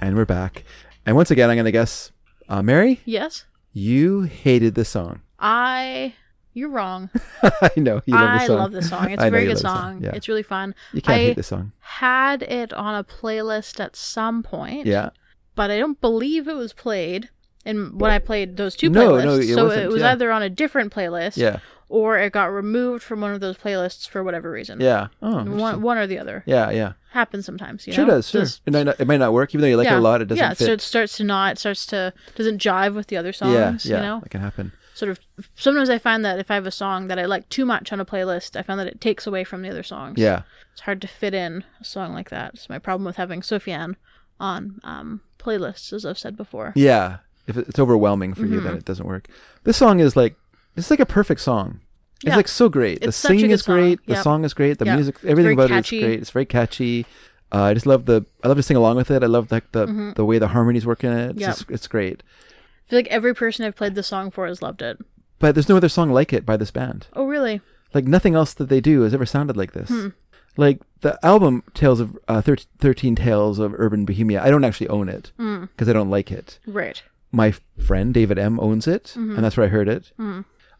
[SPEAKER 2] And we're back. And once again, I'm going to guess, uh, Mary,
[SPEAKER 3] Yes.
[SPEAKER 2] you hated this song. [laughs]
[SPEAKER 3] I. You're wrong.
[SPEAKER 2] I know. You love
[SPEAKER 3] I
[SPEAKER 2] this song.
[SPEAKER 3] love
[SPEAKER 2] [laughs]
[SPEAKER 3] this song. It's
[SPEAKER 2] I know
[SPEAKER 3] a very
[SPEAKER 2] you
[SPEAKER 3] good
[SPEAKER 2] love this
[SPEAKER 3] song.
[SPEAKER 2] Yeah.
[SPEAKER 3] It's really fun.
[SPEAKER 2] you can't
[SPEAKER 3] I
[SPEAKER 2] hate this song.
[SPEAKER 3] had it on a playlist at some point.
[SPEAKER 2] Yeah.
[SPEAKER 3] but I don't believe it was played in when I played those two
[SPEAKER 2] No,
[SPEAKER 3] playlists.
[SPEAKER 2] no, it
[SPEAKER 3] so
[SPEAKER 2] wasn't,
[SPEAKER 3] it was
[SPEAKER 2] yeah.
[SPEAKER 3] either on a different playlist
[SPEAKER 2] Yeah.
[SPEAKER 3] or it got removed from one of those playlists for whatever reason.
[SPEAKER 2] Yeah. Oh.
[SPEAKER 3] One, one or the other.
[SPEAKER 2] Yeah. Yeah.
[SPEAKER 3] Happens sometimes, you
[SPEAKER 2] Sure
[SPEAKER 3] know?
[SPEAKER 2] does. Sure.
[SPEAKER 3] Just-
[SPEAKER 2] It, might not, it might not work, even though you like it a lot. It doesn't
[SPEAKER 3] yeah,
[SPEAKER 2] fit.
[SPEAKER 3] so it starts to not, it starts to, doesn't jive with the other
[SPEAKER 2] yeah.
[SPEAKER 3] songs,
[SPEAKER 2] Yeah.
[SPEAKER 3] you know?
[SPEAKER 2] That can happen.
[SPEAKER 3] Sort of, sometimes I find that if I have a song that I like too much on a playlist, I found that it takes away from the other songs.
[SPEAKER 2] Yeah.
[SPEAKER 3] It's hard to fit in a song like that. It's my problem with having Sofiane on um, playlists, as I've said before.
[SPEAKER 2] Yeah. If it- it's overwhelming for you, then
[SPEAKER 3] Mm-hmm.
[SPEAKER 2] it doesn't work. This song is like it's like a perfect song. It's
[SPEAKER 3] Yeah.
[SPEAKER 2] like so great. The
[SPEAKER 3] It's such a
[SPEAKER 2] singing
[SPEAKER 3] good
[SPEAKER 2] is great.
[SPEAKER 3] song.
[SPEAKER 2] The
[SPEAKER 3] Yep.
[SPEAKER 2] song is great. The
[SPEAKER 3] Yeah.
[SPEAKER 2] music,
[SPEAKER 3] It's
[SPEAKER 2] everything
[SPEAKER 3] very
[SPEAKER 2] about it
[SPEAKER 3] catchy.
[SPEAKER 2] is great. It's very catchy. Uh, I just love the. I love to sing along with it. I love like the the way the harmonies work in it. It's,
[SPEAKER 3] Mm-hmm. Yep.
[SPEAKER 2] just- it's great.
[SPEAKER 3] I feel like every person I've played the song for has loved it.
[SPEAKER 2] But there's no other song like it by this band.
[SPEAKER 3] Oh, really?
[SPEAKER 2] Like nothing else that they do has ever sounded like this.
[SPEAKER 3] Hmm.
[SPEAKER 2] Like the album Tales of uh, thir- Thirteen Tales of Urban Bohemia. I don't actually own it
[SPEAKER 3] Mm.
[SPEAKER 2] because I don't like it.
[SPEAKER 3] Right.
[SPEAKER 2] my friend David M owns it,
[SPEAKER 3] Mm-hmm.
[SPEAKER 2] and that's where I heard it.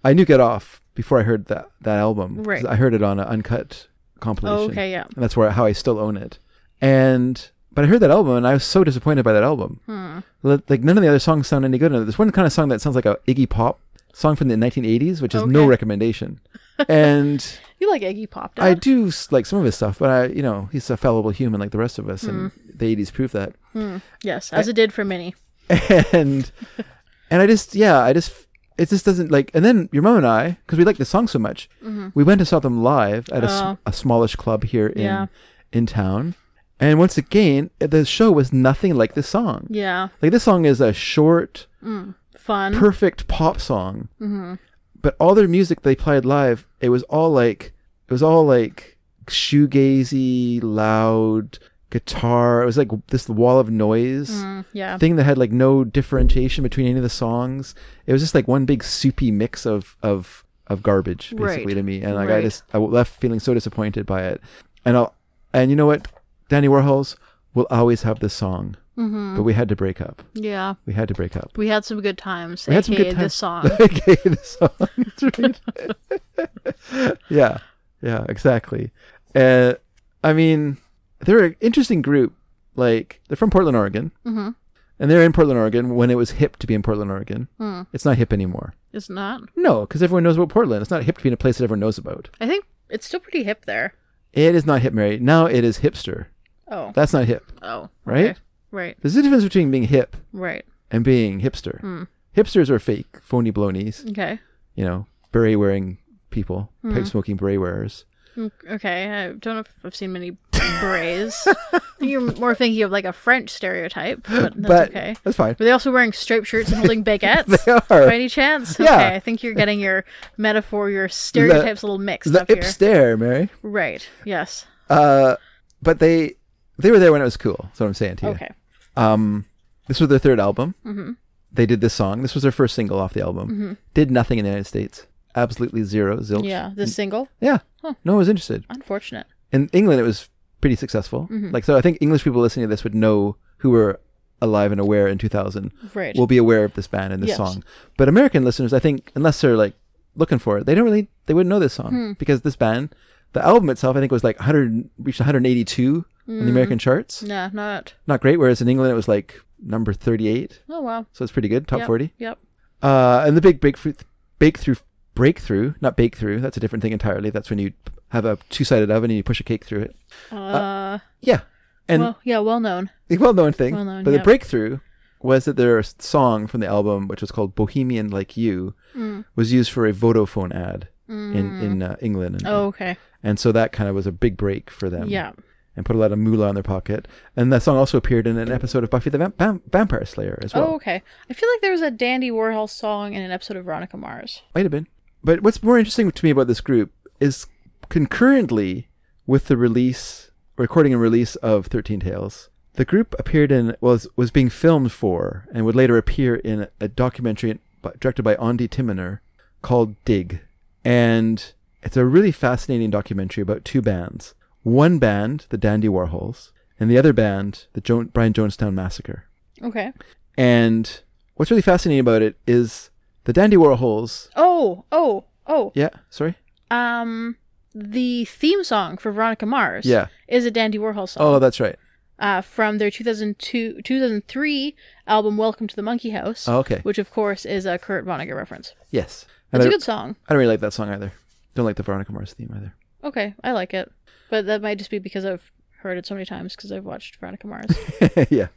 [SPEAKER 2] I knew Get Off before I heard that that album. 'cause
[SPEAKER 3] Mm. Right.
[SPEAKER 2] I heard it on an uncut compilation.
[SPEAKER 3] Oh, okay, yeah.
[SPEAKER 2] And that's where how I still own it. And but I heard that album and I was so
[SPEAKER 3] Hmm.
[SPEAKER 2] disappointed by that album. Li- Like none of the other songs sound any good. in it. There's one kind of song that sounds like a Iggy Pop song from the 1980s, which is no
[SPEAKER 3] Okay. [laughs]
[SPEAKER 2] recommendation. And
[SPEAKER 3] You like Iggy Pop,
[SPEAKER 2] I
[SPEAKER 3] Dad?
[SPEAKER 2] do s- like some of his stuff, but I, you know, he's a fallible human like the rest of us, and
[SPEAKER 3] Hmm.
[SPEAKER 2] the 80s prove that.
[SPEAKER 3] yes, as it did for Minnie.
[SPEAKER 2] and and I just yeah, I just it just doesn't like. And then your mom and I, because we liked the song so much,
[SPEAKER 3] Mm-hmm.
[SPEAKER 2] we went and saw them live at a, s- a smallish club here in
[SPEAKER 3] Oh. Yeah.
[SPEAKER 2] in town. And once again, the show was nothing like this song.
[SPEAKER 3] Yeah,
[SPEAKER 2] Like this song is a short,
[SPEAKER 3] fun.
[SPEAKER 2] perfect pop song.
[SPEAKER 3] Mm-hmm.
[SPEAKER 2] But all their music they played live, it was all like it was all like shoegazy, loud guitar. It was like this wall of noise
[SPEAKER 3] Mm-hmm. Mm, yeah,
[SPEAKER 2] thing that had like no differentiation between any of the songs. It was just like one big soupy mix of of of garbage basically
[SPEAKER 3] Right.
[SPEAKER 2] to me, and like I
[SPEAKER 3] Right.
[SPEAKER 2] just I left feeling so disappointed by it. And I'll and you know what, Danny Warhol's will always have this song,
[SPEAKER 3] Mm-hmm.
[SPEAKER 2] but we had to break up.
[SPEAKER 3] yeah.
[SPEAKER 2] We had to break up.
[SPEAKER 3] We had some good times,
[SPEAKER 2] We
[SPEAKER 3] aka
[SPEAKER 2] had some good [laughs] times.
[SPEAKER 3] this song.
[SPEAKER 2] okay, the song. That's [laughs] right. [laughs] yeah, yeah, exactly. Uh, I mean, they're an interesting group. Like they're from Portland, Oregon, mm-hmm. and they're in Portland, Oregon when it was hip to be in Portland, Oregon.
[SPEAKER 3] Hmm.
[SPEAKER 2] It's not hip anymore.
[SPEAKER 3] it's not.
[SPEAKER 2] No, because everyone knows about Portland. It's not hip to be in a place that everyone knows about.
[SPEAKER 3] I think it's still pretty hip there.
[SPEAKER 2] It is not hip, Mary. Now it is hipster.
[SPEAKER 3] Oh,
[SPEAKER 2] That's not hip,
[SPEAKER 3] oh,
[SPEAKER 2] right?
[SPEAKER 3] okay. right,
[SPEAKER 2] There's a difference between being hip
[SPEAKER 3] right.
[SPEAKER 2] and being hipster.
[SPEAKER 3] Hmm.
[SPEAKER 2] Hipsters are fake, phony blonies.
[SPEAKER 3] Okay,
[SPEAKER 2] you know, beret wearing people,
[SPEAKER 3] Mm-hmm.
[SPEAKER 2] pipe smoking beret wearers.
[SPEAKER 3] Mm, okay. I don't know if I've seen many
[SPEAKER 2] [laughs]
[SPEAKER 3] berets. I think You're more thinking of like a French stereotype, but that's
[SPEAKER 2] but
[SPEAKER 3] okay.
[SPEAKER 2] that's fine.
[SPEAKER 3] [laughs] Were they also wearing striped shirts and
[SPEAKER 2] [laughs]
[SPEAKER 3] holding baguettes?
[SPEAKER 2] They are.
[SPEAKER 3] By any
[SPEAKER 2] [laughs]
[SPEAKER 3] chance?
[SPEAKER 2] Yeah.
[SPEAKER 3] Okay, I think you're getting your metaphor, your stereotypes a little mixed
[SPEAKER 2] The
[SPEAKER 3] up here.
[SPEAKER 2] hip stare, Mary.
[SPEAKER 3] Right. Yes.
[SPEAKER 2] Uh, but they they were there when it was cool. That's what I'm saying to you.
[SPEAKER 3] Okay.
[SPEAKER 2] Um, this was their third album. Mm-hmm. They did this song. This was their first single off the album. Did nothing in the United States. Absolutely zero zilch.
[SPEAKER 3] Mm-hmm. Yeah. This single.
[SPEAKER 2] Yeah. No one was interested.
[SPEAKER 3] Unfortunate.
[SPEAKER 2] In England, it was pretty successful.
[SPEAKER 3] Mm-hmm.
[SPEAKER 2] Like so, I think English people listening to this would know who were alive and aware in 2000.
[SPEAKER 3] Right.
[SPEAKER 2] will be aware of this band and this
[SPEAKER 3] Yes.
[SPEAKER 2] song. But American listeners, I think, unless they're like looking for it, they don't really they wouldn't know this song
[SPEAKER 3] Hmm.
[SPEAKER 2] because this band, the album itself, I think was like 100 reached 182 in
[SPEAKER 3] Hmm.
[SPEAKER 2] the American charts.
[SPEAKER 3] Nah, not.
[SPEAKER 2] Not great. Whereas in England, it was like number 38,
[SPEAKER 3] Oh wow.
[SPEAKER 2] so it's pretty good, top
[SPEAKER 3] Yep,
[SPEAKER 2] 40.
[SPEAKER 3] Yep.
[SPEAKER 2] Uh, and the big breakthrough, breakthrough, breakthrough, not bake through. That's a different thing entirely. That's when you have a two sided oven and you push a cake through it.
[SPEAKER 3] Uh,
[SPEAKER 2] Yeah, and
[SPEAKER 3] well, yeah, well known.
[SPEAKER 2] the well-known thing.
[SPEAKER 3] Well-known,
[SPEAKER 2] but the
[SPEAKER 3] yep.
[SPEAKER 2] breakthrough was that their s- song from the album, which was called "Bohemian Like You,"
[SPEAKER 3] Mm.
[SPEAKER 2] was used for a Vodafone ad in in uh, England. And,
[SPEAKER 3] Oh, okay.
[SPEAKER 2] and so that kind of was a big break for them.
[SPEAKER 3] Yeah.
[SPEAKER 2] and put a lot of moolah in their pocket. And that song also appeared in an episode of Buffy the Vamp- Vam- Vampire Slayer as well.
[SPEAKER 3] Oh, okay. I feel like there was a Dandy Warhol song in an episode of Veronica Mars.
[SPEAKER 2] Might have been. But what's more interesting to me about this group is concurrently with the release, recording and release of 13 Tales, the group appeared in, was, was being filmed for, and would later appear in a, documentary bu- directed by Andy Timoner called Dig. And it's a really fascinating documentary about two bands. One band, the Dandy Warhols, and the other band, the jo- Brian Jonestown Massacre.
[SPEAKER 3] Okay.
[SPEAKER 2] And what's really fascinating about it is the Dandy Warhols.
[SPEAKER 3] Oh, oh, oh.
[SPEAKER 2] Yeah, sorry.
[SPEAKER 3] Um, the theme song for Veronica Mars.
[SPEAKER 2] Yeah.
[SPEAKER 3] Is a Dandy Warhol song.
[SPEAKER 2] Oh, that's right.
[SPEAKER 3] uh, from their 2002 2003 album Welcome to the Monkey House.
[SPEAKER 2] Oh, okay.
[SPEAKER 3] Which, of course, is a Kurt Vonnegut reference.
[SPEAKER 2] Yes. And
[SPEAKER 3] It's
[SPEAKER 2] I,
[SPEAKER 3] a good song.
[SPEAKER 2] I don't really like that song either. Don't like the Veronica Mars theme either.
[SPEAKER 3] [laughs] Okay, I like it. But that might just be because I've heard it so many times because I've watched
[SPEAKER 2] [laughs]
[SPEAKER 3] Veronica Mars.
[SPEAKER 2] yeah.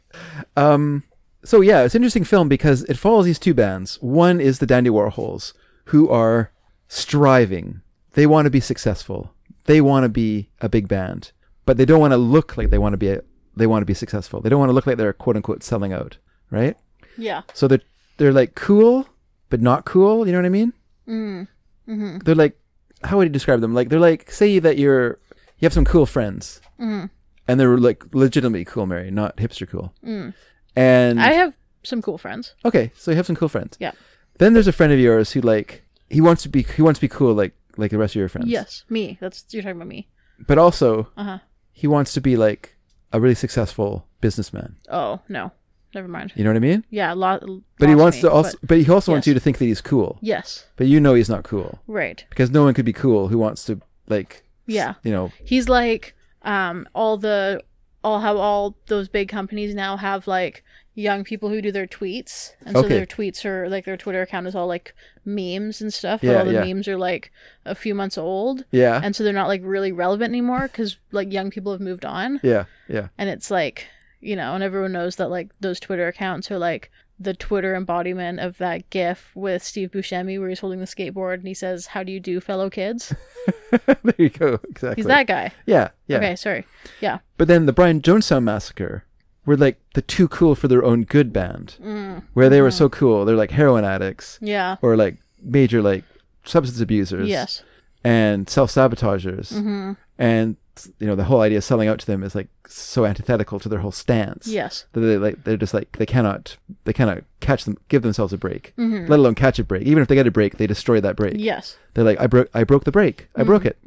[SPEAKER 2] Um, so yeah, it's an interesting film because it follows these two bands. One is the Dandy Warhols, who are striving. They want to be successful. They want to be a big band, but they don't want to look like they want to be. A, they want to be successful. They don't want to look like they're quote unquote selling out, right?
[SPEAKER 3] yeah.
[SPEAKER 2] So they're they're like cool, but not cool. You know what I mean? Mm. Mm-hmm. They're like, how would you describe them? Like they're like, say that you're you have some cool friends, and they're like legitimately cool, Mary, not hipster cool. And
[SPEAKER 3] I have some cool friends.
[SPEAKER 2] okay, so you have some cool friends.
[SPEAKER 3] Yeah.
[SPEAKER 2] Then there's a friend of yours who like he wants to be he wants to be cool like like the rest of your friends.
[SPEAKER 3] Yes, me. That's you're talking about me.
[SPEAKER 2] But also
[SPEAKER 3] Uh-huh.
[SPEAKER 2] he wants to be like a really successful businessman.
[SPEAKER 3] Oh no, never mind.
[SPEAKER 2] You know what I mean?
[SPEAKER 3] Yeah, lo-
[SPEAKER 2] But he
[SPEAKER 3] lost
[SPEAKER 2] wants
[SPEAKER 3] me,
[SPEAKER 2] to also
[SPEAKER 3] but-
[SPEAKER 2] but, he also wants
[SPEAKER 3] yes.
[SPEAKER 2] you to think that he's cool.
[SPEAKER 3] yes,
[SPEAKER 2] But you know he's not cool.
[SPEAKER 3] right.
[SPEAKER 2] because no one could be cool who wants to like
[SPEAKER 3] Yeah,
[SPEAKER 2] you know
[SPEAKER 3] he's like um all the all how all those big companies now have like young people who do their tweets, and so
[SPEAKER 2] Okay.
[SPEAKER 3] their tweets are like their Twitter account is all like memes and stuff. but
[SPEAKER 2] Yeah,
[SPEAKER 3] all the
[SPEAKER 2] yeah.
[SPEAKER 3] memes are like a few months old,
[SPEAKER 2] Yeah.
[SPEAKER 3] and so they're not like really relevant anymore because like young people have moved on.
[SPEAKER 2] yeah. Yeah. [laughs]
[SPEAKER 3] and it's like you know and everyone knows that like those twitter accounts are like the twitter embodiment of that gif with steve buscemi where he's holding the skateboard and he says how do you do fellow kids
[SPEAKER 2] there you go. Exactly.
[SPEAKER 3] he's that guy
[SPEAKER 2] Yeah. Yeah.
[SPEAKER 3] okay sorry yeah
[SPEAKER 2] But then the Brian Jonestown Massacre were like the too cool for their own good band,
[SPEAKER 3] Mm,
[SPEAKER 2] where they
[SPEAKER 3] mm-hmm.
[SPEAKER 2] were so cool. They're like heroin addicts
[SPEAKER 3] yeah
[SPEAKER 2] or like major like substance abusers
[SPEAKER 3] yes
[SPEAKER 2] and self sabotagers. And, you know, the whole idea of selling out to them is like so antithetical to their whole stance.
[SPEAKER 3] yes
[SPEAKER 2] that they like they're just like they cannot they cannot catch them give themselves a break let alone catch a break even if they get a break they destroy that break
[SPEAKER 3] yes
[SPEAKER 2] they're like i broke i broke the break i broke it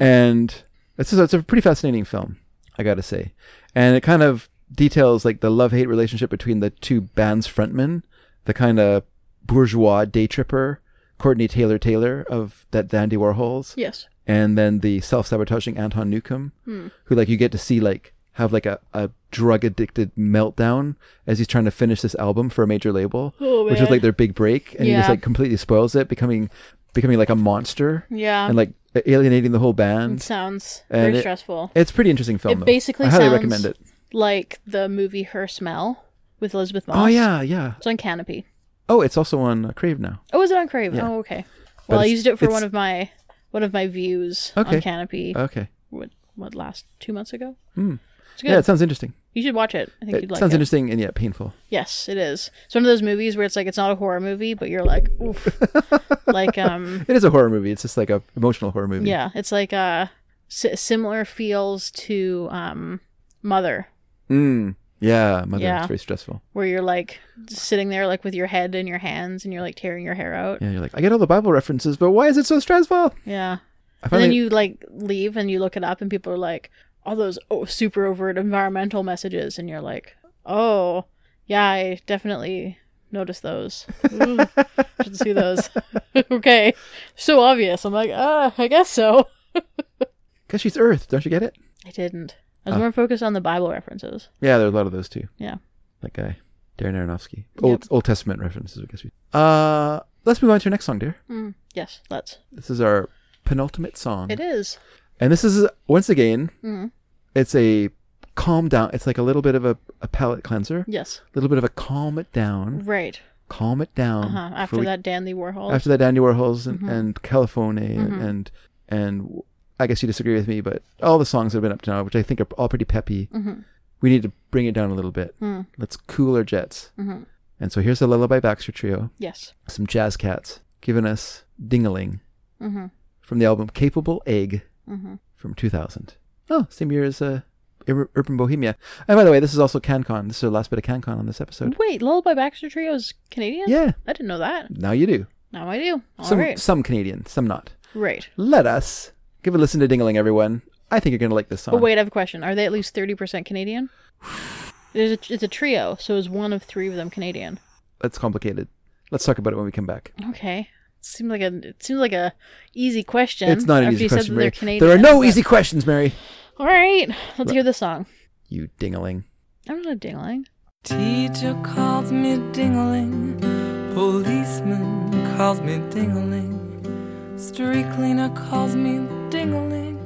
[SPEAKER 2] and it's just, it's a pretty fascinating film i gotta say and it kind of details like the love hate relationship between the two bands frontmen the kind of bourgeois day tripper courtney taylor taylor of that dandy warhols
[SPEAKER 3] yes
[SPEAKER 2] and then the self-sabotaging Anton Newcomb,
[SPEAKER 3] Hmm.
[SPEAKER 2] who like you get to see like have like a, a drug addicted meltdown as he's trying to finish this album for a major label, which was
[SPEAKER 3] Oh, man.
[SPEAKER 2] like their big break, and he just
[SPEAKER 3] Yeah.
[SPEAKER 2] like completely spoils it, becoming becoming like a monster,
[SPEAKER 3] Yeah.
[SPEAKER 2] and like alienating the whole
[SPEAKER 3] it
[SPEAKER 2] band.
[SPEAKER 3] sounds
[SPEAKER 2] And
[SPEAKER 3] very
[SPEAKER 2] it-
[SPEAKER 3] stressful
[SPEAKER 2] It's a pretty interesting film.
[SPEAKER 3] it
[SPEAKER 2] though.
[SPEAKER 3] basically
[SPEAKER 2] I highly
[SPEAKER 3] sounds
[SPEAKER 2] recommend it.
[SPEAKER 3] like the movie her smell with elizabeth moss
[SPEAKER 2] Oh yeah, yeah.
[SPEAKER 3] it's on canopy
[SPEAKER 2] Oh, it's also on uh, Crave now.
[SPEAKER 3] oh is it on crave
[SPEAKER 2] Yeah.
[SPEAKER 3] oh okay
[SPEAKER 2] But
[SPEAKER 3] well i
[SPEAKER 2] it's-
[SPEAKER 3] used it for
[SPEAKER 2] it's-
[SPEAKER 3] one of my one of my views
[SPEAKER 2] Okay. Uh,
[SPEAKER 3] on canopy
[SPEAKER 2] Okay.
[SPEAKER 3] what what last two months ago. It's good.
[SPEAKER 2] Yeah, it sounds interesting.
[SPEAKER 3] you should watch it. I think
[SPEAKER 2] It
[SPEAKER 3] you'd like
[SPEAKER 2] sounds
[SPEAKER 3] it.
[SPEAKER 2] interesting and yet painful.
[SPEAKER 3] Yes, it is. It's one of those movies where it's like it's not a horror movie, but you're like,
[SPEAKER 2] [laughs]
[SPEAKER 3] oof. like um,
[SPEAKER 2] It is a horror movie. It's just like a emotional horror movie.
[SPEAKER 3] yeah, it's like uh, si- similar feels to um, Mother,
[SPEAKER 2] Mm. Yeah, mother.
[SPEAKER 3] Yeah.
[SPEAKER 2] It's very stressful.
[SPEAKER 3] where you're like sitting there like with your head in your hands and you're like tearing your hair out.
[SPEAKER 2] Yeah, you're like, I get all the Bible references, but why is it so stressful? I
[SPEAKER 3] Yeah. And
[SPEAKER 2] finally-
[SPEAKER 3] then
[SPEAKER 2] [laughs]
[SPEAKER 3] you like leave and you look it up and people are like, all those oh, super overt environmental messages, and you're like, oh yeah, I definitely noticed those. Ooh, should
[SPEAKER 2] [laughs]
[SPEAKER 3] see those. [laughs] okay, so obvious. I'm like, ah, I guess so.
[SPEAKER 2] Because she's Earth, don't you get it?
[SPEAKER 3] I didn't. I was more focused on the Bible references.
[SPEAKER 2] Yeah, there are a lot of those too.
[SPEAKER 3] Yeah.
[SPEAKER 2] That guy, Darren Aronofsky. Old Old Testament references, I guess. We... Uh, let's move on to your next song, dear.
[SPEAKER 3] Mm, yes, let's.
[SPEAKER 2] This is our penultimate song.
[SPEAKER 3] It is.
[SPEAKER 2] And this is, once again,
[SPEAKER 3] Mhm.
[SPEAKER 2] it's a calm down. It's like a little bit of a, a palate cleanser, a
[SPEAKER 3] Yes.
[SPEAKER 2] little bit of a calm it down,
[SPEAKER 3] Right.
[SPEAKER 2] calm it down.
[SPEAKER 3] Uh huh.
[SPEAKER 2] Um, before
[SPEAKER 3] Mm-hmm. After
[SPEAKER 2] we-
[SPEAKER 3] that, Dan Lee Warhol.
[SPEAKER 2] After that, Andy Warhol's and,
[SPEAKER 3] Mm-hmm.
[SPEAKER 2] and California and and I guess you disagree with me, but all the songs that have been up to now, which I think are all pretty peppy,
[SPEAKER 3] Mm-hmm.
[SPEAKER 2] we need to bring it down a little bit.
[SPEAKER 3] Hmm.
[SPEAKER 2] Let's cool our jets.
[SPEAKER 3] Mm-hmm.
[SPEAKER 2] And so here's the Lullaby Baxter Trio,
[SPEAKER 3] yes.
[SPEAKER 2] some jazz cats giving us Dingaling
[SPEAKER 3] Mm-hmm.
[SPEAKER 2] from the album Capable Egg from 2000. Oh, same year as uh, Ur- Urban Bohemia. And by the way, this is also CanCon. This is our last bit of CanCon on this episode.
[SPEAKER 3] Wait, Lullaby Baxter Trio is Canadian.
[SPEAKER 2] Yeah.
[SPEAKER 3] I didn't know that.
[SPEAKER 2] Now you do.
[SPEAKER 3] Now I do. Mm-hmm. All right.
[SPEAKER 2] some some Canadian, some not.
[SPEAKER 3] Right.
[SPEAKER 2] let us give a listen to Dingaling, everyone. I think you're going to like this song.
[SPEAKER 3] Oh wait, I have a question. Are they at least thirty
[SPEAKER 2] [sighs]
[SPEAKER 3] percent Canadian? It's a, it's a trio, so is one of three of them Canadian?
[SPEAKER 2] That's complicated. Let's talk about it when we come back.
[SPEAKER 3] Okay, seems like a it seems like a easy question.
[SPEAKER 2] it's not an
[SPEAKER 3] after
[SPEAKER 2] easy
[SPEAKER 3] you
[SPEAKER 2] question,
[SPEAKER 3] said that they're
[SPEAKER 2] Mary. there are
[SPEAKER 3] Canadian,
[SPEAKER 2] no
[SPEAKER 3] but-
[SPEAKER 2] easy questions, Mary.
[SPEAKER 3] All right, let's hear the song.
[SPEAKER 2] You dingaling.
[SPEAKER 3] I'm not a dingling.
[SPEAKER 5] Teacher calls me dingaling, policeman calls me dingaling, street cleaner calls me dingaling,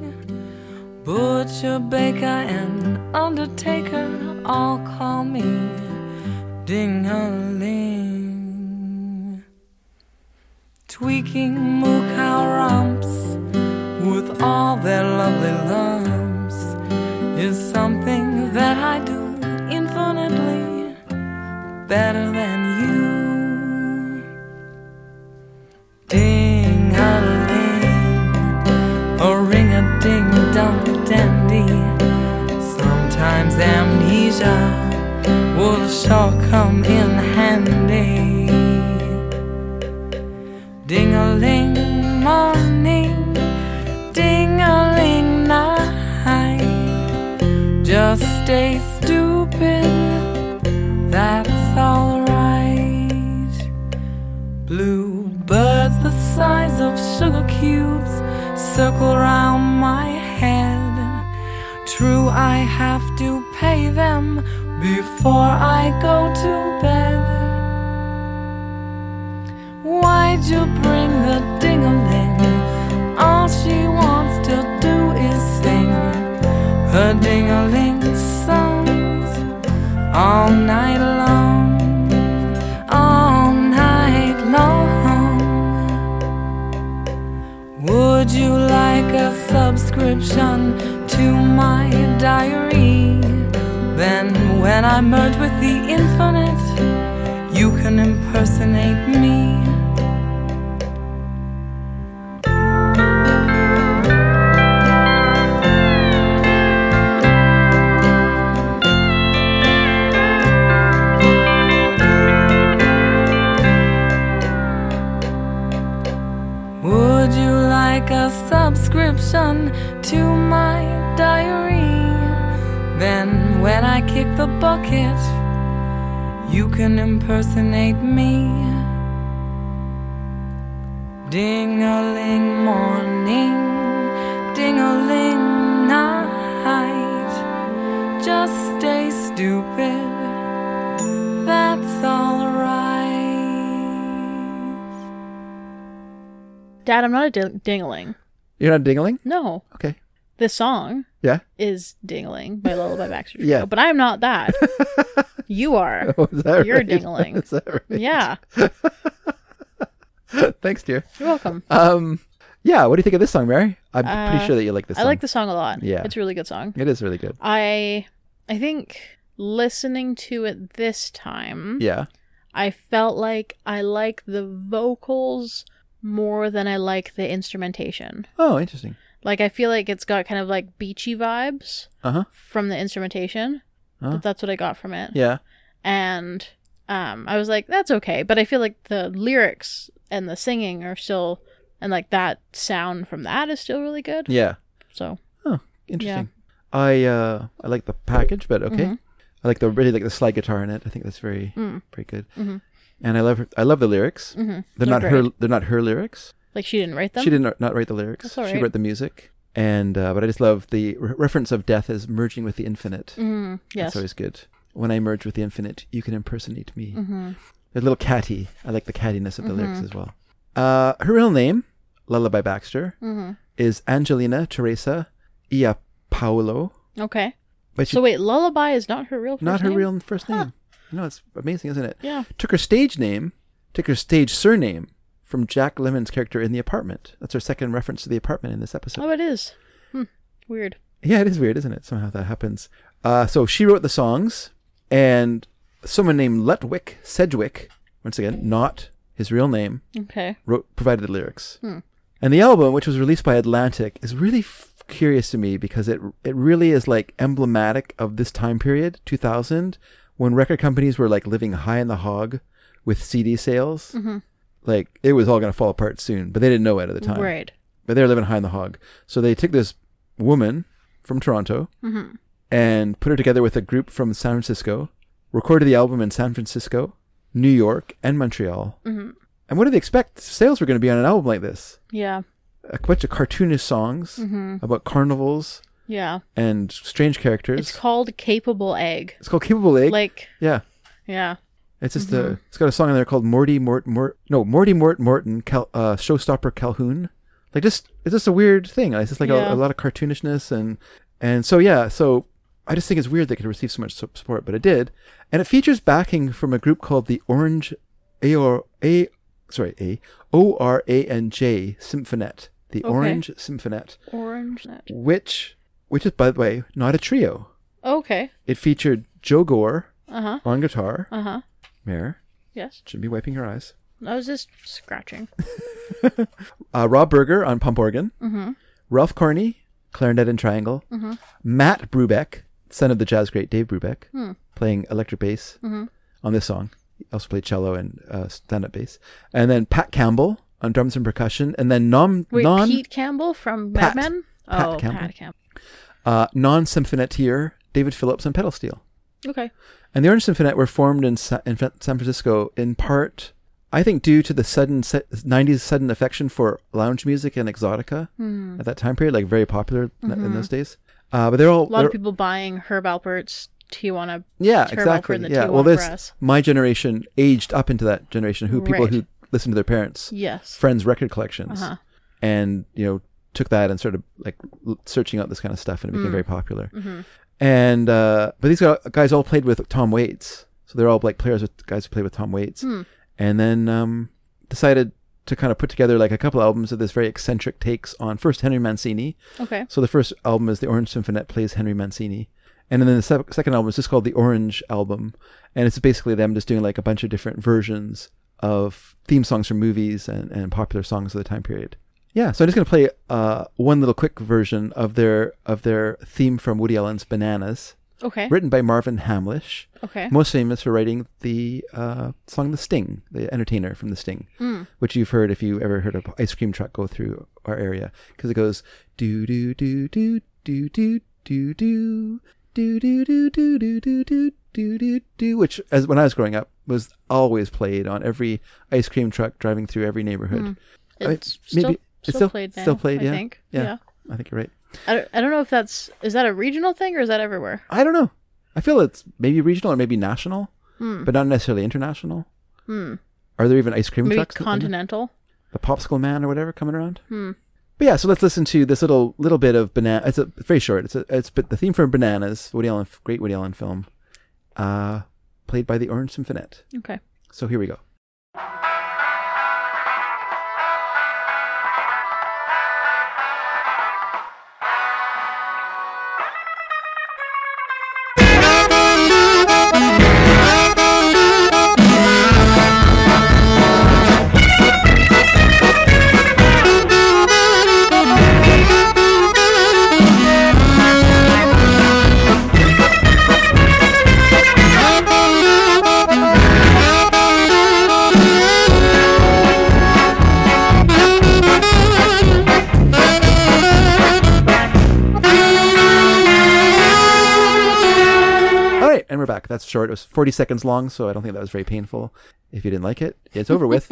[SPEAKER 5] butcher, baker, and undertaker all call me dingaling. Tweaking moo cow romps with all their lovely lumps is something that I do infinitely better than you. Ding a ling, a ring a ding dong dandy. Sometimes amnesia would sure come in handy. Ding a ling morning, ding a ling night. Just stay stupid, that's alright. Blue birds the size of sugar cubes circle round my head. True, I have to pay them before I go to bed. Why'd you bring the ding-a-ling? All she wants to do is sing her ding-a-ling songs all night long, all night long. Would you like a subscription to my diary? Then, when I merge with the infinite, you can impersonate me. Would you like a subscription to my diary? Then, when I kick the bucket, you can impersonate me. Ding a ling morning, ding a ling night. Just stay stupid, that's alright.
[SPEAKER 3] Dad, I'm not a ding- dingling.
[SPEAKER 2] You're not dingling?
[SPEAKER 3] No,
[SPEAKER 2] Okay.
[SPEAKER 3] the song
[SPEAKER 2] Yeah. [laughs]
[SPEAKER 3] is "Dingling" by Lullaby Baxter.
[SPEAKER 2] Yeah.
[SPEAKER 3] Trio, but I'm not that. you are.
[SPEAKER 2] Oh, is that
[SPEAKER 3] You're
[SPEAKER 2] right?
[SPEAKER 3] dingling.
[SPEAKER 2] Is that [laughs] right?
[SPEAKER 3] Yeah,
[SPEAKER 2] [laughs] Thanks, dear.
[SPEAKER 3] you're welcome.
[SPEAKER 2] Um, yeah. What do you think of this song, Mary? I'm pretty
[SPEAKER 3] Uh,
[SPEAKER 2] sure that you like this.
[SPEAKER 3] I like
[SPEAKER 2] song.
[SPEAKER 3] the song a lot.
[SPEAKER 2] Yeah.
[SPEAKER 3] it's a really good song.
[SPEAKER 2] It is really good.
[SPEAKER 3] I I think listening to it this time,
[SPEAKER 2] Yeah.
[SPEAKER 3] I felt like I like the vocals more than I like the instrumentation.
[SPEAKER 2] Oh, interesting.
[SPEAKER 3] Like I feel like it's got kind of like beachy vibes
[SPEAKER 2] Uh huh.
[SPEAKER 3] from the instrumentation.
[SPEAKER 2] Huh?
[SPEAKER 3] But that's what I got from it.
[SPEAKER 2] Yeah.
[SPEAKER 3] And um I was like that's okay, but I feel like the lyrics and the singing are still and like that sound from that is still really good.
[SPEAKER 2] Yeah.
[SPEAKER 3] So,
[SPEAKER 2] Oh, interesting. I uh I like the package, but okay.
[SPEAKER 3] Mhm.
[SPEAKER 2] I like the really like the slide guitar in it. I think that's very
[SPEAKER 3] Mm.
[SPEAKER 2] pretty good.
[SPEAKER 3] Mhm.
[SPEAKER 2] And I love her, I love the lyrics.
[SPEAKER 3] hmm
[SPEAKER 2] They're
[SPEAKER 3] They're
[SPEAKER 2] not her they're not her lyrics.
[SPEAKER 3] like she didn't write them.
[SPEAKER 2] She did not not write the lyrics.
[SPEAKER 3] That's all
[SPEAKER 2] She
[SPEAKER 3] right.
[SPEAKER 2] wrote the music. And uh, but I just love the re- reference of death as merging with the infinite.
[SPEAKER 3] Mhm.
[SPEAKER 2] That's
[SPEAKER 3] Yes.
[SPEAKER 2] always good. When I merge with the infinite, you can impersonate me.
[SPEAKER 3] hmm
[SPEAKER 2] They're a little catty. I like the cattiness of the lyrics
[SPEAKER 3] Mm-hmm.
[SPEAKER 2] as well. Uh, her real name, Lullaby Baxter,
[SPEAKER 3] hmm
[SPEAKER 2] is Angelina Teresa Ia Paolo.
[SPEAKER 3] Okay.
[SPEAKER 2] But she
[SPEAKER 3] so wait, Lullaby is not her real first
[SPEAKER 2] not her
[SPEAKER 3] name?
[SPEAKER 2] real first name. No, it's amazing, isn't it?
[SPEAKER 3] Yeah.
[SPEAKER 2] Took her stage name, took her stage surname from Jack Lemon's character in The Apartment. That's her second reference to The Apartment in this episode.
[SPEAKER 3] Oh, it is. Hmm. Weird.
[SPEAKER 2] Yeah, it is weird, isn't it? Somehow that happens. Uh, so she wrote the songs, and someone named Letwick Sedgwick, once again, not his real name,
[SPEAKER 3] Okay.
[SPEAKER 2] wrote provided the lyrics.
[SPEAKER 3] Hmm.
[SPEAKER 2] And the album, which was released by Atlantic, is really f- curious to me because it it really is like emblematic of this time period, 2000, when record companies were like living high in the hog with CD sales.
[SPEAKER 3] Mm-hmm.
[SPEAKER 2] Like it was all going to fall apart soon, but they didn't know it at the time.
[SPEAKER 3] Right.
[SPEAKER 2] But they were living high in the hog. So they took this woman from Toronto
[SPEAKER 3] Mm-hmm.
[SPEAKER 2] and put her together with a group from San Francisco, recorded the album in San Francisco, New York, and Montreal.
[SPEAKER 3] Mm-hmm.
[SPEAKER 2] And what did they expect sales were going to be on an album like this?
[SPEAKER 3] Yeah.
[SPEAKER 2] A bunch of cartoonish songs
[SPEAKER 3] Mm-hmm.
[SPEAKER 2] about carnivals
[SPEAKER 3] Yeah.
[SPEAKER 2] and strange characters.
[SPEAKER 3] It's called Capable Egg.
[SPEAKER 2] It's called Capable Egg.
[SPEAKER 3] Like,
[SPEAKER 2] yeah.
[SPEAKER 3] yeah.
[SPEAKER 2] It's just
[SPEAKER 3] Mm-hmm.
[SPEAKER 2] a. It's got a song in there called Morty Mort Mort. No, Morty Mort Morton. Cal, uh, Showstopper Calhoun. Like just it's just a weird thing. It's just like
[SPEAKER 3] Yeah.
[SPEAKER 2] a, a lot of cartoonishness and and so yeah. So I just think it's weird they could receive so much su- support, but it did. And it features backing from a group called the Orange A or A. Sorry, A O R A N J Symphonette. The
[SPEAKER 3] Okay.
[SPEAKER 2] Orange Symphonette,
[SPEAKER 3] Orange. Net.
[SPEAKER 2] which which is by the way not a trio.
[SPEAKER 3] Okay.
[SPEAKER 2] It featured Joe Gore
[SPEAKER 3] Uh huh.
[SPEAKER 2] on guitar.
[SPEAKER 3] Uh huh.
[SPEAKER 2] Mayor
[SPEAKER 3] Yes.
[SPEAKER 2] should be wiping her eyes.
[SPEAKER 3] I was just scratching.
[SPEAKER 2] uh, Rob Berger on pump organ,
[SPEAKER 3] Mm-hmm.
[SPEAKER 2] Ralph Carney, clarinet and triangle,
[SPEAKER 3] Mhm.
[SPEAKER 2] Matt Brubeck, son of the jazz great Dave Brubeck,
[SPEAKER 3] Hmm.
[SPEAKER 2] playing electric bass
[SPEAKER 3] Mhm.
[SPEAKER 2] on this song. He also played cello and uh, stand up bass. And then Pat Campbell on drums and percussion, and then non
[SPEAKER 3] Wait,
[SPEAKER 2] non
[SPEAKER 3] Pete Campbell from
[SPEAKER 2] Pat.
[SPEAKER 3] Mad Men?
[SPEAKER 2] Pat
[SPEAKER 3] oh,
[SPEAKER 2] Campbell.
[SPEAKER 3] Pat Campbell.
[SPEAKER 2] uh, non symphoneteer David Phillips on pedal steel.
[SPEAKER 3] Okay.
[SPEAKER 2] And the Orange Symphonette were formed in, Sa- in Fa- San Francisco in part, I think, due to the sudden se- 90s sudden affection for lounge music and exotica
[SPEAKER 3] Hmm.
[SPEAKER 2] at that time period, like very popular in- in those days. Uh, but they're all
[SPEAKER 3] Mm-hmm. A lot
[SPEAKER 2] they're,
[SPEAKER 3] of people buying Herb Alpert's Tijuana.
[SPEAKER 2] Yeah,
[SPEAKER 3] Turbo
[SPEAKER 2] exactly.
[SPEAKER 3] For the
[SPEAKER 2] yeah.
[SPEAKER 3] Tijuana
[SPEAKER 2] Well, there's
[SPEAKER 3] Brass.
[SPEAKER 2] my generation aged up into that generation who people
[SPEAKER 3] Right.
[SPEAKER 2] who listened to their parents'
[SPEAKER 3] Yes. Uh-huh.
[SPEAKER 2] friends' record collections, and you know took that and started like l- searching out this kind of stuff, and it became
[SPEAKER 3] Hmm.
[SPEAKER 2] very popular.
[SPEAKER 3] Mm-hmm.
[SPEAKER 2] And uh, but these gu- guys all played with Tom Waits, so they're all like players with guys who played with Tom Waits, and then um, decided to kind of put together like a couple albums of this very eccentric takes on first Henry Mancini,
[SPEAKER 3] Okay.
[SPEAKER 2] so the first album is the Orange Symphonette plays Henry Mancini, and then the se- second album is just called the Orange Album, and it's basically them just doing like a bunch of different versions of theme songs from movies and, and popular songs of the time period. Yeah, so I'm just gonna play uh, one little quick version of their of their theme from Woody Allen's Bananas,
[SPEAKER 3] Okay.
[SPEAKER 2] written by Marvin Hamlish,
[SPEAKER 3] Okay.
[SPEAKER 2] most famous for writing the uh, song "The Sting," the entertainer from "The Sting,"
[SPEAKER 3] Hmm.
[SPEAKER 2] which you've heard if you ever heard an ice cream truck go through our area because it goes do do do do do do do do do do do do do do do do do do, which as when I was growing up was always played on every ice cream truck driving through every neighborhood. I mean,
[SPEAKER 3] Hmm. It's still,
[SPEAKER 2] it's
[SPEAKER 3] still, played now.
[SPEAKER 2] Still played,
[SPEAKER 3] I
[SPEAKER 2] yeah.
[SPEAKER 3] think.
[SPEAKER 2] yeah. I think you're right.
[SPEAKER 3] I don't, I don't know if that's is that a regional thing or is that everywhere?
[SPEAKER 2] I don't know. I feel it's maybe regional or maybe national, but not necessarily international. Are there even ice cream
[SPEAKER 3] Maybe
[SPEAKER 2] trucks? in- in
[SPEAKER 3] continental.
[SPEAKER 2] The popsicle man or whatever coming around. But yeah, so let's listen to this little little bit of banana. It's, a, it's very short. It's a, it's but the theme from Bananas, Woody Allen, great Woody Allen film, uh, played by the Orange Symphonette.
[SPEAKER 3] Okay.
[SPEAKER 2] So here we go. All right, and we're back. That's short. It was 40 seconds long, so I don't think that was very painful. If you didn't like it, it's over with.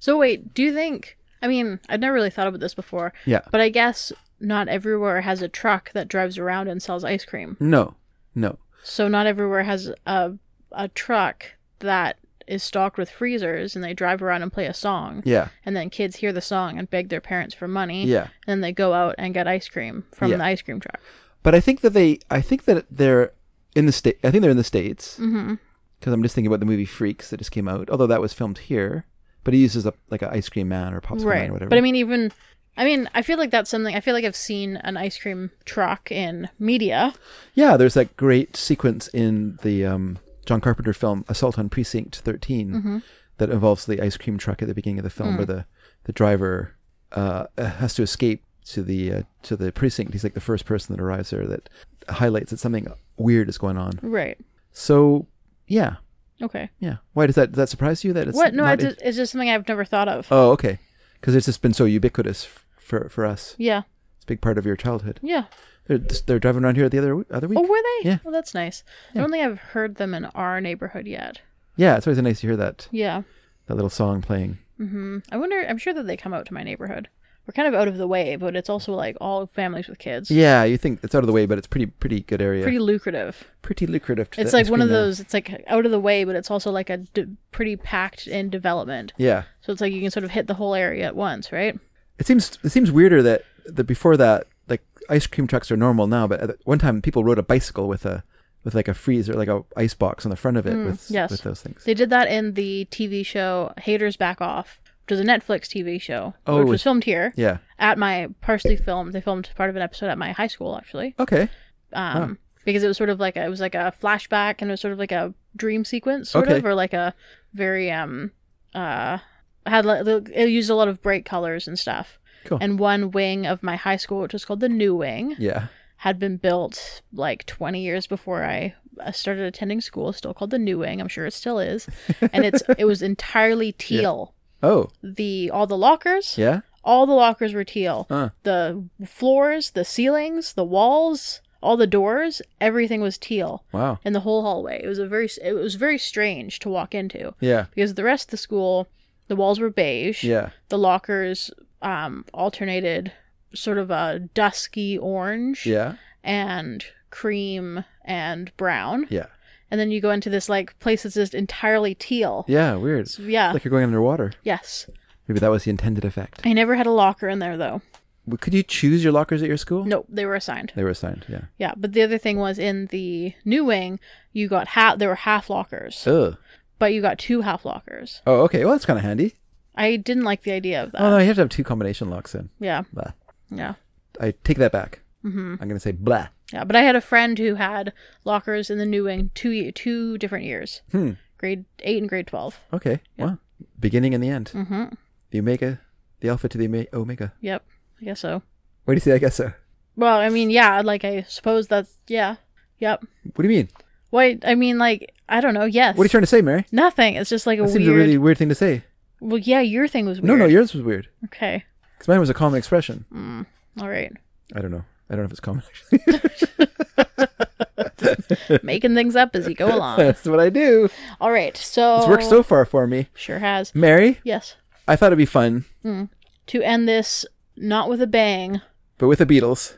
[SPEAKER 3] So wait, do you think? I mean, I'd never really thought about this before.
[SPEAKER 2] Yeah.
[SPEAKER 3] But I guess not everywhere has a truck that drives around and sells ice cream.
[SPEAKER 2] No, no.
[SPEAKER 3] So not everywhere has a a truck that is stocked with freezers and they drive around and play a song.
[SPEAKER 2] Yeah,
[SPEAKER 3] And then kids hear the song and beg their parents for money.
[SPEAKER 2] yeah.
[SPEAKER 3] And then they go out and get ice cream from
[SPEAKER 2] Yeah.
[SPEAKER 3] the ice cream truck.
[SPEAKER 2] But I think that they, I think that they're in the state. I think they're in the states because
[SPEAKER 3] Mm-hmm.
[SPEAKER 2] I'm just thinking about the movie Freaks that just came out. Although that was filmed here, but he uses a like an ice cream man or a popsicle man or whatever.
[SPEAKER 3] But I mean, even, I mean, I feel like that's something. I feel like I've seen an ice cream truck in media.
[SPEAKER 2] yeah, there's that great sequence in the um, John Carpenter film Assault on Precinct 13
[SPEAKER 3] Mm-hmm.
[SPEAKER 2] that involves the ice cream truck at the beginning of the film,
[SPEAKER 3] Mm.
[SPEAKER 2] where the the driver uh, has to escape to the uh, to the precinct. He's like the first person that arrives there that highlights that something weird is going on.
[SPEAKER 3] Right.
[SPEAKER 2] So yeah,
[SPEAKER 3] Okay.
[SPEAKER 2] Yeah. Why does that does that surprise you that it's
[SPEAKER 3] what? No,
[SPEAKER 2] not
[SPEAKER 3] it's
[SPEAKER 2] in-
[SPEAKER 3] just, it's just something I've never thought of.
[SPEAKER 2] Oh, okay. Because it's just been so ubiquitous f- for for us.
[SPEAKER 3] yeah.
[SPEAKER 2] It's a big part of your childhood.
[SPEAKER 3] Yeah.
[SPEAKER 2] They're just- they're driving around here the other w- other week.
[SPEAKER 3] Oh, were they?
[SPEAKER 2] Yeah.
[SPEAKER 3] Well, that's nice. I don't think I've heard them in our neighborhood yet.
[SPEAKER 2] Yeah, it's always nice to hear that
[SPEAKER 3] Yeah.
[SPEAKER 2] that little song playing.
[SPEAKER 3] I wonder. I'm sure that they come out to my neighborhood. We're kind of out of the way, but it's also like all families with kids.
[SPEAKER 2] Yeah, you think it's out of the way, but it's pretty pretty good area.
[SPEAKER 3] Pretty
[SPEAKER 2] Pretty,
[SPEAKER 3] lucrative.
[SPEAKER 2] lucrative. To
[SPEAKER 3] It's
[SPEAKER 2] the
[SPEAKER 3] like one of
[SPEAKER 2] screen there.
[SPEAKER 3] those. It's like out of the way, but it's also like a d- pretty packed in development.
[SPEAKER 2] Yeah.
[SPEAKER 3] So it's like you can sort of hit the whole area at once, right?
[SPEAKER 2] It seems it seems weirder that that before that like ice cream trucks are normal now, but at one time people rode a bicycle with a with like a freezer like a ice box on the front of it with
[SPEAKER 3] Mm, yes.
[SPEAKER 2] with those things.
[SPEAKER 3] They did that in the TV show Haters Back Off, which is a Netflix TV show,
[SPEAKER 2] Oh,
[SPEAKER 3] which
[SPEAKER 2] it
[SPEAKER 3] was
[SPEAKER 2] was-
[SPEAKER 3] filmed here
[SPEAKER 2] Yeah.
[SPEAKER 3] at my partially filmed. They filmed part of an episode at my high school actually,
[SPEAKER 2] Okay.
[SPEAKER 3] um, because it was sort of like a, it was like a flashback and it was sort of like a dream sequence, sort
[SPEAKER 2] Okay.
[SPEAKER 3] of, or like a very um uh had li- it used a lot of bright colors and stuff.
[SPEAKER 2] Cool.
[SPEAKER 3] And one wing of my high school, which was called the New Wing,
[SPEAKER 2] Yeah.
[SPEAKER 3] had been built like 20 years before I uh, started attending school, still called the New Wing. I'm sure it still is. And
[SPEAKER 2] [laughs]
[SPEAKER 3] it's it was entirely teal.
[SPEAKER 2] Oh.
[SPEAKER 3] The all the lockers,
[SPEAKER 2] Yeah. Uh.
[SPEAKER 3] all the lockers were teal.
[SPEAKER 2] Huh.
[SPEAKER 3] The floors, the ceilings, the walls, all the doors, everyteal was teal.
[SPEAKER 2] Wow.
[SPEAKER 3] And the whole hallway. It was a very it was very strange to walk into
[SPEAKER 2] Yeah.
[SPEAKER 3] because the rest of the school, the walls were beige
[SPEAKER 2] Yeah.
[SPEAKER 3] the lockers um alternated sort of a dusky orange
[SPEAKER 2] Yeah.
[SPEAKER 3] and cream and brown.
[SPEAKER 2] Yeah.
[SPEAKER 3] And then you go into this like place that's just entirely teal.
[SPEAKER 2] Yeah, weird.
[SPEAKER 3] yeah.
[SPEAKER 2] It's like you're going underwater.
[SPEAKER 3] Yes.
[SPEAKER 2] Maybe that was the intended effect.
[SPEAKER 3] I never had a locker in there though.
[SPEAKER 2] W- Could you choose your lockers at your school?
[SPEAKER 3] Nope, they were assigned.
[SPEAKER 2] They were assigned, yeah.
[SPEAKER 3] Yeah, but the other thing was in the new wing, you got half. There were half lockers,
[SPEAKER 2] Ugh.
[SPEAKER 3] but you got two half lockers.
[SPEAKER 2] Oh, okay. Well, that's kind of handy.
[SPEAKER 3] I didn't like the idea of that.
[SPEAKER 2] Oh, no, you have to have two combination locks in.
[SPEAKER 3] yeah,
[SPEAKER 2] Blah.
[SPEAKER 3] yeah,
[SPEAKER 2] I take that back. Mm-hmm. I'm going to say blah.
[SPEAKER 3] yeah. But I had a friend who had lockers in the new wing two ye- two different years,
[SPEAKER 2] Hmm.
[SPEAKER 3] grade eight and grade twelve.
[SPEAKER 2] Okay. Well, beginning and the end.
[SPEAKER 3] Mm-hmm.
[SPEAKER 2] The omega, the alpha to the ome- omega.
[SPEAKER 3] Yep, I guess so.
[SPEAKER 2] What do you say? I guess so.
[SPEAKER 3] Well, I mean, yeah, like I suppose that's yeah, yep.
[SPEAKER 2] What do you mean?
[SPEAKER 3] Wait, I mean, like I don't know. Yes.
[SPEAKER 2] What are you trying to say, Mary?
[SPEAKER 3] Nothing. It's just like a
[SPEAKER 2] That
[SPEAKER 3] weird.
[SPEAKER 2] seems a really weird thing to say.
[SPEAKER 3] Well, yeah, your thing was weird. Mm.
[SPEAKER 2] No, no, yours was weird.
[SPEAKER 3] Okay.
[SPEAKER 2] Because mine was a common expression.
[SPEAKER 3] All right.
[SPEAKER 2] I don't know. I don't know if it's common, [laughs] actually.
[SPEAKER 3] Making things up as you
[SPEAKER 2] [laughs]
[SPEAKER 3] go along.
[SPEAKER 2] That's what I do.
[SPEAKER 3] All right. So
[SPEAKER 2] It's worked so far for me.
[SPEAKER 3] Sure has.
[SPEAKER 2] Mary,
[SPEAKER 3] Yes.
[SPEAKER 2] I thought it'd be fun,
[SPEAKER 3] To end this not with a bang, [laughs]
[SPEAKER 2] but with the Beatles.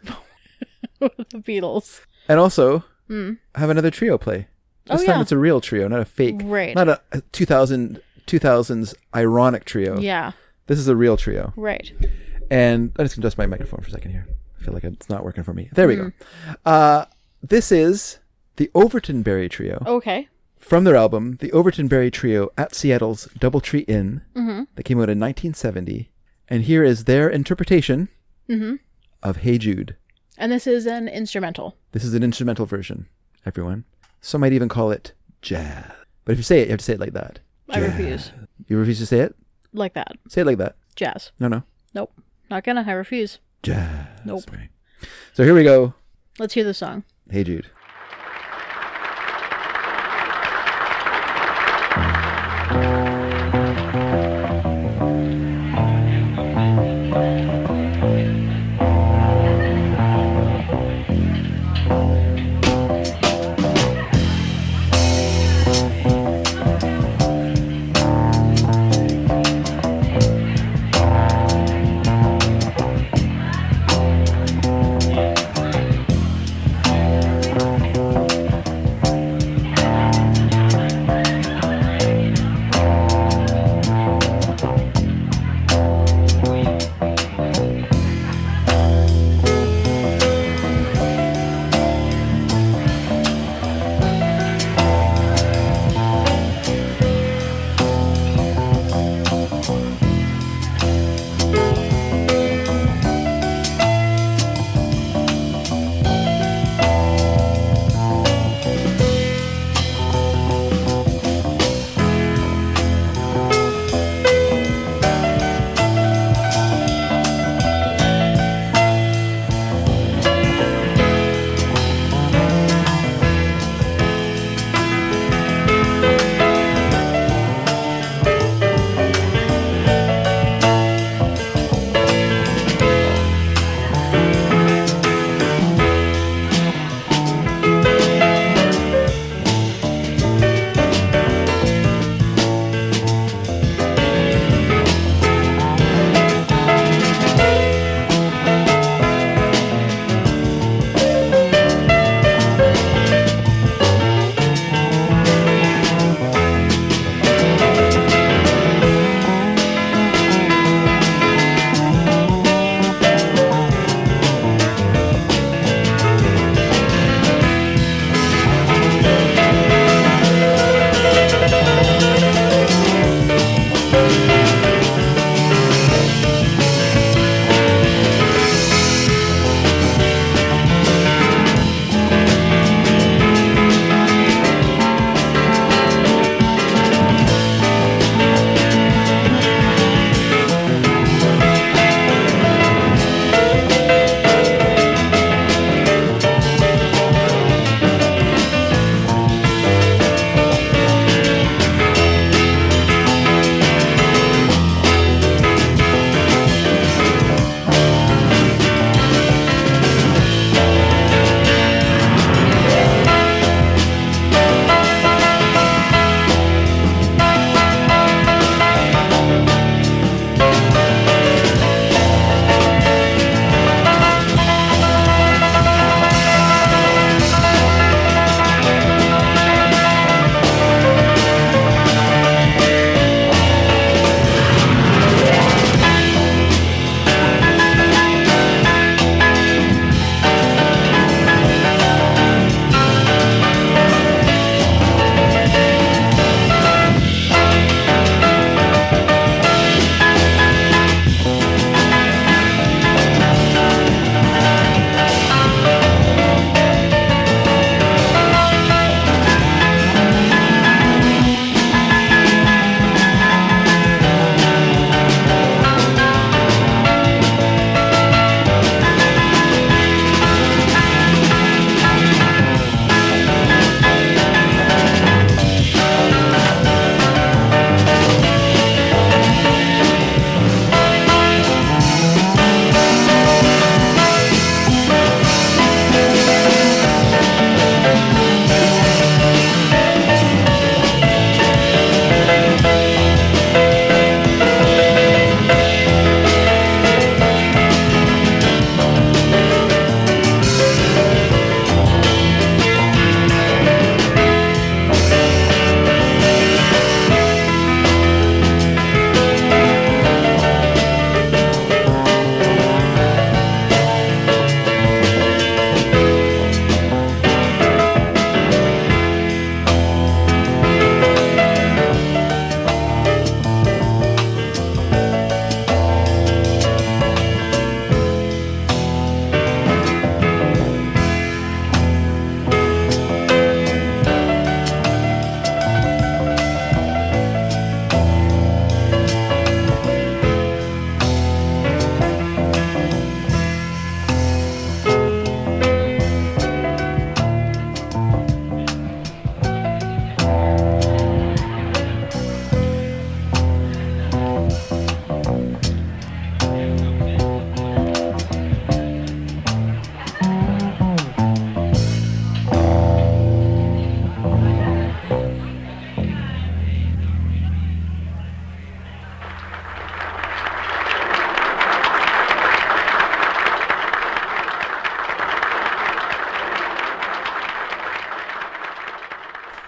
[SPEAKER 3] with the Beatles.
[SPEAKER 2] And also, have another trio play. This
[SPEAKER 3] Hmm. Oh,
[SPEAKER 2] time
[SPEAKER 3] yeah.
[SPEAKER 2] it's a real trio, not a fake.
[SPEAKER 3] Right.
[SPEAKER 2] Not a, a 2000, 2000s ironic trio.
[SPEAKER 3] Yeah.
[SPEAKER 2] This is a real trio.
[SPEAKER 3] Right.
[SPEAKER 2] And I'm just going to adjust my microphone for a second here. I feel like it's not working for me. There we
[SPEAKER 3] Hmm.
[SPEAKER 2] go. Uh, this is the Overton Berry Trio
[SPEAKER 3] Okay.
[SPEAKER 2] from their album, The Overton Berry Trio at Seattle's Doubletree Inn,
[SPEAKER 3] Mm-hmm.
[SPEAKER 2] that came out in 1970. And here is their interpretation
[SPEAKER 3] Mm-hmm.
[SPEAKER 2] of Hey Jude.
[SPEAKER 3] And this is an instrumental.
[SPEAKER 2] This is an instrumental version, everyone. Some might even call it jazz. But if you say it, you have to say it like that.
[SPEAKER 3] I refuse.
[SPEAKER 2] You refuse to say it?
[SPEAKER 3] Like that.
[SPEAKER 2] Say it like that.
[SPEAKER 3] Jazz.
[SPEAKER 2] No, no.
[SPEAKER 3] Nope. Not gonna. I refuse.
[SPEAKER 2] Jazz.
[SPEAKER 3] Nope.
[SPEAKER 2] Right. So here we go.
[SPEAKER 3] Let's hear the song.
[SPEAKER 2] Hey Jude.
[SPEAKER 4] Hey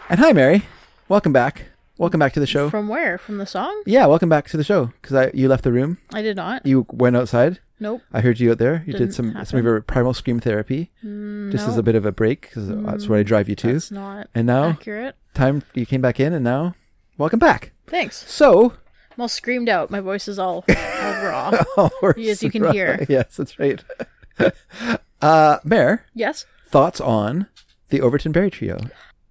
[SPEAKER 2] And hi, Mary. Welcome back. Welcome back to the show.
[SPEAKER 3] From where? From the song?
[SPEAKER 2] yeah, welcome back to the show because I you left the room.
[SPEAKER 3] I did not.
[SPEAKER 2] You went outside.
[SPEAKER 3] nope.
[SPEAKER 2] I heard you out there. You
[SPEAKER 3] Didn't
[SPEAKER 2] did some
[SPEAKER 3] happen. Mm,
[SPEAKER 2] some of your primal scream therapy. Just as
[SPEAKER 3] no.
[SPEAKER 2] a bit of a break because that's what I drive you to.
[SPEAKER 3] It's not
[SPEAKER 2] And now
[SPEAKER 3] accurate.
[SPEAKER 2] time you came back in, and now welcome back.
[SPEAKER 3] Thanks.
[SPEAKER 2] So
[SPEAKER 3] I'm all screamed out. My voice is all,
[SPEAKER 2] [laughs]
[SPEAKER 3] all raw.
[SPEAKER 2] Oh, we're
[SPEAKER 3] Yes, you can
[SPEAKER 2] surprised.
[SPEAKER 3] hear.
[SPEAKER 2] Yes, that's right. [laughs] uh, Mayor,
[SPEAKER 3] yes.
[SPEAKER 2] thoughts on the Overton Berry Trio?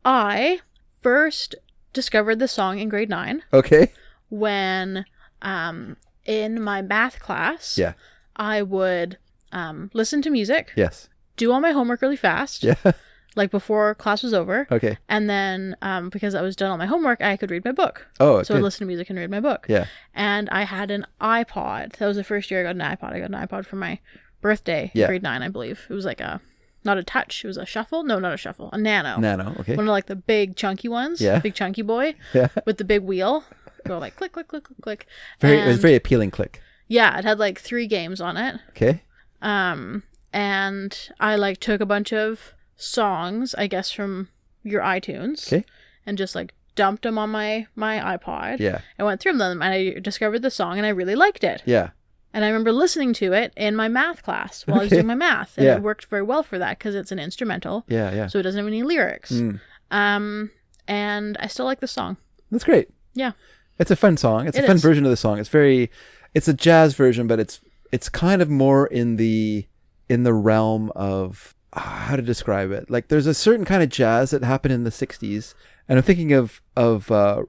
[SPEAKER 3] I first discovered the song in grade nine
[SPEAKER 2] Okay.
[SPEAKER 3] when um in my math class
[SPEAKER 2] Yeah.
[SPEAKER 3] I would um listen to music,
[SPEAKER 2] Yes.
[SPEAKER 3] do all my homework really fast,
[SPEAKER 2] Yeah. [laughs] Uh.
[SPEAKER 3] like before class was over.
[SPEAKER 2] Okay.
[SPEAKER 3] And then um, because I was done all my homework, I could read my book.
[SPEAKER 2] Oh,
[SPEAKER 3] so I
[SPEAKER 2] good.
[SPEAKER 3] listen to music and read my book.
[SPEAKER 2] Yeah.
[SPEAKER 3] And I had an iPod. That was the first year I got an iPod. I got an iPod for my birthday, in
[SPEAKER 2] Yeah.
[SPEAKER 3] grade nine, I believe. It was like a, not a touch. It was a shuffle. No, not a shuffle. A nano.
[SPEAKER 2] Nano. Okay.
[SPEAKER 3] [laughs] One of like the big chunky ones.
[SPEAKER 2] Yeah.
[SPEAKER 3] Big chunky boy.
[SPEAKER 2] Yeah.
[SPEAKER 3] With the big wheel. Go like click click click click click.
[SPEAKER 2] Very, it was
[SPEAKER 3] And-
[SPEAKER 2] very appealing. Click.
[SPEAKER 3] Yeah, it had like three games on it.
[SPEAKER 2] Okay.
[SPEAKER 3] Um, and I like took a bunch of songs, I guess, from your iTunes,
[SPEAKER 2] Okay.
[SPEAKER 3] and just like dumped them on my my iPod.
[SPEAKER 2] Yeah.
[SPEAKER 3] I went through them and I discovered the song and I really liked it.
[SPEAKER 2] Yeah.
[SPEAKER 3] And I remember listening to it in my math class while I was
[SPEAKER 2] Okay.
[SPEAKER 3] doing my math, and
[SPEAKER 2] Yeah.
[SPEAKER 3] it worked very well for that because it's an instrumental,
[SPEAKER 2] Yeah. Yeah.
[SPEAKER 3] so it doesn't have any lyrics.
[SPEAKER 2] Mm.
[SPEAKER 3] Um, and I still like the song.
[SPEAKER 2] That's great.
[SPEAKER 3] Yeah.
[SPEAKER 2] It's a fun song. It's
[SPEAKER 3] It
[SPEAKER 2] a fun
[SPEAKER 3] is.
[SPEAKER 2] version of the song. It's very, it's a jazz version, but it's it's kind of more in the in the realm of ah, how to describe it. Like there's a certain kind of jazz that happened in the '60s, and I'm thinking of of uh,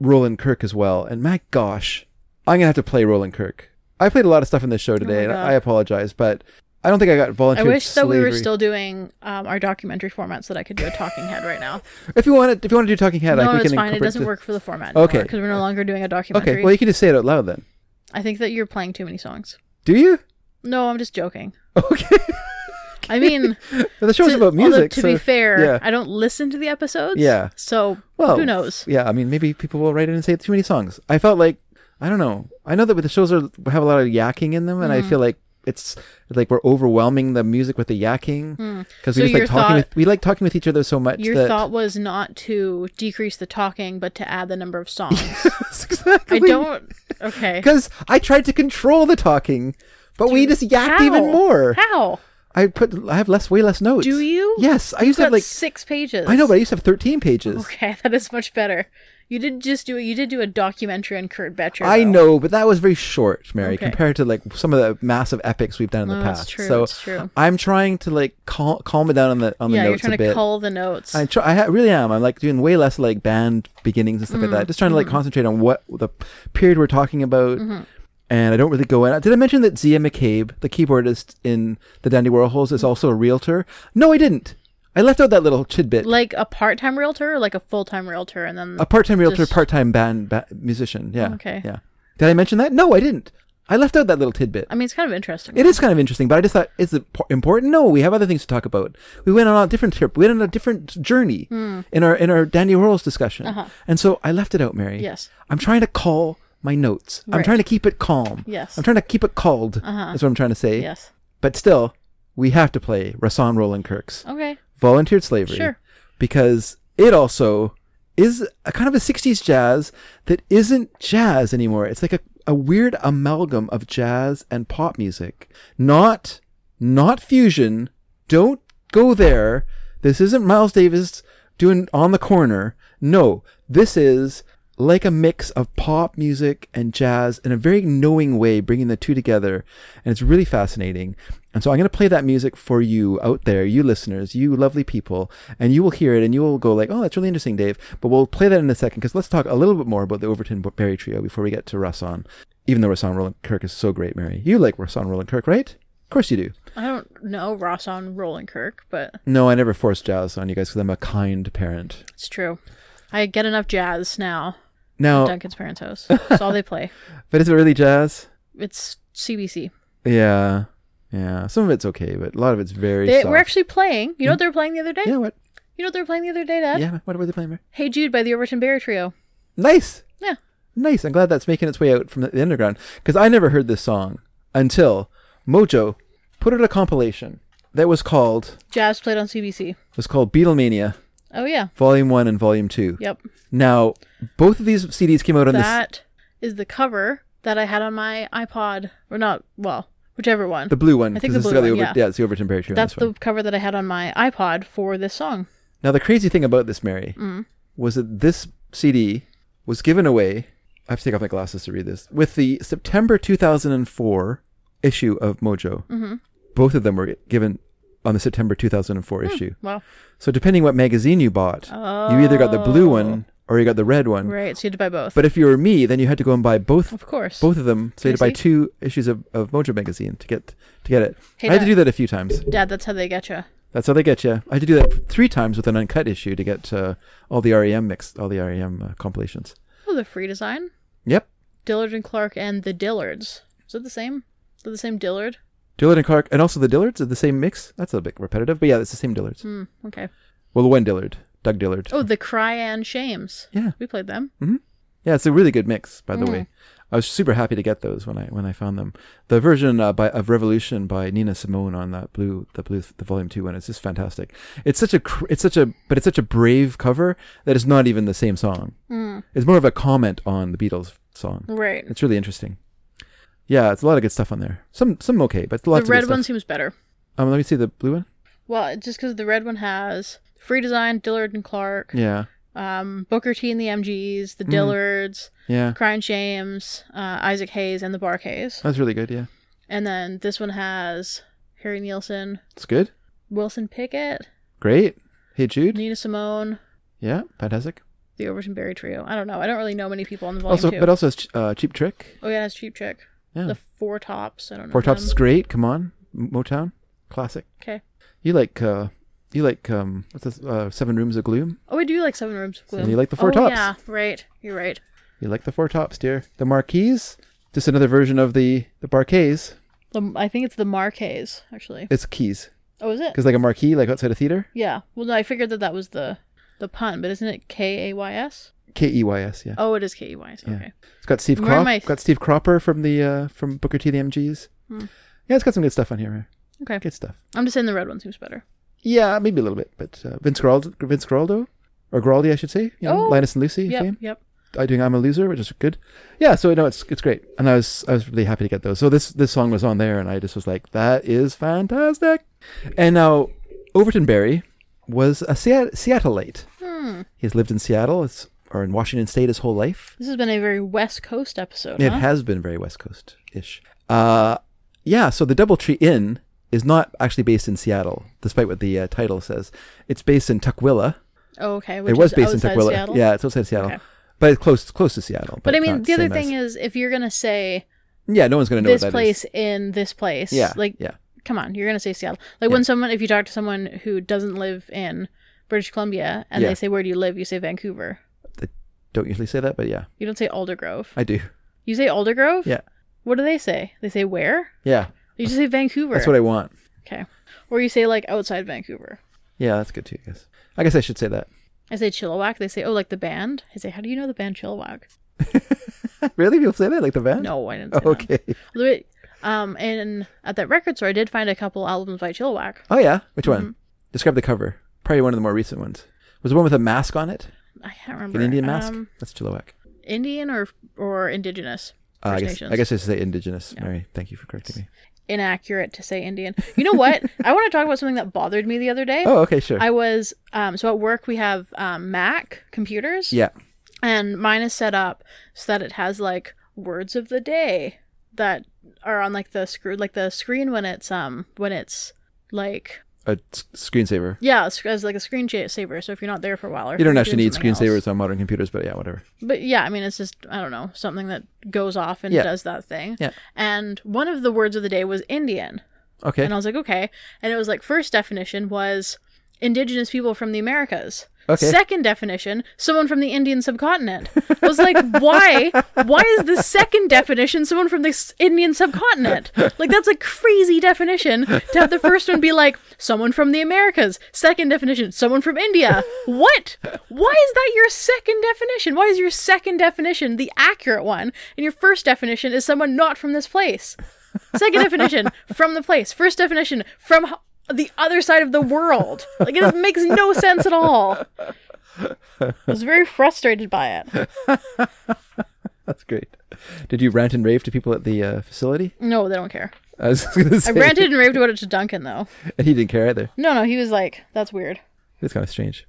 [SPEAKER 2] Roland Kirk as well. And my gosh, I'm gonna have to play Roland Kirk. I played a lot of stuff in this show today, and
[SPEAKER 3] Oh God.
[SPEAKER 2] I apologize, but I don't think I got
[SPEAKER 3] I
[SPEAKER 2] volunteered.
[SPEAKER 3] wish that we were
[SPEAKER 2] slavery.
[SPEAKER 3] still doing um, our documentary format so that I could do a talking head right
[SPEAKER 2] [laughs]
[SPEAKER 3] now.
[SPEAKER 2] If you want to, if you want to do Talking Head, I
[SPEAKER 3] no,
[SPEAKER 2] think
[SPEAKER 3] it's
[SPEAKER 2] can
[SPEAKER 3] fine. It
[SPEAKER 2] incorporate
[SPEAKER 3] doesn't
[SPEAKER 2] the-
[SPEAKER 3] work for the format.
[SPEAKER 2] Okay. Uh,
[SPEAKER 3] Because we're no longer doing a documentary.
[SPEAKER 2] Okay, well you can just say it out loud then.
[SPEAKER 3] I think that you're playing too many songs.
[SPEAKER 2] Do you? [laughs]
[SPEAKER 3] No, I'm just joking.
[SPEAKER 2] Okay. [laughs]
[SPEAKER 3] I mean,
[SPEAKER 2] But the show's
[SPEAKER 3] to-
[SPEAKER 2] about music.
[SPEAKER 3] Although, to be
[SPEAKER 2] so-
[SPEAKER 3] fair,
[SPEAKER 2] yeah.
[SPEAKER 3] I don't listen to the episodes.
[SPEAKER 2] Yeah.
[SPEAKER 3] So
[SPEAKER 2] well,
[SPEAKER 3] who knows?
[SPEAKER 2] Yeah, I mean, maybe people will write in and say too many songs. I felt like I don't know. I know that the shows are have a lot of yakking in them, and
[SPEAKER 3] Mm.
[SPEAKER 2] I feel like it's like we're overwhelming the music with the yakking because
[SPEAKER 3] Mm. So
[SPEAKER 2] we just like
[SPEAKER 3] your
[SPEAKER 2] talking.
[SPEAKER 3] thought-
[SPEAKER 2] with, we like talking with each other so much.
[SPEAKER 3] Your
[SPEAKER 2] that, [laughs]
[SPEAKER 3] thought was not to decrease the talking, but to add the number of
[SPEAKER 2] [laughs]
[SPEAKER 3] songs.
[SPEAKER 2] exactly.
[SPEAKER 3] I don't. Okay.
[SPEAKER 2] because I tried to control the talking, but we just yacked even
[SPEAKER 3] How?
[SPEAKER 2] more.
[SPEAKER 3] How?
[SPEAKER 2] I put I have less way less notes.
[SPEAKER 3] Do you?
[SPEAKER 2] Yes, I
[SPEAKER 3] You've
[SPEAKER 2] used to have
[SPEAKER 3] got
[SPEAKER 2] like
[SPEAKER 3] six pages.
[SPEAKER 2] I know, but I used to have thirteen pages.
[SPEAKER 3] Okay, [laughs] that is much better. You did just do You did do a documentary on Kurt Becher.
[SPEAKER 2] I
[SPEAKER 3] though.
[SPEAKER 2] know, but that was very short, Mary,
[SPEAKER 3] Okay.
[SPEAKER 2] compared to like some of the massive epics we've done in the
[SPEAKER 3] No, that's
[SPEAKER 2] past.
[SPEAKER 3] true,
[SPEAKER 2] so
[SPEAKER 3] that's true.
[SPEAKER 2] I'm trying to like cal- calm it down on the on
[SPEAKER 3] Yeah,
[SPEAKER 2] the
[SPEAKER 3] you're
[SPEAKER 2] notes
[SPEAKER 3] trying
[SPEAKER 2] a bit.
[SPEAKER 3] to cull the notes.
[SPEAKER 2] I try. I ha- really am. I'm like doing way less like band beginnings and stuff like
[SPEAKER 3] Mm,
[SPEAKER 2] that. Just trying to like concentrate on what the period we're talking about.
[SPEAKER 3] Mm-hmm.
[SPEAKER 2] And I don't really go in. Uh, Did I mention that Zia McCabe, the keyboardist in the Dandy Warhols,
[SPEAKER 3] Mm.
[SPEAKER 2] is also a realtor? No, I didn't. I left out that little tidbit.
[SPEAKER 3] like a part-time realtor or like a full-time realtor and then
[SPEAKER 2] a part-time realtor,
[SPEAKER 3] Just-
[SPEAKER 2] part-time band ba- musician. Yeah.
[SPEAKER 3] Okay.
[SPEAKER 2] Yeah. Did I mention that? No, I didn't. I left out that little tidbit.
[SPEAKER 3] I mean it's kind of interesting.
[SPEAKER 2] It is kind of interesting, but I just thought, is it po- important? No, we have other things to talk about. We went on a different trip. We went on a different journey
[SPEAKER 3] Hmm.
[SPEAKER 2] in our in our Dandy Rolls discussion, and so I left it out, Mary.
[SPEAKER 3] Uh-huh. Yes.
[SPEAKER 2] I'm trying to call my notes. I'm
[SPEAKER 3] Right.
[SPEAKER 2] trying to keep it calm.
[SPEAKER 3] Yes. Uh-huh.
[SPEAKER 2] I'm trying to keep it called. That's what I'm trying to say.
[SPEAKER 3] Yes.
[SPEAKER 2] But still, we have to play Rasan Roland Kirk's
[SPEAKER 3] Okay.
[SPEAKER 2] volunteered slavery
[SPEAKER 3] Sure.
[SPEAKER 2] because it also is a kind of a 60s jazz that isn't jazz anymore it's like a, a weird amalgam of jazz and pop music not not fusion don't go there this isn't miles davis doing on the corner no this is like a mix of pop music and jazz in a very knowing way, bringing the two together. And it's really fascinating. And so I'm going to play that music for you out there, you listeners, you lovely people, and you will hear it and you will go like, oh, that's really interesting, Dave. But we'll play that in a second because let's talk a little bit more about the Overton Berry Trio before we get to Rasan. Even though Rasan Roland Kirk is so great, Mary. You like Rasan Roland Kirk, right? Of course you do.
[SPEAKER 3] I don't know Ross on Roland Kirk, but
[SPEAKER 2] No, I never force jazz on you guys because I'm a kind parent.
[SPEAKER 3] it's true. I get enough jazz now.
[SPEAKER 2] Now,
[SPEAKER 3] Duncan's
[SPEAKER 2] [laughs]
[SPEAKER 3] parents' house. That's all they play.
[SPEAKER 2] but is it really jazz?
[SPEAKER 3] It's CBC.
[SPEAKER 2] Yeah. Yeah. Some of it's okay, but a lot of it's very
[SPEAKER 3] They
[SPEAKER 2] soft.
[SPEAKER 3] were actually playing. You know what they were playing the other day?
[SPEAKER 2] Yeah, what?
[SPEAKER 3] You know what they were playing the other day, Dad?
[SPEAKER 2] Yeah, what were they playing? Mary?
[SPEAKER 3] Hey Jude by the Overton Bear Trio.
[SPEAKER 2] Nice.
[SPEAKER 3] Yeah.
[SPEAKER 2] Nice. I'm glad that's making its way out from the, the underground because I never heard this song until Mojo put out a compilation that was called
[SPEAKER 3] Jazz played on CBC.
[SPEAKER 2] was called Beatlemania.
[SPEAKER 3] Oh yeah.
[SPEAKER 2] Volume 1 and Volume 2.
[SPEAKER 3] Yep.
[SPEAKER 2] Now, both of these CDs came out on this,
[SPEAKER 3] That is the cover that I had on my iPod, or not? Well, whichever one.
[SPEAKER 2] the blue one.
[SPEAKER 3] I think
[SPEAKER 2] 'cause
[SPEAKER 3] the
[SPEAKER 2] it's
[SPEAKER 3] blue
[SPEAKER 2] got
[SPEAKER 3] one,
[SPEAKER 2] over-
[SPEAKER 3] yeah.
[SPEAKER 2] it's the Overton Prairie Tree on
[SPEAKER 3] That's
[SPEAKER 2] this one.
[SPEAKER 3] the cover that I had on my iPod for this song.
[SPEAKER 2] Now, the crazy thing about this, Mary,
[SPEAKER 3] Mm.
[SPEAKER 2] was that this CD was given away. I have to take off my glasses to read this. With the September 2004 issue of Mojo,
[SPEAKER 3] Mm-hmm.
[SPEAKER 2] both of them were given on the September 2004
[SPEAKER 3] Hmm.
[SPEAKER 2] issue.
[SPEAKER 3] Well,
[SPEAKER 2] So, depending what magazine you bought, you either got the blue one or you got the red one.
[SPEAKER 3] Oh. right. So you had to buy both.
[SPEAKER 2] But if you were me, then you had to go and buy both
[SPEAKER 3] of course.
[SPEAKER 2] both of them. So you had to
[SPEAKER 3] I
[SPEAKER 2] buy
[SPEAKER 3] see.
[SPEAKER 2] two issues of, of Mojo magazine to get to get it.
[SPEAKER 3] Hey,
[SPEAKER 2] I had to
[SPEAKER 3] Dad.
[SPEAKER 2] do that a few times.
[SPEAKER 3] Dad, that's how they get you.
[SPEAKER 2] That's how they get you. I had to do that three times with an uncut issue to get uh, all the REM mix, all the REM uh, compilations.
[SPEAKER 3] Oh, the free design.
[SPEAKER 2] Yep,
[SPEAKER 3] Dillard and Clark and the Dillards. Is it the same? Is it the same Dillard?
[SPEAKER 2] Dillard and Clark, and also the Dillards are the same mix. That's a bit repetitive, but yeah, it's the same Dillards.
[SPEAKER 3] Okay.
[SPEAKER 2] Well, the one Dillard, Doug Dillard.
[SPEAKER 3] Oh, the Cry and Shames.
[SPEAKER 2] Yeah.
[SPEAKER 3] We played them.
[SPEAKER 2] Yeah, it's a really good mix, by the way. I was super happy to get those when I when I found them. The version uh, by of Revolution by Nina Simone on that blue the blue the volume two one is just fantastic. It's such a cr- it's such a but it's such a brave cover that it's not even the same song. It's more of a comment on the Beatles song.
[SPEAKER 3] Right.
[SPEAKER 2] It's really interesting. Yeah, it's a lot of good stuff on there. Some some okay, but
[SPEAKER 3] The
[SPEAKER 2] lots
[SPEAKER 3] red
[SPEAKER 2] of good
[SPEAKER 3] one
[SPEAKER 2] stuff.
[SPEAKER 3] seems better.
[SPEAKER 2] Um, let me see the blue one.
[SPEAKER 3] Well, it's just because the red one has free design, Dillard and Clark,
[SPEAKER 2] Yeah, Mm.
[SPEAKER 3] um, Booker T and the MGs, the Dillards,
[SPEAKER 2] yeah,
[SPEAKER 3] Cry and Shames, uh, Isaac Hayes, and the Bark Hayes.
[SPEAKER 2] that's really good. Yeah,
[SPEAKER 3] And then this one has Harry Nielsen,
[SPEAKER 2] it's good.
[SPEAKER 3] Wilson Pickett,
[SPEAKER 2] Great. Hey Jude.
[SPEAKER 3] Nina Simone,
[SPEAKER 2] Yeah, fantastic.
[SPEAKER 3] the Overton Berry Trio. I don't know. I don't really know many people on the volume
[SPEAKER 2] Also,
[SPEAKER 3] two.
[SPEAKER 2] but also it's, uh, Cheap Trick.
[SPEAKER 3] oh yeah, that's Cheap Trick.
[SPEAKER 2] Yeah.
[SPEAKER 3] The um, Four Tops. I don't know.
[SPEAKER 2] Four Tops
[SPEAKER 3] them.
[SPEAKER 2] is great. Come on, M- Motown, classic.
[SPEAKER 3] Okay.
[SPEAKER 2] You like uh, you like um, what's this? Uh, Seven Rooms of Gloom.
[SPEAKER 3] Oh, I do like Seven Rooms of Gloom.
[SPEAKER 2] you like the Four
[SPEAKER 3] oh,
[SPEAKER 2] Tops.
[SPEAKER 3] Yeah, right. You're right.
[SPEAKER 2] You like the Four Tops, dear. The Marquise, just another version of the the Barquets.
[SPEAKER 3] The, I think it's the Marques, actually.
[SPEAKER 2] It's keys
[SPEAKER 3] Oh, is it?
[SPEAKER 2] because like a marquee, like outside a theater.
[SPEAKER 3] Yeah. Well, no, I figured that that was the the pun, but isn't it K A Y S?
[SPEAKER 2] K E Y S. Yeah.
[SPEAKER 3] Oh, it is K E Y S. Okay.
[SPEAKER 2] It's got Steve
[SPEAKER 3] Where am
[SPEAKER 2] Crop,
[SPEAKER 3] I-
[SPEAKER 2] got Steve Cropper from the uh, from Booker T the MGs. Yeah, it's got some good stuff on here.
[SPEAKER 3] Hmm. Okay.
[SPEAKER 2] Good stuff.
[SPEAKER 3] I'm just saying the red one seems better.
[SPEAKER 2] Yeah, maybe a little bit, but uh, Vince Guaraldo, Vince Guaraldo, or Guaraldi, I should say. You know,
[SPEAKER 3] Oh,
[SPEAKER 2] Linus and Lucy
[SPEAKER 3] Yep.
[SPEAKER 2] fame.
[SPEAKER 3] Yep.
[SPEAKER 2] I doing I'm a loser, which is good. Yeah, so no, it's it's great, and I was I was really happy to get those. So this this song was on there, and I just was like, that is fantastic. And now Overton Berry was a Seat- Seattleite.
[SPEAKER 3] Hmm.
[SPEAKER 2] He's lived in Seattle, it's, or in Washington State his whole life.
[SPEAKER 3] This has been a very West Coast episode.
[SPEAKER 2] It
[SPEAKER 3] huh?
[SPEAKER 2] has been very West Coast ish. Uh, yeah, so the Doubletree Inn is not actually based in Seattle, despite what the uh, title says. It's based in Tukwila.
[SPEAKER 3] oh, okay. Which
[SPEAKER 2] it was
[SPEAKER 3] is
[SPEAKER 2] based in
[SPEAKER 3] outside
[SPEAKER 2] Tukwila.
[SPEAKER 3] Seattle.
[SPEAKER 2] Yeah, it's outside Seattle,
[SPEAKER 3] Okay.
[SPEAKER 2] but it's close close to Seattle.
[SPEAKER 3] But I mean, the other thing is, if you're gonna say
[SPEAKER 2] yeah, no one's going to know
[SPEAKER 3] this
[SPEAKER 2] what that is.
[SPEAKER 3] place in this place,
[SPEAKER 2] Yeah,
[SPEAKER 3] like,
[SPEAKER 2] yeah,
[SPEAKER 3] come on, you're gonna say Seattle. Like when someone, if you talk to someone who doesn't live in British Columbia and
[SPEAKER 2] Yeah.
[SPEAKER 3] they say, "Where do you live?" you say Vancouver.
[SPEAKER 2] I don't usually say that, but yeah,
[SPEAKER 3] You don't say Aldergrove.
[SPEAKER 2] I do. [laughs]
[SPEAKER 3] You say Aldergrove?
[SPEAKER 2] Yeah,
[SPEAKER 3] What do they say? They say where?
[SPEAKER 2] yeah,
[SPEAKER 3] You just say Vancouver.
[SPEAKER 2] that's what I want.
[SPEAKER 3] Okay. Or you say like outside Vancouver.
[SPEAKER 2] Yeah, that's good too. I guess. I guess I should say that. [laughs]
[SPEAKER 3] I say Chilliwack. They say, oh, like the band. I say, how do you know the band Chilliwack?
[SPEAKER 2] really, people say that like the band? [laughs]
[SPEAKER 3] No, I didn't say
[SPEAKER 2] Oh, okay.
[SPEAKER 3] that. Okay. Um, and at that record store, I did find a couple albums by Chilliwack.
[SPEAKER 2] Oh yeah. Which one?
[SPEAKER 3] Mm-hmm.
[SPEAKER 2] Describe the cover. Probably one of the more recent ones. Was the one with a mask on it?
[SPEAKER 3] I can't remember.
[SPEAKER 2] An Indian mask?
[SPEAKER 3] Um,
[SPEAKER 2] That's Chilliwack.
[SPEAKER 3] Indian or or indigenous.
[SPEAKER 2] Uh, I
[SPEAKER 3] First
[SPEAKER 2] guess
[SPEAKER 3] Nations.
[SPEAKER 2] I guess I should say indigenous. Mary, thank you for correcting me.
[SPEAKER 3] Inaccurate to say Indian. You
[SPEAKER 2] [laughs]
[SPEAKER 3] know what? I want to talk about something that bothered me the other day.
[SPEAKER 2] Oh, okay, sure.
[SPEAKER 3] I was um, so at work we have um, Mac computers.
[SPEAKER 2] yeah,
[SPEAKER 3] And mine is set up so that it has like words of the day that are on like the screw like the screen when it's um when it's like
[SPEAKER 2] a s- screensaver.
[SPEAKER 3] yeah it's- as like a screen cha- saver so if you're not there for a while or if
[SPEAKER 2] You don't
[SPEAKER 3] you're
[SPEAKER 2] actually
[SPEAKER 3] doing
[SPEAKER 2] need
[SPEAKER 3] something else.
[SPEAKER 2] screensavers on modern computers, but yeah, whatever.
[SPEAKER 3] but yeah i mean it's just i don't know something that goes off and
[SPEAKER 2] Yeah.
[SPEAKER 3] does that thing
[SPEAKER 2] Yeah.
[SPEAKER 3] and one of the words of the day was indian
[SPEAKER 2] Okay.
[SPEAKER 3] and i was like okay and it was like first definition was indigenous people from the americas
[SPEAKER 2] Okay.
[SPEAKER 3] Second definition, someone from the Indian subcontinent. I was like, why? Why is the second definition someone from the s- Indian subcontinent? Like, that's a crazy definition to have the first one be like, someone from the Americas. Second definition, someone from India. What? Why is that your second definition? Why is your second definition the accurate one? And your first definition is someone not from this place. Second definition, from the place. First definition, from h- the other side of the world. Like it makes no sense at all. I was very frustrated by it.
[SPEAKER 2] That's great. Did you rant and rave to people at the uh, facility?
[SPEAKER 3] [laughs] No, they don't care.
[SPEAKER 2] I was [laughs] gonna
[SPEAKER 3] [laughs]
[SPEAKER 2] say,
[SPEAKER 3] I ranted and raved about it to Duncan though.
[SPEAKER 2] and he didn't care either.
[SPEAKER 3] No, no, he was like, "That's weird."
[SPEAKER 2] It's kind of strange.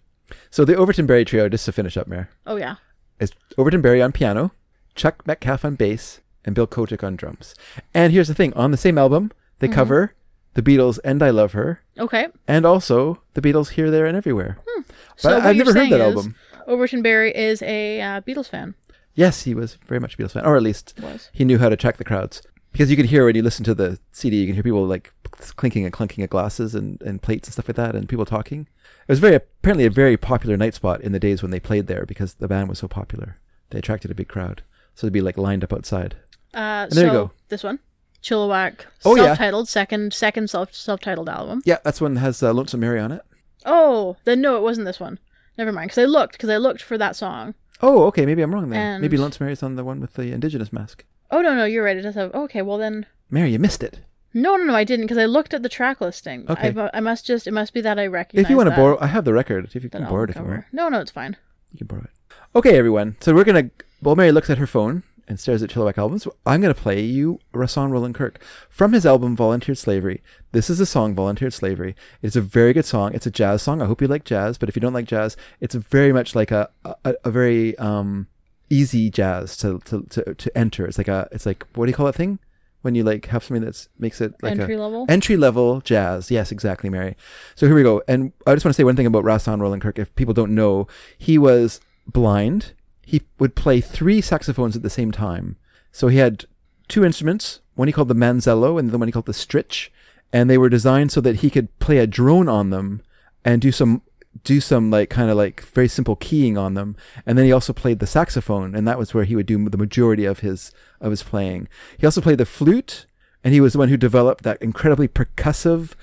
[SPEAKER 2] So the Overton Berry Trio, just to finish up, Mayor,
[SPEAKER 3] Oh yeah,
[SPEAKER 2] is Overton Berry on piano, Chuck Metcalf on bass, and Bill Kotick on drums. And here's the thing: on the same album,
[SPEAKER 3] Mm-hmm.
[SPEAKER 2] they cover the Beatles and "I Love Her,"
[SPEAKER 3] okay.
[SPEAKER 2] and also the Beatles "Here, There, and Everywhere." But
[SPEAKER 3] So what
[SPEAKER 2] I've
[SPEAKER 3] you're
[SPEAKER 2] never heard
[SPEAKER 3] saying
[SPEAKER 2] that
[SPEAKER 3] is
[SPEAKER 2] album.
[SPEAKER 3] Overton Berry is a uh, Beatles fan.
[SPEAKER 2] Yes, he was very much a Beatles fan, or at least
[SPEAKER 3] Was.
[SPEAKER 2] he knew how to track the crowds because you could hear when you listen to the CD, you can hear people like clinking and clunking of glasses and, and plates and stuff like that, and people talking. It was very apparently a very popular night spot in the days when they played there because the band was so popular. They attracted a big crowd, so they'd be like lined up outside.
[SPEAKER 3] Uh,
[SPEAKER 2] there you
[SPEAKER 3] so
[SPEAKER 2] go.
[SPEAKER 3] this one, Chilliwack,
[SPEAKER 2] Oh, yeah.
[SPEAKER 3] self-titled second second self self-titled album.
[SPEAKER 2] Yeah, that's one that has uh, "Lonesome Mary" on it.
[SPEAKER 3] Oh, then no, it wasn't this one. Never mind, because I looked because I looked for that song.
[SPEAKER 2] Oh, okay, maybe I'm wrong then. Maybe
[SPEAKER 3] And-
[SPEAKER 2] "Lonesome Mary's on the one with the indigenous mask.
[SPEAKER 3] Oh no, no, you're right. It does have. Okay, well then.
[SPEAKER 2] Mary, you missed it.
[SPEAKER 3] No, no, no, I didn't because I looked at the track listing.
[SPEAKER 2] Okay.
[SPEAKER 3] I, mu- I must just, it must be that I recognize.
[SPEAKER 2] If you want to
[SPEAKER 3] that-
[SPEAKER 2] borrow, I have the record. If you
[SPEAKER 3] that
[SPEAKER 2] can
[SPEAKER 3] album
[SPEAKER 2] borrow it, if you
[SPEAKER 3] cover.
[SPEAKER 2] want.
[SPEAKER 3] No, no, it's fine.
[SPEAKER 2] You can borrow it. Okay, everyone. So we're gonna. Well, Mary looks at her phone and stares at Chilliwack albums. I'm gonna play you Rasan Roland Kirk from his album Volunteered Slavery. This is the song Volunteered Slavery. It's a very good song. It's a jazz song. I hope you like jazz, but if you don't like jazz, it's very much like a a, a very um easy jazz to, to to to enter. It's like a it's like what do you call that thing when you like have something that's makes it like a-
[SPEAKER 3] Entry level?
[SPEAKER 2] entry level jazz. Yes, exactly, Mary. So here we go. And I just want to say one thing about Rasan Roland Kirk. If people don't know, he was blind. He would play three saxophones at the same time. So he had two instruments, one he called the manzello and the one he called the stritch. And they were designed so that he could play a drone on them and do some do some like kind of like very simple keying on them and then he also played the saxophone and that was where he would do the majority of his of his playing he also played the flute and he was the one who developed that incredibly percussive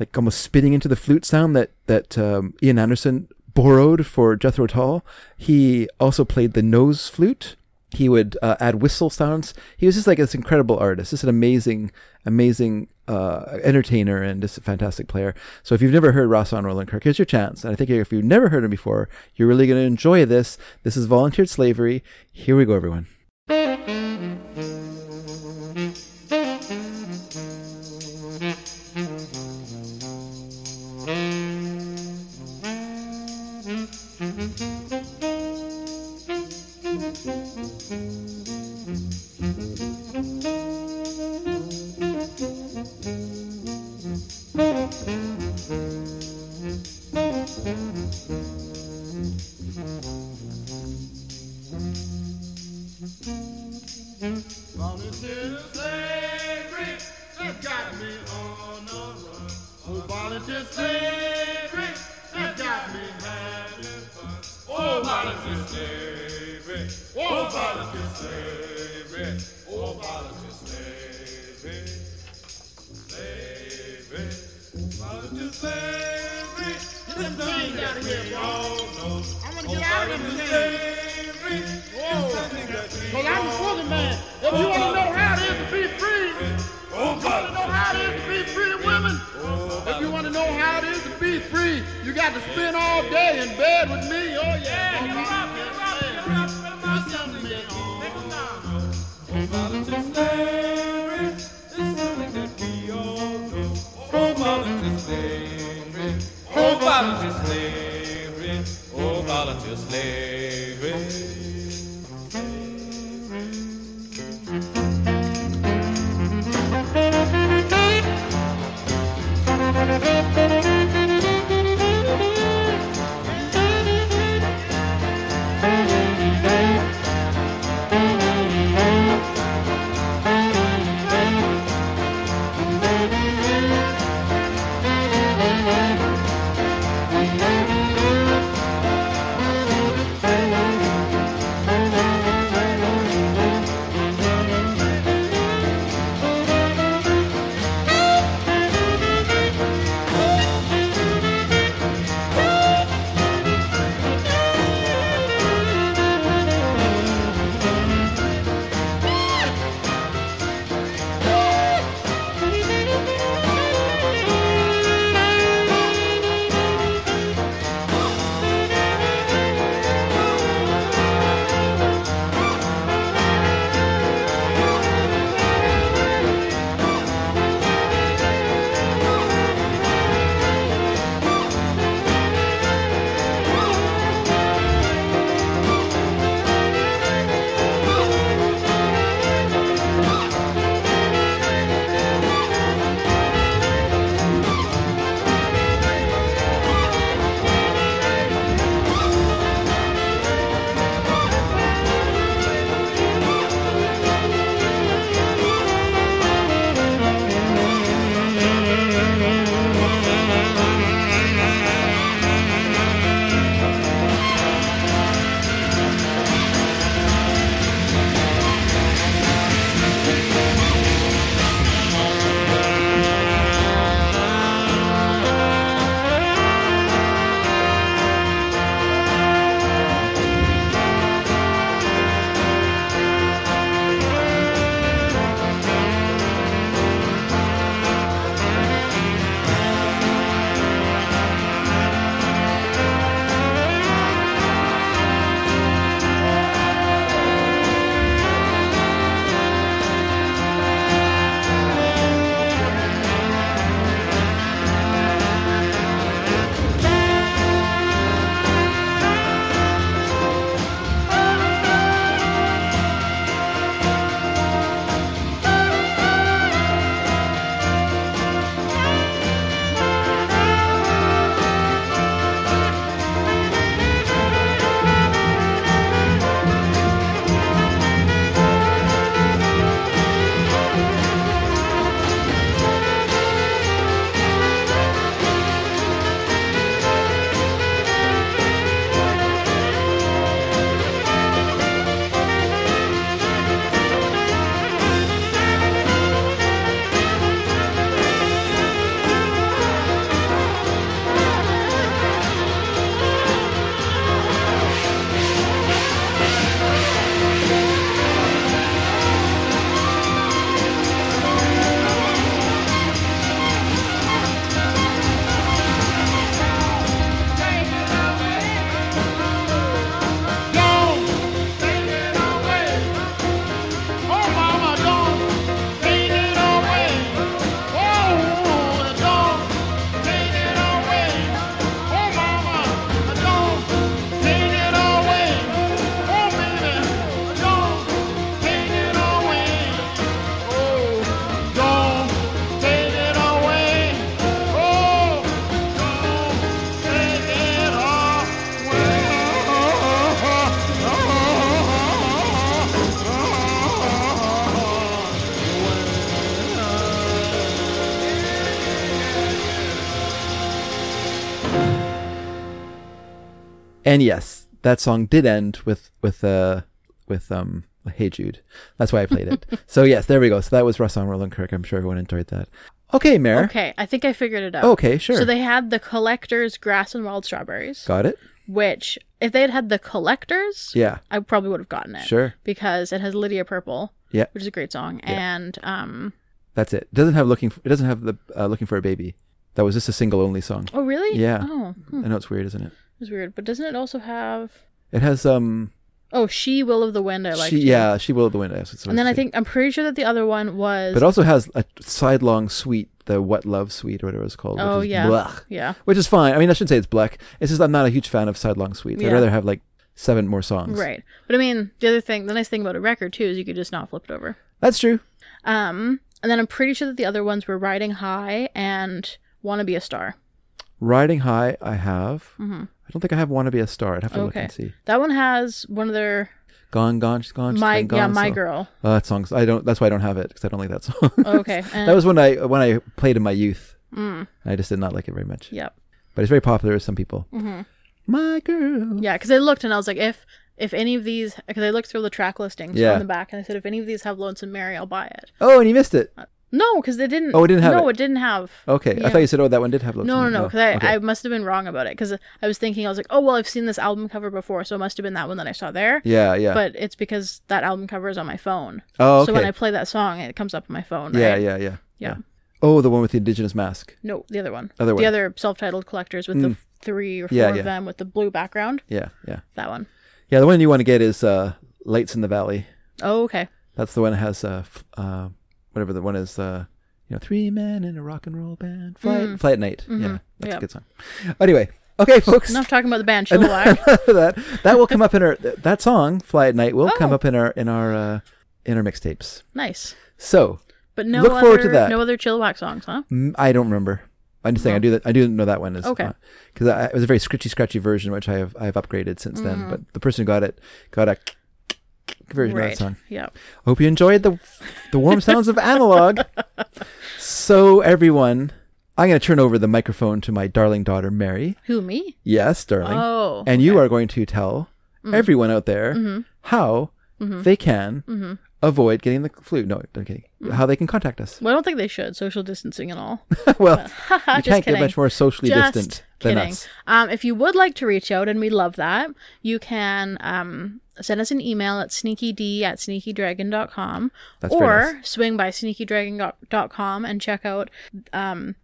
[SPEAKER 2] like almost spitting into the flute sound that that um, ian anderson borrowed for jethro tull he also played the nose flute he would uh, add whistle sounds. He was just like this incredible artist, just an amazing, amazing uh, entertainer and just a fantastic player. So if you've never heard Ross on Roland Kirk, here's your chance. And I think if you've never heard him before, you're really going to enjoy this. This is Volunteered Slavery. Here we go, everyone.
[SPEAKER 8] Volunteer slavery has got me on the run. Oh, volunteer slavery has got me having fun. Oh, volunteer slavery. Oh, volunteer slavery. Oh, volunteer slavery. Slavery. Volunteer slavery. This thing got me wrong. No. I'm gonna get out of this slavery. Whoa. Well, I'm a woman man. If you want to know how it is to be free, if you want to know how it is to be free women, if you want to know how it is to be free, you got to spend all day in bed with me. Oh, yeah. Come on, get up, get up, get up, get Oh, volunteer slavery is something that we all know. Oh, volunteer slavery. Oh, volunteer slavery. Oh, volunteer slavery.
[SPEAKER 6] Oh, Oh, Oh, Oh, Oh, Oh,
[SPEAKER 2] And yes, that song did end with with uh with um Hey Jude. That's why I played
[SPEAKER 3] [laughs]
[SPEAKER 2] it. so yes, there we go. So that was Russ on Roland Kirk. I'm sure everyone enjoyed that. Okay, Mayor. Okay,
[SPEAKER 3] Okay, I think I figured it out.
[SPEAKER 2] Oh, sure.
[SPEAKER 3] So they had the collectors, grass and wild strawberries,
[SPEAKER 2] got it.
[SPEAKER 3] which if they had had the collectors,
[SPEAKER 2] Yeah,
[SPEAKER 3] I probably would have gotten it.
[SPEAKER 2] sure.
[SPEAKER 3] Because it has Lydia Purple,
[SPEAKER 2] Yeah,
[SPEAKER 3] which is a great song, and um,
[SPEAKER 2] that's it. Doesn't have looking. For, it doesn't have the uh, looking for a baby. That was just a single only song.
[SPEAKER 3] oh really?
[SPEAKER 2] Yeah.
[SPEAKER 3] Oh, hmm,
[SPEAKER 2] I know it's weird, isn't it?
[SPEAKER 3] it's weird. But doesn't it also have?
[SPEAKER 2] It has um.
[SPEAKER 3] Oh, she will of the wind. I like.
[SPEAKER 2] she, yeah, she will the wind. That's what
[SPEAKER 3] And then I
[SPEAKER 2] was saying.
[SPEAKER 3] think I'm pretty sure that the other one was.
[SPEAKER 2] But it also has a sidelong suite, the What Love Suite or whatever it's called.
[SPEAKER 3] oh
[SPEAKER 2] which is
[SPEAKER 3] yeah,
[SPEAKER 2] blech.
[SPEAKER 3] yeah,
[SPEAKER 2] which is fine. I mean, I shouldn't say it's black. It's just I'm not a huge fan of sidelong suites. I'd
[SPEAKER 3] Yeah.
[SPEAKER 2] rather have like seven more songs.
[SPEAKER 3] right. But I mean, the other thing, the nice thing about a record too is you could just not flip it over.
[SPEAKER 2] That's true.
[SPEAKER 3] Um, and then I'm pretty sure that the other ones were Riding High and Wanna Be a Star.
[SPEAKER 2] Riding High, I have.
[SPEAKER 3] Mhm.
[SPEAKER 2] I don't think I have Want to Be a Star. I'd have to look
[SPEAKER 3] Okay.
[SPEAKER 2] and see.
[SPEAKER 3] That one has one of their
[SPEAKER 2] Gone, gone, she's gone. she's
[SPEAKER 3] my
[SPEAKER 2] been gone,
[SPEAKER 3] yeah my
[SPEAKER 2] so-
[SPEAKER 3] girl.
[SPEAKER 2] Oh, that song's I don't. That's why I don't have it because I don't like that [laughs] song.
[SPEAKER 3] Okay, uh. Mm. and-
[SPEAKER 2] that was when I when I played in my youth. And I just did not like it very much.
[SPEAKER 3] Yep.
[SPEAKER 2] But it's very popular with some people. My girl.
[SPEAKER 3] Mm-hmm. Yeah, because I looked and I was like, if if any of these, because I looked through the track listings
[SPEAKER 2] Yeah.
[SPEAKER 3] on the back, and I said, if any of these have Lonesome Mary, I'll buy it.
[SPEAKER 2] Oh, and you missed it.
[SPEAKER 3] No, because they didn't.
[SPEAKER 2] Oh, it didn't have
[SPEAKER 3] No,
[SPEAKER 2] it.
[SPEAKER 3] it didn't have.
[SPEAKER 2] Okay,
[SPEAKER 3] Uh, Yeah.
[SPEAKER 2] I thought you said, "Oh, that one did have." Love
[SPEAKER 3] No, no,
[SPEAKER 2] Song.
[SPEAKER 3] no, because I,
[SPEAKER 2] Okay.
[SPEAKER 3] I must have been wrong about it because I was thinking I was like, oh well, I've seen this album cover before, so it must have been that one that I saw there.
[SPEAKER 2] Yeah, yeah.
[SPEAKER 3] But it's because that album cover is on my phone.
[SPEAKER 2] oh, okay.
[SPEAKER 3] So when I play that song, it comes up on my phone. Right?
[SPEAKER 2] yeah, yeah, yeah,
[SPEAKER 3] Yeah.
[SPEAKER 2] Oh, the one with the indigenous mask.
[SPEAKER 3] No, the other one.
[SPEAKER 2] Other one. Mm.
[SPEAKER 3] The other self-titled collectors with the f- three or four
[SPEAKER 2] Yeah, yeah.
[SPEAKER 3] of them with the blue background.
[SPEAKER 2] Yeah, yeah,
[SPEAKER 3] That one.
[SPEAKER 2] yeah. The one you want to get is uh, "Lights in the Valley."
[SPEAKER 3] Oh, okay.
[SPEAKER 2] That's the one that has uh, f- uh, whatever the one is. Uh, you know, three men in a rock and roll band, fly, fly at night. Yeah, that's
[SPEAKER 3] Yeah.
[SPEAKER 2] a good song. Anyway, okay, folks. [laughs]
[SPEAKER 3] Enough talking about the band Chilliwack.
[SPEAKER 2] that that will come up in our th- that song "Fly at Night" will come up in our in our uh, in our mixtapes.
[SPEAKER 3] nice.
[SPEAKER 2] So
[SPEAKER 3] But no
[SPEAKER 2] Look
[SPEAKER 3] other
[SPEAKER 2] forward to that.
[SPEAKER 3] no other Chilliwack songs, huh?
[SPEAKER 2] Mm, I don't remember. I'm just saying I do that. I do know that one is
[SPEAKER 3] Okay.
[SPEAKER 2] because it was a very scritchy, scratchy version, which I have I have upgraded since then. But the person who got it got a version of that song.
[SPEAKER 3] Yeah.
[SPEAKER 2] Hope you enjoyed the the
[SPEAKER 3] [laughs]
[SPEAKER 2] warm sounds of analog. So everyone, I'm going to turn over the microphone to my darling daughter Mary.
[SPEAKER 3] Who me?
[SPEAKER 2] Yes, darling.
[SPEAKER 3] Oh. Mm-hmm.
[SPEAKER 2] and you are going to tell everyone out there how they can
[SPEAKER 3] Mm-hmm.
[SPEAKER 2] avoid getting the flu. No, I'm kidding. How they can contact
[SPEAKER 3] [laughs]
[SPEAKER 2] us. [laughs]
[SPEAKER 3] Well, I don't think they should social distancing and all. [laughs]
[SPEAKER 2] well, you
[SPEAKER 3] Haha,
[SPEAKER 2] can't
[SPEAKER 3] just kidding.
[SPEAKER 2] get much more socially
[SPEAKER 3] Just
[SPEAKER 2] distant
[SPEAKER 3] kidding.
[SPEAKER 2] than us.
[SPEAKER 3] Um, if you would like to reach out, and we love that, you can um, send us an email at sneakyd at sneakydragon.com
[SPEAKER 2] That's very
[SPEAKER 3] or swing by sneakydragon.com and check out um,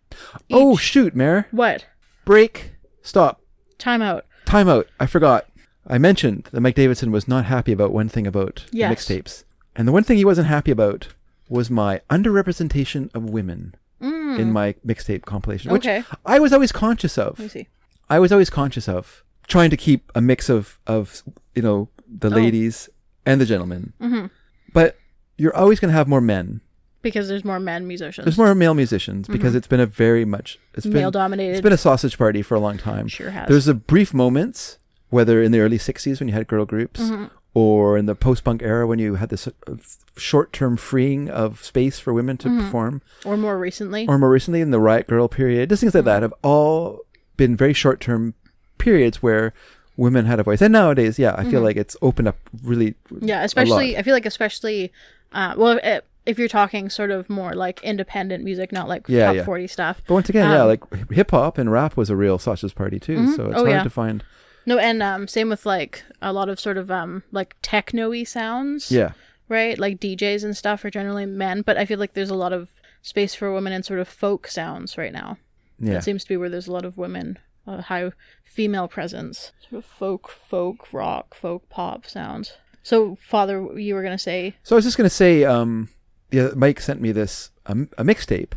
[SPEAKER 2] Oh
[SPEAKER 3] each-
[SPEAKER 2] shoot, Mayor!
[SPEAKER 3] what?
[SPEAKER 2] Break. Stop.
[SPEAKER 3] Timeout.
[SPEAKER 2] Timeout. I forgot. I mentioned that Mike Davidson was not happy about one thing about the
[SPEAKER 3] Yes.
[SPEAKER 2] mixtapes, and the one thing he wasn't happy about was my underrepresentation of women in my mixtape compilation, which
[SPEAKER 3] Mm. Okay.
[SPEAKER 2] I was always conscious of.
[SPEAKER 3] Let me see.
[SPEAKER 2] I was always conscious of trying to keep a mix of of you know the
[SPEAKER 3] Oh.
[SPEAKER 2] ladies and the gentlemen,
[SPEAKER 3] Mm-hmm.
[SPEAKER 2] but you're always going to have more men.
[SPEAKER 3] Because there's more men musicians.
[SPEAKER 2] There's more male musicians because it's been a very much it's been-
[SPEAKER 3] Mm-hmm. Male-dominated.
[SPEAKER 2] It's been a sausage party for a long time.
[SPEAKER 3] Sure has.
[SPEAKER 2] There's a brief moments, whether in the early '60s when you had girl groups,
[SPEAKER 3] Mm-hmm.
[SPEAKER 2] or in the post-punk era when you had this uh, f- short-term freeing of space for women to
[SPEAKER 3] Mm-hmm.
[SPEAKER 2] perform,
[SPEAKER 3] or more recently.
[SPEAKER 2] or more recently in the Riot Girl period. Just
[SPEAKER 3] Mm-hmm.
[SPEAKER 2] things like that have all been very short-term periods where women had a voice. And nowadays, yeah, I feel like it's opened up really.
[SPEAKER 3] Mm-hmm. yeah,
[SPEAKER 2] a
[SPEAKER 3] especially,
[SPEAKER 2] lot.
[SPEAKER 3] I feel like, especially, uh, well, if, if you're talking sort of more like independent music, not like
[SPEAKER 2] Yeah,
[SPEAKER 3] top
[SPEAKER 2] yeah.
[SPEAKER 3] 40 stuff.
[SPEAKER 2] But once again, yeah,
[SPEAKER 3] um,
[SPEAKER 2] like hip hop and rap was a real sausage party too. So it's
[SPEAKER 3] Oh,
[SPEAKER 2] hard
[SPEAKER 3] yeah.
[SPEAKER 2] to find.
[SPEAKER 3] No, and um, same with like a lot of sort of um, like techno-y sounds.
[SPEAKER 2] Yeah.
[SPEAKER 3] Right, like DJs and stuff are generally men, but I feel like there's a lot of space for women in sort of folk sounds right now.
[SPEAKER 2] Yeah.
[SPEAKER 3] It seems to be where there's a lot of women, a high female presence, sort of folk, folk rock, folk pop sounds. So, Father, you were gonna say
[SPEAKER 2] So I was just gonna say, um, yeah, Mike sent me this um, a mixtape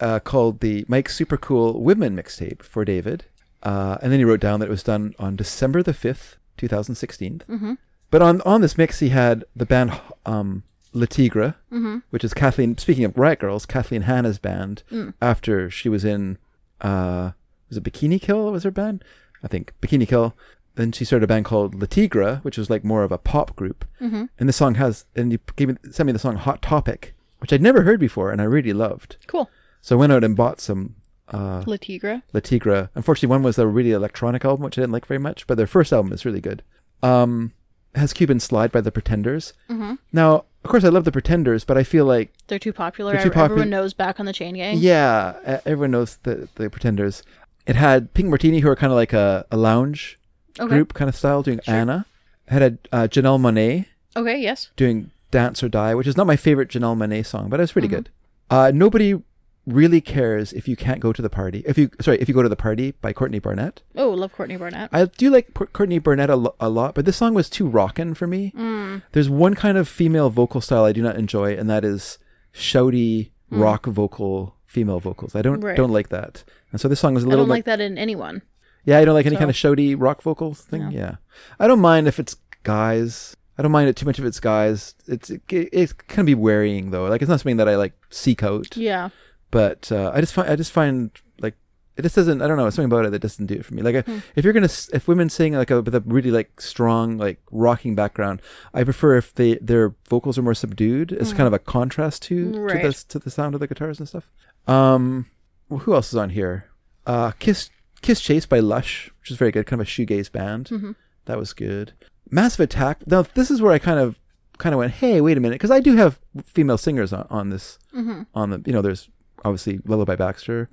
[SPEAKER 2] uh, called the Mike Super Cool Women Mixtape for David, uh, and then he wrote down that it was done on December the fifth, two thousand sixteen. But on on this mix, he had the band um, La Tigre, which is Kathleen. Speaking of Riot Girls, Kathleen Hanna's band. After she was in, uh, was it Bikini Kill? Was her band? I think Bikini Kill. Then she started a band called La Tigre, which was like more of a pop group. And the song has, and he gave me, sent me the song Hot Topic, which I'd never heard before, and I really loved.
[SPEAKER 3] cool.
[SPEAKER 2] So I went out and bought some uh,
[SPEAKER 3] La Tigra.
[SPEAKER 2] La Tigra. Unfortunately, one was a really electronic album, which I didn't like very much, but their first album is really good. Um, it has Cuban Slide by The Pretenders. Mm-hmm. Now, of course, I love The Pretenders, but I feel like,
[SPEAKER 3] They're too popular.
[SPEAKER 2] They're too
[SPEAKER 3] Ev-
[SPEAKER 2] popu-
[SPEAKER 3] Everyone knows Back on the Chain Gang.
[SPEAKER 2] yeah, e- everyone knows the, the Pretenders. It had Pink Martini, who are kind of like a, a lounge
[SPEAKER 3] Okay.
[SPEAKER 2] group kind of style, doing Anna. It had a, uh, Janelle Monet
[SPEAKER 3] Okay, yes.
[SPEAKER 2] doing Dance or Die, which is not my favorite Janelle Monet song, but it's pretty good. Uh, nobody really cares if you can't go to the party. If you sorry, if you go to the party by Courtney Barnett.
[SPEAKER 3] Oh, love Courtney Barnett.
[SPEAKER 2] I do like P- Courtney Barnett a, lo- a lot, but this song was too rockin' for me.
[SPEAKER 3] Mm.
[SPEAKER 2] There's one kind of female vocal style I do not enjoy, and that is shouty rock vocal female vocals. I don't
[SPEAKER 3] Mm. Right.
[SPEAKER 2] don't like that. And so this song was a
[SPEAKER 3] I
[SPEAKER 2] little
[SPEAKER 3] don't
[SPEAKER 2] bit
[SPEAKER 3] like that in anyone.
[SPEAKER 2] yeah, I don't like any kind of shouty rock vocal thing. Yeah. I don't mind if it's guys. I don't mind it too much if it's guys. It's it, it can be wearying though. Like it's not something that I like seek out.
[SPEAKER 3] Yeah.
[SPEAKER 2] But uh, I just find I just find like it just doesn't. I don't know. It's something about it that doesn't do it for me. Like I, if you're gonna s- if women sing like a, with a really like strong like rocking background, I prefer if they their vocals are more subdued. It's kind of a contrast to
[SPEAKER 3] Right.
[SPEAKER 2] to the s- to the sound of the guitars and stuff. Um, well, who else is on here? Uh, Kiss Kiss Chase by Lush, which is very good, kind of a shoegaze band. That was good. Massive Attack. Now this is where I kind of kind of went, hey, wait a minute, because I do have female singers on, on this
[SPEAKER 3] Mm-hmm.
[SPEAKER 2] on the you know there's obviously Lullaby Baxter,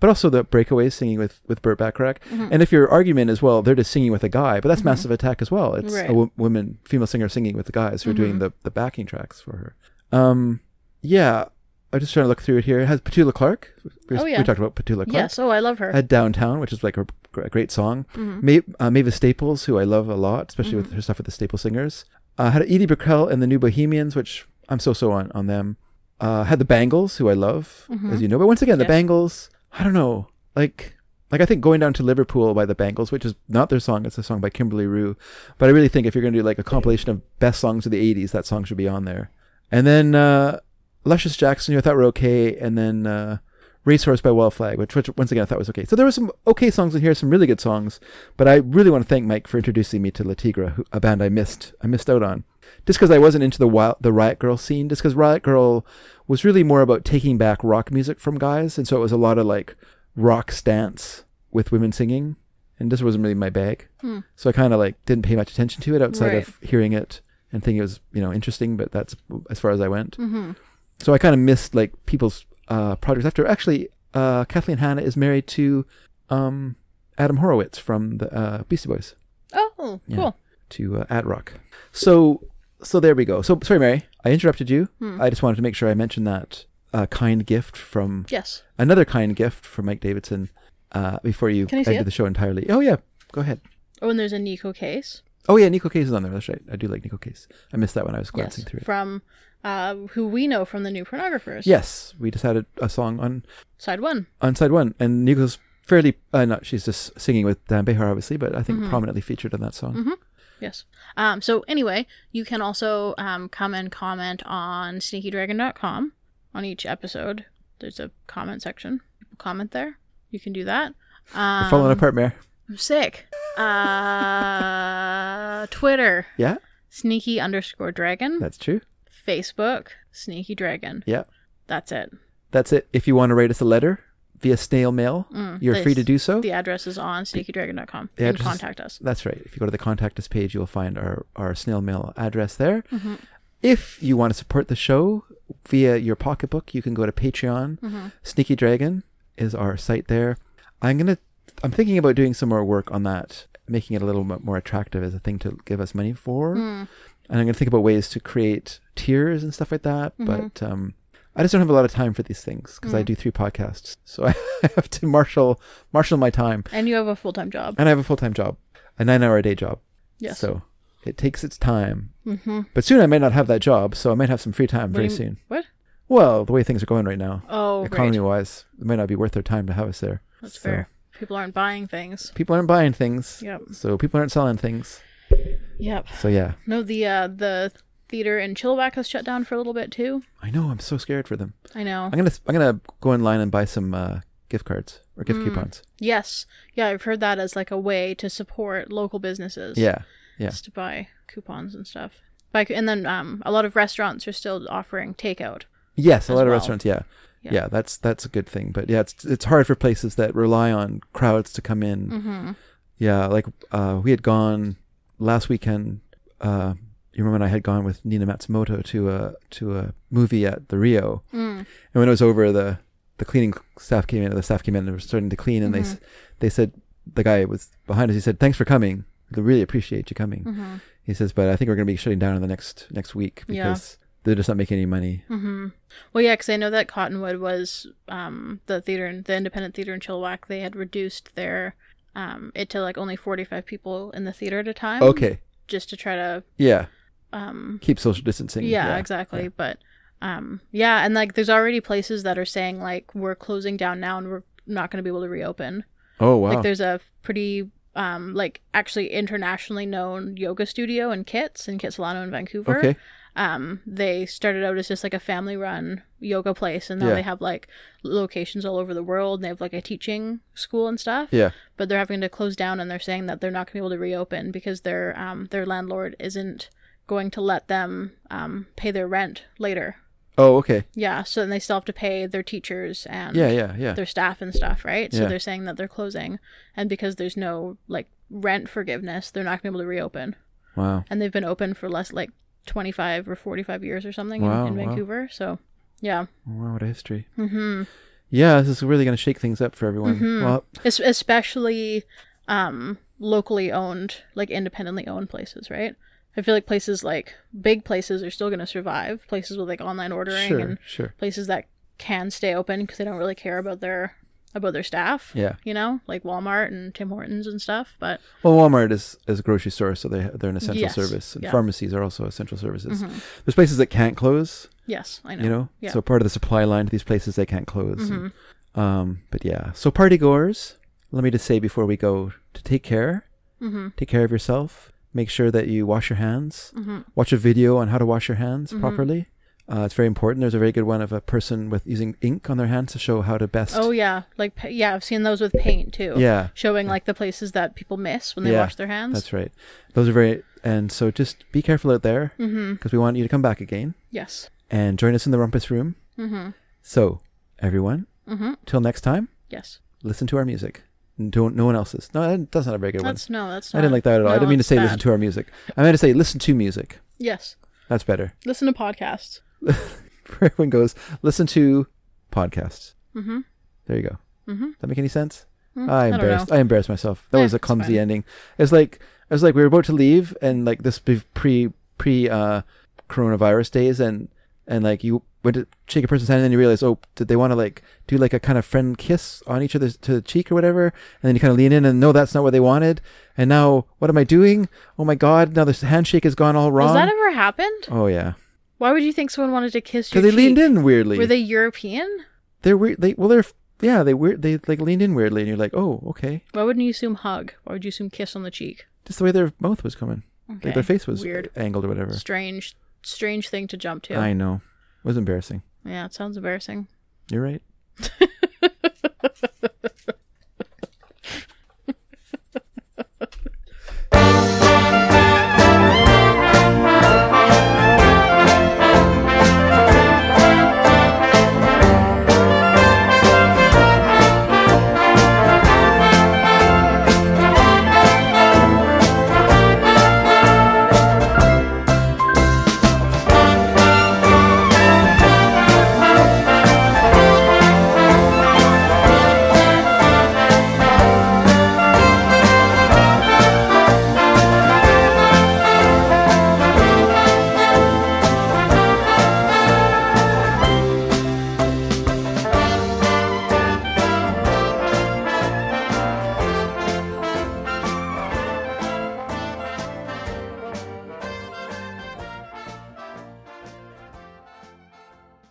[SPEAKER 2] but also the Breakaways singing with with Burt Bacharach.
[SPEAKER 3] Mm-hmm.
[SPEAKER 2] And if your argument is well, they're just singing with a guy, but that's Massive Attack as well. It's
[SPEAKER 3] Right. Mm-hmm.
[SPEAKER 2] a wo- woman female singer singing with the guys who are doing the the backing tracks for her. Um, yeah. I'm just trying to look through it here. It has Petula Clark. We,
[SPEAKER 3] Oh,
[SPEAKER 2] we
[SPEAKER 3] yeah.
[SPEAKER 2] talked about Petula Clark
[SPEAKER 3] Yes. Oh, I love her.
[SPEAKER 2] at Downtown, which is like a, a great song. Ma- uh, Mavis Staples, who I love a lot, especially with her stuff with the Staple Singers. Uh, had Edie Brickell and the New Bohemians, which I'm so so on on them. Uh, had the Bangles, who I love, as you know. But once again, the
[SPEAKER 3] Yes.
[SPEAKER 2] Bangles, I don't know, like. Like I think going down to Liverpool by the Bangles, which is not their song, it's a song by Kimberly Rue. But I really think if you're going to do like a compilation of best songs of the '80s, that song should be on there. And then uh, Luscious Jackson, who I thought were okay, and then uh, Racehorse by Wild Flag, which, which once again I thought was okay. So there were some okay songs in here, some really good songs, but I really want to thank Mike for introducing me to La Tigra, who, a band I missed I missed out on, just because I wasn't into the wild, the Riot Girl scene. Just because Riot Girl was really more about taking back rock music from guys, and so it was a lot of like rock stance with women singing, and this wasn't really my bag. So I kind of like didn't pay much attention to it outside
[SPEAKER 3] Right.
[SPEAKER 2] of hearing it and thinking it was you know interesting, but that's as far as I went. So I kind of missed like people's uh, projects after. Actually, uh, Kathleen Hanna is married to um, Adam Horowitz from the uh, Beastie Boys
[SPEAKER 3] oh, cool.
[SPEAKER 2] to uh, Ad Rock. So so there we go. So sorry, Mary, I interrupted you.
[SPEAKER 3] Hmm.
[SPEAKER 2] I just wanted to make sure I mentioned that uh, kind gift from
[SPEAKER 3] Yes.
[SPEAKER 2] another kind gift from Mike Davidson uh, before you
[SPEAKER 3] Can I see
[SPEAKER 2] ended
[SPEAKER 3] it?
[SPEAKER 2] the show entirely. Oh yeah, go ahead.
[SPEAKER 3] Oh, and there's a Nico case.
[SPEAKER 2] Oh yeah, Nico Case is on there. That's right. I do like Nico Case. I missed that when I was
[SPEAKER 3] Yes.
[SPEAKER 2] glancing through it.
[SPEAKER 3] From uh, who we know from the New Pornographers.
[SPEAKER 2] yes, we decided a song on
[SPEAKER 3] Side one.
[SPEAKER 2] on side one, and Nico's fairly uh, not. She's just singing with Dan Behar, obviously, but I think prominently featured on that song.
[SPEAKER 3] Yes. Um, so anyway, you can also um, come and comment on sneakydragon.com on each episode. There's a comment section. People comment there. You can do that.
[SPEAKER 2] We're
[SPEAKER 3] Um,
[SPEAKER 2] falling apart, Mare.
[SPEAKER 3] I'm sick. Uh, Twitter,
[SPEAKER 2] Yeah,
[SPEAKER 3] sneaky underscore dragon.
[SPEAKER 2] that's true.
[SPEAKER 3] Facebook, sneaky dragon.
[SPEAKER 2] Yeah,
[SPEAKER 3] That's it.
[SPEAKER 2] that's it. If you want to write us a letter via snail mail, you're free to
[SPEAKER 3] this-
[SPEAKER 2] do so.
[SPEAKER 3] The address is on sneakydragon.com.
[SPEAKER 2] Oh. The
[SPEAKER 3] You can
[SPEAKER 2] address is-
[SPEAKER 3] contact us.
[SPEAKER 2] That's right. If you go to the contact us page, you'll find our, our snail mail address there. If you want to support the show via your pocketbook, you can go to Patreon. Sneaky Dragon is our site there. I'm gonna I'm thinking about doing some more work on that, making it a little bit more attractive as a thing to give us money for. And I'm gonna think about ways to create tiers and stuff like that. But um, I just don't have a lot of time for these things because I do three podcasts, so [laughs] I have to marshal marshal my time
[SPEAKER 3] And you have a full time job.
[SPEAKER 2] and I have a full time job, a nine hour a day job.
[SPEAKER 3] Yes.
[SPEAKER 2] So it takes its time. Mm-hmm. But soon I might not have that job, so I might have some free time
[SPEAKER 3] What do
[SPEAKER 2] very
[SPEAKER 3] you-
[SPEAKER 2] soon.
[SPEAKER 3] What?
[SPEAKER 2] Well, the way things are going right now,
[SPEAKER 3] Oh,
[SPEAKER 2] economy
[SPEAKER 3] right.
[SPEAKER 2] wise, it might not be worth their time to have us there.
[SPEAKER 3] That's
[SPEAKER 2] So
[SPEAKER 3] fair. People aren't buying things.
[SPEAKER 2] People aren't buying things.
[SPEAKER 3] Yep.
[SPEAKER 2] So people aren't selling things.
[SPEAKER 3] Yep.
[SPEAKER 2] So yeah,
[SPEAKER 3] No, the uh, the theater in Chilliwack has shut down for a little bit too.
[SPEAKER 2] I know. I'm so scared for them.
[SPEAKER 3] I know.
[SPEAKER 2] I'm gonna I'm gonna go online and buy some uh, gift cards or
[SPEAKER 3] Mm.
[SPEAKER 2] gift coupons.
[SPEAKER 3] Yes, yeah, I've heard that as like a way to support local businesses.
[SPEAKER 2] Yeah. Yeah.
[SPEAKER 3] is to buy coupons and stuff. Buy, and then um, a lot of restaurants are still offering takeout.
[SPEAKER 2] Yes, a lot of
[SPEAKER 3] well.
[SPEAKER 2] restaurants. Yeah, yeah. that's that's a good thing. But yeah, it's it's hard for places that rely on crowds to come in.
[SPEAKER 3] Mm-hmm.
[SPEAKER 2] Yeah, like uh, we had gone last weekend. Uh, you remember when I had gone with Nina Matsumoto to a to a movie at the Rio,
[SPEAKER 3] Mm.
[SPEAKER 2] and when it was over, the the cleaning staff came in. The staff came in and were starting to clean, and
[SPEAKER 3] Mm-hmm.
[SPEAKER 2] they s- they said the guy was behind us. He said, "Thanks for coming. We really appreciate you coming."
[SPEAKER 3] Mm. Mm-hmm.
[SPEAKER 2] He says, "But I think we're going to be shutting down in the next next week
[SPEAKER 3] Yeah.
[SPEAKER 2] because they're just not making any money."
[SPEAKER 3] Mm-hmm. Well, yeah, because I know that Cottonwood was um, the theater, in, the independent theater in Chilliwack. They had reduced their um, it to like only forty five people in the theater at a time.
[SPEAKER 2] Okay,
[SPEAKER 3] just to try to
[SPEAKER 2] yeah,
[SPEAKER 3] um,
[SPEAKER 2] keep social distancing.
[SPEAKER 3] yeah, exactly. But um, yeah, and like there's already places that are saying like we're closing down now and we're not going to be able to reopen.
[SPEAKER 2] Oh wow.
[SPEAKER 3] Like there's a pretty um like actually internationally known yoga studio in Kits in Kit Solano in Vancouver.
[SPEAKER 2] Okay.
[SPEAKER 3] Um they started out as just like a family run yoga place and now
[SPEAKER 2] Yeah.
[SPEAKER 3] they have like locations all over the world and they have like a teaching school and stuff.
[SPEAKER 2] Yeah.
[SPEAKER 3] But they're having to close down and they're saying that they're not gonna be able to reopen because their um their landlord isn't going to let them um pay their rent later.
[SPEAKER 2] Oh okay.
[SPEAKER 3] Yeah. So then they still have to pay their teachers and
[SPEAKER 2] Yeah yeah yeah.
[SPEAKER 3] their staff and stuff, right? So
[SPEAKER 2] Yeah.
[SPEAKER 3] they're saying that they're closing, and because there's no like rent forgiveness, they're not gonna be able to reopen.
[SPEAKER 2] Wow.
[SPEAKER 3] And they've been open for less like twenty five or forty five years or something
[SPEAKER 2] Wow,
[SPEAKER 3] in, in
[SPEAKER 2] wow.
[SPEAKER 3] Vancouver. So yeah,
[SPEAKER 2] Wow, what a history. Mm-hmm. Yeah, this is really going to shake things up for everyone.
[SPEAKER 3] Mm-hmm.
[SPEAKER 2] Well,
[SPEAKER 3] es- especially um, locally owned, like independently owned places, right? I feel like places like big places are still gonna survive. Places with like online ordering
[SPEAKER 2] sure,
[SPEAKER 3] and
[SPEAKER 2] sure.
[SPEAKER 3] places that can stay open because they don't really care about their about their staff.
[SPEAKER 2] Yeah.
[SPEAKER 3] You know, like Walmart and Tim Hortons and stuff. But
[SPEAKER 2] Well, Walmart is, is a grocery store, so they they're an essential
[SPEAKER 3] Yes,
[SPEAKER 2] service, and
[SPEAKER 3] yeah. Mm-hmm.
[SPEAKER 2] pharmacies are also essential services. There's places that can't close,
[SPEAKER 3] yes, I know.
[SPEAKER 2] you know.
[SPEAKER 3] Yeah. Mm-hmm.
[SPEAKER 2] So part of the supply line to these places they can't close. and- um, but yeah, so party goers, let me just say before we go to take care,
[SPEAKER 3] Mm-hmm.
[SPEAKER 2] take care of yourself. Make sure that you wash your hands.
[SPEAKER 3] Mm-hmm.
[SPEAKER 2] Watch a video on how to wash your hands properly. Uh, it's very important. There's a very good one of a person with using ink on their hands to show how to best.
[SPEAKER 3] Oh yeah, like pa- yeah, I've seen those with paint too.
[SPEAKER 2] Yeah.
[SPEAKER 3] showing like the places that people miss when they wash their hands.
[SPEAKER 2] That's right. Those are very and so just be careful out there because
[SPEAKER 3] Mm-hmm.
[SPEAKER 2] we want you to come back again
[SPEAKER 3] Yes,
[SPEAKER 2] and join us in the rumpus room. Mm-hmm. So everyone,
[SPEAKER 3] Mm-hmm.
[SPEAKER 2] till next time,
[SPEAKER 3] yes.
[SPEAKER 2] listen to our music. Don't no one else's. No, that- that's not a very good
[SPEAKER 3] That's no, that's.
[SPEAKER 2] one. I
[SPEAKER 3] Not,
[SPEAKER 2] didn't like that at all. I
[SPEAKER 3] no,
[SPEAKER 2] didn't mean to
[SPEAKER 3] that's
[SPEAKER 2] say
[SPEAKER 3] bad.
[SPEAKER 2] listen to our music. I meant to say listen to music.
[SPEAKER 3] Yes,
[SPEAKER 2] That's better. [laughs]
[SPEAKER 3] listen to podcasts.
[SPEAKER 2] Everyone goes listen to podcasts. Mm-hmm. There you go. Mm-hmm. That make any sense? I
[SPEAKER 3] Hmm, Mm-hmm. don't
[SPEAKER 2] embarrassed.
[SPEAKER 3] know.
[SPEAKER 2] I, embarrassed myself. That
[SPEAKER 3] Eh,
[SPEAKER 2] was a
[SPEAKER 3] it's
[SPEAKER 2] clumsy
[SPEAKER 3] fine.
[SPEAKER 2] ending. It's like it was like we were about to leave, and like this be- pre pre uh, coronavirus days, and and like you went to shake a person's hand, and then you realize, oh, did they want to like do like a kind of friend kiss on each other's to the cheek or whatever? And then you kind of lean in, and no, that's not what they wanted. And now, what am I doing? Oh my god! Now this handshake has gone all wrong.
[SPEAKER 3] Has that ever happened?
[SPEAKER 2] oh yeah,
[SPEAKER 3] Why would you think someone wanted to kiss your?
[SPEAKER 2] because they leaned
[SPEAKER 3] cheek?
[SPEAKER 2] in weirdly.
[SPEAKER 3] Were they European?
[SPEAKER 2] They're weird. They well, they're yeah, they weird. They like leaned in weirdly, and you're like, oh, okay,
[SPEAKER 3] Why wouldn't you assume hug? Why would you assume kiss on the cheek?
[SPEAKER 2] just the way their mouth was coming, like
[SPEAKER 3] Okay.
[SPEAKER 2] their face was
[SPEAKER 3] Weird.
[SPEAKER 2] angled or whatever.
[SPEAKER 3] Strange, strange thing to jump to.
[SPEAKER 2] I know, it was embarrassing.
[SPEAKER 3] Yeah, it sounds embarrassing.
[SPEAKER 2] You're right.